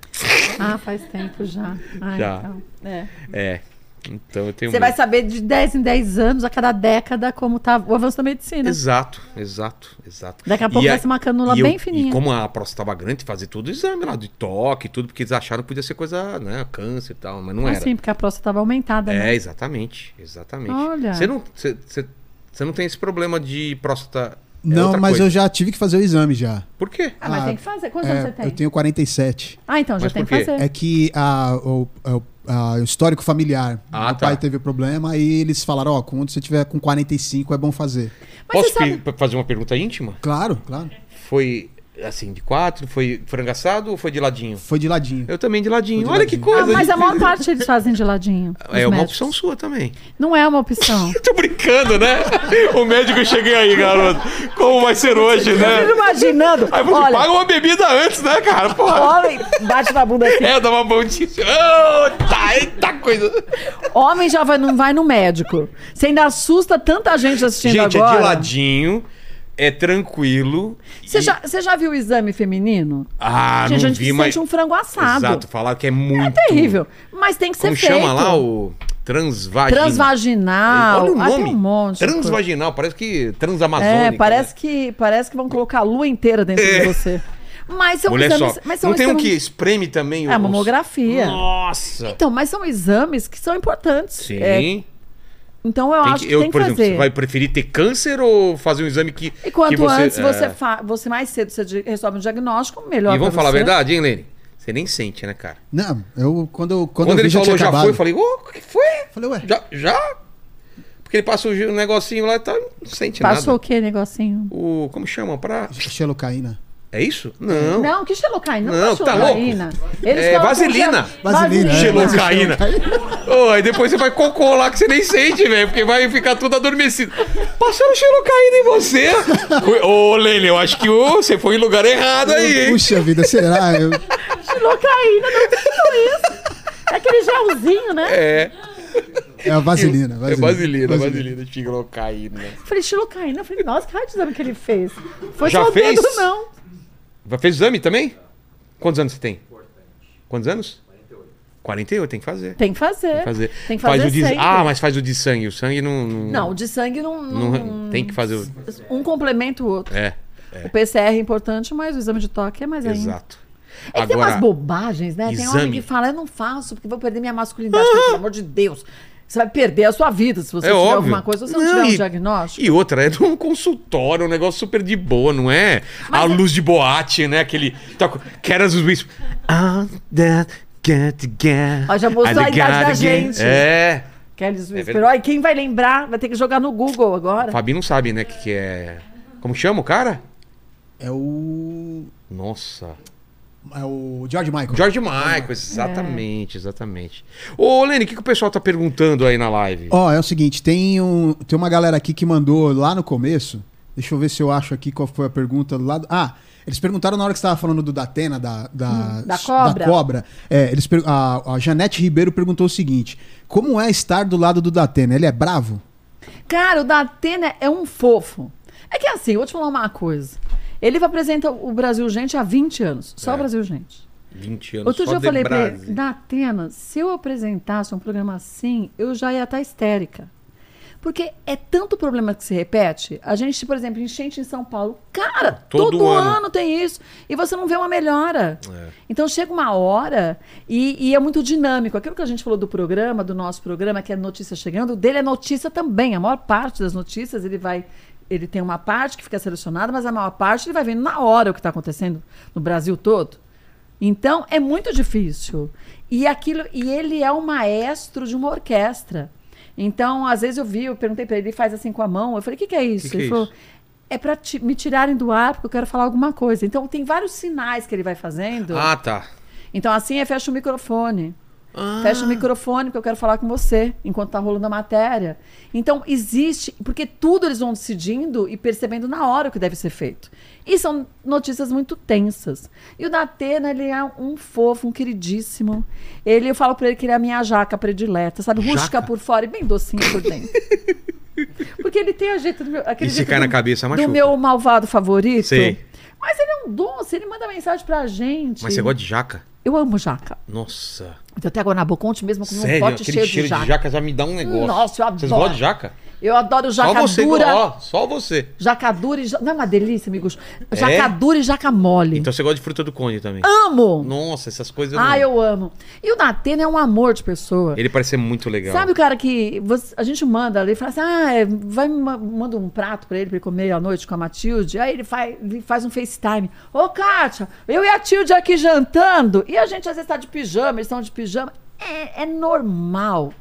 Speaker 3: Ah, faz tempo já. Ah,
Speaker 1: Já.
Speaker 3: então. É.
Speaker 1: É. Então eu tenho
Speaker 3: Você vai saber de 10 em 10 anos, a cada década, como tá o avanço da medicina.
Speaker 1: Exato, exato, exato.
Speaker 3: Daqui a pouco
Speaker 1: E
Speaker 3: vai ser uma canula
Speaker 1: e
Speaker 3: bem
Speaker 1: eu-
Speaker 3: fininha.
Speaker 1: E como a próstata estava grande, fazer todo o exame lá de toque, e tudo, porque eles acharam que podia ser coisa, né, câncer e tal, mas não era.
Speaker 3: Assim, porque a próstata estava aumentada, né?
Speaker 1: é, exatamente, exatamente.
Speaker 3: Olha.
Speaker 1: Você não, você, você- você não tem esse problema de próstata. é
Speaker 5: Não,
Speaker 1: outra
Speaker 5: mas
Speaker 1: coisa.
Speaker 5: eu já tive que fazer o exame já.
Speaker 1: Por quê?
Speaker 3: Ah, mas
Speaker 5: Ah,
Speaker 3: tem que fazer. Quantos
Speaker 5: É,
Speaker 3: anos você tem?
Speaker 5: Eu tenho 47.
Speaker 3: Ah, então, já
Speaker 1: Mas
Speaker 3: tem
Speaker 1: por
Speaker 3: que
Speaker 1: quê?
Speaker 3: fazer.
Speaker 5: É que a- o, a- a- o histórico familiar.
Speaker 1: Ah,
Speaker 5: meu
Speaker 1: tá.
Speaker 5: pai teve problema e eles falaram, ó, quando você tiver com 45 é bom fazer.
Speaker 3: Mas
Speaker 1: Posso
Speaker 3: você sabe-
Speaker 1: pe- fazer uma pergunta íntima?
Speaker 5: Claro, claro.
Speaker 1: Foi assim, de quatro? Foi frango assado ou foi de ladinho?
Speaker 5: Foi de ladinho.
Speaker 1: Eu também de ladinho.
Speaker 5: de
Speaker 1: Olha que
Speaker 5: ladinho.
Speaker 3: Ah,
Speaker 1: coisa.
Speaker 3: mas a
Speaker 1: gente.
Speaker 3: maior parte eles fazem de ladinho. os
Speaker 1: É uma
Speaker 3: médicos.
Speaker 1: opção sua também.
Speaker 3: Não é uma opção.
Speaker 1: Tô brincando, né? O médico cheguei aí, garoto. Como vai ser hoje,
Speaker 3: Vocês
Speaker 1: né?
Speaker 3: imaginando?
Speaker 1: Aí você
Speaker 3: Olha,
Speaker 1: paga uma bebida antes, né, cara? Porra.
Speaker 3: homem bate na bunda assim.
Speaker 1: É, dá uma bondinha. Oh, tá, eita coisa.
Speaker 3: Homem já vai, não vai no médico. Você ainda assusta tanta gente assistindo
Speaker 1: Gente, é
Speaker 3: agora.
Speaker 1: de ladinho, é tranquilo.
Speaker 3: Você
Speaker 1: e-
Speaker 3: já, você já viu o exame feminino?
Speaker 1: Ah,
Speaker 3: gente,
Speaker 1: não
Speaker 3: a gente
Speaker 1: vi,
Speaker 3: sente
Speaker 1: mas...
Speaker 3: um frango assado.
Speaker 1: Exato, falaram que é muito...
Speaker 3: Terrível. Mas tem que ser
Speaker 1: Como
Speaker 3: feito.
Speaker 1: chama lá o... Transvagina.
Speaker 3: Transvaginal.
Speaker 1: Olha o
Speaker 3: Ah, tem
Speaker 1: nome.
Speaker 3: um monte de coisa.
Speaker 1: Transvaginal, parece que transamazônica.
Speaker 3: É, parece
Speaker 1: né? É.
Speaker 3: que, parece que vão colocar a lua inteira dentro de você. Mas são
Speaker 1: Mulher
Speaker 3: exames.
Speaker 1: só.
Speaker 3: Mas são
Speaker 1: não tem um que
Speaker 3: exames-
Speaker 1: espreme também
Speaker 3: É, a
Speaker 1: os-
Speaker 3: mamografia.
Speaker 1: Nossa.
Speaker 3: Então, mas são exames que são importantes.
Speaker 1: Sim.
Speaker 3: É, então eu
Speaker 1: Tem
Speaker 3: acho
Speaker 1: que-
Speaker 3: que,
Speaker 1: eu,
Speaker 3: tem que
Speaker 1: por
Speaker 3: fazer.
Speaker 1: exemplo, você vai preferir ter câncer ou fazer um exame que.
Speaker 3: E quanto
Speaker 1: que você,
Speaker 3: antes você,
Speaker 1: é.
Speaker 3: fa- você mais cedo você di- resolve um diagnóstico, melhor.
Speaker 1: E vamos
Speaker 3: pra
Speaker 1: falar a
Speaker 3: você.
Speaker 1: verdade, hein, Lene? Você nem sente, né, cara?
Speaker 5: Não, eu quando eu quando,
Speaker 1: Quando,
Speaker 5: eu
Speaker 1: ele
Speaker 5: vi, já
Speaker 1: falou
Speaker 5: tinha
Speaker 1: já
Speaker 5: acabado.
Speaker 1: foi, eu falei, ô, o que foi?
Speaker 5: Falei, ué.
Speaker 1: Já? já? Porque ele passa um negocinho lá e tá, não sente
Speaker 3: Passou o
Speaker 1: nada.
Speaker 3: que negocinho?
Speaker 1: O. Como chama? Pra.
Speaker 5: Xelocaína.
Speaker 1: É isso? Não.
Speaker 3: Não, que xelocaína, não,
Speaker 1: Não,
Speaker 3: foi
Speaker 1: tá
Speaker 3: xelocaína. Eles
Speaker 1: É,
Speaker 3: colocam
Speaker 1: vaselina.
Speaker 3: gel-
Speaker 5: Vaselina, é.
Speaker 3: Vaselina. né?
Speaker 1: Xelocaína. Ô, aí depois você vai cocô lá que você nem sente, velho, porque vai ficar tudo adormecido. Passando xelocaína em você. Cu- Ô, Lene, eu acho que ô, você foi em lugar errado aí, hein?
Speaker 5: Puxa vida, será? Eu-
Speaker 3: Xilocaína, não tem tudo isso. É aquele gelzinho, né?
Speaker 1: É.
Speaker 5: É a vaselina.
Speaker 1: É vaselina,
Speaker 5: vaselina.
Speaker 1: vaselina, xelocaína.
Speaker 3: Eu Falei, xilocaína. Eu Falei, nossa, que raio de exame que ele fez? Foi
Speaker 1: Já
Speaker 3: só o dedo,
Speaker 1: fez?
Speaker 3: não.
Speaker 1: Vai- Fez exame também? Quantos anos você tem? Quantos anos? 48. 48, tem que fazer.
Speaker 3: Tem que fazer. Tem que
Speaker 1: fazer.
Speaker 3: É, Tem que fazer
Speaker 1: faz o de...
Speaker 3: sempre.
Speaker 1: Ah, mas faz o de sangue. O sangue não. Não,
Speaker 3: Não, o de sangue não... não-
Speaker 1: não- tem que fazer o.
Speaker 3: Um complementa o outro.
Speaker 1: É,
Speaker 3: O PCR é importante, mas o exame de toque é mais ainda.
Speaker 1: exato.
Speaker 3: É que tem umas bobagens, né? Tem homem
Speaker 1: exame. Ah!
Speaker 3: que fala, eu não faço porque vou perder minha masculinidade. Eu falei, Pelo amor de Deus. Você vai perder a sua vida se você
Speaker 1: É
Speaker 3: tiver
Speaker 1: óbvio.
Speaker 3: alguma coisa, se você não,
Speaker 1: Não,
Speaker 3: tiver um
Speaker 1: e-
Speaker 3: diagnóstico.
Speaker 1: E outra, é de um consultório, um negócio super de boa, não é? a luz de boate, né? Aquele. Toca. Quero os whispers. Ah, that get get.
Speaker 3: Ó, já mostrou a idade da gente.
Speaker 1: É.
Speaker 3: Kelly Whisper.
Speaker 1: verdade.
Speaker 3: Olha, quem vai lembrar vai ter que jogar no Google agora.
Speaker 1: Fabi não sabe, né? Que, que é. Como chama o cara?
Speaker 5: É o.
Speaker 1: Nossa.
Speaker 5: É o George Michael.
Speaker 1: George
Speaker 3: É.
Speaker 1: Michael, exatamente, exatamente. Ô, Lene, o que, que o pessoal tá perguntando aí na live?
Speaker 5: Ó, é o seguinte, tem, um, tem uma galera aqui que mandou lá no começo. Deixa eu ver se eu acho aqui qual foi a pergunta do lado. Ah, eles perguntaram na hora que você estava falando do Datena, da, da,
Speaker 3: Hum, da cobra.
Speaker 5: cobra. É, eles, per- a, a Janete Ribeiro perguntou o seguinte: Como é estar do lado do Datena? Ele é bravo?
Speaker 3: Cara, o da Atena é um fofo. É que assim, eu vou te falar uma coisa. Ele apresenta o Brasil Gente há 20 anos. Só
Speaker 1: É.
Speaker 3: o Brasil Gente.
Speaker 1: 20 anos
Speaker 3: Outro
Speaker 1: só
Speaker 3: dia eu
Speaker 1: de
Speaker 3: falei pra
Speaker 1: Brasi.
Speaker 3: ele, da Atena, se eu apresentasse um programa assim, eu já ia estar histérica. Porque é tanto problema que se repete. A gente, por exemplo, enchente em São Paulo. Cara,
Speaker 1: Todo
Speaker 3: todo,
Speaker 1: ano.
Speaker 3: ano. tem isso. E você não vê uma melhora.
Speaker 1: É.
Speaker 3: Então chega uma hora e, e é muito dinâmico. Aquilo que a gente falou do programa, do nosso programa, que é notícia chegando, o dele é notícia também. A maior parte das notícias ele vai. Ele tem uma parte que fica selecionada, mas a maior parte ele vai vendo na hora o que está acontecendo no tá Brasil todo. Então é muito difícil. E aquilo e ele é o maestro de uma orquestra. Então, às vezes eu vi, eu perguntei para ele, ele faz assim com a mão. Eu falei: "O que, que é isso?"
Speaker 1: que
Speaker 3: ele
Speaker 1: é
Speaker 3: falou:
Speaker 1: isso?
Speaker 3: "É para me tirarem do ar porque eu quero falar alguma coisa". Então tem vários sinais que ele vai fazendo.
Speaker 1: Ah, tá.
Speaker 3: Então assim é fecha o microfone.
Speaker 1: Ah.
Speaker 3: Fecha o microfone que eu quero falar com você enquanto tá rolando a matéria. Então, existe, porque tudo eles vão decidindo e percebendo na hora o que deve ser feito. E são notícias muito tensas. E o Datena, ele é um fofo, um queridíssimo. Ele, eu falo pra ele que ele é a minha jaca predileta, sabe? Rústica por fora e bem docinha por dentro. Porque ele tem a jeito do meu. Aquele
Speaker 1: E se
Speaker 3: jeito
Speaker 1: cai
Speaker 3: do,
Speaker 1: na cabeça, é
Speaker 3: do
Speaker 1: machuca.
Speaker 3: meu malvado favorito.
Speaker 1: Sei.
Speaker 3: Mas ele é um doce, ele manda mensagem pra gente.
Speaker 1: Mas você gosta de jaca?
Speaker 3: Eu amo jaca.
Speaker 1: Nossa.
Speaker 3: Eu até agora na boca ontem mesmo com um
Speaker 1: Sério,
Speaker 3: pote
Speaker 1: aquele
Speaker 3: cheio
Speaker 1: cheiro
Speaker 3: de jaca.
Speaker 1: já me dá um negócio.
Speaker 3: Nossa, eu
Speaker 1: Vocês
Speaker 3: adoro.
Speaker 1: gostam de jaca?
Speaker 3: Eu adoro
Speaker 1: só
Speaker 3: jaca
Speaker 1: você,
Speaker 3: dura,
Speaker 1: ó, só você.
Speaker 3: jaca dura e ja... Não é uma delícia, amigos? Jaca dura e jaca mole.
Speaker 1: É? Então você gosta de fruta do cone também.
Speaker 3: Amo!
Speaker 1: Nossa, essas coisas. eu
Speaker 3: ah,
Speaker 1: não-
Speaker 3: eu amo. E o Datena é um amor de pessoa.
Speaker 1: Ele parece ser muito legal.
Speaker 3: Sabe o cara que você- a gente manda ali e fala assim: ah, é, vai, me ma- manda um prato pra ele pra ele comer à noite com a Matilde. Aí ele faz, ele faz um FaceTime. Ô, Kátia, eu e a Tilde aqui jantando. E a gente às vezes tá de pijama, eles estão de pijama. É, é normal.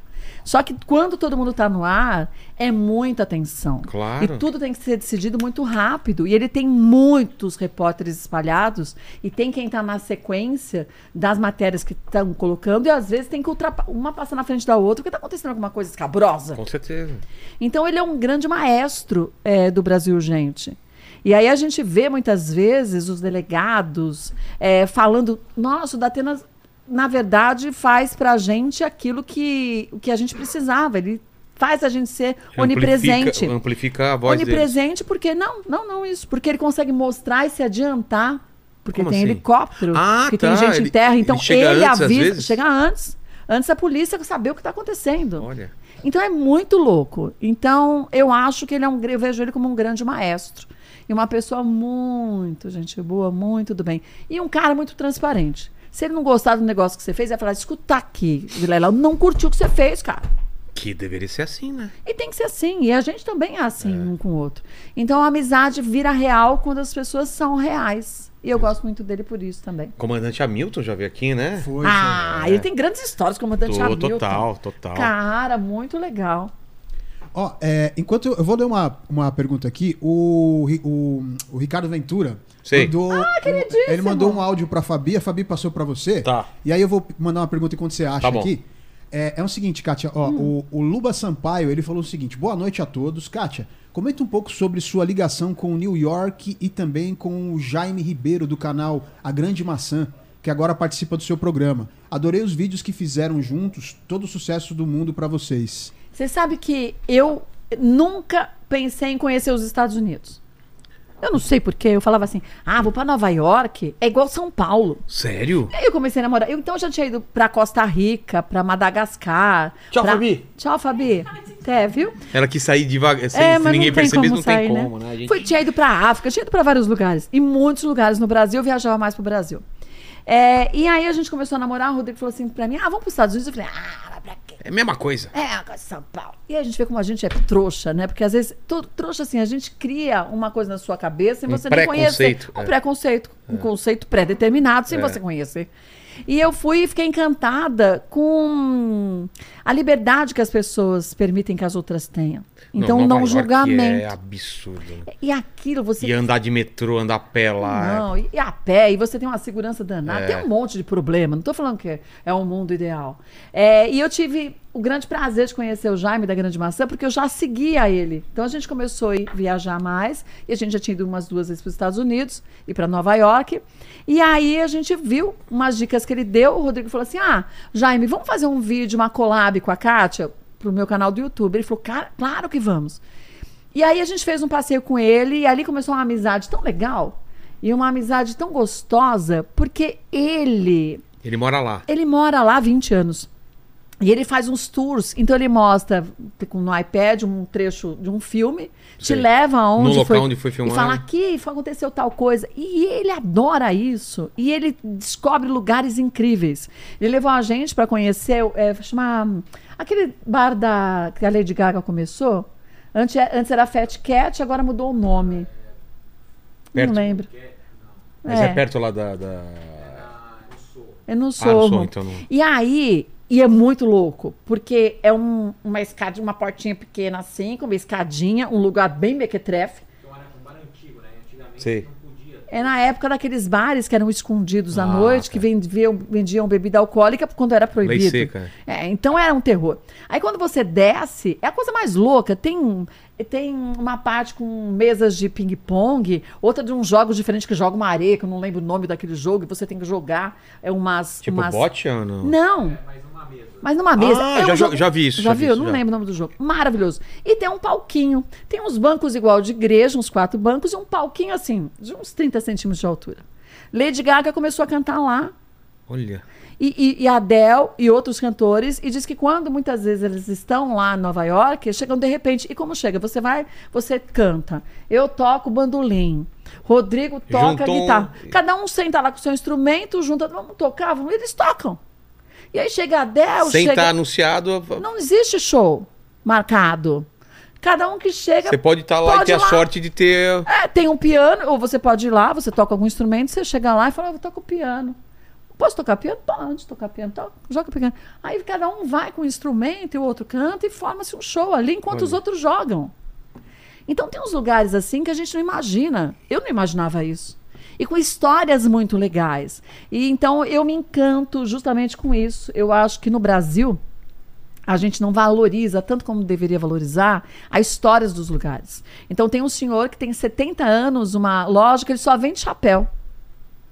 Speaker 3: Só que quando todo mundo tá no ar, é muita tensão.
Speaker 1: Claro.
Speaker 3: E tudo tem que ser decidido muito rápido. E ele tem muitos repórteres espalhados e tem quem está na sequência das matérias que estão colocando e às vezes tem que ultrapassar. Uma passa na frente da outra porque está acontecendo alguma coisa escabrosa.
Speaker 1: Com certeza.
Speaker 3: Então ele é um grande maestro eh, do Brasil, gente. E aí a gente vê muitas vezes os delegados eh, falando, nossa, o Datena, na verdade, faz pra gente aquilo que, o que a gente precisava. Ele faz a gente ser onipresente.
Speaker 1: Amplifica, amplifica a voz dele.
Speaker 3: Onipresente, porque não, não, não isso. Porque ele consegue mostrar e se adiantar. Porque
Speaker 1: Como
Speaker 3: tem
Speaker 1: assim?
Speaker 3: helicóptero,
Speaker 1: Ah,
Speaker 3: que
Speaker 1: tá,
Speaker 3: tem gente
Speaker 1: ele-
Speaker 3: em terra.
Speaker 1: ele
Speaker 3: Então ele,
Speaker 1: chega antes, às
Speaker 3: avisa.
Speaker 1: vezes?
Speaker 3: Chega antes. Antes a polícia saber o que está acontecendo.
Speaker 1: Olha.
Speaker 3: Então é muito louco. Então eu acho que ele é um. gr- Eu vejo ele como um grande maestro. E uma pessoa muito gente boa, muito do bem. E um cara muito transparente. Se ele não gostar do negócio que você fez, ele vai falar: escuta aqui, Vilela, eu não curtiu o que você fez, cara.
Speaker 1: Que deveria ser assim, né?
Speaker 3: E tem que ser assim. E a gente também é assim um com o outro. Então a amizade vira real quando as pessoas são reais. E eu gosto muito dele por isso também.
Speaker 1: Comandante Hamilton já veio aqui, né?
Speaker 5: Foi,
Speaker 3: ah, ele tem grandes histórias, comandante
Speaker 1: Tô-
Speaker 3: Hamilton.
Speaker 1: total, total.
Speaker 3: Cara, muito legal.
Speaker 5: Ó, é, enquanto eu, eu vou ler uma, uma pergunta aqui, o, Ri- o, o Ricardo Ventura
Speaker 1: Sei.
Speaker 5: mandou.
Speaker 3: queridíssimo!
Speaker 5: Ele mandou um áudio pra Fabi, a Fabi passou pra você.
Speaker 1: Tá.
Speaker 5: E aí eu vou mandar uma pergunta enquanto você acha
Speaker 1: Tá bom.
Speaker 5: aqui. É, é o seguinte, Kátia, ó, o, o Luba Sampaio ele falou o seguinte: boa noite a todos. Kátia, comenta um pouco sobre sua ligação com o New York e também com o Jaime Ribeiro do canal A Grande Maçã, que agora participa do seu programa. Adorei os vídeos que fizeram juntos, todo o sucesso do mundo pra vocês.
Speaker 3: Você sabe que eu nunca pensei em conhecer os Estados Unidos. Eu não sei porquê. Eu falava assim: ah, vou pra Nova York, é igual São Paulo.
Speaker 1: Sério?
Speaker 3: E aí eu comecei a namorar. Eu, então eu já tinha ido pra Costa Rica, pra Madagascar.
Speaker 1: Tchau,
Speaker 3: pra-
Speaker 1: Fabi.
Speaker 3: Tchau, Fabi. Até, viu?
Speaker 1: Ela quis sair
Speaker 3: É,
Speaker 1: devagar. Sem, assim, se ninguém perceber, não tem como, né? A gente-
Speaker 3: Fui- tinha ido pra África, tinha ido pra vários lugares. E muitos lugares no Brasil, eu viajava mais pro Brasil. É, e aí a gente começou a namorar, o Rodrigo falou assim pra mim, ah, vamos pros Estados Unidos. Eu falei, ah, vai pra quê?
Speaker 1: É a mesma coisa.
Speaker 3: É, agora São Paulo. E aí a gente vê como a gente é trouxa, né? Porque às vezes, todo, trouxa assim, a gente cria uma coisa na sua cabeça e
Speaker 1: Um
Speaker 3: você nem conhecer.
Speaker 1: preconceito,
Speaker 3: Um
Speaker 1: é.
Speaker 3: preconceito. Um conceito pré-determinado sem
Speaker 1: É.
Speaker 3: você conhecer. E eu fui e fiquei encantada com a liberdade que as pessoas permitem que as outras tenham. Então,
Speaker 1: Nova
Speaker 3: não,
Speaker 1: York É
Speaker 3: julgamento.
Speaker 1: absurdo. né?
Speaker 3: E aquilo você.
Speaker 1: E andar de metrô, andar a pé lá.
Speaker 3: Não, e e a pé, e você tem uma segurança danada,
Speaker 1: É.
Speaker 3: tem um monte de problema. Não tô falando que é um mundo ideal. É, e eu tive o grande prazer de conhecer o Jaime da Grande Maçã, porque eu já seguia ele. Então a gente começou a ir viajar mais, e a gente já tinha ido umas duas vezes para os Estados Unidos e para Nova York. E aí a gente viu umas dicas que ele deu. O Rodrigo falou assim: Ah, Jaime, vamos fazer um vídeo, uma collab com a Kátia pro meu canal do YouTube. Ele falou, "Cara, claro que vamos. E aí a gente fez um passeio com ele e ali começou uma amizade tão legal e uma amizade tão gostosa, porque ele,
Speaker 1: Ele mora lá.
Speaker 3: ele mora lá há 20 anos. E ele faz uns tours, então ele mostra com- no iPad um trecho de um filme,
Speaker 1: Sei.
Speaker 3: te leva aonde
Speaker 1: No local
Speaker 3: foi,
Speaker 1: onde foi filmado.
Speaker 3: E fala aqui foi- aconteceu tal coisa. E ele adora isso. E ele descobre lugares incríveis. Ele levou a gente para conhecer, é, chama, aquele bar da, que a Lady Gaga começou. Antes, antes era Fat Cat, agora mudou o nome.
Speaker 1: Perto.
Speaker 3: Não lembro.
Speaker 1: Mas é,
Speaker 3: É.
Speaker 1: perto lá da. da-
Speaker 3: Eu não sou.
Speaker 1: Ah, não sou,
Speaker 3: irmão.
Speaker 1: então não-
Speaker 3: E aí, e é muito louco, porque é um- uma escada, uma portinha pequena assim, com uma escadinha, um lugar bem mequetrefe.
Speaker 4: Então era um bar antigo, né? Antigamente
Speaker 1: Sei.
Speaker 4: não podia.
Speaker 3: É na época daqueles bares que eram escondidos à
Speaker 1: Ah,
Speaker 3: noite, que vendiam, vendiam bebida alcoólica quando era proibido.
Speaker 1: Lei seca. né?
Speaker 3: É, então era um terror. Aí quando você desce, é a coisa mais louca. Tem, um- tem uma parte com mesas de ping-pong, outra de uns jogos diferentes que joga uma areia, que eu não lembro o nome daquele jogo, e você tem que jogar é umas.
Speaker 1: Tipo
Speaker 3: umas...
Speaker 1: bote ou não?
Speaker 3: Não. Mas numa mesa.
Speaker 1: Ah,
Speaker 3: é um
Speaker 1: já jo-
Speaker 3: jogo-
Speaker 1: já vi isso,
Speaker 3: Já,
Speaker 1: já vi
Speaker 3: viu?
Speaker 1: isso,
Speaker 3: não
Speaker 1: já.
Speaker 3: lembro o nome do jogo. Maravilhoso. E tem um palquinho. Tem uns bancos igual de igreja, uns quatro bancos, e um palquinho assim, de uns 30 centímetros de altura. Lady Gaga começou a cantar lá.
Speaker 1: Olha.
Speaker 3: E, e, e Adele e outros cantores, e diz que quando muitas vezes eles estão lá em Nova York, chegam de repente. E como chega? Você vai, você canta. Eu toco bandolim. Rodrigo toca
Speaker 1: Juntou um-
Speaker 3: guitarra. Cada um senta lá com o seu instrumento, junta, vamos tocar, vamos, eles tocam. E aí chega Adele,
Speaker 1: Sem estar
Speaker 3: chega.
Speaker 1: anunciado,
Speaker 3: Não existe show marcado. Cada um que chega.
Speaker 1: você pode estar lá
Speaker 3: pode
Speaker 1: e ter
Speaker 3: ir lá.
Speaker 1: a sorte de ter.
Speaker 3: É, tem um piano, ou você pode ir lá, você toca algum instrumento, você chega lá e fala, "Ah, eu toco piano. Posso tocar piano? Pode tocar piano. Toca, joga piano. Aí cada um vai com um instrumento e o outro canta e forma-se um show ali enquanto os outros jogam. Então tem uns lugares assim que a gente não imagina. Eu não imaginava isso. E com histórias muito legais. E então eu me encanto justamente com isso. Eu acho que no Brasil a gente não valoriza tanto como deveria valorizar as histórias dos lugares. Então tem um senhor que tem 70 anos, uma loja que ele só vende chapéu.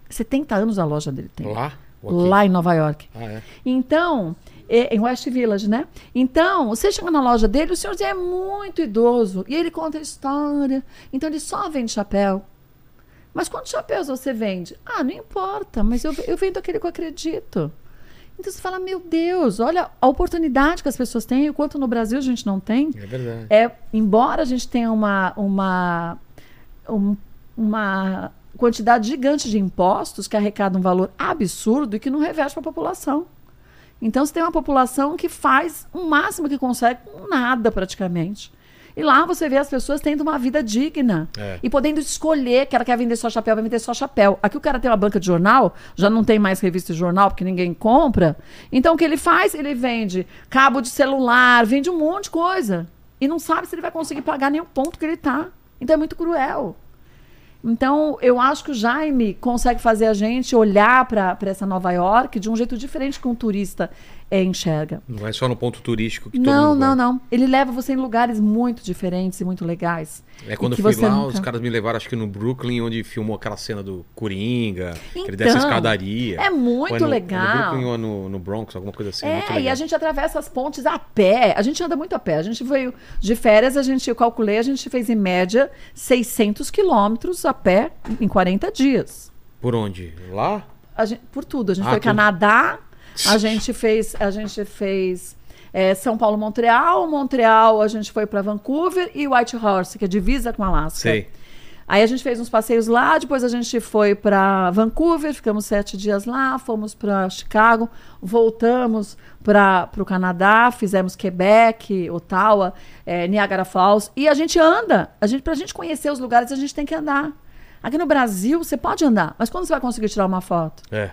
Speaker 3: 70 anos a loja dele tem.
Speaker 1: Lá? Ou aqui?
Speaker 3: Lá em Nova York.
Speaker 1: Ah, é.
Speaker 3: Então, é, em West Village, né? Então, você chega na loja dele, o senhor já é muito idoso. E ele conta a história. Então, ele só vende chapéu. Mas quantos chapéus você vende? Ah, não importa, mas eu, eu vendo aquele que eu acredito. Então você fala, meu Deus, olha a oportunidade que as pessoas têm, o quanto no Brasil a gente não tem.
Speaker 1: É verdade.
Speaker 3: É, embora a gente tenha uma, uma, um- uma quantidade gigante de impostos que arrecada um valor absurdo e que não reveste para a população. Então, você tem uma população que faz o máximo que consegue com nada, praticamente. E lá você vê as pessoas tendo uma vida digna
Speaker 1: É.
Speaker 3: e podendo escolher que ela quer vender só chapéu, vai vender só chapéu. Aqui o cara tem uma banca de jornal, já não tem mais revista e jornal porque ninguém compra. Então o que ele faz? Ele vende cabo de celular, vende um monte de coisa. E não sabe se ele vai conseguir pagar nem o ponto que ele tá. Então é muito cruel. Então, eu acho que o Jaime consegue fazer a gente olhar para essa Nova York de um jeito diferente que um turista eh, enxerga.
Speaker 1: Não é só no ponto turístico que todo
Speaker 3: Não,
Speaker 1: mundo né?
Speaker 3: não,
Speaker 1: vai.
Speaker 3: não. Ele leva você em lugares muito diferentes e muito legais.
Speaker 1: É quando
Speaker 3: E que
Speaker 1: eu fui
Speaker 3: você
Speaker 1: lá,
Speaker 3: nunca-
Speaker 1: os caras me levaram, acho que no Brooklyn, onde filmou aquela cena do Coringa, que ele
Speaker 3: Então,
Speaker 1: desce a escadaria.
Speaker 3: é muito
Speaker 1: Ou é no-
Speaker 3: legal.
Speaker 1: No Brooklyn ou no, no Bronx, alguma coisa assim. muito
Speaker 3: É, e
Speaker 1: legal.
Speaker 3: a gente atravessa as pontes a pé. A gente anda muito a pé. A gente veio de férias, a gente, eu calculei, a gente fez em média 600 quilômetros a pé em 40 dias.
Speaker 1: Por onde? Lá?
Speaker 3: A gente- por tudo. A gente
Speaker 1: Ah,
Speaker 3: foi
Speaker 1: tudo.
Speaker 3: Canadá, a gente fez, a gente fez eh, São Paulo, Montreal, Montreal, a gente foi para Vancouver e White Horse, que é divisa com Alasca.
Speaker 1: Sei.
Speaker 3: Aí a gente fez uns passeios lá, depois a gente foi para Vancouver, ficamos sete dias lá, fomos para Chicago, voltamos para o Canadá, fizemos Quebec, Ottawa, eh, Niagara Falls e a gente anda. A gente, para a gente conhecer os lugares, a gente tem que andar. Aqui no Brasil você pode andar, mas quando você vai conseguir tirar uma foto?
Speaker 1: É.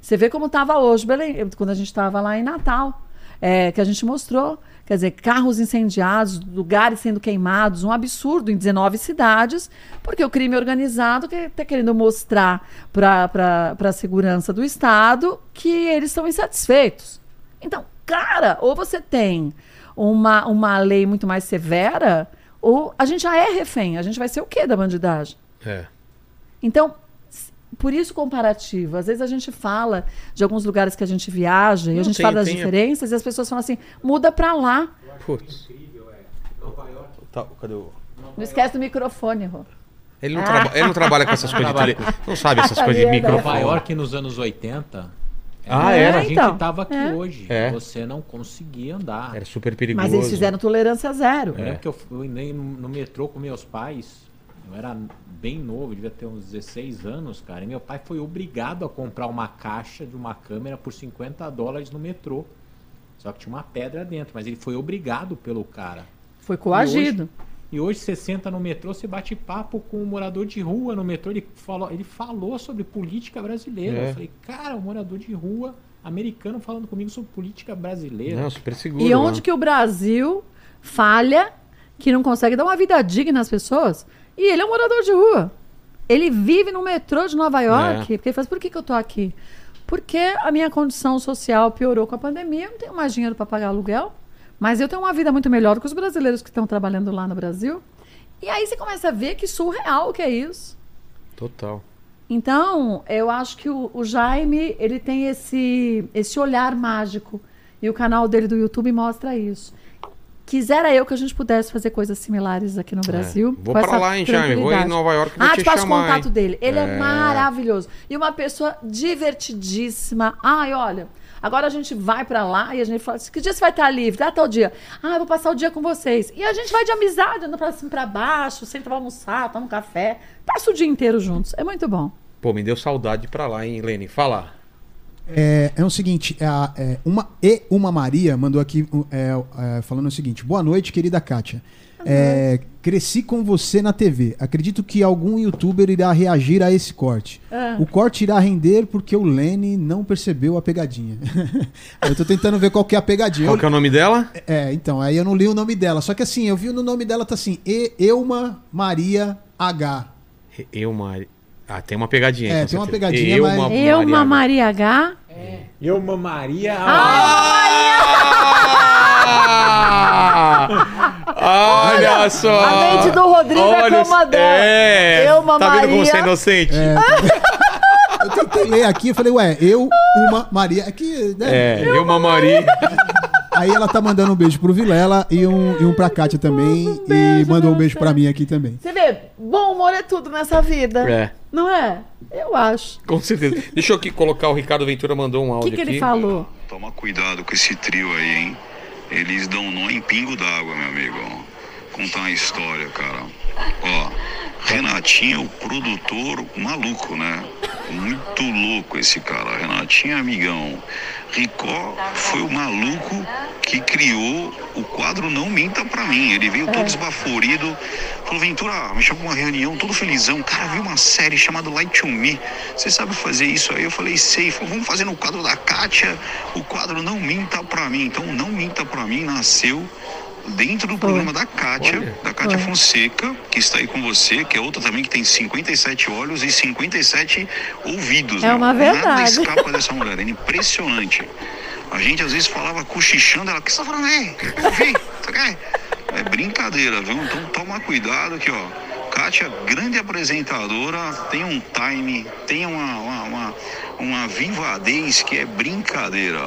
Speaker 3: Você vê como estava hoje, Belém, quando a gente estava lá em Natal, é, que a gente mostrou. Quer dizer, carros incendiados, lugares sendo queimados, um absurdo em 19 cidades, porque o crime organizado está querendo mostrar para a segurança do Estado que eles estão insatisfeitos. Então, cara, ou você tem uma, uma lei muito mais severa, ou a gente já é refém, a gente vai ser o quê da bandidagem?
Speaker 1: É.
Speaker 3: Então, s- por isso comparativo. Às vezes a gente fala de alguns lugares que a gente viaja, e a
Speaker 1: Não,
Speaker 3: gente
Speaker 1: tem-
Speaker 3: fala das
Speaker 1: tem a-
Speaker 3: diferenças, e as pessoas falam assim, muda pra lá.
Speaker 1: Putz. Tá, cadê o.
Speaker 3: Não esquece do microfone, Rô.
Speaker 1: Ele não, traba- ele não trabalha com é essas coisas de tele... Não sabe essas coisas de
Speaker 3: Sabia, né?
Speaker 6: Nova
Speaker 1: microfone.
Speaker 6: York nos anos 80.
Speaker 1: Ah,
Speaker 6: é,
Speaker 1: era?
Speaker 6: A gente
Speaker 3: Então,
Speaker 6: tava aqui
Speaker 3: é.
Speaker 6: hoje.
Speaker 1: É.
Speaker 6: Você não conseguia andar.
Speaker 1: Era super perigoso. É.
Speaker 3: Mas eles fizeram tolerância zero.
Speaker 6: Eu lembro que eu fui nem no no metrô com meus pais. Eu era bem novo, devia ter uns 16 anos, cara. E meu pai foi obrigado a comprar uma caixa de uma câmera por 50 dólares no metrô. Só que tinha uma pedra dentro, mas ele foi obrigado pelo cara.
Speaker 3: Foi coagido.
Speaker 6: E hoje você senta no metrô, você bate papo com um morador de rua no metrô. Ele falou, ele falou sobre política brasileira.
Speaker 1: É.
Speaker 6: Eu falei, cara, um morador de rua americano falando comigo sobre política brasileira.
Speaker 1: Não, super seguro.
Speaker 3: E onde
Speaker 1: né?
Speaker 3: que o Brasil falha, que não consegue dar uma vida digna às pessoas? E ele é um morador de rua. Ele vive no metrô de Nova York,
Speaker 1: É.
Speaker 3: porque ele fala, assim, por que, que eu tô aqui? Porque a minha condição social piorou com a pandemia, eu não tenho mais dinheiro para pagar aluguel, mas eu tenho uma vida muito melhor do que os brasileiros que estão trabalhando lá no Brasil. E aí você começa a ver que surreal que é isso.
Speaker 1: Total.
Speaker 3: Então, eu acho que o, o Jaime, ele tem esse, esse olhar mágico. E o canal dele do YouTube mostra isso. Quisera eu que a gente pudesse fazer coisas similares aqui no Brasil.
Speaker 1: É. Vou
Speaker 3: com
Speaker 1: pra
Speaker 3: essa
Speaker 1: lá, hein, Jaime? Vou
Speaker 3: tranquilidade.
Speaker 1: em Nova York e vou
Speaker 3: ah,
Speaker 1: te
Speaker 3: te passo o
Speaker 1: chamar,
Speaker 3: contato
Speaker 1: hein?
Speaker 3: dele. Ele é.
Speaker 1: É.
Speaker 3: maravilhoso. E uma pessoa divertidíssima. Ai, olha, agora a gente vai pra lá e a gente fala: assim, que dia você vai estar livre? Ah, tal dia. Ah, eu vou passar o dia com vocês. E a gente vai de amizade, andando pra cima e pra baixo, senta pra almoçar, toma um café. Passa o dia inteiro juntos. É muito bom.
Speaker 1: Pô, me deu saudade pra lá, hein, Lene? Fala.
Speaker 5: É, é o seguinte, é a- é uma e uma Maria mandou aqui um, é, é, falando o seguinte: Boa noite, querida Kátia. É, cresci com você na TV. Acredito que algum youtuber irá reagir a esse corte. O corte irá render porque o Lene não percebeu a pegadinha. eu tô tentando ver qual que é a pegadinha.
Speaker 1: Qual que é o nome dela?
Speaker 5: É, então, aí eu não li o nome dela. Só que assim, eu vi no nome dela, tá assim, E Euma Maria H.
Speaker 1: Eu, Mari. Ah, tem uma pegadinha.
Speaker 5: É,
Speaker 1: com
Speaker 5: tem uma
Speaker 1: certeza.
Speaker 5: pegadinha,
Speaker 1: Eu,
Speaker 5: mas-
Speaker 1: uma
Speaker 3: Eu, uma
Speaker 1: Maria.
Speaker 3: Maria H.
Speaker 6: Eu mamaria.
Speaker 1: Ah! Olha só!
Speaker 3: a mente do Rodrigo é
Speaker 1: Olha os-
Speaker 3: como a dela.
Speaker 1: É,
Speaker 3: Eu, uma
Speaker 1: tá vendo como
Speaker 3: Maria.
Speaker 1: você é inocente?
Speaker 5: Eu tentei ler aqui, eu falei, ué, eu, uma Maria. É que, né?
Speaker 1: É, eu, uma Maria.
Speaker 5: Aí ela tá mandando um beijo pro Vilela e um, e um pra Kátia também. e
Speaker 3: beijo,
Speaker 5: mandou um
Speaker 3: meu
Speaker 5: beijo pra
Speaker 3: Deus.
Speaker 5: mim aqui também.
Speaker 3: Você vê, bom humor é tudo nessa vida.
Speaker 1: É.
Speaker 3: Não é? Eu acho.
Speaker 1: Com certeza. Deixa eu aqui colocar o Ricardo Ventura mandou um
Speaker 3: O
Speaker 1: áudio
Speaker 3: que, que
Speaker 1: aqui.
Speaker 3: ele falou?
Speaker 7: Toma cuidado com esse trio aí, hein? Eles dão nó em pingo d'água, meu amigo. ó. Contar uma história, cara. Ó, Renatinho, o produtor maluco, né? Muito louco esse cara. Renatinho é amigão. Ricó foi o maluco que criou o quadro Não Minta Pra Mim. Ele veio todo esbaforido. Falou, Ventura, me chamou pra uma reunião, todo felizão. Cara, viu uma série chamada Light to Me. Você sabe fazer isso aí? Eu falei, sei. Falou, vamos fazer no quadro da Kátia. O quadro Não Minta Pra Mim. Então, Não Minta Pra Mim nasceu dentro do programa da Kátia,
Speaker 1: Olha.
Speaker 7: da Kátia Fonseca, que está aí com você, que é outra também que tem 57 olhos e 57 ouvidos.
Speaker 3: É
Speaker 7: né?
Speaker 3: uma
Speaker 7: Nada
Speaker 3: verdade.
Speaker 7: escapa dessa mulher, é impressionante. A gente às vezes falava cochichando, ela, o que você tá falando aí? Eu Ouvi, você quer? É brincadeira, viu? Então toma cuidado aqui, ó. Kátia, grande apresentadora, tem um time, tem uma, uma, uma, uma vivadez que é brincadeira.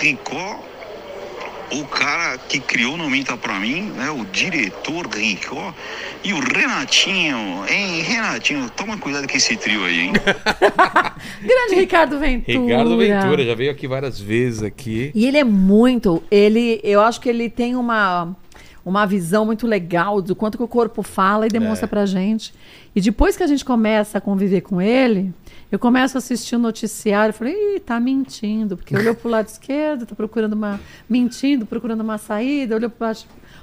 Speaker 7: Ricó o cara que criou Não Minta Pra Mim, né? O diretor Ricó e o Renatinho, hein? Renatinho, toma cuidado com esse trio aí, hein?
Speaker 3: Grande Ricardo Ventura.
Speaker 1: Ricardo Ventura, já veio aqui várias vezes aqui.
Speaker 3: E ele é muito. Ele, eu acho que ele tem uma, uma visão muito legal do quanto que o corpo fala e
Speaker 1: É.
Speaker 3: demonstra pra gente. E depois que a gente começa a conviver com ele, eu começo a assistir o noticiário e falei, Ih, tá mentindo, porque olhou pro lado esquerdo, tá procurando uma. mentindo, procurando uma saída, olhou pro lado,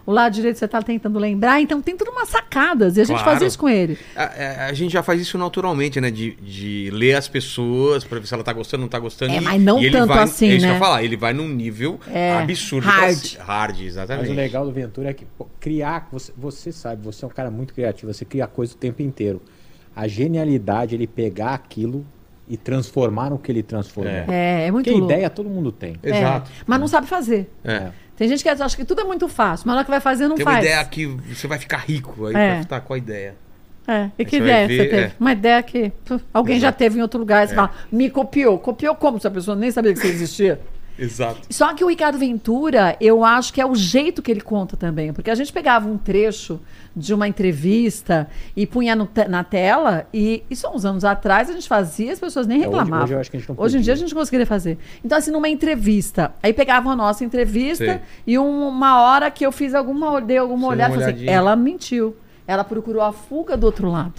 Speaker 3: o lado direito, você tá tentando lembrar. Então tem tudo umas sacadas. E a gente
Speaker 1: Claro.
Speaker 3: fazia isso com ele.
Speaker 1: A, é, a- a gente já faz isso naturalmente, né? De, de ler as pessoas pra ver se ela tá gostando, não tá gostando.
Speaker 3: É,
Speaker 1: E-
Speaker 3: mas não
Speaker 1: e ele
Speaker 3: tanto
Speaker 1: vai-
Speaker 3: assim,
Speaker 1: é isso que eu
Speaker 3: né?
Speaker 1: ia falar, ele vai num nível
Speaker 3: É,
Speaker 1: absurdo.
Speaker 3: hard.
Speaker 1: pra- Hard, exatamente.
Speaker 6: Mas o legal do Ventura é que pô, criar, você, você sabe, você é um cara muito criativo, você cria coisa o tempo inteiro. A genialidade é ele pegar aquilo e transformar no que ele transformou.
Speaker 1: É.
Speaker 3: É, é muito
Speaker 6: Porque
Speaker 3: louco.
Speaker 6: ideia todo mundo tem.
Speaker 3: É,
Speaker 1: Exato.
Speaker 3: mas não sabe fazer.
Speaker 1: É.
Speaker 3: Tem gente que acha que tudo é muito fácil, mas na hora que vai fazer, não
Speaker 1: Tem uma
Speaker 3: faz.
Speaker 1: ideia que você vai ficar rico, aí
Speaker 3: É.
Speaker 1: vai ficar com a ideia.
Speaker 3: É, e
Speaker 1: você
Speaker 3: que
Speaker 1: vai
Speaker 3: ideia
Speaker 1: ver,
Speaker 3: você teve?
Speaker 1: é.
Speaker 3: Uma ideia que puf, alguém já teve em outro lugar. Aí Você fala, me copiou. Copiou como? Se a pessoa nem sabia que você existia.
Speaker 1: Exato.
Speaker 3: Só que o Ricardo Ventura, eu acho que é o jeito que ele conta também. Porque a gente pegava um trecho de uma entrevista e punha no te- na tela, e isso há uns anos atrás a gente fazia, as pessoas nem
Speaker 6: É, hoje-
Speaker 3: reclamavam.
Speaker 6: hoje eu acho que a gente não
Speaker 3: Hoje em dia a
Speaker 6: podia.
Speaker 3: gente não conseguiria fazer. Então, assim, numa entrevista, aí pegavam a nossa entrevista
Speaker 1: Sim.
Speaker 3: e um- uma hora que eu fiz alguma, dei alguma
Speaker 1: Você deu
Speaker 3: olhada,
Speaker 1: uma
Speaker 3: falei assim,
Speaker 1: olhadinha.
Speaker 3: ela mentiu. Ela procurou a fuga do outro lado.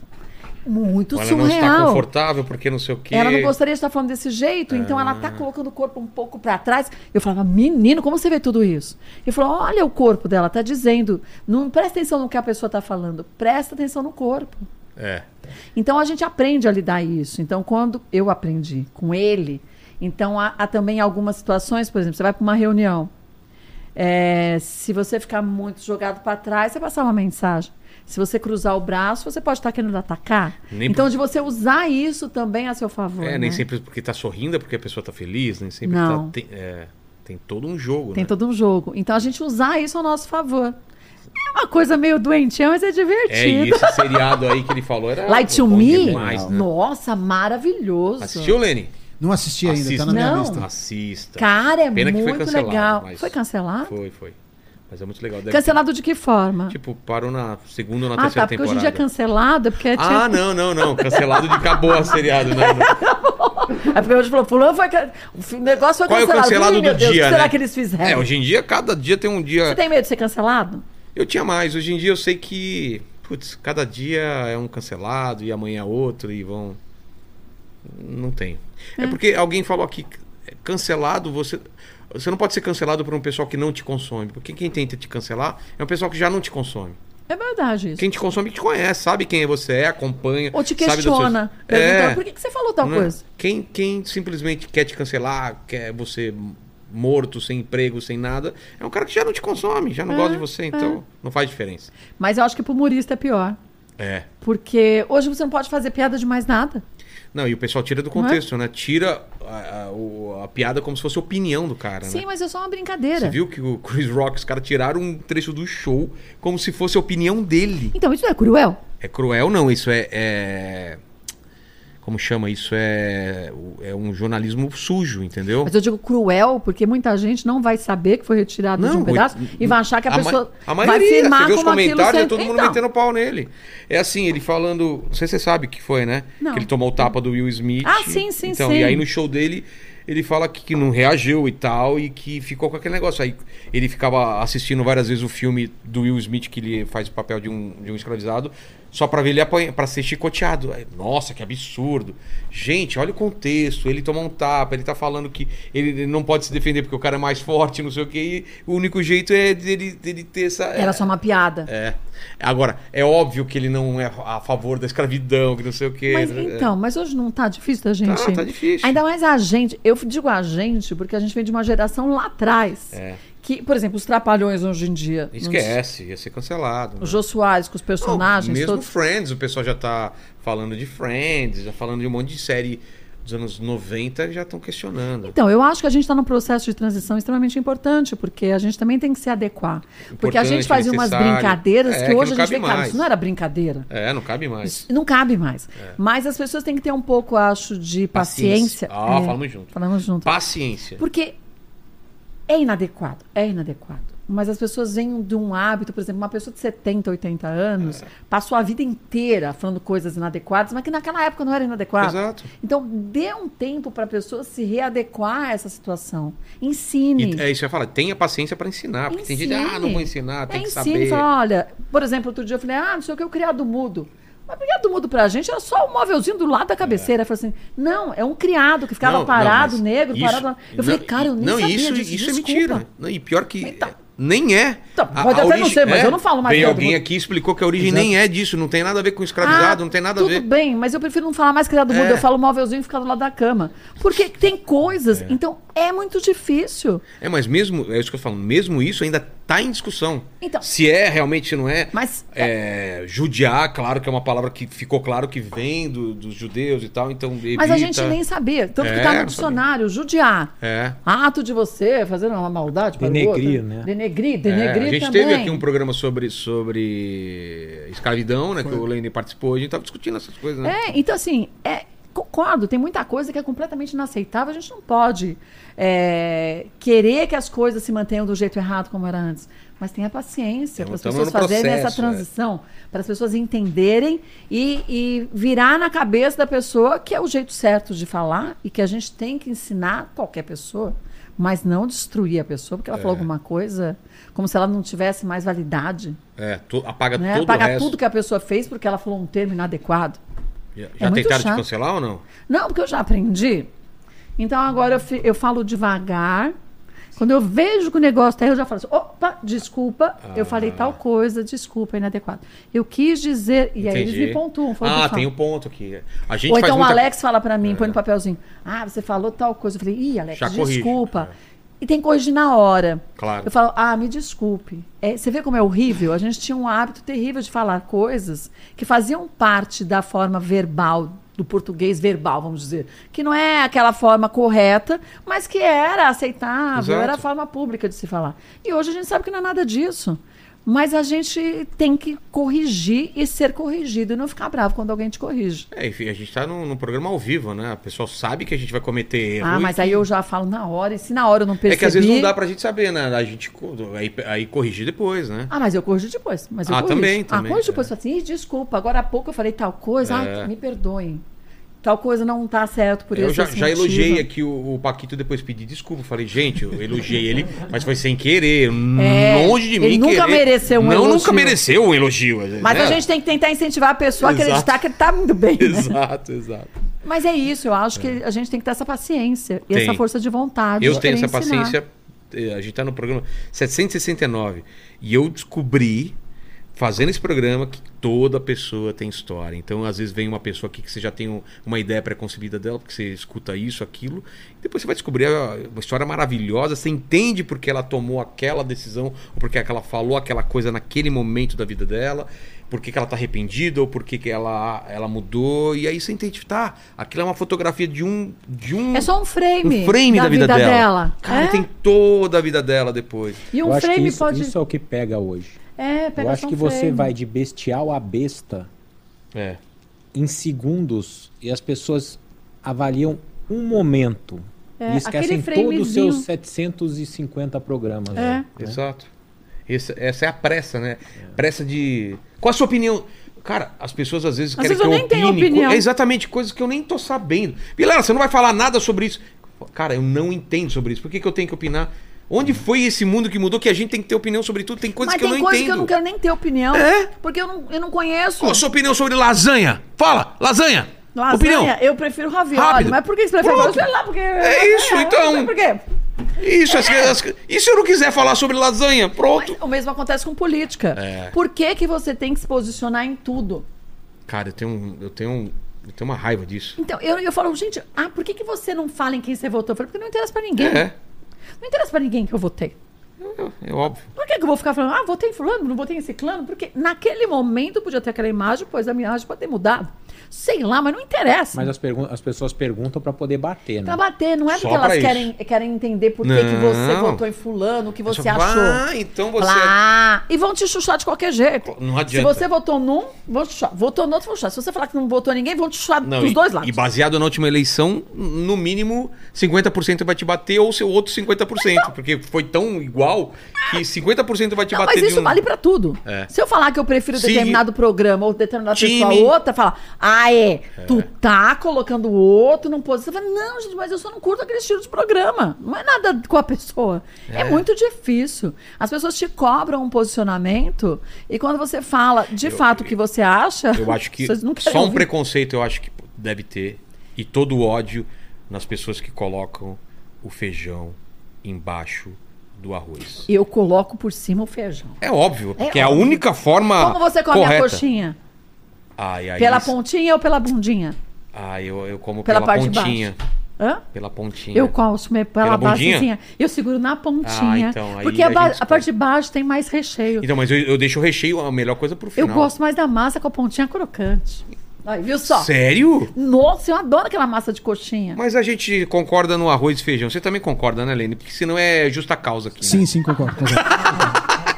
Speaker 3: muito
Speaker 1: Ela não está
Speaker 3: surreal.
Speaker 1: confortável porque Ah. não sei o quê.
Speaker 3: Ela não gostaria de estar falando desse jeito, então ela tá colocando o corpo um pouco para trás. Eu falava, menino, como você vê tudo isso? Eu falava, olha o corpo dela, tá dizendo. Não presta atenção no que a pessoa tá falando, presta atenção no corpo.
Speaker 1: É.
Speaker 3: Então a gente aprende a lidar isso. Então quando eu aprendi com ele, então há, há também algumas situações, por exemplo, você vai para uma reunião, é, se você ficar muito jogado para trás, você passar uma mensagem. Se você cruzar o braço, você pode estar querendo atacar.
Speaker 1: Nem
Speaker 3: então de você usar isso também a seu favor.
Speaker 1: É,
Speaker 3: né?
Speaker 1: nem sempre porque tá sorrindo é porque a pessoa tá feliz, nem sempre
Speaker 3: Não.
Speaker 1: tá. Tem, é, tem todo um jogo,
Speaker 3: Tem
Speaker 1: né?
Speaker 3: todo um jogo. Então a gente usar isso ao nosso favor. É uma coisa meio doentia, mas é
Speaker 1: É, e
Speaker 3: divertido.
Speaker 1: esse seriado aí que ele falou era.
Speaker 3: Light to
Speaker 1: bom
Speaker 3: Me?
Speaker 1: demais, né?
Speaker 3: Nossa, maravilhoso.
Speaker 1: Assistiu, Lene?
Speaker 5: Não assisti ainda,
Speaker 1: Assista.
Speaker 5: tá na minha
Speaker 3: Não.
Speaker 5: lista.
Speaker 1: Assista.
Speaker 3: Cara, é
Speaker 1: Pena que
Speaker 3: muito
Speaker 1: foi cancelado.
Speaker 3: legal.
Speaker 1: mas-
Speaker 3: Foi cancelado?
Speaker 1: Foi, foi. Mas é muito legal. Deve
Speaker 3: Cancelado de que forma?
Speaker 1: ter- Tipo, parou na segunda ou na
Speaker 3: ah, tá,
Speaker 1: terceira
Speaker 3: porque
Speaker 1: temporada.
Speaker 3: hoje em dia é cancelado, é porque
Speaker 1: Ah,
Speaker 3: tinha...
Speaker 1: não, não, não. Cancelado de acabou a seriado. Não, não.
Speaker 3: É porque hoje falou, fulano foi. can- O negócio foi
Speaker 1: Qual é o
Speaker 3: cancelado.
Speaker 1: cancelado
Speaker 3: Ih,
Speaker 1: do
Speaker 3: meu Deus, o
Speaker 1: dia,
Speaker 3: que será
Speaker 1: né?
Speaker 3: que eles fizeram?
Speaker 1: É, hoje em dia, cada dia tem um dia.
Speaker 3: Você tem medo de ser cancelado?
Speaker 1: Eu tinha mais. Hoje em dia eu sei que, putz, cada dia é um cancelado e amanhã é outro e vão. Não tem. É,
Speaker 3: Hum.
Speaker 1: porque alguém falou aqui, cancelado você. Você não pode ser cancelado por um pessoal que não te consome. Porque quem tenta te cancelar é um pessoal que já não te consome.
Speaker 3: É verdade isso.
Speaker 1: Quem te consome te conhece, sabe quem você é, acompanha.
Speaker 3: Ou te
Speaker 1: sabe dos seus-
Speaker 3: questiona. perguntando,
Speaker 1: É.
Speaker 3: Por que, que você falou tal
Speaker 1: Não é?
Speaker 3: coisa?
Speaker 1: Quem, quem simplesmente quer te cancelar, quer você morto, sem emprego, sem nada, é um cara que já não te consome,
Speaker 3: É,
Speaker 1: já não gosta de você, então não faz diferença.
Speaker 3: Mas eu acho que pro humorista é pior.
Speaker 1: É.
Speaker 3: Porque hoje você não pode fazer piada de mais nada.
Speaker 1: Não, e o pessoal tira
Speaker 3: é?
Speaker 1: do contexto, né? Tira a, a- o- a piada como se fosse a opinião do cara,
Speaker 3: Sim,
Speaker 1: né?
Speaker 3: mas é só uma
Speaker 1: Você
Speaker 3: brincadeira.
Speaker 1: viu que o Chris Rock, os caras tiraram um trecho do show como se fosse a opinião dele.
Speaker 3: Então, isso não é cruel?
Speaker 1: É cruel, não, isso é. é- Como chama? Isso é. É um jornalismo sujo, entendeu?
Speaker 3: Mas eu digo cruel porque muita gente não vai saber que foi retirado de
Speaker 1: Não,
Speaker 3: um pedaço e vai achar que a,
Speaker 1: ma-
Speaker 3: pessoa
Speaker 1: a
Speaker 3: vai
Speaker 1: maioria,
Speaker 3: firmar
Speaker 1: você vê os
Speaker 3: como aquilo
Speaker 1: comentários, é
Speaker 3: sendo-
Speaker 1: todo mundo
Speaker 3: Então,
Speaker 1: metendo pau nele. É assim, ele falando, não sei se você sabe o que foi, né?
Speaker 3: Não.
Speaker 1: Que ele tomou o tapa do Will Smith.
Speaker 3: Ah, sim, sim,
Speaker 1: então,
Speaker 3: sim.
Speaker 1: E aí no show dele, ele fala que, que não reagiu e tal, e que ficou com aquele negócio. Aí ele ficava assistindo várias vezes o filme do Will Smith, que ele faz o papel de um, de um escravizado, só pra ver ele apanhar, pra ser chicoteado. Aí, Nossa, que absurdo. Gente, olha o contexto. Ele tomou um tapa, ele tá falando que ele ele não pode se defender porque o cara é mais forte, não sei o quê, e o único jeito é dele, dele ter essa.
Speaker 3: Era só uma piada.
Speaker 1: É. Agora, é óbvio que ele não é a favor da escravidão, que não sei o quê.
Speaker 3: Mas
Speaker 1: né?
Speaker 3: então, mas hoje não tá difícil da gente.
Speaker 1: Tá, tá difícil.
Speaker 3: Ainda mais a gente. Eu digo a gente porque a gente vem de uma geração lá atrás.
Speaker 1: É.
Speaker 3: Que, por exemplo, os trapalhões hoje em dia. não-
Speaker 1: Esquece, ia ser cancelado. né?
Speaker 3: O Jô Soares com os personagens
Speaker 1: mesmo
Speaker 3: todos.
Speaker 1: Friends, o pessoal já tá falando de Friends, já falando de um monte de série dos anos 90 e já estão questionando.
Speaker 3: Então, eu acho que a gente está num processo de transição extremamente importante, porque a gente também tem que se adequar. Porque a gente
Speaker 1: Importante,
Speaker 3: fazia umas
Speaker 1: necessário.
Speaker 3: brincadeiras
Speaker 1: É,
Speaker 3: que
Speaker 1: que
Speaker 3: hoje
Speaker 1: não
Speaker 3: a gente
Speaker 1: cabe
Speaker 3: vê, cara,
Speaker 1: mais.
Speaker 3: isso não era brincadeira.
Speaker 1: É, não cabe mais.
Speaker 3: Isso não cabe mais. Mas as pessoas têm que ter um pouco, acho, de paciência.
Speaker 1: Paciência. Ah,
Speaker 3: É,
Speaker 1: falamos junto.
Speaker 3: Falamos junto.
Speaker 1: Paciência.
Speaker 3: Porque é inadequado, é inadequado. Mas as pessoas vêm de um hábito, por exemplo, uma pessoa de 70, 80
Speaker 1: É.
Speaker 3: anos passou a vida inteira falando coisas inadequadas, mas que naquela época não era inadequado.
Speaker 1: Exato.
Speaker 3: Então, dê um tempo para a pessoa se readequar a essa situação. Ensine.
Speaker 1: E, é isso que eu ia falar, tenha paciência pra ensinar, porque tem gente,
Speaker 3: Ensine.
Speaker 1: ah, não vou ensinar, tem
Speaker 3: É,
Speaker 1: que
Speaker 3: ensine,
Speaker 1: saber.
Speaker 3: Fala, olha, por exemplo, outro dia eu falei, ah, não sei o que, o criado mudo. Mas criado mudo pra gente era só o móvelzinho do lado da cabeceira. Eu falei assim, não, é um criado que ficava
Speaker 1: É. Não, não,
Speaker 3: parado,
Speaker 1: mas
Speaker 3: negro,
Speaker 1: isso-
Speaker 3: parado. Eu falei,
Speaker 1: não,
Speaker 3: cara, eu nem
Speaker 1: não,
Speaker 3: sabia
Speaker 1: isso,
Speaker 3: disso,
Speaker 1: isso é
Speaker 3: desculpa.
Speaker 1: mentira. Não, e pior que
Speaker 3: Então.
Speaker 1: nem é.
Speaker 3: Então, pode até não ser, mas eu não falo mais é
Speaker 1: Tem
Speaker 3: criado
Speaker 1: é. alguém
Speaker 3: mudo.
Speaker 1: aqui explicou que a origem nem é disso, não tem nada a ver com escravizado,
Speaker 3: Ah,
Speaker 1: não tem nada a
Speaker 3: tudo
Speaker 1: ver.
Speaker 3: bem, mas eu prefiro não falar mais criado mudo.
Speaker 1: É.
Speaker 3: Eu falo móvelzinho e ficar do lado da cama. Porque tem coisas. Então, é muito difícil.
Speaker 1: É, mas mesmo, é isso que eu falo, mesmo isso ainda tá em discussão.
Speaker 3: Então-
Speaker 1: se é realmente se não é,
Speaker 3: Mas-
Speaker 1: é, judiar, claro que é uma palavra que ficou claro que vem do- dos judeus e tal, então evita.
Speaker 3: Mas a gente nem sabia. Tanto que
Speaker 1: É, não
Speaker 3: tá no
Speaker 1: sabia.
Speaker 3: dicionário, judiar.
Speaker 1: é.
Speaker 3: Ato de você fazendo uma maldade para
Speaker 6: Denegrir,
Speaker 3: o outro.
Speaker 6: né?
Speaker 3: Denegrir,
Speaker 1: É,
Speaker 3: denegrir
Speaker 1: a gente
Speaker 3: também.
Speaker 1: teve aqui um programa sobre, sobre escravidão, né? Que o Lenny participou, a gente tava discutindo essas coisas, né?
Speaker 3: É, então assim, é, concordo, tem muita coisa que é completamente inaceitável, a gente não pode é, querer que as coisas se mantenham do jeito errado como era antes. Mas tenha paciência
Speaker 1: Então,
Speaker 3: para as
Speaker 1: tamo
Speaker 3: pessoas
Speaker 1: no
Speaker 3: fazerem essa
Speaker 1: processo, é.
Speaker 3: transição, para as pessoas entenderem e, e virar na cabeça da pessoa que é o jeito certo de falar e que a gente tem que ensinar qualquer pessoa, mas não destruir a pessoa, porque ela falou alguma coisa como se ela não tivesse mais validade
Speaker 1: É, to- apaga
Speaker 3: né?
Speaker 1: todo o
Speaker 3: Pagar
Speaker 1: resto.
Speaker 3: tudo que a pessoa fez porque ela falou um termo inadequado.
Speaker 1: Já
Speaker 3: muito
Speaker 1: tentaram te
Speaker 3: chato.
Speaker 1: cancelar ou não?
Speaker 3: Não, porque eu já aprendi. Então agora eu, fi- eu falo devagar. Quando eu vejo que o negócio tá aí, eu já falo assim, opa, desculpa, eu
Speaker 1: Ah.
Speaker 3: falei tal coisa, desculpa, é inadequado. Eu quis dizer, e aí eles
Speaker 1: Entendi.
Speaker 3: me pontuam. foi o que eu
Speaker 1: Ah,
Speaker 3: falo.
Speaker 1: tem um ponto aqui. A gente
Speaker 3: Ou
Speaker 1: faz
Speaker 3: então
Speaker 1: muita- É.
Speaker 3: o Alex fala pra mim, põe no papelzinho, ah, você falou tal coisa. Eu falei, ih, Alex,
Speaker 1: Já corrige. É.
Speaker 3: desculpa. E tem que corrigir na hora.
Speaker 1: Claro.
Speaker 3: Eu falo, ah, me desculpe. É, você vê como é horrível? A gente tinha um hábito terrível de falar coisas que faziam parte da forma verbal, do português verbal, vamos dizer. Que não é aquela forma correta, mas que era aceitável,
Speaker 1: Exato.
Speaker 3: era a forma pública de se falar. E hoje a gente sabe que não é nada disso. Mas a gente tem que corrigir e ser corrigido e não ficar bravo quando alguém te corrige.
Speaker 1: É, enfim, a gente tá num, num programa ao vivo, né? A pessoa sabe que a gente vai cometer erro.
Speaker 3: Ah,
Speaker 1: e-
Speaker 3: mas aí eu já falo na hora, e se na hora eu não percebi...
Speaker 1: É que às vezes não dá pra gente saber, né? A gente co- aí, aí corrigir depois, né?
Speaker 3: Ah, mas eu corrijo depois. Mas eu
Speaker 1: Ah,
Speaker 3: corrijo.
Speaker 1: também,
Speaker 3: Ah,
Speaker 1: também,
Speaker 3: corrijo
Speaker 1: é.
Speaker 3: depois. Falo assim, "Ih, desculpa, agora há pouco eu falei tal coisa,
Speaker 1: É.
Speaker 3: ai, me perdoem. Tal coisa não tá certo por
Speaker 1: Eu
Speaker 3: esse
Speaker 1: já, já
Speaker 3: motivo."
Speaker 1: elogiei aqui o, o Paquito depois pedi desculpa. Falei, gente, eu elogiei ele, mas foi sem querer.
Speaker 3: É,
Speaker 1: longe de mim.
Speaker 3: ele nunca
Speaker 1: querer.
Speaker 3: mereceu um
Speaker 1: Não,
Speaker 3: elogio.
Speaker 1: nunca mereceu um elogio.
Speaker 3: Mas
Speaker 1: né?
Speaker 3: a gente tem que tentar incentivar a pessoa
Speaker 1: Exato.
Speaker 3: a acreditar que ele tá muito bem. né?
Speaker 1: Exato, exato.
Speaker 3: Mas é isso, eu acho que a gente tem que ter essa paciência e
Speaker 1: Tem.
Speaker 3: essa força de vontade.
Speaker 1: Eu
Speaker 3: de
Speaker 1: tenho
Speaker 3: querer
Speaker 1: essa
Speaker 3: ensinar.
Speaker 1: paciência. eh, A gente tá no programa 769. E eu descobri, fazendo esse programa, que toda pessoa tem história. Então, às vezes, vem uma pessoa aqui que você já tem um- uma ideia pré-concebida dela, porque você escuta isso, aquilo. E depois você vai descobrir ah, uma história maravilhosa. Você entende porque ela tomou aquela decisão, ou porque é ela falou aquela coisa naquele momento da vida dela. Por que, que ela tá arrependida, ou por que, que ela, ela mudou. E aí você entende, tá, aquilo é uma fotografia de um. De um
Speaker 3: É só um frame.
Speaker 1: um frame da, vida, dela. Cara,
Speaker 3: É?
Speaker 1: tem toda a vida dela depois.
Speaker 3: E
Speaker 6: eu
Speaker 3: um
Speaker 6: acho que
Speaker 3: frame
Speaker 6: isso,
Speaker 3: pode.
Speaker 6: isso é o que pega hoje.
Speaker 3: É, pega
Speaker 6: eu acho
Speaker 3: só um
Speaker 6: que você
Speaker 3: frame.
Speaker 6: vai de bestial a besta
Speaker 1: É.
Speaker 6: em segundos e as pessoas avaliam um momento
Speaker 3: É,
Speaker 6: e esquecem
Speaker 3: aquele
Speaker 6: todos os
Speaker 3: framezinho.
Speaker 6: seus 750 programas. né?
Speaker 3: É.
Speaker 1: Exato. Essa, essa é a pressa, né? Pressa de. Qual a sua opinião? Cara, as pessoas às vezes
Speaker 3: Às
Speaker 1: querem
Speaker 3: vezes eu
Speaker 1: que eu
Speaker 3: nem tenho
Speaker 1: opine. co-
Speaker 3: opinião.
Speaker 1: É exatamente, coisas que eu nem tô sabendo. Pilar, você não vai falar nada sobre isso. Cara, eu não entendo sobre isso. Por que, que eu tenho que opinar? Onde foi esse mundo que mudou que a gente tem que ter opinião sobre tudo? Tem coisas
Speaker 3: Mas
Speaker 1: que eu
Speaker 3: tem
Speaker 1: não
Speaker 3: coisa
Speaker 1: entendo.
Speaker 3: que eu não quero nem ter opinião.
Speaker 1: É?
Speaker 3: Porque eu não, eu não conheço.
Speaker 1: Qual a sua opinião sobre lasanha? Fala, lasanha!
Speaker 3: Lasanha,
Speaker 1: Opinião!
Speaker 3: eu prefiro ravioli.
Speaker 1: Rápido.
Speaker 3: Mas por que você prefere
Speaker 1: Pronto.
Speaker 3: ravioli? Sei lá, porque...
Speaker 1: É isso,
Speaker 3: eu
Speaker 1: então.
Speaker 3: Não sei por quê.
Speaker 1: Isso, as- as- e se eu não quiser falar sobre lasanha? Pronto.
Speaker 3: O mesmo acontece com política.
Speaker 1: É.
Speaker 3: Por que, que você tem que se posicionar em tudo?
Speaker 1: Cara, eu tenho, um- eu tenho, um- eu tenho uma raiva disso.
Speaker 3: Então, eu, eu falo, gente, ah, por que, que você não fala em quem você votou? Eu falo, porque não interessa pra ninguém.
Speaker 1: É,
Speaker 3: Não interessa pra ninguém que eu votei.
Speaker 1: é óbvio.
Speaker 3: Por que, que eu vou ficar falando, ah, votei em fulano, não votei em ciclano? Porque naquele momento podia ter aquela imagem, pois a minha imagem pode ter mudado. Sei lá, mas não interessa.
Speaker 6: Mas as, pergun- as pessoas perguntam para poder bater, né?
Speaker 3: Pra bater, não é
Speaker 1: assim, Só
Speaker 3: porque
Speaker 1: pra
Speaker 3: elas
Speaker 1: isso.
Speaker 3: querem, querem entender por que, que você
Speaker 1: Não.
Speaker 3: votou em fulano, o que você
Speaker 1: Só-
Speaker 3: achou.
Speaker 1: Ah, então você.
Speaker 3: Lá. é E vão te chuchar de qualquer jeito.
Speaker 1: Não
Speaker 3: Se
Speaker 1: adianta.
Speaker 3: você votou num, vão te chuchar. Votou no outro, vão te chuchar. Se você falar que não votou ninguém, vão te chuchar
Speaker 1: Não,
Speaker 3: dos
Speaker 1: e,
Speaker 3: dois lados.
Speaker 1: e baseado na última eleição, no mínimo 50% vai te bater ou seu outro 50%, porque foi tão igual que 50% vai te
Speaker 3: Não,
Speaker 1: bater
Speaker 3: mas
Speaker 1: de
Speaker 3: isso
Speaker 1: um-
Speaker 3: vale pra tudo.
Speaker 1: É.
Speaker 3: Se eu falar que eu prefiro
Speaker 1: Se-
Speaker 3: determinado programa ou determinada pessoa
Speaker 1: Time.
Speaker 3: ou outra, fala, ah, é, tu tá colocando o outro num posição. Você fala, não, gente, mas eu só não curto aquele estilo de programa. Não é nada com a pessoa. É, muito difícil. As pessoas te cobram um posicionamento e quando você fala de fato o que você acha,
Speaker 1: Eu acho que
Speaker 3: vocês não querem
Speaker 1: só um
Speaker 3: ouvir.
Speaker 1: preconceito eu acho que deve ter e todo o ódio nas pessoas que colocam o feijão embaixo do arroz.
Speaker 3: Eu coloco por cima o feijão.
Speaker 1: É óbvio,
Speaker 3: É
Speaker 1: porque é a
Speaker 3: óbvio.
Speaker 1: única forma
Speaker 3: Como você come
Speaker 1: correta.
Speaker 3: a coxinha?
Speaker 1: Ai, ai,
Speaker 3: Pela
Speaker 1: isso-
Speaker 3: pontinha ou pela bundinha?
Speaker 1: Ah, eu, eu como pela,
Speaker 3: Pela parte de
Speaker 1: pontinha.
Speaker 3: Hã?
Speaker 1: Pela pontinha.
Speaker 3: Eu coço me- pela,
Speaker 1: Pela bundinha?
Speaker 3: basezinha. Eu seguro na pontinha.
Speaker 1: Ah, então, aí
Speaker 3: porque a,
Speaker 1: a
Speaker 3: ba-
Speaker 1: gente
Speaker 3: a parte de baixo tem mais recheio.
Speaker 1: Então, mas eu, eu deixo o recheio a melhor coisa pro
Speaker 3: eu
Speaker 1: final.
Speaker 3: gosto mais da massa com a pontinha crocante. Aí, viu só?
Speaker 1: Sério?
Speaker 3: Nossa, eu adoro aquela massa de coxinha.
Speaker 1: Mas a gente concorda no arroz e feijão. Você também concorda, né, Lene? Porque senão é justa causa aqui. né?
Speaker 5: Sim, sim, concordo. concordo.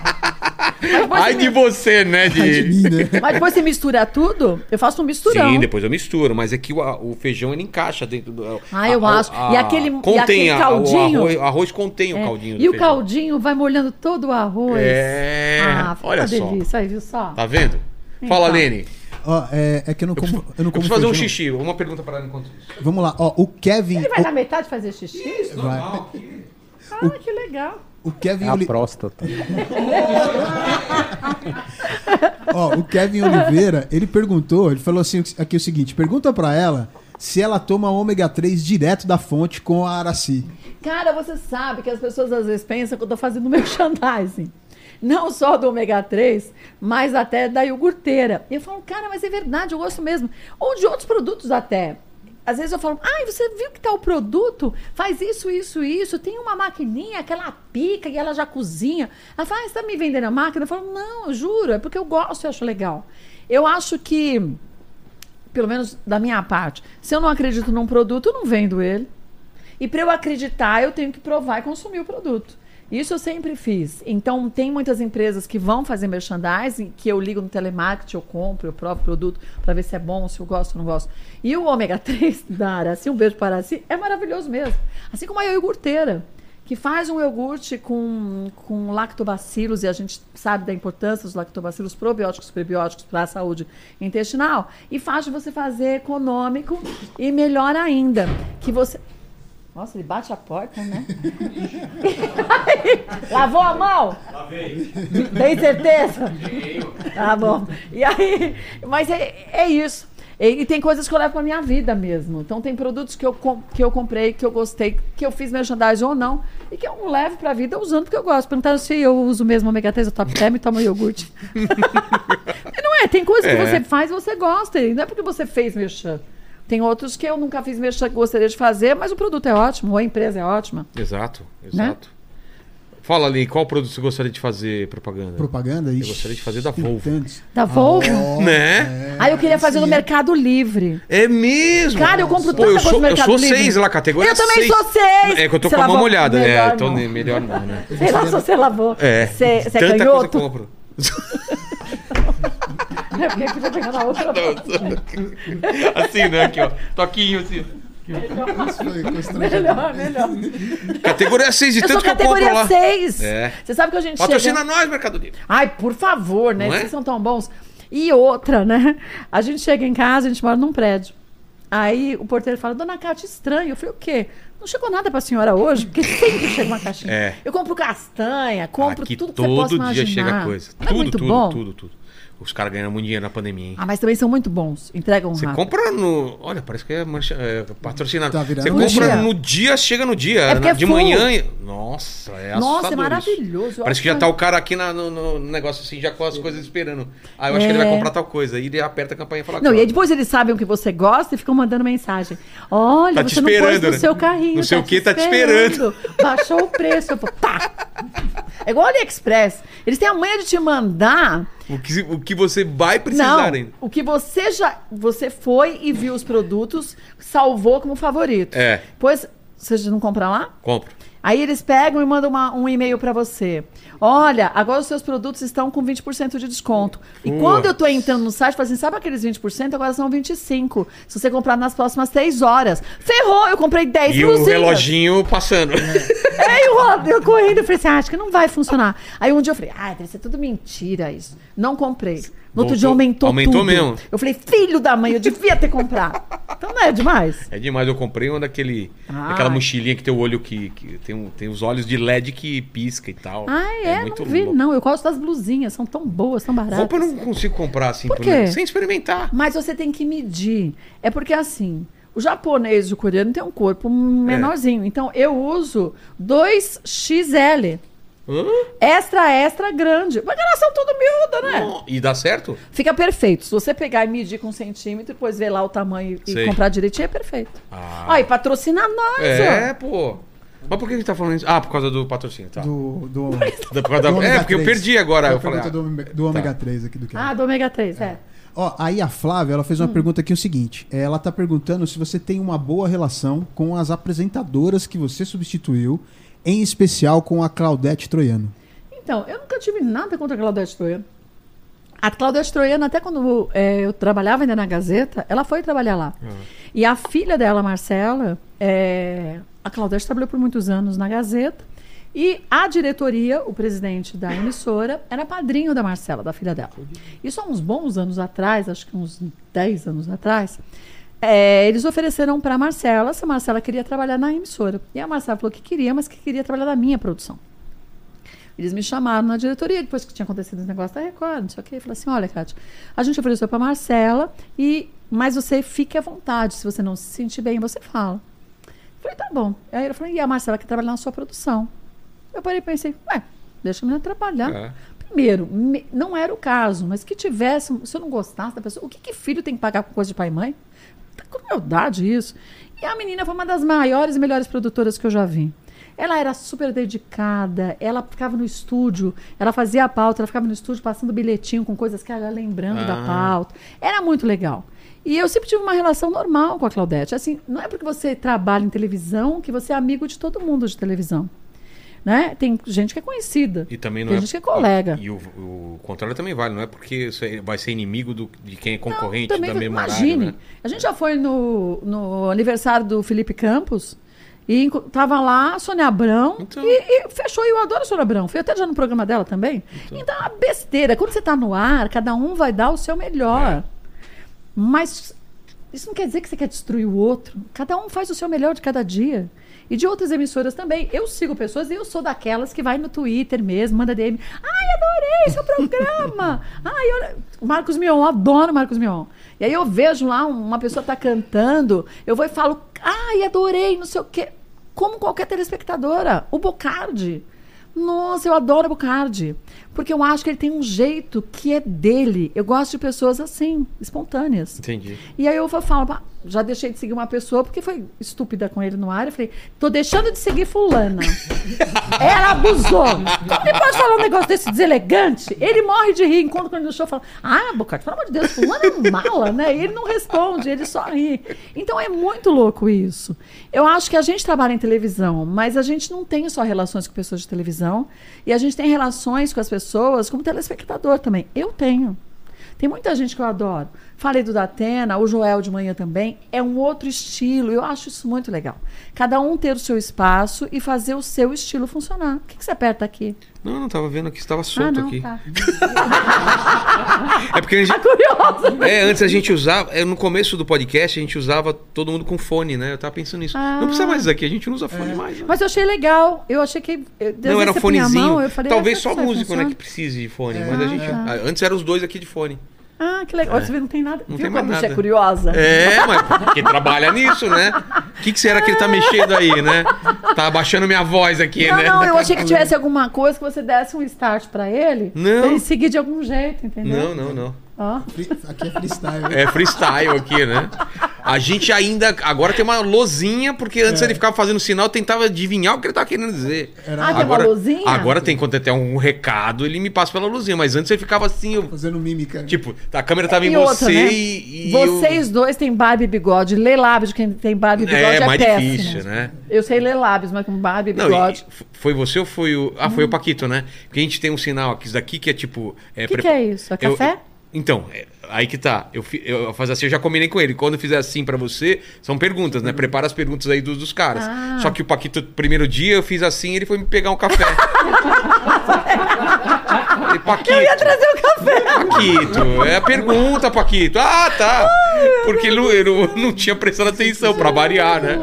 Speaker 3: Mas é. depois,
Speaker 1: Ai
Speaker 3: você
Speaker 1: de
Speaker 3: mi-
Speaker 1: você, né?
Speaker 5: Ai de mim,
Speaker 1: De...
Speaker 5: né?
Speaker 3: mas depois você mistura tudo, eu faço um misturão.
Speaker 1: Sim, depois eu misturo, mas é que o, a- o feijão ele encaixa dentro do.
Speaker 3: Ah, eu acho. E aquele- e
Speaker 1: contém
Speaker 3: aquele
Speaker 1: a- o
Speaker 3: caldinho?
Speaker 1: arroz, o arroz contém
Speaker 3: É.
Speaker 1: o caldinho do
Speaker 3: e o
Speaker 1: feijão.
Speaker 3: caldinho vai molhando todo o arroz.
Speaker 1: É.
Speaker 3: Ah, foi
Speaker 1: Olha
Speaker 3: uma
Speaker 1: só.
Speaker 3: delícia. Aí, viu só?
Speaker 1: Tá vendo? Fala,
Speaker 3: Então.
Speaker 1: Lene.
Speaker 5: Ó, é, é que eu não como. Eu não
Speaker 1: Eu
Speaker 5: como
Speaker 1: preciso fazer um
Speaker 5: feijão.
Speaker 1: xixi. Uma pergunta para ela enquanto isso.
Speaker 5: Vamos lá, ó. O Kevin.
Speaker 3: Ele vai na metade fazer xixi?
Speaker 5: O, vai.
Speaker 3: Ah, que legal.
Speaker 1: É
Speaker 5: o Kevin
Speaker 6: É a
Speaker 5: Oli-
Speaker 6: próstata.
Speaker 5: Ó, o Kevin Oliveira, ele perguntou, ele falou assim aqui o seguinte: pergunta pra ela se ela toma ômega 3 direto da fonte com a Araci.
Speaker 3: Cara, você sabe que as pessoas às vezes pensam que eu tô fazendo merchandising. Não só do ômega 3, mas até da iogurteira. E eu falo, cara, mas é verdade, eu gosto mesmo. Ou de outros produtos até. Às vezes eu falo, ai, você viu que tá o produto? Faz isso, isso, isso. Tem uma maquininha que ela pica e ela já cozinha. Ela fala, ah, você tá me vendendo a máquina? Eu falo, não, eu juro, é porque eu gosto, eu acho legal. Eu acho que, pelo menos da minha parte, se eu não acredito num produto, eu não vendo ele. E para eu acreditar, eu tenho que provar e consumir o produto. Isso eu sempre fiz. Então, tem muitas empresas que vão fazer merchandising, que eu ligo no telemarketing, eu compro, eu provo o produto para ver se é bom, se eu gosto ou não gosto. E o ômega 3 da Araci, um beijo para Araci, é maravilhoso mesmo. Assim como a iogurteira, que faz um iogurte com, com lactobacilos, e a gente sabe da importância dos lactobacilos probióticos, prebióticos para a saúde intestinal, e faz de você fazer econômico e melhor ainda, que você... Nossa, ele bate a porta, né? Lavou a mão?
Speaker 4: Lavei.
Speaker 3: Tem certeza?
Speaker 4: Eu.
Speaker 3: Tá bom. E aí, mas é, é isso. E, e tem coisas que eu levo pra minha vida mesmo. Então tem produtos que eu, com- que eu comprei, que eu gostei, que eu fiz merchandising ou não, e que eu levo pra vida usando porque eu gosto. Perguntaram se eu uso mesmo ômega 3 ou top term e tomo iogurte. E não é, tem coisas que
Speaker 1: É.
Speaker 3: você faz e você gosta. E não é porque você fez merchan. Tem outros que eu nunca fiz merchan que gostaria de fazer, mas o produto é ótimo, ou a empresa é ótima.
Speaker 1: Exato,
Speaker 3: Né?
Speaker 1: exato. Fala ali, qual produto você gostaria de fazer propaganda?
Speaker 5: Propaganda? Ixi,
Speaker 1: gostaria de fazer da
Speaker 5: tem
Speaker 1: Volvo.
Speaker 5: tantos.
Speaker 3: Da Volvo.
Speaker 1: Né?
Speaker 5: é,
Speaker 3: Aí eu queria fazer no Mercado Livre.
Speaker 1: É mesmo?
Speaker 3: Cara, eu compro
Speaker 1: Pô,
Speaker 3: tanta
Speaker 1: eu
Speaker 3: coisa
Speaker 1: sou,
Speaker 3: no Mercado
Speaker 1: eu sou
Speaker 3: Livre.
Speaker 1: seis lá, categoria
Speaker 3: Eu também
Speaker 1: seis.
Speaker 3: sou seis.
Speaker 1: É que eu tô
Speaker 3: Você
Speaker 1: com a mão
Speaker 3: lavou?
Speaker 1: molhada.
Speaker 3: Melhor
Speaker 1: é, tô,
Speaker 3: não.
Speaker 1: ne- melhor não, né?
Speaker 3: Sei lá se você lavou.
Speaker 1: É.
Speaker 3: Você você
Speaker 1: tanta
Speaker 3: é
Speaker 1: coisa que eu
Speaker 3: canhoto?
Speaker 1: compro.
Speaker 3: É porque aqui eu tô pegando a outra.
Speaker 1: assim, né? Aqui, ó. Toquinho, assim.
Speaker 3: Melhor, Ah, melhor.
Speaker 1: Categoria 6 de
Speaker 3: Eu
Speaker 1: tanto
Speaker 3: sou
Speaker 1: que eu compro
Speaker 3: categoria
Speaker 1: lá.
Speaker 3: 6.
Speaker 1: É.
Speaker 3: Você sabe que a gente
Speaker 1: Patrocina
Speaker 3: chega...
Speaker 1: nós, Mercado Livre.
Speaker 3: Ai, por favor, né?
Speaker 1: Não é?
Speaker 3: Vocês são tão bons. E outra, né? A gente chega em casa, a gente mora num prédio. Aí o porteiro fala, dona Cátia, estranho. Eu falei, o quê? Não chegou nada pra senhora hoje? Porque sempre chega uma caixinha.
Speaker 1: É.
Speaker 3: Eu compro castanha, compro
Speaker 1: Aqui
Speaker 3: tudo que você
Speaker 1: todo
Speaker 3: possa
Speaker 1: dia
Speaker 3: imaginar.
Speaker 1: chega coisa.
Speaker 3: Não é
Speaker 1: tudo,
Speaker 3: muito
Speaker 1: tudo,
Speaker 3: bom?
Speaker 1: tudo, tudo. Os caras ganham muito dinheiro na pandemia, hein?
Speaker 3: Ah, mas também são muito bons. Entregam
Speaker 1: Você
Speaker 3: rápido.
Speaker 1: compra no. Olha, parece que é, mancha, é patrocinado.
Speaker 5: Tá virando
Speaker 1: Você
Speaker 5: um
Speaker 1: compra
Speaker 3: dia.
Speaker 1: no dia, chega no dia.
Speaker 3: É porque é
Speaker 1: de
Speaker 3: full.
Speaker 1: manhã. Nossa, é
Speaker 3: Nossa,
Speaker 1: assustador
Speaker 3: é
Speaker 1: isso.
Speaker 3: maravilhoso. Eu
Speaker 1: Parece que já
Speaker 3: acho
Speaker 1: tá o cara aqui na- no, no negócio assim, já com as coisas esperando. Ah, eu acho
Speaker 3: É.
Speaker 1: que ele vai comprar tal coisa. Aí ele aperta a campanha e fala.
Speaker 3: Não,
Speaker 1: "Ó,
Speaker 3: e é aí depois eles sabem o que você gosta e ficam mandando mensagem. Olha,
Speaker 1: Tá te
Speaker 3: você não pôs
Speaker 1: esperando,
Speaker 3: no
Speaker 1: né?
Speaker 3: seu carrinho.
Speaker 1: Não sei o quê, tá te
Speaker 3: Baixou o preço. Eu falo, pá! É igual o AliExpress. Eles têm a manha de te mandar.
Speaker 1: O que, o que você vai precisar
Speaker 3: Não,
Speaker 1: ainda.
Speaker 3: o que você já. Você foi e viu os produtos, salvou como favorito.
Speaker 1: É.
Speaker 3: Pois, vocês não compram lá?
Speaker 1: Compro.
Speaker 3: Aí eles pegam e mandam uma- um e-mail pra você. Olha, agora os seus produtos estão com 20% de desconto. E
Speaker 1: Putz.
Speaker 3: quando eu tô entrando no site, eu falo assim, sabe aqueles 20%? Agora são 25%. Se você comprar nas próximas 6 horas. Ferrou, eu comprei 10
Speaker 1: E o
Speaker 3: blusinhas.
Speaker 1: reloginho passando.
Speaker 3: É, eu, rodo, eu correndo, eu falei assim, ah, acho que não vai funcionar. Aí um dia eu falei, ah, deve ser tudo mentira isso. Não comprei. No
Speaker 1: Voltou.
Speaker 3: outro dia aumentou,
Speaker 1: Aumentou
Speaker 3: tudo.
Speaker 1: mesmo.
Speaker 3: Eu falei, filho da mãe, eu devia ter comprado. Então não é demais.
Speaker 1: É demais, eu comprei uma daquele.
Speaker 3: Ah.
Speaker 1: Aquela mochilinha que tem o olho que. que tem, um- tem os olhos de LED que pisca e tal.
Speaker 3: Ah, é, não vi
Speaker 1: louco.
Speaker 3: não. Eu gosto das blusinhas, são tão boas, tão baratas.
Speaker 1: Roupa eu não consigo comprar assim
Speaker 3: Por
Speaker 1: por
Speaker 3: quê?
Speaker 1: aí, sem experimentar.
Speaker 3: Mas você tem que medir. É porque assim, o japonês e o coreano tem um corpo
Speaker 1: É.
Speaker 3: menorzinho. Então eu uso 2XL.
Speaker 1: Hã?
Speaker 3: Extra, extra grande. Porque elas são tudo miúda, né?
Speaker 1: Não, E dá certo?
Speaker 3: Fica perfeito. Se você pegar e medir com um centímetro, depois ver lá o tamanho e
Speaker 1: Sei.
Speaker 3: comprar direitinho, é perfeito.
Speaker 1: Ah.
Speaker 3: Aí, patrocina nós,
Speaker 1: é,
Speaker 3: ó.
Speaker 1: pô. Mas por que a gente tá falando isso? Ah, por causa do patrocínio, tá.
Speaker 5: Do, do,
Speaker 1: Por causa da-
Speaker 5: do
Speaker 1: É,
Speaker 5: ômega
Speaker 1: porque eu
Speaker 5: 3.
Speaker 1: perdi agora.
Speaker 5: Foi
Speaker 1: Eu
Speaker 5: a
Speaker 1: falei,
Speaker 5: pergunta do,
Speaker 1: ah,
Speaker 5: ômega- do ômega 3 aqui do Kevin.
Speaker 3: Ah, do ômega 3, é.
Speaker 5: Ó, aí a Flávia, ela fez uma pergunta aqui o seguinte, ela tá perguntando se você tem uma boa relação com as apresentadoras que você substituiu, em especial com a Claudete Troiano.
Speaker 3: Então, eu nunca tive nada contra a Claudete Troiano. A Claudete Troiano, até quando eh, eu trabalhava ainda na Gazeta, ela foi trabalhar lá. E a filha dela, Marcela, eh, a Claudete trabalhou por muitos anos na Gazeta. E a diretoria, o presidente da emissora, era padrinho da Marcela, da filha dela. Isso há uns bons anos atrás, acho que uns 10 anos atrás, eh, eles ofereceram para a Marcela se a Marcela queria trabalhar na emissora. E a Marcela falou que queria, mas que queria trabalhar na minha produção. Eles me chamaram na diretoria, depois que tinha acontecido esse negócio da Record, não sei o quê. Falaram assim: olha, Kátia, a gente ofereceu para Marcela, e mas você fique à vontade. Se você não se sentir bem, você fala. Eu falei: tá bom. Aí ela falou: e a Marcela que trabalha na sua produção? Eu parei e pensei: ué, deixa a menina trabalhar.
Speaker 1: É.
Speaker 3: Primeiro, me- não era o caso, mas que tivesse, um, se eu não gostasse da pessoa, o que, que filho tem que pagar com coisa de pai e mãe? Tá com crueldade isso. E a menina foi uma das maiores e melhores produtoras que eu já vi. Ela era super dedicada, ela ficava no estúdio, ela fazia a pauta, ela ficava no estúdio passando bilhetinho com coisas que ela ia lembrando da pauta. Era muito legal. E eu sempre tive uma relação normal com a Claudete. Assim, não é porque você trabalha em televisão que você é amigo de todo mundo de televisão. Né? Tem gente que é conhecida.
Speaker 1: E também não
Speaker 3: tem
Speaker 1: é.
Speaker 3: gente que é colega.
Speaker 1: E o, o contrário também vale, não é porque você vai ser inimigo do- de quem é
Speaker 3: Não,
Speaker 1: concorrente
Speaker 3: também
Speaker 1: da
Speaker 3: foi-
Speaker 1: mesma
Speaker 3: Imagine.
Speaker 1: área. né?
Speaker 3: A gente já foi no, no aniversário do Felipe Campos e enco- tava lá a Sônia Abrão
Speaker 1: Então.
Speaker 3: e, e fechou. E eu adoro a Sônia Abrão. Fui até já no programa dela também. Então, é uma besteira. Quando você tá no ar, cada um vai dar o seu
Speaker 1: É.
Speaker 3: melhor. Mas isso não quer dizer que você quer destruir o outro. Cada um faz o seu melhor de cada dia. E de outras emissoras também. Eu sigo pessoas e eu sou daquelas que vai no Twitter mesmo, manda DM. Ai, adorei seu programa! Ai, olha. O Marcos Mion, eu adoro o Marcos Mion. E aí eu vejo lá uma pessoa tá cantando, eu vou e falo, ai, adorei, não sei o quê. Como qualquer telespectadora. O Bocardi. Nossa, eu adoro o Bocardi. Porque eu acho que ele tem um jeito que é dele. Eu gosto de pessoas assim, espontâneas.
Speaker 1: Entendi.
Speaker 3: E aí eu fa- falo, "Pá, já deixei de seguir uma pessoa porque foi estúpida com ele no ar. Eu falei, tô deixando de seguir fulana. Ela abusou. Como ele pode falar um negócio desse deselegante? Ele morre de rir. Enquanto quando no show fala, ah, Bocardi, pelo amor de Deus, fulano é um mala, né? E ele não responde, ele só ri. Então é muito louco isso. Eu acho que a gente trabalha em televisão, mas a gente não tem só relações com pessoas de televisão. E a gente tem relações com as pessoas como telespectador também. Eu tenho. Tem muita gente que eu adoro. Falei do Datena, o Joel de manhã também. É um outro estilo. Eu acho isso muito legal. Cada um ter o seu espaço e fazer o seu estilo funcionar. O que, que você aperta aqui?
Speaker 1: Não, não tava vendo que estava solto
Speaker 3: ah, não,
Speaker 1: aqui.
Speaker 3: tá.
Speaker 1: É porque a gente-
Speaker 3: Tá curiosa.
Speaker 1: É, antes a gente usava. é, No começo do podcast, a gente usava todo mundo com fone, né? Eu tava pensando nisso.
Speaker 3: Ah. É.
Speaker 1: Não precisa mais isso aqui, a gente não usa fone mais. né?
Speaker 3: Mas eu achei legal. Eu achei que. eu- às
Speaker 1: não,
Speaker 3: vezes
Speaker 1: era um
Speaker 3: você punha a
Speaker 1: fonezinho.
Speaker 3: mão, eu falei,
Speaker 1: Talvez
Speaker 3: ah,
Speaker 1: só
Speaker 3: será que isso aí
Speaker 1: músico, né, que
Speaker 3: funciona?
Speaker 1: precise de fone. Mas a gente.
Speaker 3: Ah,
Speaker 1: Antes eram os dois aqui de fone.
Speaker 3: Ah, que legal. Olha, Você vê, não tem nada.
Speaker 1: É. Não
Speaker 3: Viu
Speaker 1: tem mais
Speaker 3: como você
Speaker 1: nada.
Speaker 3: é curiosa?
Speaker 1: É, mas porque trabalha nisso, né? O que, que será que ele tá mexendo aí, né? Tá abaixando minha voz aqui,
Speaker 3: É. Não,
Speaker 1: né?
Speaker 3: não, eu achei que tivesse alguma coisa que você desse um start pra ele.
Speaker 1: Não.
Speaker 3: Pra ele seguir de algum jeito, entendeu?
Speaker 1: Não, não, não.
Speaker 3: Ó.
Speaker 5: Free- Aqui é freestyle.
Speaker 1: É freestyle aqui, né? A gente ainda. Agora tem uma lozinha, porque antes ele ficava fazendo sinal, eu tentava adivinhar o que ele tava querendo dizer.
Speaker 3: Ah, tem uma luzinha?
Speaker 1: Agora tem, quando tem um recado, ele me passa pela luzinha, mas antes ele ficava assim, eu-
Speaker 5: Fazendo mímica.
Speaker 1: tipo, a câmera tava em
Speaker 3: E
Speaker 1: você
Speaker 3: outra, né?
Speaker 1: e. e
Speaker 3: Vocês dois têm barba e bigode. Ler lábios de quem tem barba e
Speaker 1: eu...
Speaker 3: bigode
Speaker 1: É,
Speaker 3: é,
Speaker 1: mais
Speaker 3: péssimo.
Speaker 1: difícil, né?
Speaker 3: Eu sei ler lábios, mas com barba e
Speaker 1: Não, e-
Speaker 3: bigode.
Speaker 1: e foi você ou foi o. Ah, foi o Paquito, né? Porque a gente tem um sinal aqui, isso daqui que é tipo. É
Speaker 3: Uhum. Que que é isso? É
Speaker 1: Eu-
Speaker 3: café?
Speaker 1: então, é- aí que tá. Eu, fi- eu, eu fazer assim, eu já combinei com ele. Quando eu fizer assim pra você, são perguntas, né? Prepara as perguntas aí dos, dos caras.
Speaker 3: Uhum. Ah.
Speaker 1: Só que o Paquito, primeiro dia, eu fiz assim ele foi me pegar um café. Falei, Paquito.
Speaker 3: Eu ia trazer o café.
Speaker 1: Paquito, é a pergunta, Paquito. Ah, tá. Porque ele, não- ele não- não tinha prestado atenção, pra variar, né?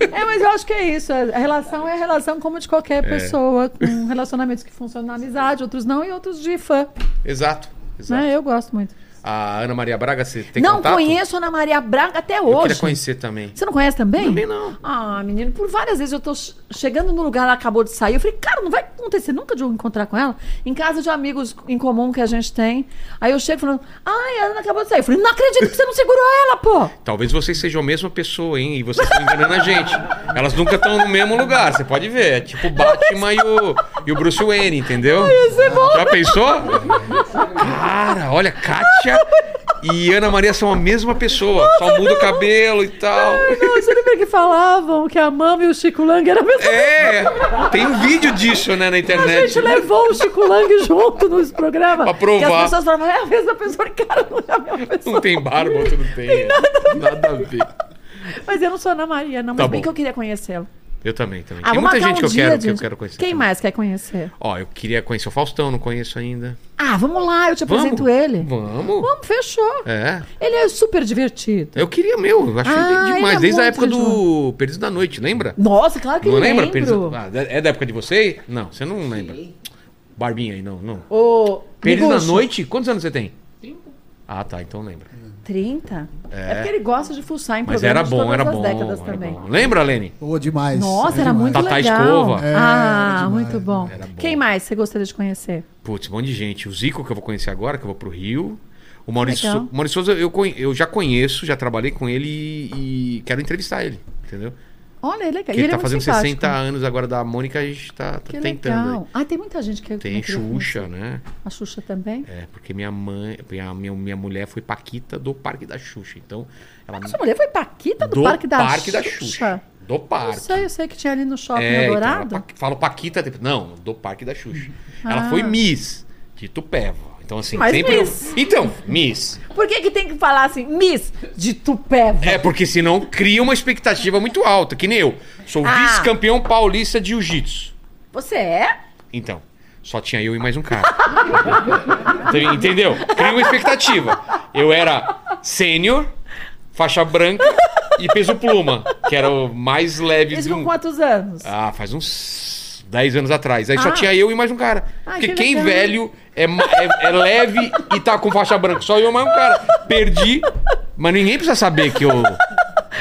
Speaker 3: É, mas eu acho que é isso. A relação é a relação como de
Speaker 1: É.
Speaker 3: qualquer pessoa, com relacionamentos que funcionam na amizade, outros não e outros de fã.
Speaker 1: Exato. exato.
Speaker 3: Né? Eu gosto muito.
Speaker 1: A Ana Maria Braga, você tem
Speaker 3: não
Speaker 1: contato?
Speaker 3: conheço a Ana Maria Braga até
Speaker 1: Eu
Speaker 3: hoje.
Speaker 1: queria conhecer também.
Speaker 3: Você não conhece também?
Speaker 1: Também não.
Speaker 3: Ah, menino, por várias vezes eu tô che- chegando no lugar, ela acabou de sair. Eu falei, cara, não vai acontecer nunca de eu encontrar com ela. Em casa de amigos em comum que a gente tem. Aí eu chego falando, ai, a Ana acabou de sair. Eu falei, não acredito que você não segurou ela, pô.
Speaker 1: Talvez vocês sejam a mesma pessoa, hein? E vocês estão enganando a gente. Elas nunca estão no mesmo lugar, você pode ver. É tipo o Batman e o, e o Bruce Wayne, entendeu?
Speaker 3: é
Speaker 1: Já pensou? Cara, olha, Kátia e Ana Maria são a mesma pessoa. Só muda o cabelo e tal.
Speaker 3: Não, você lembra que falavam que a Mama e o Chico Lang eram a mesma
Speaker 1: É, tem um vídeo disso, né, na
Speaker 3: A
Speaker 1: internet.
Speaker 3: gente levou o Chico Lang junto nos programas.
Speaker 1: Pra provar.
Speaker 3: Que as pessoas falavam, é a mesma pessoa. Cara, não é a mesma pessoa.
Speaker 1: Não tem barba, outro não tem. é. Nada a ver.
Speaker 3: Mas eu não sou Ana Maria, não.
Speaker 1: Tá
Speaker 3: Mas bem
Speaker 1: bom.
Speaker 3: que eu queria conhecê-la.
Speaker 1: Eu também, também.
Speaker 3: Ah,
Speaker 1: tem
Speaker 3: vou
Speaker 1: muita
Speaker 3: marcar
Speaker 1: gente
Speaker 3: um
Speaker 1: que eu
Speaker 3: dia,
Speaker 1: quero que eu
Speaker 3: gente.
Speaker 1: quero conhecer.
Speaker 3: Quem
Speaker 1: também.
Speaker 3: mais quer conhecer?
Speaker 1: Ó, eu queria conhecer o Faustão, não conheço ainda.
Speaker 3: Ah, vamos lá, eu te apresento ele.
Speaker 1: Vamos.
Speaker 3: Vamos, fechou.
Speaker 1: É.
Speaker 3: Ele é super divertido.
Speaker 1: Eu queria meu, eu achei
Speaker 3: Ah, ele
Speaker 1: demais.
Speaker 3: é
Speaker 1: Desde a
Speaker 3: muito
Speaker 1: época do Perdido da Noite, lembra?
Speaker 3: Nossa, claro que
Speaker 1: não
Speaker 3: lembro.
Speaker 1: lembra? Perdido- Ah, é da época de você? Não, você não lembra. Barbinha aí, não, não.
Speaker 3: Ô,
Speaker 1: Perdido na
Speaker 3: Miguxo,
Speaker 1: noite? Quantos anos você tem? 30. Ah, tá, então lembra.
Speaker 3: 30? É. porque ele gosta de fuçar em
Speaker 1: Mas
Speaker 3: programas
Speaker 1: era
Speaker 3: de
Speaker 1: bom,
Speaker 3: todas
Speaker 1: era
Speaker 3: as
Speaker 1: bom,
Speaker 3: décadas
Speaker 1: era
Speaker 3: também.
Speaker 1: bom. Lembra, Lene?
Speaker 5: Ô, demais.
Speaker 3: Nossa,
Speaker 5: é
Speaker 3: era
Speaker 5: demais.
Speaker 3: muito
Speaker 1: Tatá
Speaker 3: legal.
Speaker 1: Escova. É,
Speaker 3: ah,
Speaker 5: demais,
Speaker 3: muito bom.
Speaker 1: era bom.
Speaker 3: Quem mais você gostaria de conhecer?
Speaker 1: Putz, um monte de gente. O Zico, que eu vou conhecer agora, que eu vou pro Rio. O Maurício,
Speaker 3: Legal.
Speaker 1: Sou- o Maurício Souza, eu, conhe- eu já conheço, já trabalhei com ele e, e quero entrevistar ele, entendeu?
Speaker 3: Olha, é legal.
Speaker 1: Porque
Speaker 3: E
Speaker 1: ele tá
Speaker 3: é muito
Speaker 1: fazendo
Speaker 3: simpático.
Speaker 1: 60 anos agora da Mônica, a gente tá, tá
Speaker 3: Que
Speaker 1: tentando.
Speaker 3: legal. Ah, tem muita gente que eu
Speaker 1: aí. Tem
Speaker 3: não queria conhecer.
Speaker 1: Xuxa, né?
Speaker 3: A Xuxa também?
Speaker 1: É, porque minha mãe, minha, minha, minha mulher foi Paquita do Parque da Xuxa. Então, ela.
Speaker 3: Sua mulher foi Paquita do, Parque da Xuxa?
Speaker 1: Do
Speaker 3: Eu
Speaker 1: Parque.
Speaker 3: sei, eu sei que tinha ali no shopping
Speaker 1: É, então, ela
Speaker 3: Eldorado.
Speaker 1: pa- fala Paquita. depois- Não, do Parque da Xuxa.
Speaker 3: Ah.
Speaker 1: Ela foi Miss de Tupéva. Então, assim,
Speaker 3: Mas
Speaker 1: sempre.
Speaker 3: Miss.
Speaker 1: Então, Miss.
Speaker 3: Por que, que tem que falar assim, Miss de Tupéva?
Speaker 1: É, porque senão cria uma expectativa muito alta, que nem eu. Sou
Speaker 3: Ah.
Speaker 1: vice-campeão paulista de jiu-jitsu.
Speaker 3: Você é?
Speaker 1: Então, só tinha eu e mais um cara. Ente- Entendeu? Cria uma expectativa. Eu era sênior, faixa branca e peso pluma, que era o mais leve
Speaker 3: Isso
Speaker 1: de
Speaker 3: com
Speaker 1: um.
Speaker 3: quantos anos?
Speaker 1: Ah, faz uns 10 anos atrás. Aí
Speaker 3: Ah.
Speaker 1: só tinha eu e mais um cara.
Speaker 3: Ah,
Speaker 1: Porque
Speaker 3: que
Speaker 1: quem
Speaker 3: legal.
Speaker 1: velho é, ma- é- é leve e tá com faixa branca. Só eu e mais um cara. Perdi, mas ninguém precisa saber que eu.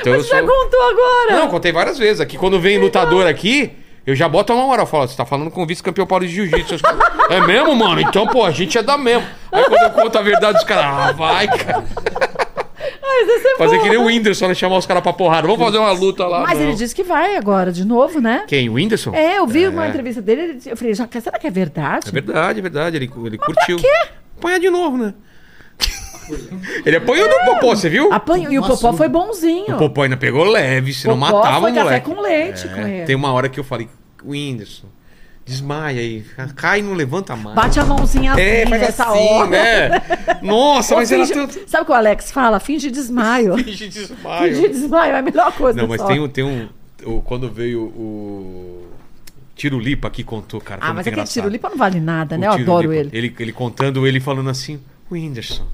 Speaker 1: Então eu
Speaker 3: Você é já contou agora?
Speaker 1: Não, contei várias vezes. Aqui quando vem lutador aqui. Eu já boto a mão na hora, eu falo, você tá falando com o vice-campeão paulista de jiu-jitsu. Os caras, É mesmo, mano? Então, pô, a gente é da mesmo. Aí quando eu conto a verdade, os caras, ah, vai, cara.
Speaker 3: Mas esse é
Speaker 1: Fazer
Speaker 3: bom.
Speaker 1: que nem o Whindersson, né? Chamar os caras pra porrada. Vamos fazer uma luta lá.
Speaker 3: Mas
Speaker 1: não.
Speaker 3: ele disse que vai agora, de novo, né?
Speaker 1: Quem, o Whindersson?
Speaker 3: É, eu vi uma
Speaker 1: É.
Speaker 3: entrevista dele, ele disse- eu falei, já, será que é verdade?
Speaker 1: É verdade, é verdade. Ele, ele curtiu. quê? Apanhar de novo, né? ele apanhou do Popó, você viu?
Speaker 3: Apanhou, e o
Speaker 5: Nossa,
Speaker 3: Popó
Speaker 5: o-
Speaker 3: foi bonzinho.
Speaker 1: O Popó ainda pegou leve, se não
Speaker 3: Popó
Speaker 1: matava
Speaker 3: foi
Speaker 1: o
Speaker 3: café
Speaker 1: moleque. É,
Speaker 3: com leite com ele.
Speaker 1: Tem um- uma hora que eu falei, Whindersson, desmaia aí. Cai e não levanta mais.
Speaker 3: Bate a mãozinha
Speaker 1: é,
Speaker 3: assim,
Speaker 1: faz
Speaker 3: nessa
Speaker 1: assim,
Speaker 3: hora.
Speaker 1: né? Nossa,
Speaker 3: Ou
Speaker 1: mas era
Speaker 3: finge-
Speaker 1: tanto...
Speaker 3: Sabe o que o Alex fala? Finge desmaio.
Speaker 1: Finge
Speaker 3: Fingir
Speaker 1: desmaio.
Speaker 3: desmaio é a melhor coisa.
Speaker 1: Não, mas
Speaker 3: só.
Speaker 1: tem, um- tem um... o- Quando veio o... Tirulipa que contou, cara. foi
Speaker 3: Ah,
Speaker 1: muito
Speaker 3: mas aquele
Speaker 1: engraçado.
Speaker 3: tirulipa não vale nada, né? Eu
Speaker 1: O Tiro
Speaker 3: adoro
Speaker 1: Lipa.
Speaker 3: ele.
Speaker 1: ele. Ele contando, ele falando assim, Whindersson,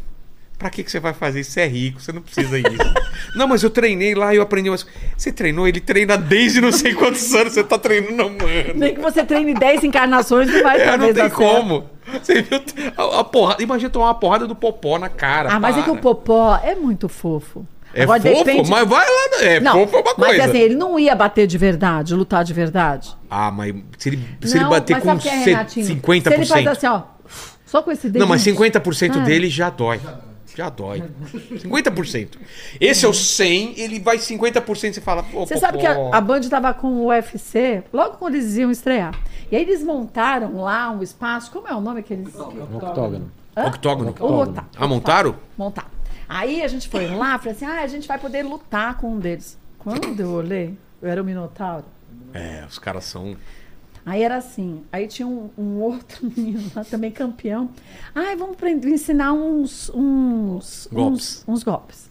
Speaker 1: pra que, que você vai fazer isso? Você é rico, você não precisa disso. não, mas eu treinei lá, eu aprendi umas... Você treinou? Ele treina desde não sei quantos anos, você tá treinando, mano.
Speaker 3: Nem que você treine 10 encarnações, não vai
Speaker 1: É, não
Speaker 3: talvez
Speaker 1: tem
Speaker 3: dar certo.
Speaker 1: como. Você viu a, a porrada... Imagina tomar uma porrada do Popó na cara.
Speaker 3: Ah, mas é que
Speaker 1: para.
Speaker 3: o Popó é muito fofo.
Speaker 1: né? É fofo, mas vai lá... É
Speaker 3: Não,
Speaker 1: fofo é uma coisa.
Speaker 3: Mas assim, ele não ia bater de verdade, lutar de verdade.
Speaker 1: Ah, mas se ele, se
Speaker 3: Não,
Speaker 1: ele bater
Speaker 3: mas
Speaker 1: com
Speaker 3: sabe o que é, Renatinho?
Speaker 1: 50%...
Speaker 3: Se ele faz assim, ó, só com esse dedo.
Speaker 1: Não, mas 50%
Speaker 3: Ah.
Speaker 1: dele já dói. Já dói. 50%. Esse é o 100, ele vai 50% e fala... pô,
Speaker 3: Você
Speaker 1: pô,
Speaker 3: sabe que
Speaker 1: pô.
Speaker 3: a, a Band tava com o UFC logo quando eles iam estrear. E aí eles montaram lá um espaço, como é o nome que eles...
Speaker 6: Um octógono.
Speaker 1: Octógono.
Speaker 3: O Otá.
Speaker 1: Ah, montaram?
Speaker 3: montar. Aí a gente foi lá, falei assim: ah, a gente vai poder lutar com um deles. Quando eu olhei, eu era o Minotauro.
Speaker 1: É, os caras são...
Speaker 3: Aí era assim, aí tinha um, um outro menino lá, também campeão. Ai, vamos aprender, ensinar uns, uns,
Speaker 1: Golpes.
Speaker 3: uns, uns golpes.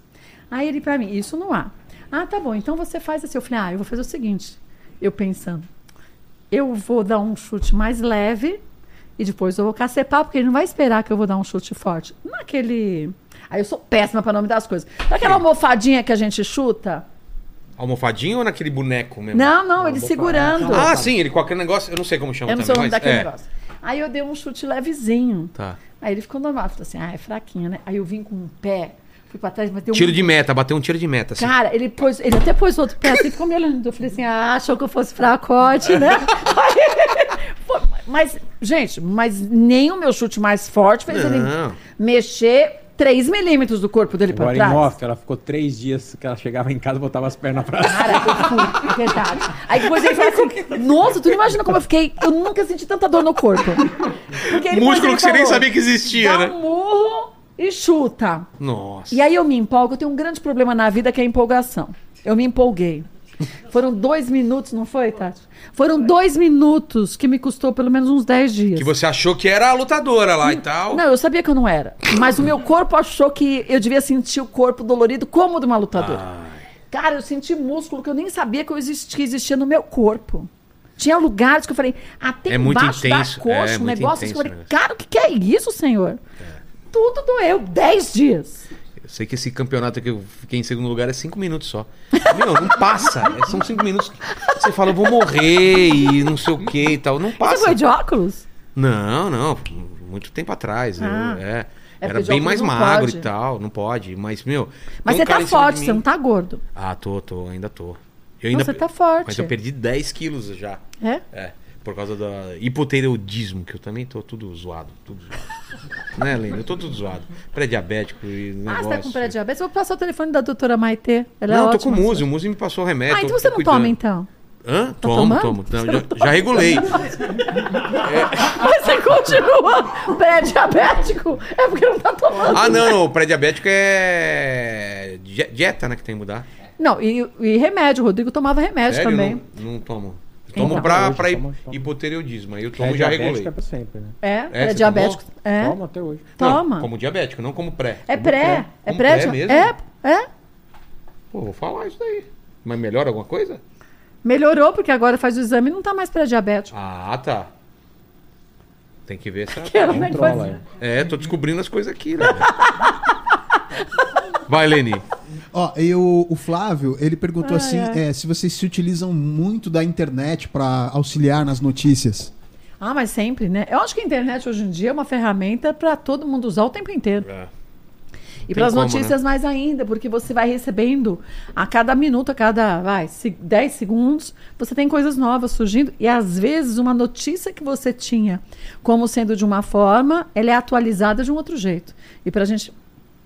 Speaker 3: Aí ele pra mim, isso não há. Ah, tá bom, então você faz assim. Eu falei, ah, eu vou fazer o seguinte. Eu pensando, eu vou dar um chute mais leve e depois eu vou cacepar, porque ele não vai esperar que eu vou dar um chute forte. Naquele. Aí eu sou péssima pra nome das coisas. Daquela almofadinha que a gente chuta?
Speaker 1: Almofadinho ou naquele boneco mesmo?
Speaker 3: Não, não, ele segurando.
Speaker 1: Ah, sim, ele com aquele negócio... Eu não sei como chama
Speaker 3: Eu não
Speaker 1: também,
Speaker 3: sei o nome
Speaker 1: mas-
Speaker 3: daquele
Speaker 1: é.
Speaker 3: negócio. Aí eu dei um chute levezinho.
Speaker 1: Tá.
Speaker 3: Aí ele ficou normal. Falou assim, ah, é fraquinho, né? Aí eu vim com um pé, fui pra trás, mas deu
Speaker 1: Tiro
Speaker 3: um...
Speaker 1: de meta, bateu um tiro de meta, assim.
Speaker 3: Cara, ele, pôs, ele até pôs o outro pé assim, ficou me olhando. Eu falei assim, ah, achou que eu fosse fracote, né? Aí- Pô, mas, gente, mas nem o meu chute mais forte fez ele
Speaker 1: Não.
Speaker 3: mexer 3 milímetros do corpo dele pra
Speaker 6: Agora
Speaker 3: trás.
Speaker 6: em off, ela ficou três dias que ela chegava em casa e botava as pernas pra cima.
Speaker 3: Cara, eu fui, verdade. Aí depois ele falou assim: Nossa, tu não imagina como eu fiquei. Eu nunca senti tanta dor no corpo. Porque ele-
Speaker 1: Um Músculo
Speaker 3: ele
Speaker 1: que você nem
Speaker 3: falou, assim,
Speaker 1: sabia que existia,
Speaker 3: Dá
Speaker 1: né?
Speaker 3: um murro e chuta.
Speaker 1: Nossa.
Speaker 3: E aí eu me empolgo. Eu tenho um grande problema na vida que é a empolgação. Eu me empolguei. Foram dois minutos, não foi, Tati? Foram dois minutos que me custou pelo menos uns 10 dias.
Speaker 1: Que você achou que era a lutadora lá e tal.
Speaker 3: Não, eu sabia que eu não era. Mas o meu corpo achou que eu devia sentir o corpo dolorido como o de uma lutadora. Cara, eu senti músculo que eu nem sabia que, eu existi- que existia no meu corpo. Tinha lugares que eu falei, até
Speaker 1: É muito
Speaker 3: embaixo
Speaker 1: intenso,
Speaker 3: da coxa,
Speaker 1: é,
Speaker 3: um
Speaker 1: muito
Speaker 3: negócio.
Speaker 1: intenso
Speaker 3: que eu falei,
Speaker 1: o negócio. É.
Speaker 3: cara, o que, que é isso, senhor? Tudo doeu, 10 dias.
Speaker 1: Eu sei que esse campeonato que eu fiquei em segundo lugar é cinco minutos só. Meu, não passa. É, São cinco minutos. Você fala, eu vou morrer e não sei o que e tal. Não
Speaker 3: Você foi
Speaker 1: passa.
Speaker 3: de óculos?
Speaker 1: Não, não. Muito tempo atrás. eu-
Speaker 3: Ah.
Speaker 1: é.
Speaker 3: É
Speaker 1: Era
Speaker 3: porque
Speaker 1: bem
Speaker 3: jovem
Speaker 1: mais
Speaker 3: não
Speaker 1: magro
Speaker 3: pode.
Speaker 1: e tal. Não pode. Mas, meu.
Speaker 3: Mas
Speaker 1: um
Speaker 3: você
Speaker 1: cara
Speaker 3: tá
Speaker 1: em cima de
Speaker 3: forte,
Speaker 1: mim-
Speaker 3: você não tá gordo.
Speaker 1: Ah, tô, tô. Ainda tô. Eu ainda
Speaker 3: você
Speaker 1: pe-
Speaker 3: tá forte.
Speaker 1: Mas eu perdi 10 quilos já.
Speaker 3: É?
Speaker 1: É. Por causa da hipotireoidismo, que eu também tô tudo zoado. Tudo zoado. né, Lenda? Eu tô tudo zoado. Pré-diabético e
Speaker 3: Ah,
Speaker 1: negócio.
Speaker 3: você tá com pré-diabetes? Eu Vou passar o telefone da doutora Maitê. Ela
Speaker 1: Não,
Speaker 3: é
Speaker 1: eu tô com
Speaker 3: ótima.
Speaker 1: o Muzi. O Muzi me passou o remédio.
Speaker 3: Ah,
Speaker 1: tô-
Speaker 3: então você
Speaker 1: tô
Speaker 3: não toma,
Speaker 1: cuidando.
Speaker 3: então.
Speaker 1: Hã? tomo, tomo.
Speaker 3: tomando?
Speaker 1: Não, já, já regulei.
Speaker 3: Mas você continua pré-diabético? É porque não tá tomando.
Speaker 1: Ah, não, não. O pré-diabético é. die- Dieta, né? Que tem que mudar.
Speaker 3: Não, e, e remédio. O Rodrigo tomava remédio
Speaker 1: Sério,
Speaker 3: também.
Speaker 1: eu Não, não tomo. Eu tomo
Speaker 3: Então.
Speaker 1: pra,
Speaker 6: Hoje,
Speaker 1: pra hi-
Speaker 6: toma, toma.
Speaker 1: hipotireoidismo. Aí eu tomo
Speaker 6: É
Speaker 1: e já
Speaker 6: diabético
Speaker 1: regulei.
Speaker 6: é pra sempre, né?
Speaker 3: É,
Speaker 1: você
Speaker 3: pré-diabético. É,
Speaker 6: Toma até hoje.
Speaker 1: Não,
Speaker 3: toma.
Speaker 1: como diabético, não como pré.
Speaker 3: É
Speaker 1: Como
Speaker 3: pré. É
Speaker 1: Como pré
Speaker 3: pré,
Speaker 1: mesmo?
Speaker 3: É, é.
Speaker 1: Pô, vou falar isso daí. Mas melhora alguma coisa?
Speaker 3: Melhorou, porque agora faz o exame e não tá mais pré-diabético.
Speaker 1: Ah, tá. Tem que ver essa.
Speaker 3: Que era um
Speaker 6: Controla.
Speaker 3: negócio.
Speaker 6: aí.
Speaker 1: É, tô descobrindo as coisas aqui, né? Vai, Leni.
Speaker 5: Ó, e o, o Flávio, ele perguntou assim,
Speaker 3: ai.
Speaker 5: é, se vocês se utilizam muito da internet pra auxiliar nas notícias.
Speaker 3: Ah, mas sempre, né? Eu acho que a internet hoje em dia é uma ferramenta pra todo mundo usar o tempo inteiro. E pelas
Speaker 1: É. como, né?
Speaker 3: notícias mais ainda, porque você vai recebendo a cada minuto, a cada vai, se- 10 segundos, você tem coisas novas surgindo. E às vezes uma notícia que você tinha como sendo de uma forma, ela é atualizada de um outro jeito. E pra gente.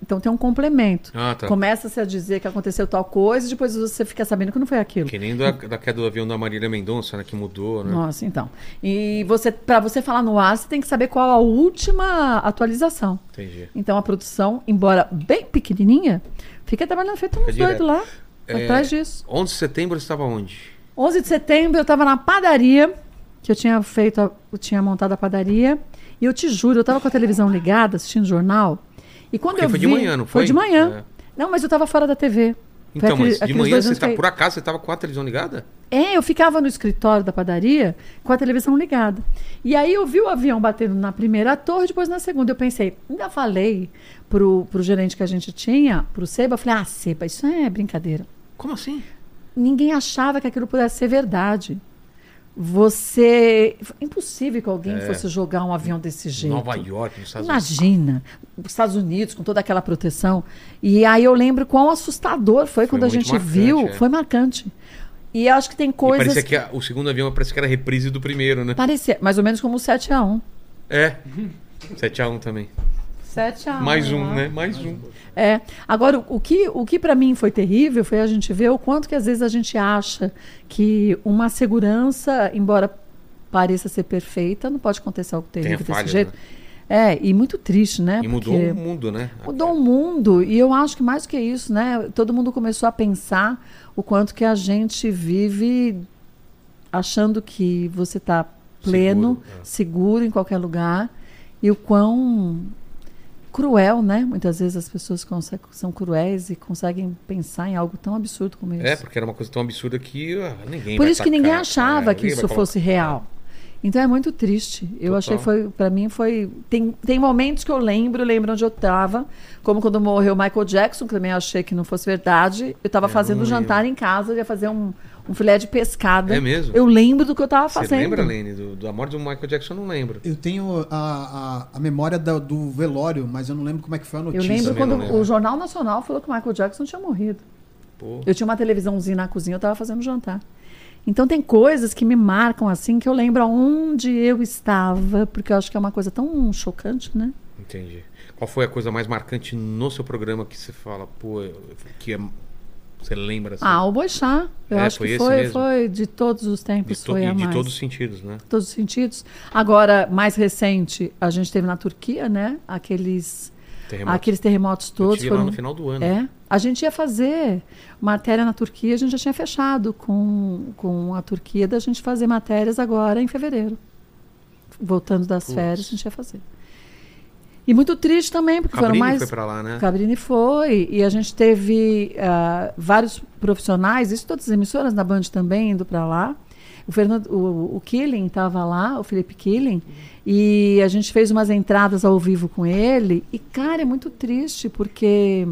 Speaker 3: Então tem um complemento.
Speaker 1: Ah, tá.
Speaker 3: Começa-se a dizer que aconteceu tal coisa, e depois você fica sabendo que não foi aquilo.
Speaker 1: Que nem da, da queda do avião da Marília Mendonça, né? Que mudou, né?
Speaker 3: Nossa, então. E você, para você falar no ar, você tem que saber qual a última atualização.
Speaker 1: Entendi.
Speaker 3: Então a produção, embora bem pequenininha, fica trabalhando feito uns
Speaker 1: direto.
Speaker 3: doidos lá.
Speaker 1: É.
Speaker 3: Atrás disso.
Speaker 1: 11 de setembro você estava onde?
Speaker 3: 11 de setembro eu estava na padaria, que eu tinha feito, a- eu tinha montado a padaria. E eu te juro, eu estava com a televisão ligada, assistindo jornal. E quando
Speaker 1: Porque
Speaker 3: eu
Speaker 1: foi de
Speaker 3: vi-
Speaker 1: manhã, não foi? É.
Speaker 3: de manhã. Não, mas eu estava fora da TV. Foi
Speaker 1: Então,
Speaker 3: aquele-
Speaker 1: mas de
Speaker 3: aqueles
Speaker 1: manhã
Speaker 3: dois
Speaker 1: você
Speaker 3: anos
Speaker 1: tá,
Speaker 3: que-
Speaker 1: por acaso você tava com a televisão ligada?
Speaker 3: É, eu ficava no escritório da padaria com a televisão ligada. E aí eu vi o avião batendo na primeira torre, depois na segunda. Eu pensei, ainda falei pro, pro gerente que a gente tinha, pro Seba, eu falei, ah, Seba, isso é brincadeira.
Speaker 1: Como assim?
Speaker 3: Ninguém achava que aquilo pudesse ser verdade. Você. é Impossível que alguém fosse jogar um avião desse jeito.
Speaker 1: É. Nova York, nos Estados Unidos.
Speaker 3: Imagina, os Estados Unidos com toda aquela proteção. E aí eu lembro quão assustador foi, quando a
Speaker 1: muito
Speaker 3: gente
Speaker 1: marcante,
Speaker 3: viu.
Speaker 1: é.
Speaker 3: Foi marcante. E eu acho que tem
Speaker 1: E
Speaker 3: coisas.
Speaker 1: parecia que a- o segundo avião parecia que era reprise do primeiro, né?
Speaker 3: Parecia, mais ou menos como o 7x1.
Speaker 1: É. 7x1 também.
Speaker 3: 7x1.
Speaker 1: Mais um, né? Mais um.
Speaker 3: É. Agora, o- o que, o que para mim foi terrível foi a gente ver o quanto que às vezes a gente acha que uma segurança, embora pareça ser perfeita, não pode acontecer algo terrível desse
Speaker 1: falhas,
Speaker 3: jeito. É, e muito triste, né?
Speaker 1: né? E mudou
Speaker 3: Porque-
Speaker 1: o mundo, né?
Speaker 3: Mudou o mundo. E eu acho que mais do que isso, né? Todo mundo começou a pensar o quanto que a gente vive achando que você está pleno,
Speaker 1: Seguro, é.
Speaker 3: seguro, em qualquer lugar. E o quão cruel, né? Muitas vezes as pessoas conse- são cruéis e conseguem pensar em algo tão absurdo como isso.
Speaker 1: É, porque era uma coisa tão absurda que ah, ninguém
Speaker 3: Por
Speaker 1: vai
Speaker 3: isso que ninguém
Speaker 1: atacar,
Speaker 3: achava
Speaker 1: é,
Speaker 3: que
Speaker 1: ninguém vai
Speaker 3: isso
Speaker 1: colocar.
Speaker 3: fosse real. Então é muito triste. Eu
Speaker 1: Total.
Speaker 3: achei que foi, para mim foi, tem, tem momentos que eu lembro, lembro onde eu tava, como quando morreu Michael Jackson, que também achei que não fosse verdade. Eu
Speaker 1: É,
Speaker 3: tava fazendo um jantar em casa, eu ia fazer um, um filé de pescada.
Speaker 1: É mesmo?
Speaker 3: Eu lembro do que eu tava
Speaker 1: Você
Speaker 3: fazendo.
Speaker 1: lembra, Lene, do, da morte do Michael Jackson? Eu não lembro.
Speaker 5: Eu tenho a, a, a memória da- do velório, mas eu não lembro como é que foi a
Speaker 3: Eu
Speaker 5: notícia.
Speaker 3: lembro
Speaker 1: Também
Speaker 3: quando
Speaker 1: não lembro.
Speaker 3: o Jornal Nacional falou que o Michael Jackson tinha morrido.
Speaker 1: Pô.
Speaker 3: Eu tinha uma televisãozinha na cozinha, eu estava fazendo jantar. Então tem coisas que me marcam assim, que eu lembro aonde eu estava, porque eu acho que é uma coisa tão chocante, né?
Speaker 1: Entendi. Qual foi a coisa mais marcante no seu programa que você fala, pô, eu- que é- você lembra assim?
Speaker 3: Ah, o Boixá. Eu
Speaker 1: É,
Speaker 3: acho
Speaker 1: foi
Speaker 3: que
Speaker 1: esse
Speaker 3: foi,
Speaker 1: mesmo?
Speaker 3: foi de todos os
Speaker 1: de,
Speaker 3: tempos,
Speaker 1: to-
Speaker 3: foi
Speaker 1: e
Speaker 3: a
Speaker 1: de
Speaker 3: mais.
Speaker 1: todos os sentidos, né?
Speaker 3: todos os sentidos. Agora, mais recente, a gente teve na Turquia, né? Aqueles
Speaker 1: Terremoto.
Speaker 3: aqueles terremotos todos.
Speaker 1: Eu tive lá no final do ano.
Speaker 3: É. A gente ia fazer matéria na Turquia, a gente já tinha fechado com, com a Turquia da gente fazer matérias agora em fevereiro. Voltando das
Speaker 1: Putz.
Speaker 3: férias, a gente ia fazer. E muito triste também, porque
Speaker 1: Cabrini
Speaker 3: foram mais.
Speaker 1: foi pra lá, né?
Speaker 3: O Cabrini foi, e a gente teve ah, vários profissionais, isso todas as emissoras da Band também indo para lá. O, Fernando, o, o Killing estava lá, o Felipe Killing, e a gente fez umas entradas ao vivo com ele. E, cara, é muito triste, porque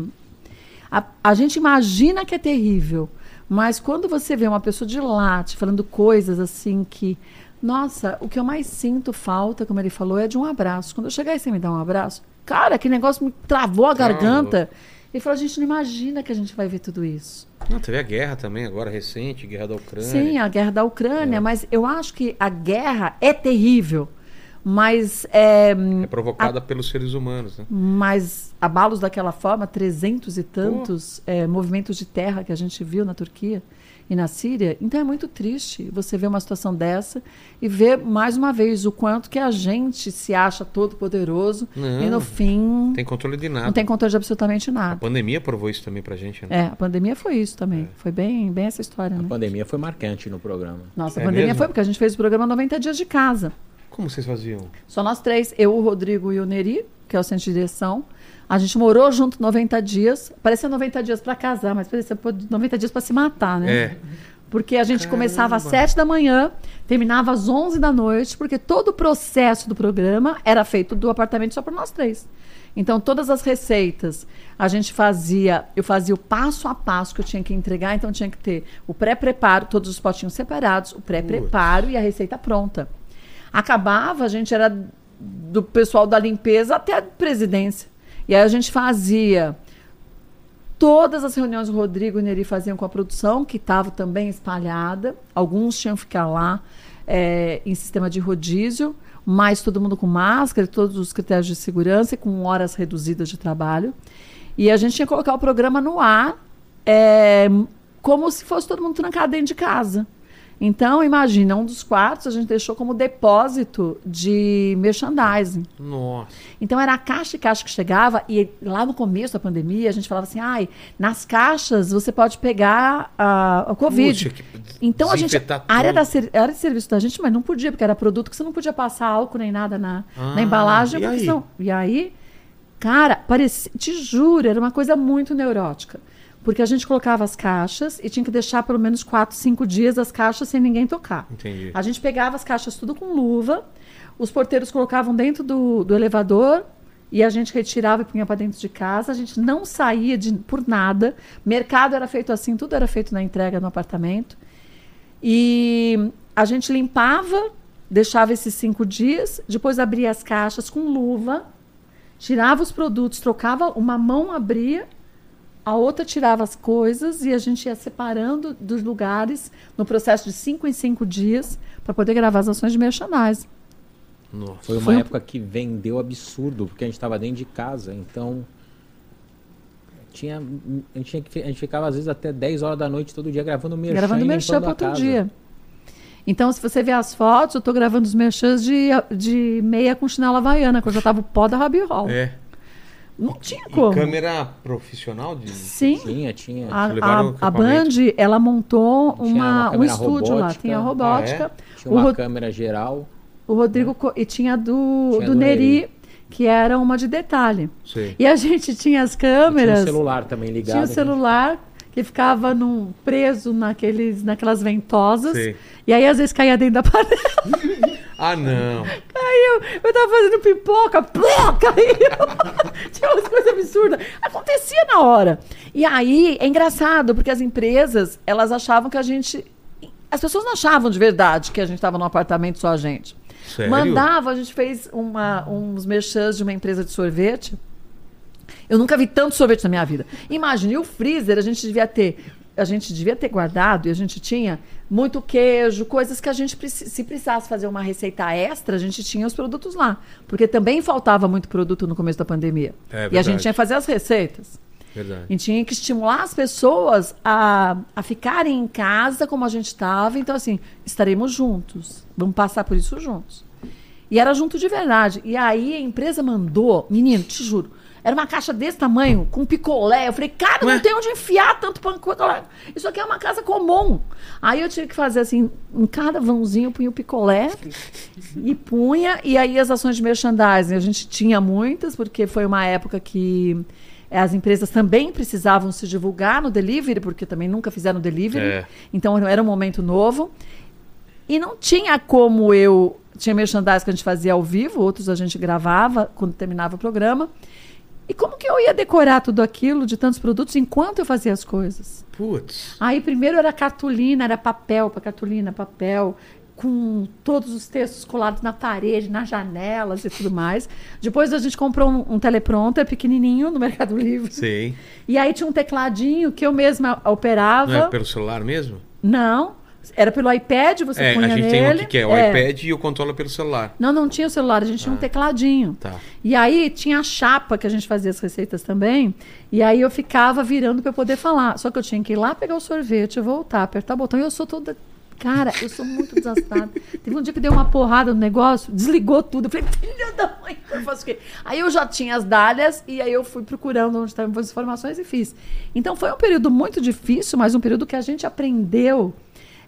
Speaker 3: a, a gente imagina que é terrível, mas quando você vê uma pessoa de lá te falando coisas assim que Nossa, o que eu mais sinto falta, como ele falou, é de um abraço. Quando eu chegar e você me dá um abraço, cara, que negócio me travou a garganta. Ele falou, a gente não imagina que a gente vai ver tudo isso.
Speaker 1: Não, teve a guerra também agora recente, guerra da Ucrânia.
Speaker 3: Sim, a guerra da
Speaker 1: É.
Speaker 3: Ucrânia, mas eu acho que a guerra é terrível, mas é,
Speaker 1: É provocada pelos seres humanos, né?
Speaker 3: mas abalos daquela forma, trezentos e tantos eh, movimentos de terra que a gente viu na Turquia e na Síria. Então é muito triste você ver uma situação dessa e ver mais uma vez o quanto que a gente se acha todo poderoso e
Speaker 1: Não.
Speaker 3: no fim
Speaker 1: Não tem controle de nada.
Speaker 3: não tem controle de absolutamente
Speaker 1: A É.
Speaker 3: nada.
Speaker 1: pandemia provou isso também pra gente, né?
Speaker 3: É, a pandemia foi isso também. Foi bem, bem essa história,
Speaker 6: A
Speaker 3: né?
Speaker 6: pandemia foi marcante no programa.
Speaker 3: Nossa, a
Speaker 1: É
Speaker 3: pandemia
Speaker 1: mesmo?
Speaker 3: foi porque a gente fez o programa 90 dias de casa.
Speaker 1: Como vocês faziam?
Speaker 3: Só nós três, eu, o Rodrigo e o Neri, que é o centro de direção. A gente morou junto 90 dias. Parecia 90 dias pra casar, mas parecia pô, 90 dias pra se matar, né?
Speaker 1: É.
Speaker 3: Porque a gente começava às 7 da manhã, terminava às 11 da noite, porque todo o processo do programa era feito do apartamento só para nós três. Então, todas as receitas a gente fazia, eu fazia o passo a passo que eu tinha que entregar, então tinha que ter o pré-preparo, todos os potinhos separados, o pré-preparo e a receita pronta. Acabava, a gente era do pessoal da limpeza até a presidência. E aí a gente fazia todas as reuniões o Rodrigo e o Neri faziam com a produção, que estava também espalhada. Alguns tinham que ficar lá é, em sistema de rodízio, mas todo mundo com máscara, todos os critérios de segurança e com horas reduzidas de trabalho. E a gente tinha que colocar o programa no ar, é, como se fosse todo mundo trancado dentro de casa. Então, imagina, um dos quartos a gente deixou como depósito de merchandising.
Speaker 1: Nossa.
Speaker 3: Então era a caixa e caixa que chegava, e lá no começo da pandemia a gente falava assim: ai, nas caixas você pode pegar ah, o Covid.
Speaker 1: Puxa, que-
Speaker 3: então a gente.
Speaker 1: desinfetar
Speaker 3: A área,
Speaker 1: tudo.
Speaker 3: da, ser- a área de serviço da gente, mas não podia, porque era produto que você não podia passar álcool nem nada na,
Speaker 1: Ah,
Speaker 3: na embalagem.
Speaker 1: e
Speaker 3: porque
Speaker 1: aí?
Speaker 3: senão- e aí, cara, parecia, te juro, era uma coisa muito neurótica. Porque a gente colocava as caixas e tinha que deixar pelo menos 4, 5 dias as caixas sem ninguém tocar.
Speaker 1: Entendi.
Speaker 3: A gente pegava as caixas tudo com luva, os porteiros colocavam dentro do, do elevador e a gente retirava e punha para dentro de casa. A gente não saía de, por nada. Mercado era feito assim, tudo era feito na entrega no apartamento. E a gente limpava, deixava esses cinco dias, depois abria as caixas com luva, tirava os produtos, trocava, uma mão abria, a outra tirava as coisas e a gente ia separando dos lugares no processo de cinco em cinco dias para poder gravar as ações de merchandising.
Speaker 1: Nossa.
Speaker 6: Foi uma
Speaker 3: Foi um-
Speaker 6: época que vendeu absurdo, porque a gente estava dentro de casa, então. Tinha, a, gente tinha que, fi- a gente ficava às vezes até 10 horas da noite todo dia gravando merchan.
Speaker 3: gravando
Speaker 6: e
Speaker 3: merchan
Speaker 6: limpando
Speaker 3: para
Speaker 6: a
Speaker 3: outro
Speaker 6: casa.
Speaker 3: dia. Então, se você ver as fotos, eu estou gravando os merchans de, de meia com chinela havaiana, quando já tava o pó da Rabi Hall.
Speaker 1: É.
Speaker 3: Não tinha
Speaker 1: E
Speaker 3: um como.
Speaker 1: câmera profissional de.
Speaker 3: Sim,
Speaker 6: Tinha, tinha.
Speaker 3: A,
Speaker 1: Levaram o
Speaker 3: a, a Band,
Speaker 1: equipamento.
Speaker 3: ela montou
Speaker 6: Tinha uma
Speaker 3: uma, um
Speaker 6: câmera
Speaker 3: estúdio lá.
Speaker 6: robótica. Ah, é?
Speaker 3: Tinha a robótica.
Speaker 6: Tinha
Speaker 3: o,
Speaker 6: uma
Speaker 3: Ro-
Speaker 6: câmera geral.
Speaker 3: o Rodrigo... co- E tinha do,
Speaker 6: Tinha
Speaker 3: do
Speaker 6: do
Speaker 3: Neri,
Speaker 6: Neri.
Speaker 3: que era uma de detalhe.
Speaker 1: Sei.
Speaker 3: E a gente tinha as
Speaker 6: Tinha
Speaker 3: câmeras...
Speaker 6: um celular também ligado.
Speaker 3: tinha o celular que ficava num, preso naqueles, naquelas ventosas.
Speaker 1: Sei.
Speaker 3: E aí, às vezes, caía dentro da panela.
Speaker 1: Ah, não.
Speaker 3: Caiu. Eu tava fazendo pipoca, plá, caiu. Tinha umas coisas absurdas. Acontecia na hora. E aí, é engraçado, porque as empresas, elas achavam que a gente... As pessoas não achavam de verdade que a gente estava num apartamento só a gente.
Speaker 1: Sério?
Speaker 3: Mandava, a gente fez uma, uns merchans de uma empresa de sorvete. Eu nunca vi tanto sorvete na minha vida. Imagine, e o freezer a gente devia ter. A gente devia ter guardado e a gente tinha muito queijo, coisas que a gente, preci- se precisasse fazer uma receita extra, a gente tinha os produtos lá. Porque também faltava muito produto no começo da pandemia.
Speaker 1: É
Speaker 3: e a gente
Speaker 1: verdade.
Speaker 3: tinha que fazer as receitas.
Speaker 1: Verdade.
Speaker 3: A gente tinha que estimular as pessoas a, a ficarem em casa como a gente estava. Então, assim, estaremos juntos. Vamos passar por isso juntos. E era junto de verdade. E aí a empresa mandou, menino, te juro, era uma caixa desse tamanho, com picolé. Eu falei, cara, não tem onde enfiar tanto pão. quanto lá. Isso aqui é uma casa comum. Aí eu tive que fazer assim, em cada vãozinho eu punha o picolé e punha. E aí as ações de merchandising, a gente tinha muitas, porque foi uma época que eh, as empresas também precisavam se divulgar no delivery, porque também nunca fizeram delivery.
Speaker 1: É.
Speaker 3: Então era um momento novo. E não tinha como eu. Tinha merchandising que a gente fazia ao vivo, outros a gente gravava quando terminava o programa. E como que eu ia decorar tudo aquilo de tantos produtos enquanto eu fazia as coisas?
Speaker 1: Putz.
Speaker 3: Aí primeiro era cartolina, era papel para cartolina, papel, com todos os textos colados na parede, nas janelas e tudo mais. Depois a gente comprou um, um teleprompter pequenininho no Mercado Livre.
Speaker 1: Sei.
Speaker 3: E aí tinha um tecladinho que eu mesma operava.
Speaker 1: Não é pelo celular mesmo?
Speaker 3: Não, era pelo iPad, você
Speaker 1: é,
Speaker 3: punha
Speaker 1: a gente
Speaker 3: nele.
Speaker 1: tem um aqui que é o iPad Ah. e o controla pelo celular.
Speaker 3: Não, não tinha o celular, a gente tinha um tecladinho.
Speaker 1: Tá.
Speaker 3: E aí tinha a chapa que a gente fazia as receitas também. E aí eu ficava virando para eu poder falar. Só que eu tinha que ir lá pegar o sorvete, voltar, apertar o botão. E eu sou toda. Cara, eu sou muito desastrada. Teve um dia que deu uma porrada no negócio, desligou tudo. Eu falei, filha da mãe, eu faço o quê? Aí eu já tinha as dálias e aí eu fui procurando onde estavam as informações e fiz. Então foi um período muito difícil, mas um período que a gente aprendeu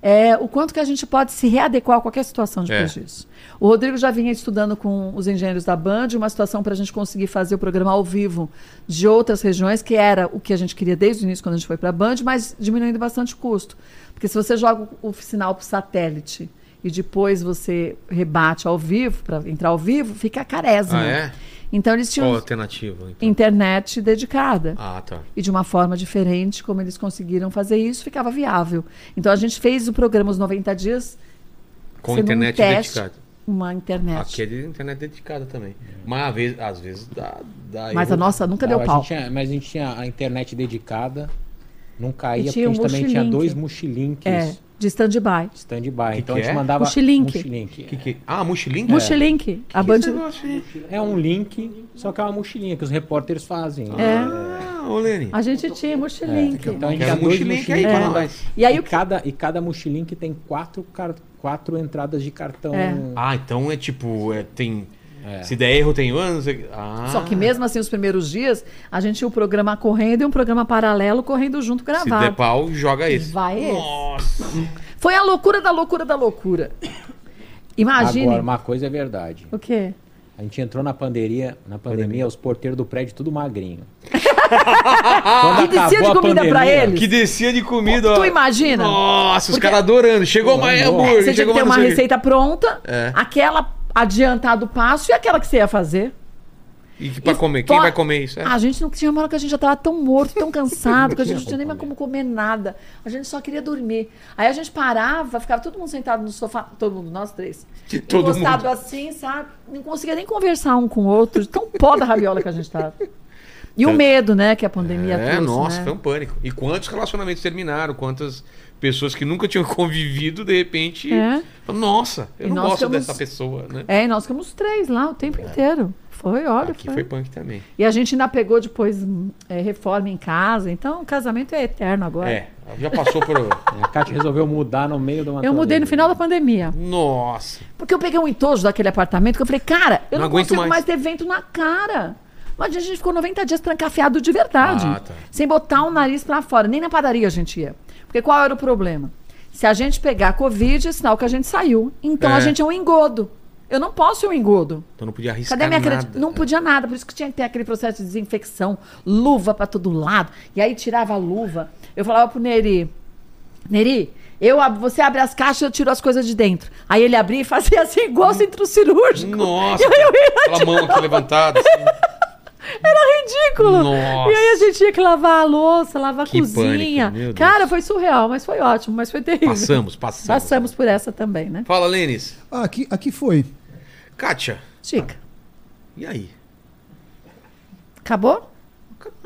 Speaker 3: é, o quanto que a gente pode se readequar a qualquer situação de
Speaker 1: É.
Speaker 3: prejuízo. O Rodrigo já vinha estudando com os engenheiros da Band uma situação para a gente conseguir fazer o programa ao vivo de outras regiões, que era o que a gente queria desde o início quando a gente foi para a Band, mas diminuindo bastante o custo. Porque se você joga o o sinal para o satélite e depois você rebate ao vivo, para entrar ao vivo, fica carésimo.
Speaker 1: Ah, é?
Speaker 3: Então eles tinham
Speaker 1: Qual a alternativa? então?
Speaker 3: internet dedicada
Speaker 1: Ah, tá.
Speaker 3: e de uma forma diferente, como eles conseguiram fazer isso, ficava viável. Então a gente fez o programa Os 90 Dias
Speaker 1: Com
Speaker 3: sendo
Speaker 1: internet
Speaker 3: um teste,
Speaker 1: dedicada.
Speaker 3: Uma internet.
Speaker 1: Aqui é de internet dedicada também. Mas às vezes, às vezes dá, dá
Speaker 3: Mas a
Speaker 1: erro.
Speaker 3: nossa nunca
Speaker 6: Não,
Speaker 3: deu
Speaker 6: a
Speaker 3: pau.
Speaker 6: gente tinha- mas a gente tinha a internet dedicada, não caía, porque
Speaker 3: tinha
Speaker 6: a
Speaker 3: um
Speaker 6: gente também tinha
Speaker 3: mochilink.
Speaker 6: dois mochilinks
Speaker 3: É, de stand-by.
Speaker 6: stand-by. Então
Speaker 1: que
Speaker 6: a gente
Speaker 1: é?
Speaker 6: mandava.
Speaker 3: Mochilink.
Speaker 6: mochilink.
Speaker 1: Que que- Ah, mochilinho?
Speaker 3: Mochilink. A Band.
Speaker 6: É um link, só que é uma mochilinha que os repórteres fazem.
Speaker 3: É,
Speaker 1: Ah, ô Lene.
Speaker 3: a gente
Speaker 1: É,
Speaker 3: tinha mochilink.
Speaker 6: Então a gente
Speaker 1: Quero
Speaker 6: tinha
Speaker 1: um
Speaker 6: dois
Speaker 1: mochilink aí pra nós.
Speaker 6: mochilinhos.
Speaker 3: é. E aí
Speaker 6: e,
Speaker 3: o que-
Speaker 6: cada, e cada mochilink tem quatro, car- quatro entradas de cartão.
Speaker 3: É.
Speaker 1: Ah, então é tipo, é, tem. Se der erro, tem anos. Ah,
Speaker 3: Só que mesmo assim, os primeiros dias, a gente tinha o programa correndo e um programa paralelo correndo junto
Speaker 1: Se
Speaker 3: gravado.
Speaker 1: der pau, joga esse.
Speaker 3: Vai esse.
Speaker 1: Nossa.
Speaker 3: Foi a loucura da loucura da loucura. Imagine.
Speaker 6: Agora, uma coisa é verdade.
Speaker 3: O quê?
Speaker 6: A gente entrou na pandemia, na pandemia, os porteiros do prédio tudo magrinho.
Speaker 3: e descia de
Speaker 6: acabou a
Speaker 3: comida pra
Speaker 6: pandemia,
Speaker 3: eles?
Speaker 1: Que descia de comida, ó.
Speaker 3: Tu imagina?
Speaker 1: Nossa, os
Speaker 3: Porque-
Speaker 1: caras adorando. Chegou mais
Speaker 6: amor.
Speaker 1: hambúrguer.
Speaker 3: Você tinha que
Speaker 1: chegou
Speaker 3: ter
Speaker 1: mais
Speaker 3: uma
Speaker 1: não sei o quê.
Speaker 3: receita pronta,
Speaker 1: É.
Speaker 3: aquela adiantada o passo e aquela que você ia fazer.
Speaker 1: E que pra
Speaker 3: E
Speaker 1: comer. Quem
Speaker 3: fora-
Speaker 1: vai comer isso? É.
Speaker 3: A gente não tinha uma hora que a gente já tava tão morto, tão cansado, que a gente não tinha nem mais como comer nada. A gente só queria dormir. Aí a gente parava, ficava todo mundo sentado no sofá, todo mundo, nós três.
Speaker 1: Todo
Speaker 3: encostado assim, sabe? Não conseguia nem conversar um com o outro, de tão pó da rabiola que a gente tava. E o medo, né, que a pandemia
Speaker 1: É,
Speaker 3: trouxe,
Speaker 1: nossa,
Speaker 3: né?
Speaker 1: foi um pânico. E quantos relacionamentos terminaram? Quantas pessoas que nunca tinham convivido, de repente.
Speaker 3: É.
Speaker 1: falam, Nossa, eu
Speaker 3: E
Speaker 1: não
Speaker 3: nós
Speaker 1: gosto
Speaker 3: ficamos-
Speaker 1: dessa pessoa, né?
Speaker 3: É, e nós ficamos três lá o tempo inteiro. Foi, olha,
Speaker 1: É. Aqui foi punk também.
Speaker 3: E a gente ainda pegou depois hum, é, reforma em casa, então o casamento é eterno agora.
Speaker 1: É, já passou por.
Speaker 6: A É, Kátia resolveu mudar no meio de uma
Speaker 3: Eu mudei no
Speaker 6: pandemia.
Speaker 3: final da pandemia.
Speaker 1: Nossa.
Speaker 3: Porque eu peguei um entojo daquele apartamento que eu falei, cara,
Speaker 1: Não
Speaker 3: eu não,
Speaker 1: aguento
Speaker 3: consigo
Speaker 1: mais.
Speaker 3: mais. ter vento na cara. Mas a gente ficou 90 dias trancafiado de verdade.
Speaker 1: Ah, tá.
Speaker 3: Sem botar o nariz pra fora. Nem na padaria a gente ia. Porque qual era o problema? Se a gente pegar Covid, é sinal que a gente saiu. Então
Speaker 1: É.
Speaker 3: a gente é um engodo. Eu não posso ir um engodo.
Speaker 1: Então não podia arriscar.
Speaker 3: Cadê minha
Speaker 1: nada.
Speaker 3: credi- Não podia nada, por isso que tinha que ter aquele processo de desinfecção, luva pra todo lado. E aí tirava a luva. Eu falava pro Neri, Neri, eu ab- você abre as caixas, eu tiro as coisas de dentro. Aí ele abria e fazia assim, igual centro cirúrgico.
Speaker 1: Hum. Nossa.
Speaker 3: E aí eu ia lá
Speaker 1: Aquela mão aqui levantada. assim.
Speaker 3: Era ridículo.
Speaker 1: Nossa.
Speaker 3: E aí a gente tinha que lavar a louça, lavar a
Speaker 1: Que
Speaker 3: cozinha.
Speaker 1: pânico, meu Deus.
Speaker 3: Cara, foi surreal, mas foi ótimo, mas foi terrível.
Speaker 1: Passamos, passamos.
Speaker 3: Passamos por essa também, né?
Speaker 1: Fala, Lênis.
Speaker 5: Ah, aqui, aqui foi.
Speaker 1: Kátia,
Speaker 3: Chica,
Speaker 1: e aí?
Speaker 3: acabou?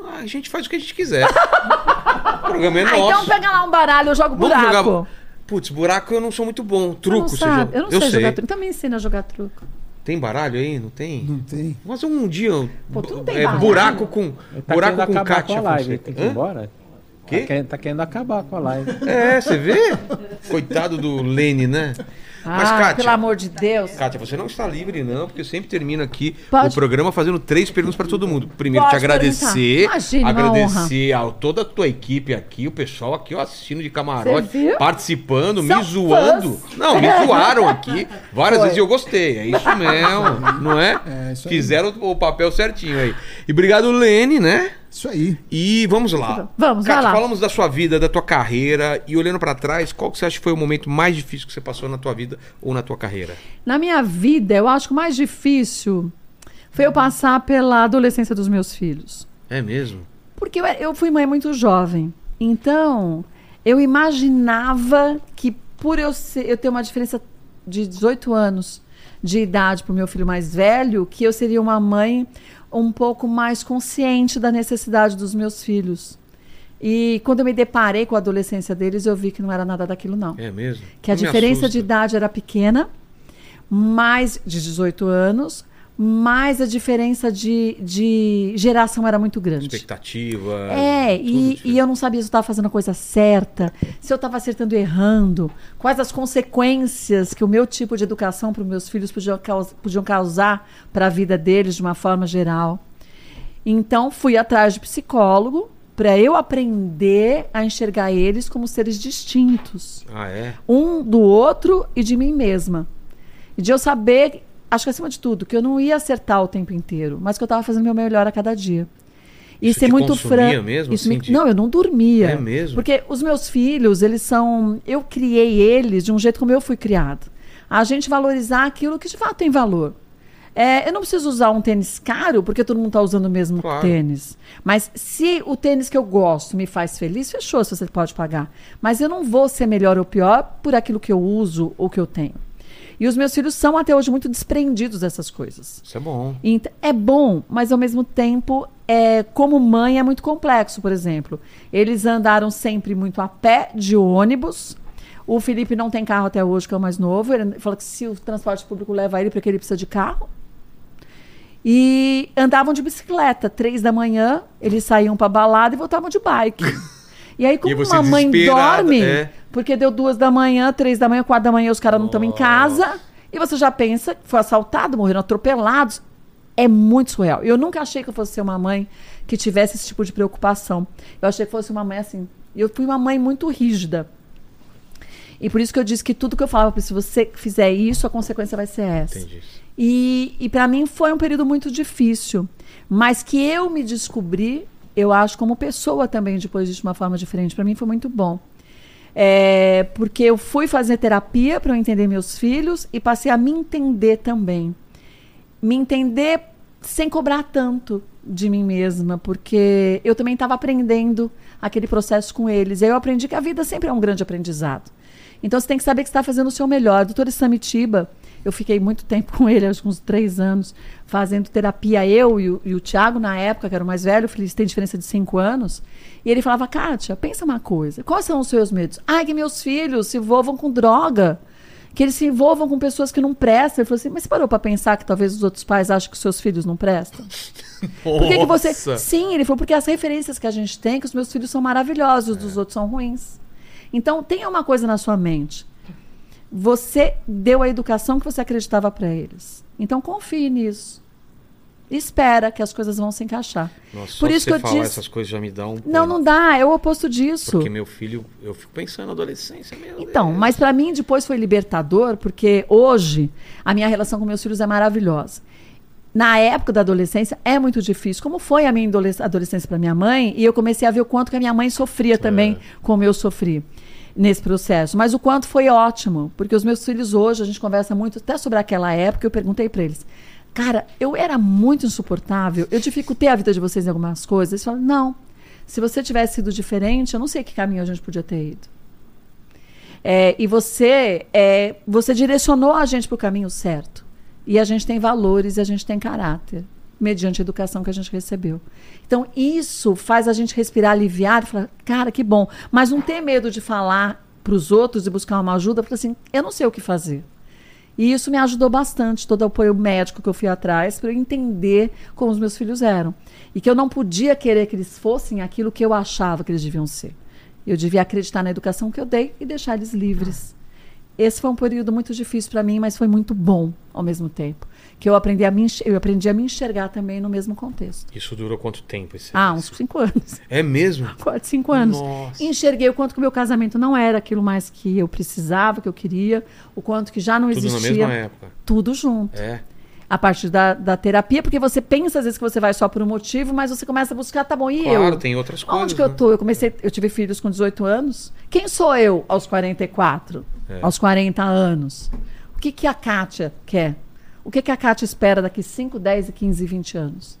Speaker 1: Ah, A gente faz o que a gente quiser. o programa é
Speaker 3: Ah, então
Speaker 1: nosso.
Speaker 3: pega lá um baralho, eu jogo
Speaker 1: Vamos
Speaker 3: buraco.
Speaker 1: jogar. Putz, buraco eu não sou muito bom.
Speaker 3: Tu não
Speaker 1: Truco, você
Speaker 3: sabe.
Speaker 1: joga-
Speaker 3: Eu não sei, jogar truco. Então me ensina a jogar truco.
Speaker 1: Tem baralho aí? Não tem?
Speaker 6: Hum.
Speaker 5: Não tem.
Speaker 1: Mas um dia.
Speaker 3: Pô, tu não tem
Speaker 1: é,
Speaker 3: baralho?
Speaker 1: buraco com.
Speaker 6: Tá
Speaker 1: buraco
Speaker 6: querendo
Speaker 1: com
Speaker 6: acabar
Speaker 1: Kátia.
Speaker 6: com a live.
Speaker 1: Fonseca.
Speaker 6: Tem que
Speaker 1: Hã?
Speaker 6: ir embora?
Speaker 1: Quê?
Speaker 6: Tá querendo, tá querendo acabar com a live.
Speaker 1: É, você vê? Coitado do Lene, né? Mas,
Speaker 3: ah,
Speaker 1: Kátia.
Speaker 3: pelo amor de Deus.
Speaker 1: Kátia, você não está livre, não, porque eu sempre termino aqui
Speaker 3: Pode.
Speaker 1: o programa fazendo três perguntas para todo mundo. Primeiro,
Speaker 3: Pode
Speaker 1: te agradecer.
Speaker 3: perguntar. Imagina, uma
Speaker 1: agradecer a toda a tua equipe aqui, o pessoal aqui, ó, assistindo de camarote,
Speaker 3: Você viu?
Speaker 1: participando, me
Speaker 3: São
Speaker 1: zoando.
Speaker 3: fãs.
Speaker 1: Não, me zoaram aqui várias vezes e eu gostei. É isso mesmo, não é?
Speaker 5: isso aí.
Speaker 1: Fizeram o papel certinho aí. E obrigado, Lene, né?
Speaker 5: Isso aí.
Speaker 1: E vamos lá.
Speaker 3: Vamos, vai
Speaker 1: Kátia,
Speaker 3: lá.
Speaker 1: falamos da sua vida, da tua carreira e olhando pra trás, qual que você acha que foi o momento mais difícil que você passou na tua vida ou na tua carreira?
Speaker 3: Na minha vida, eu acho que o mais difícil foi eu passar pela adolescência dos meus filhos.
Speaker 1: É mesmo?
Speaker 3: Porque eu, era- eu fui mãe muito jovem. Então, eu imaginava que por eu, ser- eu ter uma diferença de 18 anos de idade para o meu filho mais velho que eu seria uma mãe um pouco mais consciente da necessidade dos meus filhos. E quando eu me deparei com a adolescência deles, eu vi que não era nada daquilo, não.
Speaker 1: É mesmo?
Speaker 3: Que a
Speaker 1: Não me
Speaker 3: diferença
Speaker 1: assusta.
Speaker 3: de idade era pequena, mais de 18 anos, mas a diferença de, de geração era muito grande.
Speaker 1: Expectativa.
Speaker 3: É,
Speaker 1: tudo
Speaker 3: e,
Speaker 1: diferente.
Speaker 3: e eu não sabia se eu estava fazendo a coisa certa, se eu estava acertando e errando, quais as consequências que o meu tipo de educação para os meus filhos podia caus- podiam causar para a vida deles de uma forma geral. Então, fui atrás de psicólogo para eu aprender a enxergar eles como seres distintos
Speaker 1: Ah, é?
Speaker 3: um do outro e de mim mesma. E de eu saber, acho que acima de tudo, que eu não ia acertar o tempo inteiro, mas que eu estava fazendo meu melhor a cada dia. E
Speaker 1: Isso
Speaker 3: ser
Speaker 1: te
Speaker 3: muito
Speaker 1: consumia
Speaker 3: franco.
Speaker 1: mesmo,
Speaker 3: Isso me-
Speaker 1: assim, de-
Speaker 3: Não, eu não dormia.
Speaker 1: É mesmo?
Speaker 3: Porque os meus filhos, eles são. Eu criei eles de um jeito como eu fui criado. A gente valorizar aquilo que de fato tem valor. É, eu não preciso usar um tênis caro porque todo mundo está usando o mesmo
Speaker 1: Claro.
Speaker 3: tênis. Mas se o tênis que eu gosto me faz feliz, fechou, se você pode pagar. Mas eu não vou ser melhor ou pior por aquilo que eu uso ou que eu tenho. E os meus filhos são até hoje muito desprendidos dessas coisas.
Speaker 1: Isso é bom.
Speaker 3: Ent- é bom, mas ao mesmo tempo, é, como mãe, é muito complexo, por exemplo. Eles andaram sempre muito a pé, de ônibus. O Felipe não tem carro até hoje, que é o mais novo. Ele fala que se o transporte público leva ele, porque ele precisa de carro. E andavam de bicicleta. Três da manhã, eles saíam pra balada e voltavam de bike. E aí, como
Speaker 1: E você
Speaker 3: uma mãe
Speaker 1: desesperada,
Speaker 3: dorme,
Speaker 1: é.
Speaker 3: porque deu duas da manhã, três da manhã, quatro da manhã, os caras não estão em casa. E você já pensa que foi assaltado, morreram atropelados. É muito surreal. Eu nunca achei que eu fosse ser uma mãe que tivesse esse tipo de preocupação. Eu achei que fosse uma mãe assim. Eu fui uma mãe muito rígida. E por isso que eu disse que tudo que eu falava, se você fizer isso, a consequência vai ser essa.
Speaker 1: Entendi.
Speaker 3: E, e para mim foi um período muito difícil, mas que eu me descobri, eu acho, como pessoa também depois disso, de uma forma diferente. Para mim foi muito bom. É, porque eu fui fazer terapia para eu entender meus filhos e passei a me entender também. Me entender sem cobrar tanto de mim mesma, porque eu também estava aprendendo aquele processo com eles. E aí eu aprendi que a vida sempre é um grande aprendizado. Então você tem que saber que você está fazendo o seu melhor. Doutor Samitiba, eu fiquei muito tempo com ele, acho que uns três anos, fazendo terapia, eu e o, e o Thiago, na época, que era o mais velho, eles têm diferença de cinco anos. E ele falava, Kátia, pensa uma coisa, quais são os seus medos? Ai, que meus filhos se envolvam com droga, que eles se envolvam com pessoas que não prestam. Ele falou assim, mas você parou para pensar que talvez os outros pais achem que os seus filhos não prestam? Por que, que você.
Speaker 1: Nossa.
Speaker 3: Sim, ele falou, porque as referências que a gente tem, é que os meus filhos são maravilhosos, os dos outros são ruins. Então, tenha uma coisa na sua mente. Você deu a educação que você acreditava para eles. Então, confie nisso. Espera que as coisas vão se encaixar.
Speaker 1: Nossa, só
Speaker 3: Por isso
Speaker 1: você
Speaker 3: que eu
Speaker 1: falar
Speaker 3: disse.
Speaker 1: essas coisas já me dá um.
Speaker 3: Não, não dá, é o oposto disso.
Speaker 1: Porque meu filho, eu fico pensando na adolescência mesmo.
Speaker 3: Então, mas pra mim depois foi libertador, porque hoje a minha relação com meus filhos é maravilhosa. Na época da adolescência é muito difícil. Como foi a minha adolesc- adolescência para minha mãe, e eu comecei a ver o quanto que a minha mãe sofria também, como eu sofri nesse processo. Mas o quanto foi ótimo, porque os meus filhos hoje, a gente conversa muito até sobre aquela época, eu perguntei pra eles: "Cara, eu era muito insuportável. Eu dificultei a vida de vocês em algumas coisas". Eles falam: "Não. Se você tivesse sido diferente, eu não sei que caminho a gente podia ter ido". É, e você, é, você direcionou a gente para o caminho certo. E a gente tem valores e a gente tem caráter, mediante a educação que a gente recebeu. Então, isso faz a gente respirar aliviado e falar, cara, que bom. Mas não ter medo de falar para os outros e buscar uma ajuda, porque assim, eu não sei o que fazer. E isso me ajudou bastante, todo o apoio médico que eu fui atrás, para eu entender como os meus filhos eram. E que eu não podia querer que eles fossem aquilo que eu achava que eles deviam ser. Eu devia acreditar na educação que eu dei e deixar eles livres. Esse foi um período muito difícil para mim, mas foi muito bom ao mesmo tempo. Que eu aprendi a me, enx- eu aprendi a me enxergar também no mesmo contexto.
Speaker 1: Isso durou quanto tempo esse?
Speaker 3: Ah, uns cinco anos.
Speaker 1: É mesmo?
Speaker 3: Quatro, cinco anos.
Speaker 1: Nossa.
Speaker 3: Enxerguei o quanto que o meu casamento não era aquilo mais que eu precisava, que eu queria, o quanto que já não
Speaker 1: Tudo na
Speaker 3: existia.
Speaker 1: mesma época.
Speaker 3: Tudo junto
Speaker 1: É.
Speaker 3: a partir da, da terapia, porque você pensa às vezes que você vai só por um motivo, mas você começa a buscar, tá bom, e
Speaker 1: Claro,
Speaker 3: eu?
Speaker 1: tem outras coisas.
Speaker 3: Onde que eu
Speaker 1: né?
Speaker 3: tô? Eu comecei, eu tive filhos com 18 anos. Quem sou eu aos 44?
Speaker 1: É.
Speaker 3: Aos 40 anos? O que que a Kátia quer? O que que a Kátia espera daqui 5, 10 e 15, 20 anos?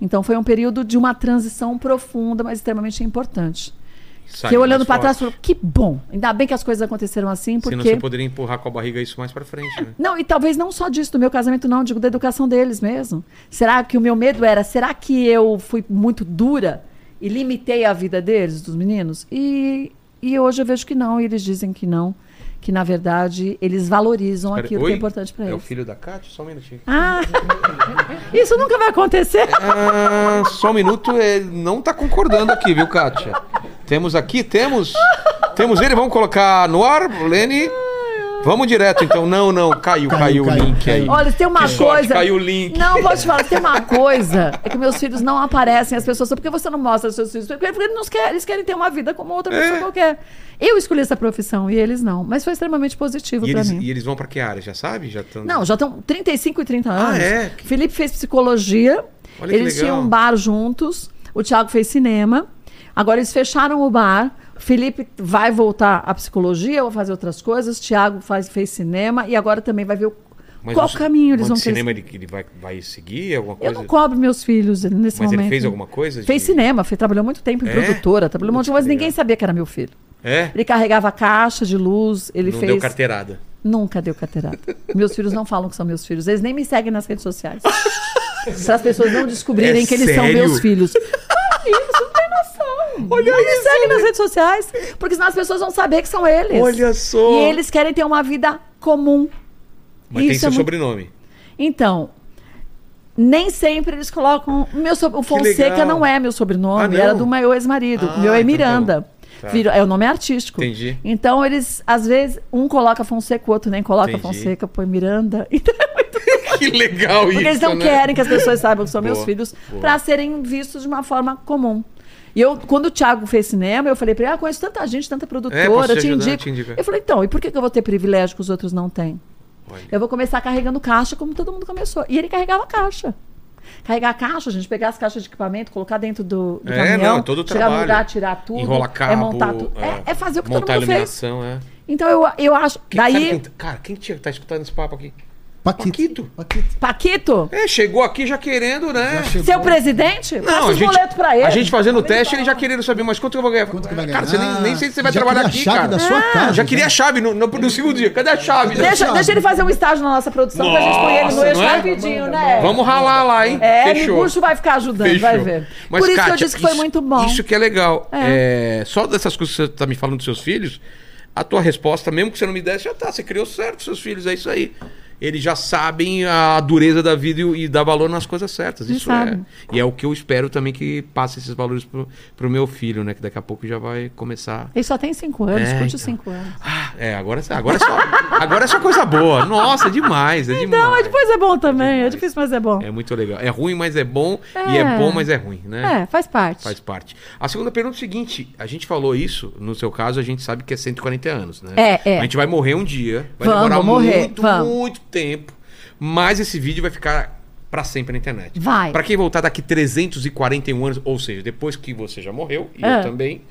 Speaker 3: Então foi um período de uma transição profunda, mas extremamente importante.
Speaker 1: Saiu
Speaker 3: que eu olhando
Speaker 1: mais
Speaker 3: pra trás,
Speaker 1: forte.
Speaker 3: falo, que bom. Ainda bem que as coisas aconteceram assim, porque...
Speaker 1: Senão você poderia empurrar com a barriga isso mais pra frente, né?
Speaker 3: Não, e talvez não só disso do meu casamento, não, digo da educação deles mesmo. Será que o meu medo era, será que eu fui muito dura e limitei a vida deles, dos meninos? E, e hoje eu vejo que não, e eles dizem que não, que na verdade eles valorizam
Speaker 1: Pera-
Speaker 3: aquilo
Speaker 1: Oi?
Speaker 3: que é importante pra
Speaker 1: É o
Speaker 3: eles.
Speaker 1: filho da Kátia? Só um minutinho.
Speaker 3: Ah, isso nunca vai acontecer.
Speaker 1: Ah, só um minuto, ele não tá concordando aqui, viu, Kátia? Temos aqui, temos. Temos ele, vamos colocar no ar, Lene. Vamos direto, então. Não, não, caiu, caiu, o
Speaker 5: caiu,
Speaker 1: link aí.
Speaker 3: Olha, se tem uma
Speaker 1: Que
Speaker 3: coisa.
Speaker 1: sorte, caiu o link.
Speaker 3: Não, vou te falar, se tem uma coisa, é que meus filhos não aparecem às pessoas. Só porque você não mostra os seus filhos. Porque eles, não querem, eles querem ter uma vida como outra
Speaker 1: É.
Speaker 3: pessoa qualquer. Eu escolhi essa profissão e eles não. Mas foi extremamente positivo
Speaker 1: E
Speaker 3: pra
Speaker 1: eles,
Speaker 3: mim.
Speaker 1: e eles vão pra que área, já sabe? Já tão...
Speaker 3: Não, já estão 35 e 30 anos.
Speaker 1: é?
Speaker 3: Felipe fez psicologia.
Speaker 1: Olha que
Speaker 3: eles
Speaker 1: legal.
Speaker 3: tinham um bar juntos. O Thiago fez cinema. Agora eles fecharam o bar. O Felipe vai voltar à psicologia ou fazer outras coisas. O Thiago faz, fez cinema e agora também vai ver o-
Speaker 1: Mas
Speaker 3: qual
Speaker 1: o-
Speaker 3: caminho
Speaker 1: mas
Speaker 3: eles vão
Speaker 1: o
Speaker 3: querer
Speaker 1: cinema ele, ele vai, vai seguir alguma
Speaker 3: eu
Speaker 1: coisa?
Speaker 3: não cobro meus filhos nesse
Speaker 1: é. Mas
Speaker 3: momento.
Speaker 1: ele fez alguma coisa
Speaker 3: Fez
Speaker 1: de-
Speaker 3: cinema, fez, trabalhou muito tempo em
Speaker 1: É?
Speaker 3: produtora, trabalhou um monte de
Speaker 1: Putz,
Speaker 3: coisa, ninguém
Speaker 1: legal.
Speaker 3: sabia que era meu filho.
Speaker 1: É?
Speaker 3: Ele carregava caixa de luz, ele
Speaker 1: não
Speaker 3: fez.
Speaker 1: deu carteirada.
Speaker 3: Nunca deu carteirada. meus filhos não falam que são meus filhos, eles nem me seguem nas redes sociais. Se as pessoas não descobrirem
Speaker 1: É
Speaker 3: que eles são
Speaker 1: sério?
Speaker 3: meus filhos. Olha isso, não tem noção. não me seguem nas redes sociais, porque senão as pessoas vão saber que são eles.
Speaker 1: né? Olha só.
Speaker 3: E eles querem ter uma vida comum.
Speaker 1: Mas tem
Speaker 3: Isso
Speaker 1: seu
Speaker 3: é muito-
Speaker 1: sobrenome.
Speaker 3: Então, nem sempre eles colocam. Meu sob- O Fonseca
Speaker 1: legal.
Speaker 3: não é meu sobrenome,
Speaker 1: Ah, não?
Speaker 3: era do meu ex-marido.
Speaker 1: Ah,
Speaker 3: meu é
Speaker 1: então
Speaker 3: Miranda.
Speaker 1: tá.
Speaker 3: Virou- é o nome artístico.
Speaker 1: Entendi.
Speaker 3: Então, eles, às vezes, um coloca Fonseca, o outro nem coloca
Speaker 1: Entendi.
Speaker 3: Fonseca, põe Miranda. Então, é muito-
Speaker 1: Que legal isso.
Speaker 3: porque eles não
Speaker 1: né?
Speaker 3: querem que as pessoas saibam que são meus
Speaker 1: Boa,
Speaker 3: filhos
Speaker 1: boa.
Speaker 3: para serem vistos de uma forma comum. E eu, quando o Thiago fez cinema, eu falei pra ele: ah, conheço tanta gente, tanta produtora,
Speaker 1: É, posso
Speaker 3: eu
Speaker 1: te
Speaker 3: te
Speaker 1: ajudar,
Speaker 3: indico.
Speaker 1: te indico.
Speaker 3: Eu falei: então, e por que que eu vou ter privilégio que os outros não têm?
Speaker 1: Olha.
Speaker 3: Eu vou começar carregando caixa como todo mundo começou. E ele carregava caixa. Carregar a caixa, gente, pegar as caixas de equipamento, colocar dentro do, do
Speaker 1: É,
Speaker 3: caminhão,
Speaker 1: não, é todo o
Speaker 3: chegar no
Speaker 1: trabalho.
Speaker 3: lugar, tirar tudo,
Speaker 1: Enrola cabo,
Speaker 3: é montar tudo. É, é fazer o que todo
Speaker 1: montar
Speaker 3: mundo fez.
Speaker 1: iluminação, é.
Speaker 3: Então eu, eu acho.
Speaker 1: Quem- sabe
Speaker 3: daí,
Speaker 1: quem- cara, quem tinha que tá escutando esse papo aqui?
Speaker 5: Paquito.
Speaker 1: Paquito.
Speaker 5: Paquito.
Speaker 3: Paquito,
Speaker 1: É, chegou aqui já querendo, né?
Speaker 3: seu presidente, passa os boletos pra ele.
Speaker 1: a gente fazendo o teste, ele já querendo saber, mas quanto que eu vou ganhar?
Speaker 5: Quanto que vai
Speaker 1: Cara,
Speaker 5: ganhar? Ah,
Speaker 1: você nem, nem sei se você vai
Speaker 5: Já
Speaker 1: trabalhar
Speaker 5: queria
Speaker 1: aqui,
Speaker 5: a chave
Speaker 1: cara.
Speaker 5: da sua casa, né?
Speaker 1: já queria
Speaker 5: já.
Speaker 1: a chave no, no, no segundo dia. Cadê a chave?
Speaker 3: Ah. Deixa, deixa ele fazer um estágio na nossa produção pra gente pôr ele no
Speaker 1: assim, Nossa,
Speaker 3: eixo
Speaker 1: não é?
Speaker 3: rapidinho, né?
Speaker 1: Vamos ralar lá, hein?
Speaker 3: É, o Miguxo vai ficar ajudando, vai ver. Por isso que eu
Speaker 1: Kátia,
Speaker 3: disse que foi muito bom.
Speaker 1: Isso que é legal. É, só dessas coisas que você tá me falando dos seus filhos, a tua resposta, mesmo que você não me desse, já tá. Você criou certo com seus filhos, é isso aí. Eles já sabem a dureza da vida e, e dar valor nas coisas certas.
Speaker 3: Eles
Speaker 1: Isso é.
Speaker 3: sabem.
Speaker 1: E é o que eu espero também que passe esses valores pro, pro meu filho, né? Que daqui a pouco já vai começar.
Speaker 3: Ele só tem cinco anos,
Speaker 1: É,
Speaker 3: curte
Speaker 1: então.
Speaker 3: os cinco anos.
Speaker 1: Ah, é, agora, agora, é só, agora é só coisa boa. Nossa, é demais, é demais.
Speaker 3: Não, mas depois é bom também. É difícil, mas é bom.
Speaker 1: É muito legal. É ruim, mas é bom. E é
Speaker 3: É.
Speaker 1: bom, mas é ruim, né?
Speaker 3: É, faz parte.
Speaker 1: Faz parte. A segunda pergunta é o seguinte: a gente falou isso, no seu caso, a gente sabe que é 140 anos, né?
Speaker 3: É, é.
Speaker 1: A gente vai morrer um dia, vai
Speaker 3: Vamos
Speaker 1: demorar
Speaker 3: morrer,
Speaker 1: muito,
Speaker 3: vamos.
Speaker 1: muito tempo. Mas esse vídeo vai ficar pra sempre na internet.
Speaker 3: Vai.
Speaker 1: Pra quem voltar daqui 341 anos, ou seja, depois que você já morreu, e
Speaker 3: É.
Speaker 1: eu também.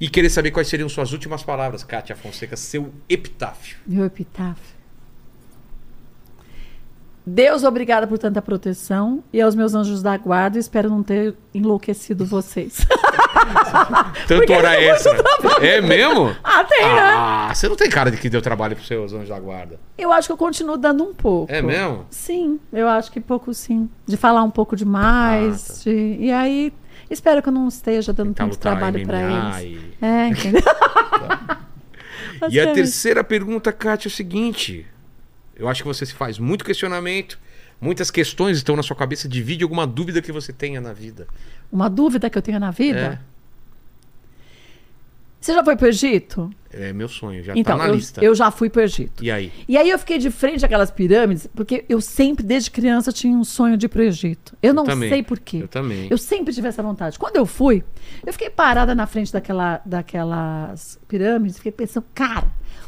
Speaker 1: E querer saber quais seriam suas últimas palavras, Kátia Fonseca, seu epitáfio.
Speaker 3: Meu epitáfio. Deus, obrigada por tanta proteção e aos meus anjos da guarda, espero não ter enlouquecido vocês.
Speaker 1: Tanto hora extra. É mesmo?
Speaker 3: ah, tem, né?
Speaker 1: Ah, você não tem cara de que deu trabalho pros seus anjos da guarda.
Speaker 3: Eu acho que eu continuo dando um pouco.
Speaker 1: É mesmo?
Speaker 3: Sim, eu acho que pouco sim. De falar um pouco demais. de- E aí, espero que eu não esteja dando
Speaker 1: Ah, tá. Tentar
Speaker 3: tanto
Speaker 1: lutar
Speaker 3: trabalho pra
Speaker 1: MMA
Speaker 3: eles.
Speaker 1: e- Tá.
Speaker 3: É, entendeu? Mas
Speaker 1: E a
Speaker 3: é isso.
Speaker 1: terceira pergunta, Kátia, é o seguinte. Eu acho que você se faz muito questionamento. Muitas questões estão na sua cabeça. Divide alguma dúvida que você tenha na vida.
Speaker 3: Uma dúvida que eu tenho na
Speaker 1: É.
Speaker 3: vida. Você já foi pro Egito?
Speaker 1: É, é meu sonho, já
Speaker 3: então,
Speaker 1: tá na
Speaker 3: eu,
Speaker 1: lista.
Speaker 3: eu já fui pro Egito.
Speaker 1: E aí?
Speaker 3: E aí eu fiquei de frente àquelas pirâmides, porque eu sempre, desde criança, tinha um sonho de ir pro Egito. Eu, não
Speaker 1: também.
Speaker 3: sei por quê.
Speaker 1: Eu também.
Speaker 3: Eu sempre tive essa vontade. Quando eu fui, eu fiquei parada na frente daquela, daquelas pirâmides, fiquei pensando, cara,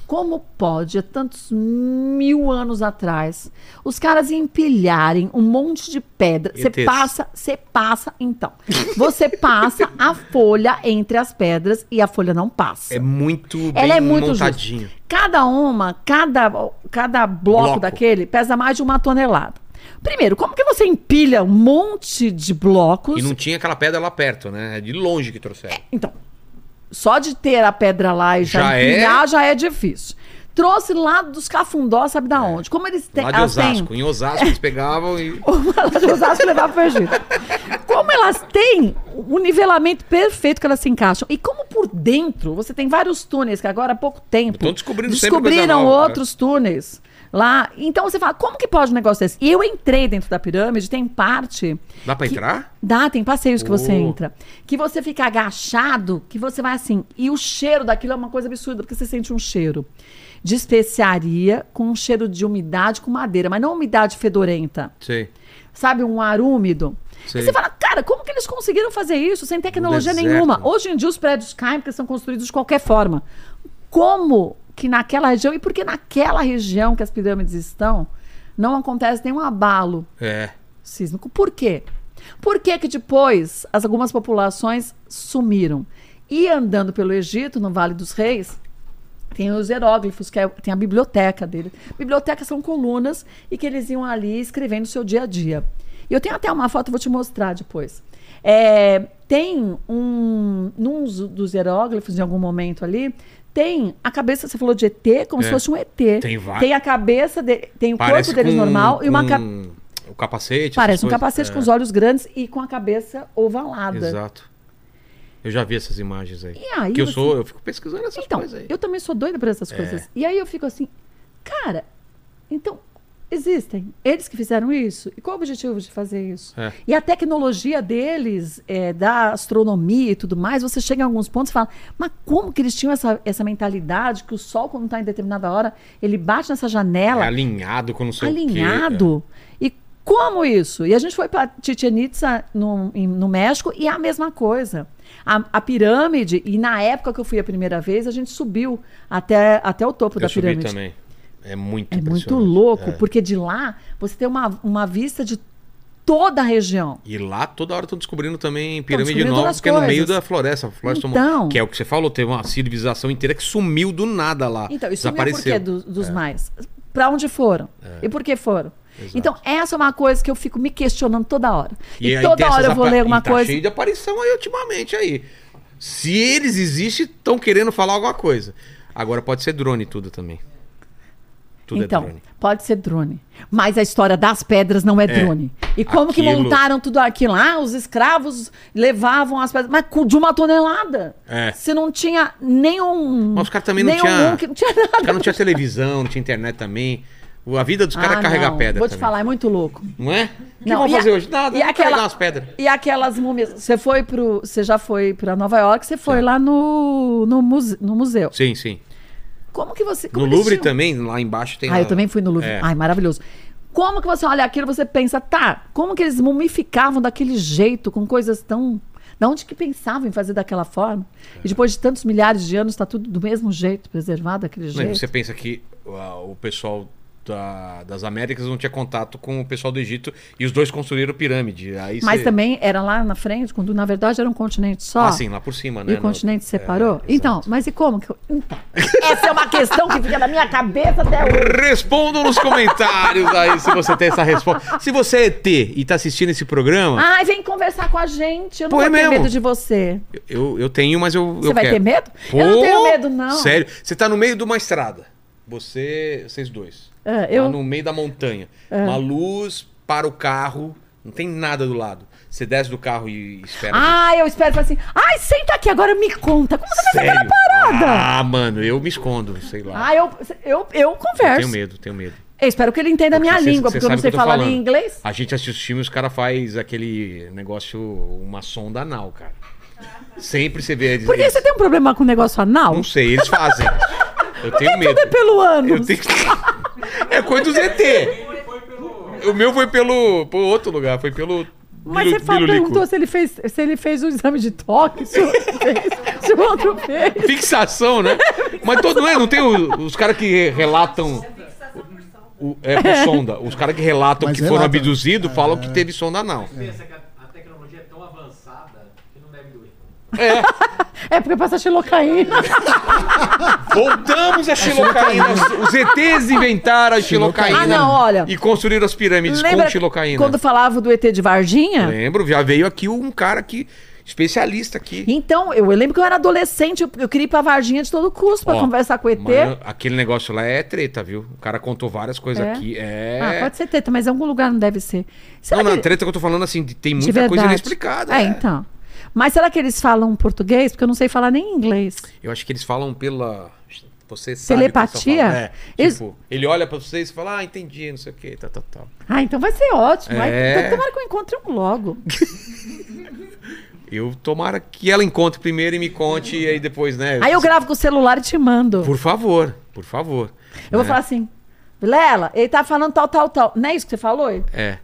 Speaker 3: como pode, há tantos mil anos atrás, os caras empilharem um monte de pedra? Você
Speaker 1: ETs.
Speaker 3: passa, você passa, então. Você passa a folha entre as pedras e a folha não passa.
Speaker 1: É muito bem
Speaker 3: Ela é muito
Speaker 1: montadinho.
Speaker 3: justa. Cada uma, cada, cada bloco,
Speaker 1: Bloco.
Speaker 3: daquele pesa mais de uma tonelada. Primeiro, como que você empilha um monte de blocos?
Speaker 1: E não tinha aquela pedra lá perto, né? É de longe que trouxeram.
Speaker 3: Então, Só de ter a pedra lá e já,
Speaker 1: Já é?
Speaker 3: empilhar já é difícil. Trouxe lá dos cafundó, sabe da onde? Como eles têm.
Speaker 1: Lá de
Speaker 3: elas têm-
Speaker 1: Osasco. Em Osasco eles pegavam e.
Speaker 3: uma lá de Osasco levava pro Egito. Como elas têm o nivelamento perfeito que elas se encaixam. E como por dentro você tem vários túneis, que agora há pouco tempo.
Speaker 1: Estão descobrindo sempre coisa
Speaker 3: Descobriram
Speaker 1: nova, né?
Speaker 3: outros túneis lá. Então você fala, como que pode um negócio desse? E eu entrei dentro da pirâmide, tem parte.
Speaker 1: Dá pra
Speaker 3: que-
Speaker 1: entrar?
Speaker 3: Dá, tem passeios que você
Speaker 1: Oh.
Speaker 3: entra. Que você fica agachado, que você vai assim. E o cheiro daquilo é uma coisa absurda, porque você sente um cheiro de especiaria com um cheiro de umidade com madeira, mas não umidade fedorenta
Speaker 1: Sei.
Speaker 3: sabe, um ar úmido.
Speaker 1: Sei.
Speaker 3: E você fala, cara, como que eles conseguiram fazer isso sem tecnologia
Speaker 1: deserto. né?
Speaker 3: nenhuma? Hoje em dia os prédios caem porque são construídos de qualquer forma. Como que naquela região, e porque naquela região que as pirâmides estão, não acontece nenhum abalo
Speaker 1: É.
Speaker 3: sísmico? Por quê? Por que que depois as, algumas populações sumiram? E andando pelo Egito, no Vale dos Reis, tem os hieróglifos, que é, tem a biblioteca dele. Bibliotecas são colunas e que eles iam ali escrevendo o seu dia a dia. E eu tenho até uma foto, vou te mostrar depois. É, tem um. Num zo- dos hieróglifos, em algum momento ali, tem a cabeça, você falou de ET, como
Speaker 1: É.
Speaker 3: se fosse um ET.
Speaker 1: Tem va-
Speaker 3: a cabeça dele, tem o Um corpo deles
Speaker 1: com- um
Speaker 3: normal e uma
Speaker 1: com
Speaker 3: cabeça.
Speaker 1: O capacete.
Speaker 3: Parece um
Speaker 1: essas coisas.
Speaker 3: capacete
Speaker 1: É,
Speaker 3: com os olhos grandes e com a cabeça ovalada.
Speaker 1: Exato. Eu já vi essas imagens aí.
Speaker 3: E aí
Speaker 1: que eu
Speaker 3: você-
Speaker 1: sou, eu fico pesquisando essas
Speaker 3: Então,
Speaker 1: coisas aí. É.
Speaker 3: eu também sou doida por essas coisas. E aí eu fico assim, cara, então existem eles que fizeram isso? E qual o objetivo de fazer isso?
Speaker 1: É.
Speaker 3: E a tecnologia deles, é, da astronomia e tudo mais, você chega em alguns pontos e fala, mas como que eles tinham essa, essa mentalidade que o sol, quando está em determinada hora, ele bate nessa janela
Speaker 1: É alinhado com não sei o quê.
Speaker 3: alinhado. E como isso? E a gente foi para Chichen Itza no, em- no México e é a mesma coisa. A, a pirâmide, e na época que eu fui a primeira vez, a gente subiu até, até o topo
Speaker 1: É.
Speaker 3: da
Speaker 1: Eu subi
Speaker 3: pirâmide.
Speaker 1: também. É muito
Speaker 3: É muito
Speaker 1: impressionante.
Speaker 3: louco,
Speaker 1: É.
Speaker 3: porque de lá você tem uma, uma vista de toda a região.
Speaker 1: E lá toda hora estão descobrindo também pirâmide
Speaker 3: descobrindo
Speaker 1: nova,
Speaker 3: outras
Speaker 1: porque é no meio
Speaker 3: coisas.
Speaker 1: da floresta. A floresta
Speaker 3: Então.
Speaker 1: que é o que você falou, teve uma civilização inteira que sumiu do nada lá.
Speaker 3: Então, isso não é
Speaker 1: desapareceu. É.
Speaker 3: porquê do, dos mais. Pra onde foram? E por que foram?
Speaker 1: Exato.
Speaker 3: Então, essa é uma coisa que eu fico me questionando toda hora. E,
Speaker 1: aí tem
Speaker 3: toda
Speaker 1: essas
Speaker 3: hora eu vou
Speaker 1: apa-
Speaker 3: ler
Speaker 1: e
Speaker 3: alguma
Speaker 1: tá
Speaker 3: coisa.
Speaker 1: cheio de aparição aí ultimamente aí. Se eles existem, estão querendo falar alguma coisa. Agora pode ser drone tudo também. Tudo
Speaker 3: então,
Speaker 1: é drone.
Speaker 3: pode ser drone. Mas a história das pedras não é drone. E como que
Speaker 1: aquilo-
Speaker 3: montaram tudo aquilo? Ah, os escravos levavam as pedras. Mas cu- de uma tonelada.
Speaker 1: É.
Speaker 3: Se não tinha nenhum.
Speaker 1: Mas os caras também não
Speaker 3: nenhum
Speaker 1: tinha-
Speaker 3: que não tinha
Speaker 1: Os
Speaker 3: nada.
Speaker 1: caras não tinha televisão, não tinha internet também. O- A vida dos caras é
Speaker 3: Ah,
Speaker 1: carregar
Speaker 3: não.
Speaker 1: pedra
Speaker 3: Vou te
Speaker 1: também.
Speaker 3: falar, é muito louco.
Speaker 1: Não é? O que
Speaker 3: Não,
Speaker 1: vão
Speaker 3: e a-
Speaker 1: fazer hoje? Nada,
Speaker 3: e
Speaker 1: vamos
Speaker 3: aquela-
Speaker 1: carregar umas pedras.
Speaker 3: E aquelas múmias. Você foi pro. Você já foi pra Nova York, você foi lá no, no, muse- no museu.
Speaker 1: Sim, sim.
Speaker 3: Como que você.
Speaker 1: No
Speaker 3: como eles
Speaker 1: Louvre
Speaker 3: tinham-
Speaker 1: também, lá embaixo tem...
Speaker 3: Ah, eu
Speaker 1: a-
Speaker 3: também fui no Louvre.
Speaker 1: É.
Speaker 3: Ai, maravilhoso. Como que você olha aquilo e você pensa, tá, como que eles mumificavam daquele jeito, com coisas tão. Da onde que pensavam em fazer daquela forma?
Speaker 1: É.
Speaker 3: E depois de tantos milhares de anos, tá tudo do mesmo jeito, preservado daquele
Speaker 1: Não, e
Speaker 3: jeito.
Speaker 1: você pensa que ah, o pessoal da- das Américas não tinha contato com o pessoal do Egito e os dois construíram pirâmide. Aí
Speaker 3: Mas
Speaker 1: você-
Speaker 3: também era lá na frente, quando na verdade era um continente só.
Speaker 1: Ah, sim, lá por cima, né?
Speaker 3: E o
Speaker 1: no-
Speaker 3: continente se
Speaker 1: é,
Speaker 3: separou?
Speaker 1: exato.
Speaker 3: então, mas e como? que eu- Então, essa é uma questão que fica na minha cabeça até hoje.
Speaker 1: Respondam nos comentários aí se você tem essa resposta. Se você é ET e tá assistindo esse programa,
Speaker 3: Ai, vem conversar com a gente. Eu não
Speaker 1: Pô, é
Speaker 3: vou ter
Speaker 1: mesmo?
Speaker 3: medo de você.
Speaker 1: eu, eu tenho, mas eu.
Speaker 3: Você vai ter medo? eu não tenho medo, não.
Speaker 1: Sério, você tá no meio de uma estrada. Você. Vocês dois.
Speaker 3: É, eu- Ah.
Speaker 1: Lá no meio da montanha. Uma luz para o carro, não tem nada do lado. Você desce do carro e espera.
Speaker 3: Ah, eu espero falar assim. Ai, senta aqui agora, me conta. Como você vai
Speaker 1: Sério?
Speaker 3: aquela parada?
Speaker 1: Ah, mano, eu me escondo, sei lá.
Speaker 3: Ah, eu, eu, eu
Speaker 1: eu
Speaker 3: converso.
Speaker 1: tenho medo, tenho medo.
Speaker 3: Eu espero que ele entenda a minha
Speaker 1: Porque cê-
Speaker 3: língua,
Speaker 1: cê
Speaker 3: porque eu
Speaker 1: sabe
Speaker 3: não
Speaker 1: o
Speaker 3: sei
Speaker 1: que eu tô
Speaker 3: falar
Speaker 1: falando. Ah,
Speaker 3: nem inglês.
Speaker 1: A gente assiste os filmes, os cara faz aquele negócio, uma sonda anal, cara. Sempre você vê eles.
Speaker 3: Ah. Por que
Speaker 1: eles-
Speaker 3: você tem um problema com o negócio anal?
Speaker 1: Não sei, eles fazem. Eu
Speaker 3: Por que
Speaker 1: tenho medo.
Speaker 3: tudo é pelo
Speaker 1: Eu
Speaker 3: ânus?
Speaker 1: tenho... É coisa do ZT. O meu foi pelo, por outro lugar, foi pelo.
Speaker 3: Mas
Speaker 1: bilu-
Speaker 3: você fala,
Speaker 1: bilulico.
Speaker 3: perguntou se ele, fez, se ele fez o exame de toque, se o outro fez, se o outro fez.
Speaker 1: Fixação, né? Mas todo não é, não tem o- os caras que relatam. O, é por sonda. Os caras que relatam
Speaker 5: Mas
Speaker 1: que foram
Speaker 5: relata.
Speaker 1: abduzidos falam que teve sonda anal.
Speaker 4: Pensa que a, a tecnologia é tão avançada que não deve doer.
Speaker 3: É porque passa xilocaína.
Speaker 1: Voltamos a xilocaína. Os ETs inventaram a xilocaína.
Speaker 3: Ah, não, olha.
Speaker 1: E construíram as pirâmides com xilocaína.
Speaker 3: quando falava do ET de Varginha?
Speaker 1: Lembro, já veio aqui um cara que especialista aqui.
Speaker 3: Então, eu, eu lembro que eu era adolescente, eu, eu queria ir pra Varginha de todo custo pra
Speaker 1: Ó,
Speaker 3: conversar com o ET.
Speaker 1: Mano, aquele negócio lá é treta, viu? O cara contou várias coisas
Speaker 3: É?
Speaker 1: aqui. É.
Speaker 3: Ah, pode ser teta, mas em algum lugar não deve ser. Será
Speaker 1: não, não,
Speaker 3: que-
Speaker 1: treta que eu tô falando assim, de- tem
Speaker 3: de
Speaker 1: muita coisa
Speaker 3: verdade.
Speaker 1: inexplicada.
Speaker 3: É,
Speaker 1: né?
Speaker 3: então. Mas será que eles falam português? Porque eu não sei falar nem inglês.
Speaker 1: Eu acho que eles falam pela. Você sabe. o que
Speaker 3: Telepatia?
Speaker 1: eu tô falando. É,
Speaker 3: Eles-
Speaker 1: tipo, ele olha pra vocês e fala, ah, entendi, não sei o que, tal, tal, tal.
Speaker 3: Ah, então vai ser ótimo. Vai-
Speaker 1: É.
Speaker 3: Tomara que eu encontre um logo.
Speaker 1: Eu tomara que ela encontre primeiro e me conte, e aí depois, né?
Speaker 3: Aí eu gravo com o celular e te mando.
Speaker 1: Por favor, por favor.
Speaker 3: Eu vou
Speaker 1: né?
Speaker 3: falar assim, Vilela, ele tá falando tal, tal, tal. Não é isso que você falou? Ele,
Speaker 1: É.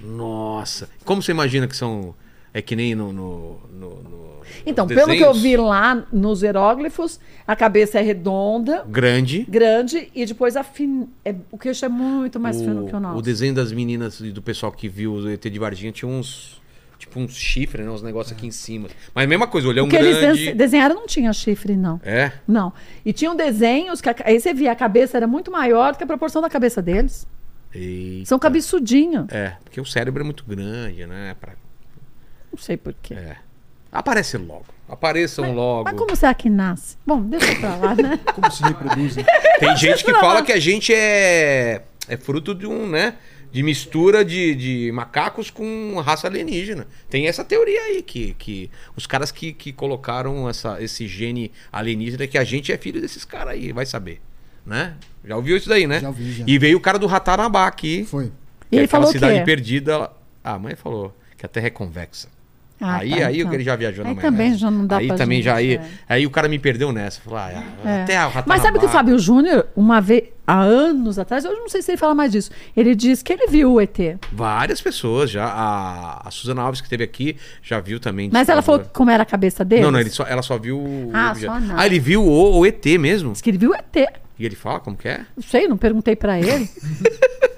Speaker 1: Nossa. Como você imagina que são. É que nem no. no, no- no-
Speaker 3: Então,
Speaker 1: nos
Speaker 3: pelo que eu
Speaker 1: desenhos?
Speaker 3: vi lá nos hieróglifos, a cabeça é redonda,
Speaker 1: Grande.
Speaker 3: grande, e depois a fin... é- o queixo é muito mais fino que o
Speaker 1: O,
Speaker 3: nosso.
Speaker 1: o desenho das meninas e do pessoal que viu o ET de Varginha tinha uns. Tipo uns chifres, né? Uns negócios aqui em cima. Mas mesma coisa, olhão
Speaker 3: O que eles
Speaker 1: grande.
Speaker 3: desen- desenharam não tinha chifre, não.
Speaker 1: É.
Speaker 3: Não. E tinham desenhos que a... ca- aí você via a cabeça era muito maior do que a proporção da cabeça deles.
Speaker 1: Eita.
Speaker 3: São cabeçudinhos.
Speaker 1: É, porque o cérebro é muito grande, né? Pra...
Speaker 3: Não sei porquê.
Speaker 1: É. Aparece logo. Apareçam logo.
Speaker 3: Mas como será que nasce? Bom, deixa pra lá, né?
Speaker 5: Como se né? reproduzem?
Speaker 1: Tem gente que fala que a gente é, é fruto de um, né? De mistura de, de macacos com raça alienígena. Tem essa teoria aí, que, que os caras que, que colocaram essa, esse gene alienígena, que a gente é filho desses caras aí, vai saber. Né? Já ouviu isso daí, né?
Speaker 5: Já ouvi, já.
Speaker 1: E veio o cara do Ratanabá aqui.
Speaker 5: Foi.
Speaker 1: que é
Speaker 3: E ele
Speaker 1: aquela
Speaker 3: falou o
Speaker 1: cidade
Speaker 3: quê?
Speaker 1: perdida. ela- Ah, a mãe falou que a Terra é convexa.
Speaker 3: Ah,
Speaker 1: aí
Speaker 3: tá,
Speaker 1: aí
Speaker 3: então.
Speaker 1: ele já viajou na
Speaker 3: Aí
Speaker 1: maionese.
Speaker 3: também já não dá
Speaker 1: Aí
Speaker 3: pra
Speaker 1: também
Speaker 3: gente,
Speaker 1: já aí,
Speaker 3: é.
Speaker 1: aí o cara me perdeu nessa. Falou, ah,
Speaker 3: É.
Speaker 1: até a Ratanabá.
Speaker 3: Mas sabe que o Fábio Júnior, uma vez, há anos atrás, eu não sei se ele fala mais disso, ele diz que ele viu o ET.
Speaker 1: Várias pessoas já. A, a Suzana Alves, que esteve aqui, já viu também.
Speaker 3: Mas ela falou
Speaker 1: Salvador.
Speaker 3: que como era a cabeça dele.
Speaker 1: Não, não, ele só, ela só viu. o
Speaker 3: Ah,
Speaker 1: objeto.
Speaker 3: só não.
Speaker 1: ah, ele viu o, o ET mesmo?
Speaker 3: Diz que ele viu o ET.
Speaker 1: E ele fala como que é?
Speaker 3: Não sei, não perguntei pra ele.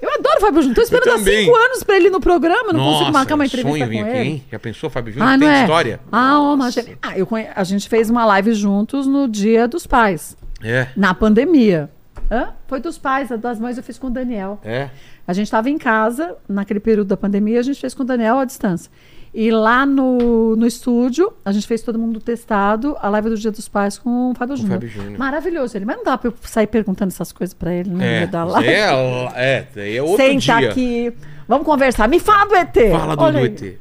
Speaker 3: eu adoro o Fábio Júnior. Tô esperando há
Speaker 1: também.
Speaker 3: cinco anos pra ele ir no programa, não consigo marcar uma
Speaker 1: é
Speaker 3: entrevista
Speaker 1: sonho
Speaker 3: com
Speaker 1: vir
Speaker 3: ele.
Speaker 1: aqui, hein? Já pensou, Fábio Júnior?
Speaker 3: Ah, não
Speaker 1: Tem
Speaker 3: é?
Speaker 1: história?
Speaker 3: Ah, ô, mas- ah, eu conhe- a gente fez uma live juntos no Dia dos Pais,
Speaker 1: É,
Speaker 3: na pandemia. Hã? Foi dos pais, a das mães eu fiz com o Daniel.
Speaker 1: é.
Speaker 3: A gente estava em casa, naquele período da pandemia, a gente fez com o Daniel à distância. E lá no, no estúdio, a gente fez todo mundo testado, a live do Dia dos Pais com o Fábio Júnior.
Speaker 1: Fábio Júnior.
Speaker 3: Maravilhoso ele, mas não dá pra eu sair perguntando essas coisas pra ele no
Speaker 1: É,
Speaker 3: meio da live.
Speaker 1: é, é, daí é outro
Speaker 3: Senta
Speaker 1: dia.
Speaker 3: aqui, vamos conversar. Me fala do ET.
Speaker 1: Fala do,
Speaker 3: Olha
Speaker 1: do
Speaker 3: aí.
Speaker 1: ET.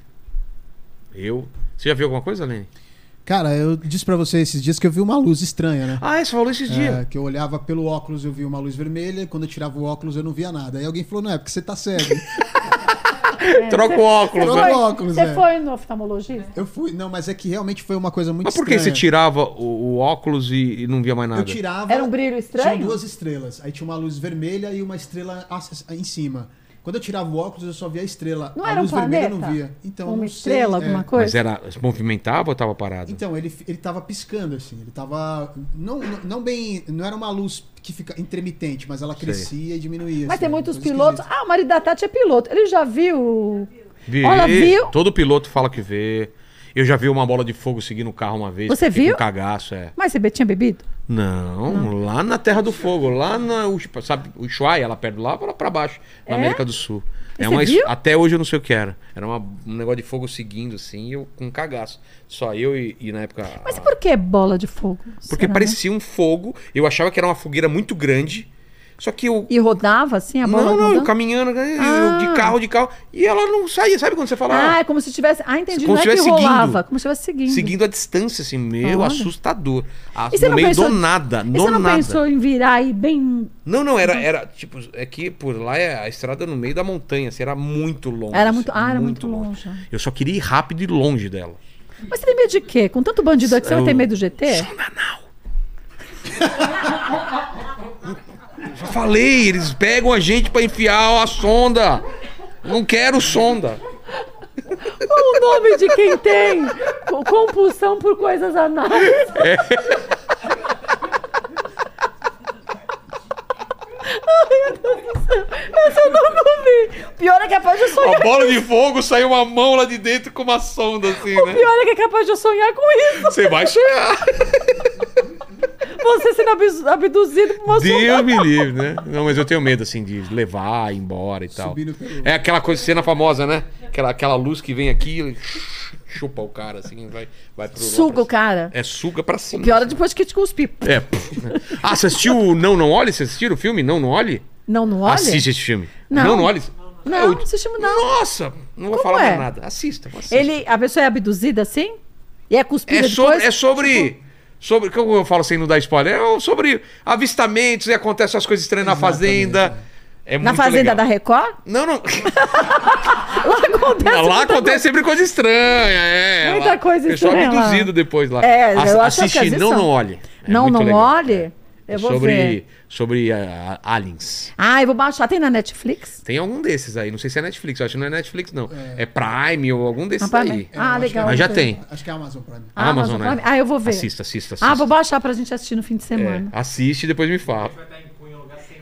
Speaker 1: Eu. Você já viu alguma coisa, Lene?
Speaker 5: Cara, eu disse pra você esses dias que eu vi uma luz estranha, né?
Speaker 1: Ah, você falou esses
Speaker 5: É,
Speaker 1: dias.
Speaker 5: que eu olhava pelo óculos, eu via uma luz vermelha. Quando eu tirava o óculos, eu não via nada. Aí alguém falou, não, é porque você tá cego.
Speaker 1: Troca o óculos,
Speaker 5: Troca
Speaker 1: né?
Speaker 5: o
Speaker 3: Foi-
Speaker 5: óculos,
Speaker 3: Você
Speaker 5: é.
Speaker 3: foi no oftalmologista?
Speaker 5: Eu fui, não, mas é que realmente foi uma coisa muito
Speaker 1: Mas por que você
Speaker 5: estranha.
Speaker 1: tirava o, o óculos e, e não via mais nada?
Speaker 5: Eu tirava.
Speaker 3: Era um brilho estranho?
Speaker 5: Tinha duas estrelas. Aí tinha uma luz vermelha e uma estrela ac- em cima. Quando eu tirava o óculos, eu só via a estrela.
Speaker 3: Não
Speaker 5: a
Speaker 3: era um
Speaker 5: luz vermelha eu
Speaker 3: planeta?
Speaker 5: não via. Então, eu
Speaker 3: Uma
Speaker 5: não sei,
Speaker 3: estrela,
Speaker 5: é.
Speaker 3: alguma
Speaker 1: Mas
Speaker 3: coisa?
Speaker 1: era, se movimentava ou tava parado?
Speaker 5: Então, ele, ele tava piscando, assim. Ele tava. Não, não, não bem. Não era uma luz que fica intermitente, mas ela crescia e diminuía.
Speaker 3: Mas
Speaker 5: assim,
Speaker 3: tem
Speaker 5: uma
Speaker 3: muitos
Speaker 5: coisa
Speaker 3: pilotos.
Speaker 5: esquisita.
Speaker 3: Ah, o marido da Tati é piloto. Ele já viu.
Speaker 1: Vi.
Speaker 3: Olha, viu?
Speaker 1: Todo piloto fala que vê. Eu já vi uma bola de fogo seguindo o carro uma vez.
Speaker 3: Você
Speaker 1: fiquei com
Speaker 3: viu?
Speaker 1: Um cagaço, é.
Speaker 3: Mas você be- tinha bebido?
Speaker 1: Não, lá na Terra do Fogo, lá na Ushuaia, sabe, Ushuaia, ela perde lá, lá pra baixo, na
Speaker 3: É?
Speaker 1: América do Sul.
Speaker 3: E
Speaker 1: É
Speaker 3: você
Speaker 1: uma,
Speaker 3: viu?
Speaker 1: até hoje eu não sei o que era. Era uma- um negócio de fogo seguindo, assim, e eu com um cagaço. Só eu e, e na época.
Speaker 3: Mas e por que bola de fogo?
Speaker 1: Porque
Speaker 3: Será, né?
Speaker 1: parecia um fogo, eu achava que era uma fogueira muito grande. Só que eu.
Speaker 3: E rodava assim a bola?
Speaker 1: Não, não, eu
Speaker 3: rodando?
Speaker 1: caminhando, né, eu-
Speaker 3: Ah.
Speaker 1: de carro, de carro. E ela não saía, sabe quando você fala.
Speaker 3: Ah, é como se tivesse. Ah, entendi.
Speaker 1: Como
Speaker 3: não
Speaker 1: se
Speaker 3: é que
Speaker 1: estivesse seguindo.
Speaker 3: rolava, como se estivesse seguindo.
Speaker 1: seguindo a distância, assim, meu,
Speaker 3: Olha.
Speaker 1: assustador. Ah,
Speaker 3: E você
Speaker 1: no
Speaker 3: não
Speaker 1: meio
Speaker 3: pensou-
Speaker 1: do nada,
Speaker 3: E
Speaker 1: no
Speaker 3: você não
Speaker 1: nada.
Speaker 3: pensou Então- em virar aí bem.
Speaker 1: Não, não, era, era, tipo, é que por lá é a estrada no meio da montanha, assim, era muito longe.
Speaker 3: Era muito.
Speaker 1: assim,
Speaker 3: Ah, era muito, longe.
Speaker 1: Eu só queria ir rápido e longe dela.
Speaker 3: Mas você tem medo de quê? Com tanto bandido aqui, você vai
Speaker 1: Eu-
Speaker 3: ter medo do GT?
Speaker 1: Já falei, eles pegam a gente pra enfiar a sonda. Não quero sonda.
Speaker 3: Qual o nome de quem tem co- compulsão por coisas anais? Ai, meu Deus do céu. Essa eu nunca ouvi. Pior é capaz de eu
Speaker 1: A
Speaker 3: sonhar.
Speaker 1: bola de fogo saiu uma mão lá de dentro com uma sonda, assim, né?
Speaker 3: Pior é que é capaz de eu sonhar com isso.
Speaker 1: Você vai sonhar.
Speaker 3: Você sendo abs- abduzido por uma
Speaker 1: Deus
Speaker 3: sonda.
Speaker 1: me livre, né? Não, mas eu tenho medo, assim, de levar, ir embora e tal.
Speaker 5: Subindo pelo-
Speaker 1: É aquela coisa, cena famosa, né? Aquela, aquela luz que vem aqui. chupa o cara, assim, vai, vai pro.
Speaker 3: Suga
Speaker 1: pra-
Speaker 3: o cara.
Speaker 1: É, suga pra cima.
Speaker 3: Pior é
Speaker 1: assim.
Speaker 3: depois que te cuspir.
Speaker 1: É. Ah, você assistiu o Não Não Olhe? Você assistiu o filme Não Não Olhe?
Speaker 3: Não, não olha?
Speaker 1: Assiste esse filme.
Speaker 3: Não.
Speaker 1: Não Olhe.
Speaker 3: Não,
Speaker 1: É o-
Speaker 3: não assistimos não.
Speaker 1: Nossa, não vou
Speaker 3: Como
Speaker 1: falar
Speaker 3: é?
Speaker 1: mais nada. Assista, assista.
Speaker 3: Ele, a pessoa é abduzida assim? E é cuspida
Speaker 1: É sobre.
Speaker 3: depois?
Speaker 1: É sobre...
Speaker 3: Tipo,
Speaker 1: Sobre, como eu falo sem não dar spoiler, é sobre avistamentos e acontecem as coisas estranhas na fazenda. É
Speaker 3: na
Speaker 1: muito
Speaker 3: Fazenda
Speaker 1: legal.
Speaker 3: da Record?
Speaker 1: Não, não.
Speaker 3: Lá acontece.
Speaker 1: Lá
Speaker 3: é muita
Speaker 1: acontece sempre coisa estranha, é.
Speaker 3: Muita
Speaker 1: lá,
Speaker 3: coisa
Speaker 1: o pessoal
Speaker 3: estranha lá.
Speaker 1: abduzido depois lá.
Speaker 3: É, eu acho que
Speaker 1: assiste
Speaker 3: às vezes
Speaker 1: Não
Speaker 3: são.
Speaker 1: Não Olhe. É
Speaker 3: Não,
Speaker 1: muito
Speaker 3: não
Speaker 1: legal.
Speaker 3: olhe.
Speaker 1: É
Speaker 3: Eu vou
Speaker 1: sobre,
Speaker 3: ver.
Speaker 1: Sobre ah, aliens.
Speaker 3: Ah, eu vou baixar. Tem na Netflix?
Speaker 1: Tem algum desses aí. Não sei se é Netflix. Eu acho que não é Netflix, não. É, Prime ou algum desses
Speaker 3: Rapaz,
Speaker 5: É,
Speaker 1: aí.
Speaker 3: Ah, legal.
Speaker 1: Mas já tem.
Speaker 5: Acho que é a Amazon Prime.
Speaker 3: Ah,
Speaker 1: Amazon,
Speaker 3: Amazon
Speaker 1: né?
Speaker 3: Prime. Ah, eu vou ver.
Speaker 1: Assista, assista, assista.
Speaker 3: Ah, vou baixar pra gente assistir no fim de
Speaker 1: É,
Speaker 3: semana.
Speaker 1: assiste e depois me fala.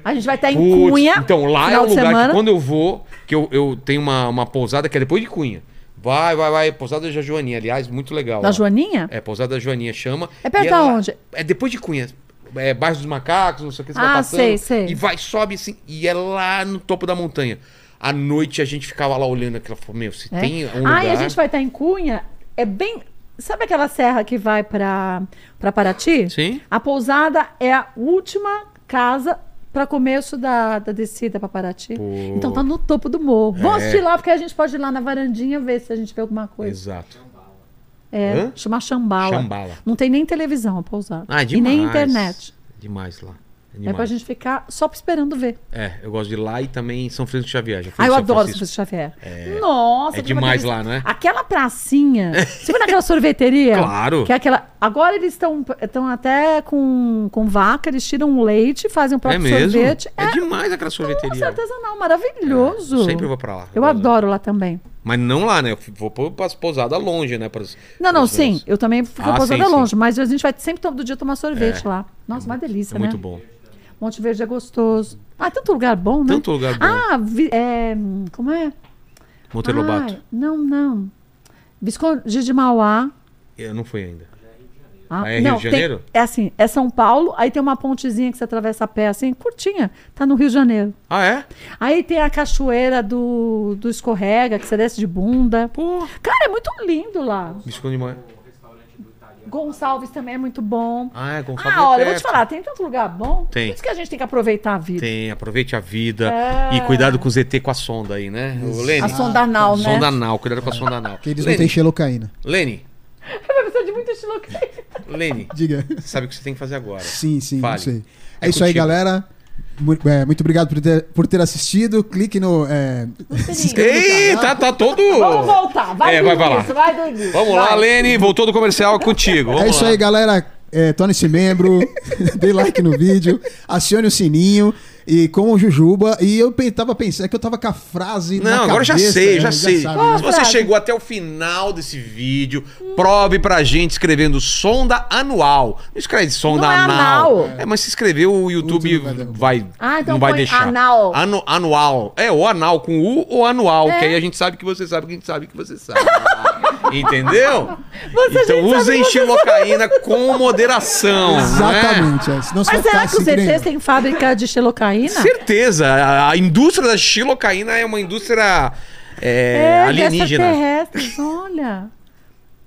Speaker 3: A gente vai estar Tá em
Speaker 1: Putz,
Speaker 3: Cunha.
Speaker 1: Então, lá é
Speaker 3: final
Speaker 1: o
Speaker 3: de
Speaker 1: lugar
Speaker 3: semana.
Speaker 1: que quando eu vou, que eu, eu tenho uma, uma pousada que é depois de Cunha. Vai, vai, vai. Pousada da Joaninha, aliás, muito legal.
Speaker 3: Da
Speaker 1: lá.
Speaker 3: Joaninha?
Speaker 1: É, Pousada da Joaninha chama.
Speaker 3: É perto
Speaker 1: E
Speaker 3: da
Speaker 1: lá-
Speaker 3: onde?
Speaker 1: É depois de Cunha. É Bairro dos Macacos, não sei o que, você vai
Speaker 3: Ah,
Speaker 1: passando.
Speaker 3: sei, sei.
Speaker 1: E vai, sobe assim, e é lá no topo da montanha. À noite a gente ficava lá olhando aquilo, falou, meu, se
Speaker 3: É.
Speaker 1: tem um lugar...
Speaker 3: Ah, e a gente vai estar em Cunha. É bem. Sabe aquela serra que vai pra, pra Paraty?
Speaker 1: Sim.
Speaker 3: A pousada é a última casa pra começo da, da descida pra Paraty. Então tá no topo do morro.
Speaker 1: É.
Speaker 3: Vamos assistir lá, porque a gente pode ir lá na varandinha ver se a gente vê alguma coisa.
Speaker 1: Exato.
Speaker 3: É,
Speaker 1: Hã?
Speaker 3: chama Xambala.
Speaker 1: Chambala.
Speaker 3: Não tem nem televisão a pousada.
Speaker 1: Ah, é
Speaker 3: e
Speaker 1: demais.
Speaker 3: nem internet.
Speaker 1: Demais lá. É,
Speaker 3: É pra
Speaker 1: demais.
Speaker 3: gente ficar só esperando ver.
Speaker 1: É, eu gosto de ir lá e também em São Francisco Xavier. Já fui em
Speaker 3: Ah, eu
Speaker 1: São
Speaker 3: adoro São
Speaker 1: Francisco.
Speaker 3: Francisco Xavier. Nossa,
Speaker 1: É
Speaker 3: tem uma
Speaker 1: demais
Speaker 3: delícia.
Speaker 1: lá, né?
Speaker 3: Aquela pracinha. Você foi naquela sorveteria?
Speaker 1: Claro.
Speaker 3: Que é aquela. Agora eles estão estão até com, com vaca, eles tiram o leite, fazem
Speaker 1: É
Speaker 3: o próprio
Speaker 1: mesmo?
Speaker 3: sorvete. Ah,
Speaker 1: É, demais aquela sorveteria.
Speaker 3: Nossa, tá artesanal, maravilhoso.
Speaker 1: É, sempre vou pra lá.
Speaker 3: Eu adoro lá também.
Speaker 1: Mas não lá, né? Eu vou pôr as pousadas longe, né? Pras,
Speaker 3: Não, não,
Speaker 1: pras
Speaker 3: sim.
Speaker 1: minhas-
Speaker 3: Eu também fico
Speaker 1: Ah,
Speaker 3: posada
Speaker 1: sim,
Speaker 3: longe, mas a gente vai sempre todo dia tomar sorvete lá. Nossa, uma delícia,
Speaker 1: É
Speaker 3: né?
Speaker 1: muito bom.
Speaker 3: Monte Verde é gostoso. Ah, tanto lugar bom, né?
Speaker 1: Tanto lugar bom.
Speaker 3: Ah, vi- é, hum, como é?
Speaker 1: Monteiro
Speaker 3: Ai,
Speaker 1: Lobato.
Speaker 3: não, não. Visconde de Mauá.
Speaker 1: Eu não fui ainda.
Speaker 3: Ah,
Speaker 1: Ah, é Rio de
Speaker 3: tem-
Speaker 1: Janeiro?
Speaker 3: é assim, é São Paulo, aí tem uma pontezinha que você atravessa a pé assim, curtinha, tá no Rio de Janeiro.
Speaker 1: Ah, é?
Speaker 3: Aí tem a cachoeira do, do escorrega, que você desce de bunda. Cara, é muito lindo lá.
Speaker 1: Visconde de Moé.
Speaker 3: Gonçalves também é muito bom.
Speaker 1: Ah, é Gonçalves.
Speaker 3: Ah, olha, eu
Speaker 1: é
Speaker 3: vou te
Speaker 1: perto.
Speaker 3: falar, tem tanto lugar bom.
Speaker 1: Tem.
Speaker 3: Por isso que a gente tem que aproveitar a vida.
Speaker 1: Tem, aproveite a vida.
Speaker 3: É.
Speaker 1: E cuidado com o ZT com a sonda aí, né? O Lene.
Speaker 3: A sonda anal, né?
Speaker 1: Sonda anal, cuidado com a sonda anal.
Speaker 5: Que eles
Speaker 1: Lene,
Speaker 5: não têm xelocaína.
Speaker 1: Lene,
Speaker 3: Vai precisar de muito estilo.
Speaker 1: Lene,
Speaker 5: Diga.
Speaker 1: sabe o que você tem que fazer agora.
Speaker 5: Sim, sim,
Speaker 1: Fale.
Speaker 5: não sei. É,
Speaker 1: É
Speaker 5: isso aí,
Speaker 1: contigo.
Speaker 5: galera. Mu- é, muito obrigado por ter, por ter assistido. Clique no. é, se inscreva no
Speaker 1: Ei,
Speaker 5: canal.
Speaker 1: tá, tá todo...
Speaker 3: Vamos voltar. Vai,
Speaker 1: É,
Speaker 3: do
Speaker 1: vai, vai lá.
Speaker 3: início, vai do início.
Speaker 1: Vamos lá,
Speaker 3: vai.
Speaker 1: Lene, voltou do comercial é contigo.
Speaker 5: É
Speaker 1: Vamos
Speaker 5: isso
Speaker 1: lá.
Speaker 5: aí, galera. É, Torne-se membro, dê like no vídeo, acione o sininho e com o Jujuba. E eu pe- tava pensando, é que eu tava com a frase. na
Speaker 1: Não, agora eu já
Speaker 5: cabeça,
Speaker 1: sei,
Speaker 5: né?
Speaker 1: já, sei.
Speaker 5: sabe,
Speaker 3: Ah,
Speaker 5: né?
Speaker 1: Se você
Speaker 3: frase.
Speaker 1: chegou até o final desse vídeo, prove pra gente escrevendo sonda anual. Não escreve sonda
Speaker 3: Não é
Speaker 1: anal.
Speaker 3: anal.
Speaker 1: É, mas se escrever, o YouTube
Speaker 5: vai derrubar.
Speaker 1: vai.
Speaker 3: Ah, então
Speaker 1: não vai
Speaker 3: põe
Speaker 1: deixar.
Speaker 3: anal.
Speaker 1: Anu- anual. É, ou anal com U ou anual.
Speaker 3: É.
Speaker 1: Que aí a gente sabe que você sabe que a gente sabe que você sabe. Entendeu?
Speaker 3: Você,
Speaker 1: então
Speaker 3: a gente sabe
Speaker 1: usem
Speaker 3: que você
Speaker 1: xilocaína com moderação. não é?
Speaker 5: Exatamente. É. Senão você vai
Speaker 3: Mas será
Speaker 5: ficar
Speaker 3: que os
Speaker 5: assim nem
Speaker 3: ETs
Speaker 5: eu.
Speaker 3: têm fábrica de xelocaína?
Speaker 1: Certeza. A, a indústria da xilocaína é uma indústria é, alienígena.
Speaker 3: extraterrestres, olha.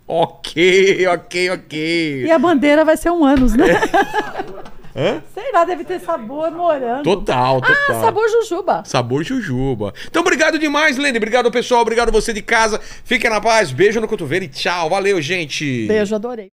Speaker 1: Ok, ok, ok.
Speaker 3: E a bandeira vai ser um ânus, né?
Speaker 1: É.
Speaker 3: Sei lá, deve ter sabor morango.
Speaker 1: Total, total.
Speaker 3: Ah, sabor jujuba.
Speaker 1: Sabor jujuba. Então, obrigado demais, Lene. Obrigado, pessoal. Obrigado você de casa. Fica na paz. Beijo no cotovelo e tchau. Valeu, gente.
Speaker 3: Beijo, adorei.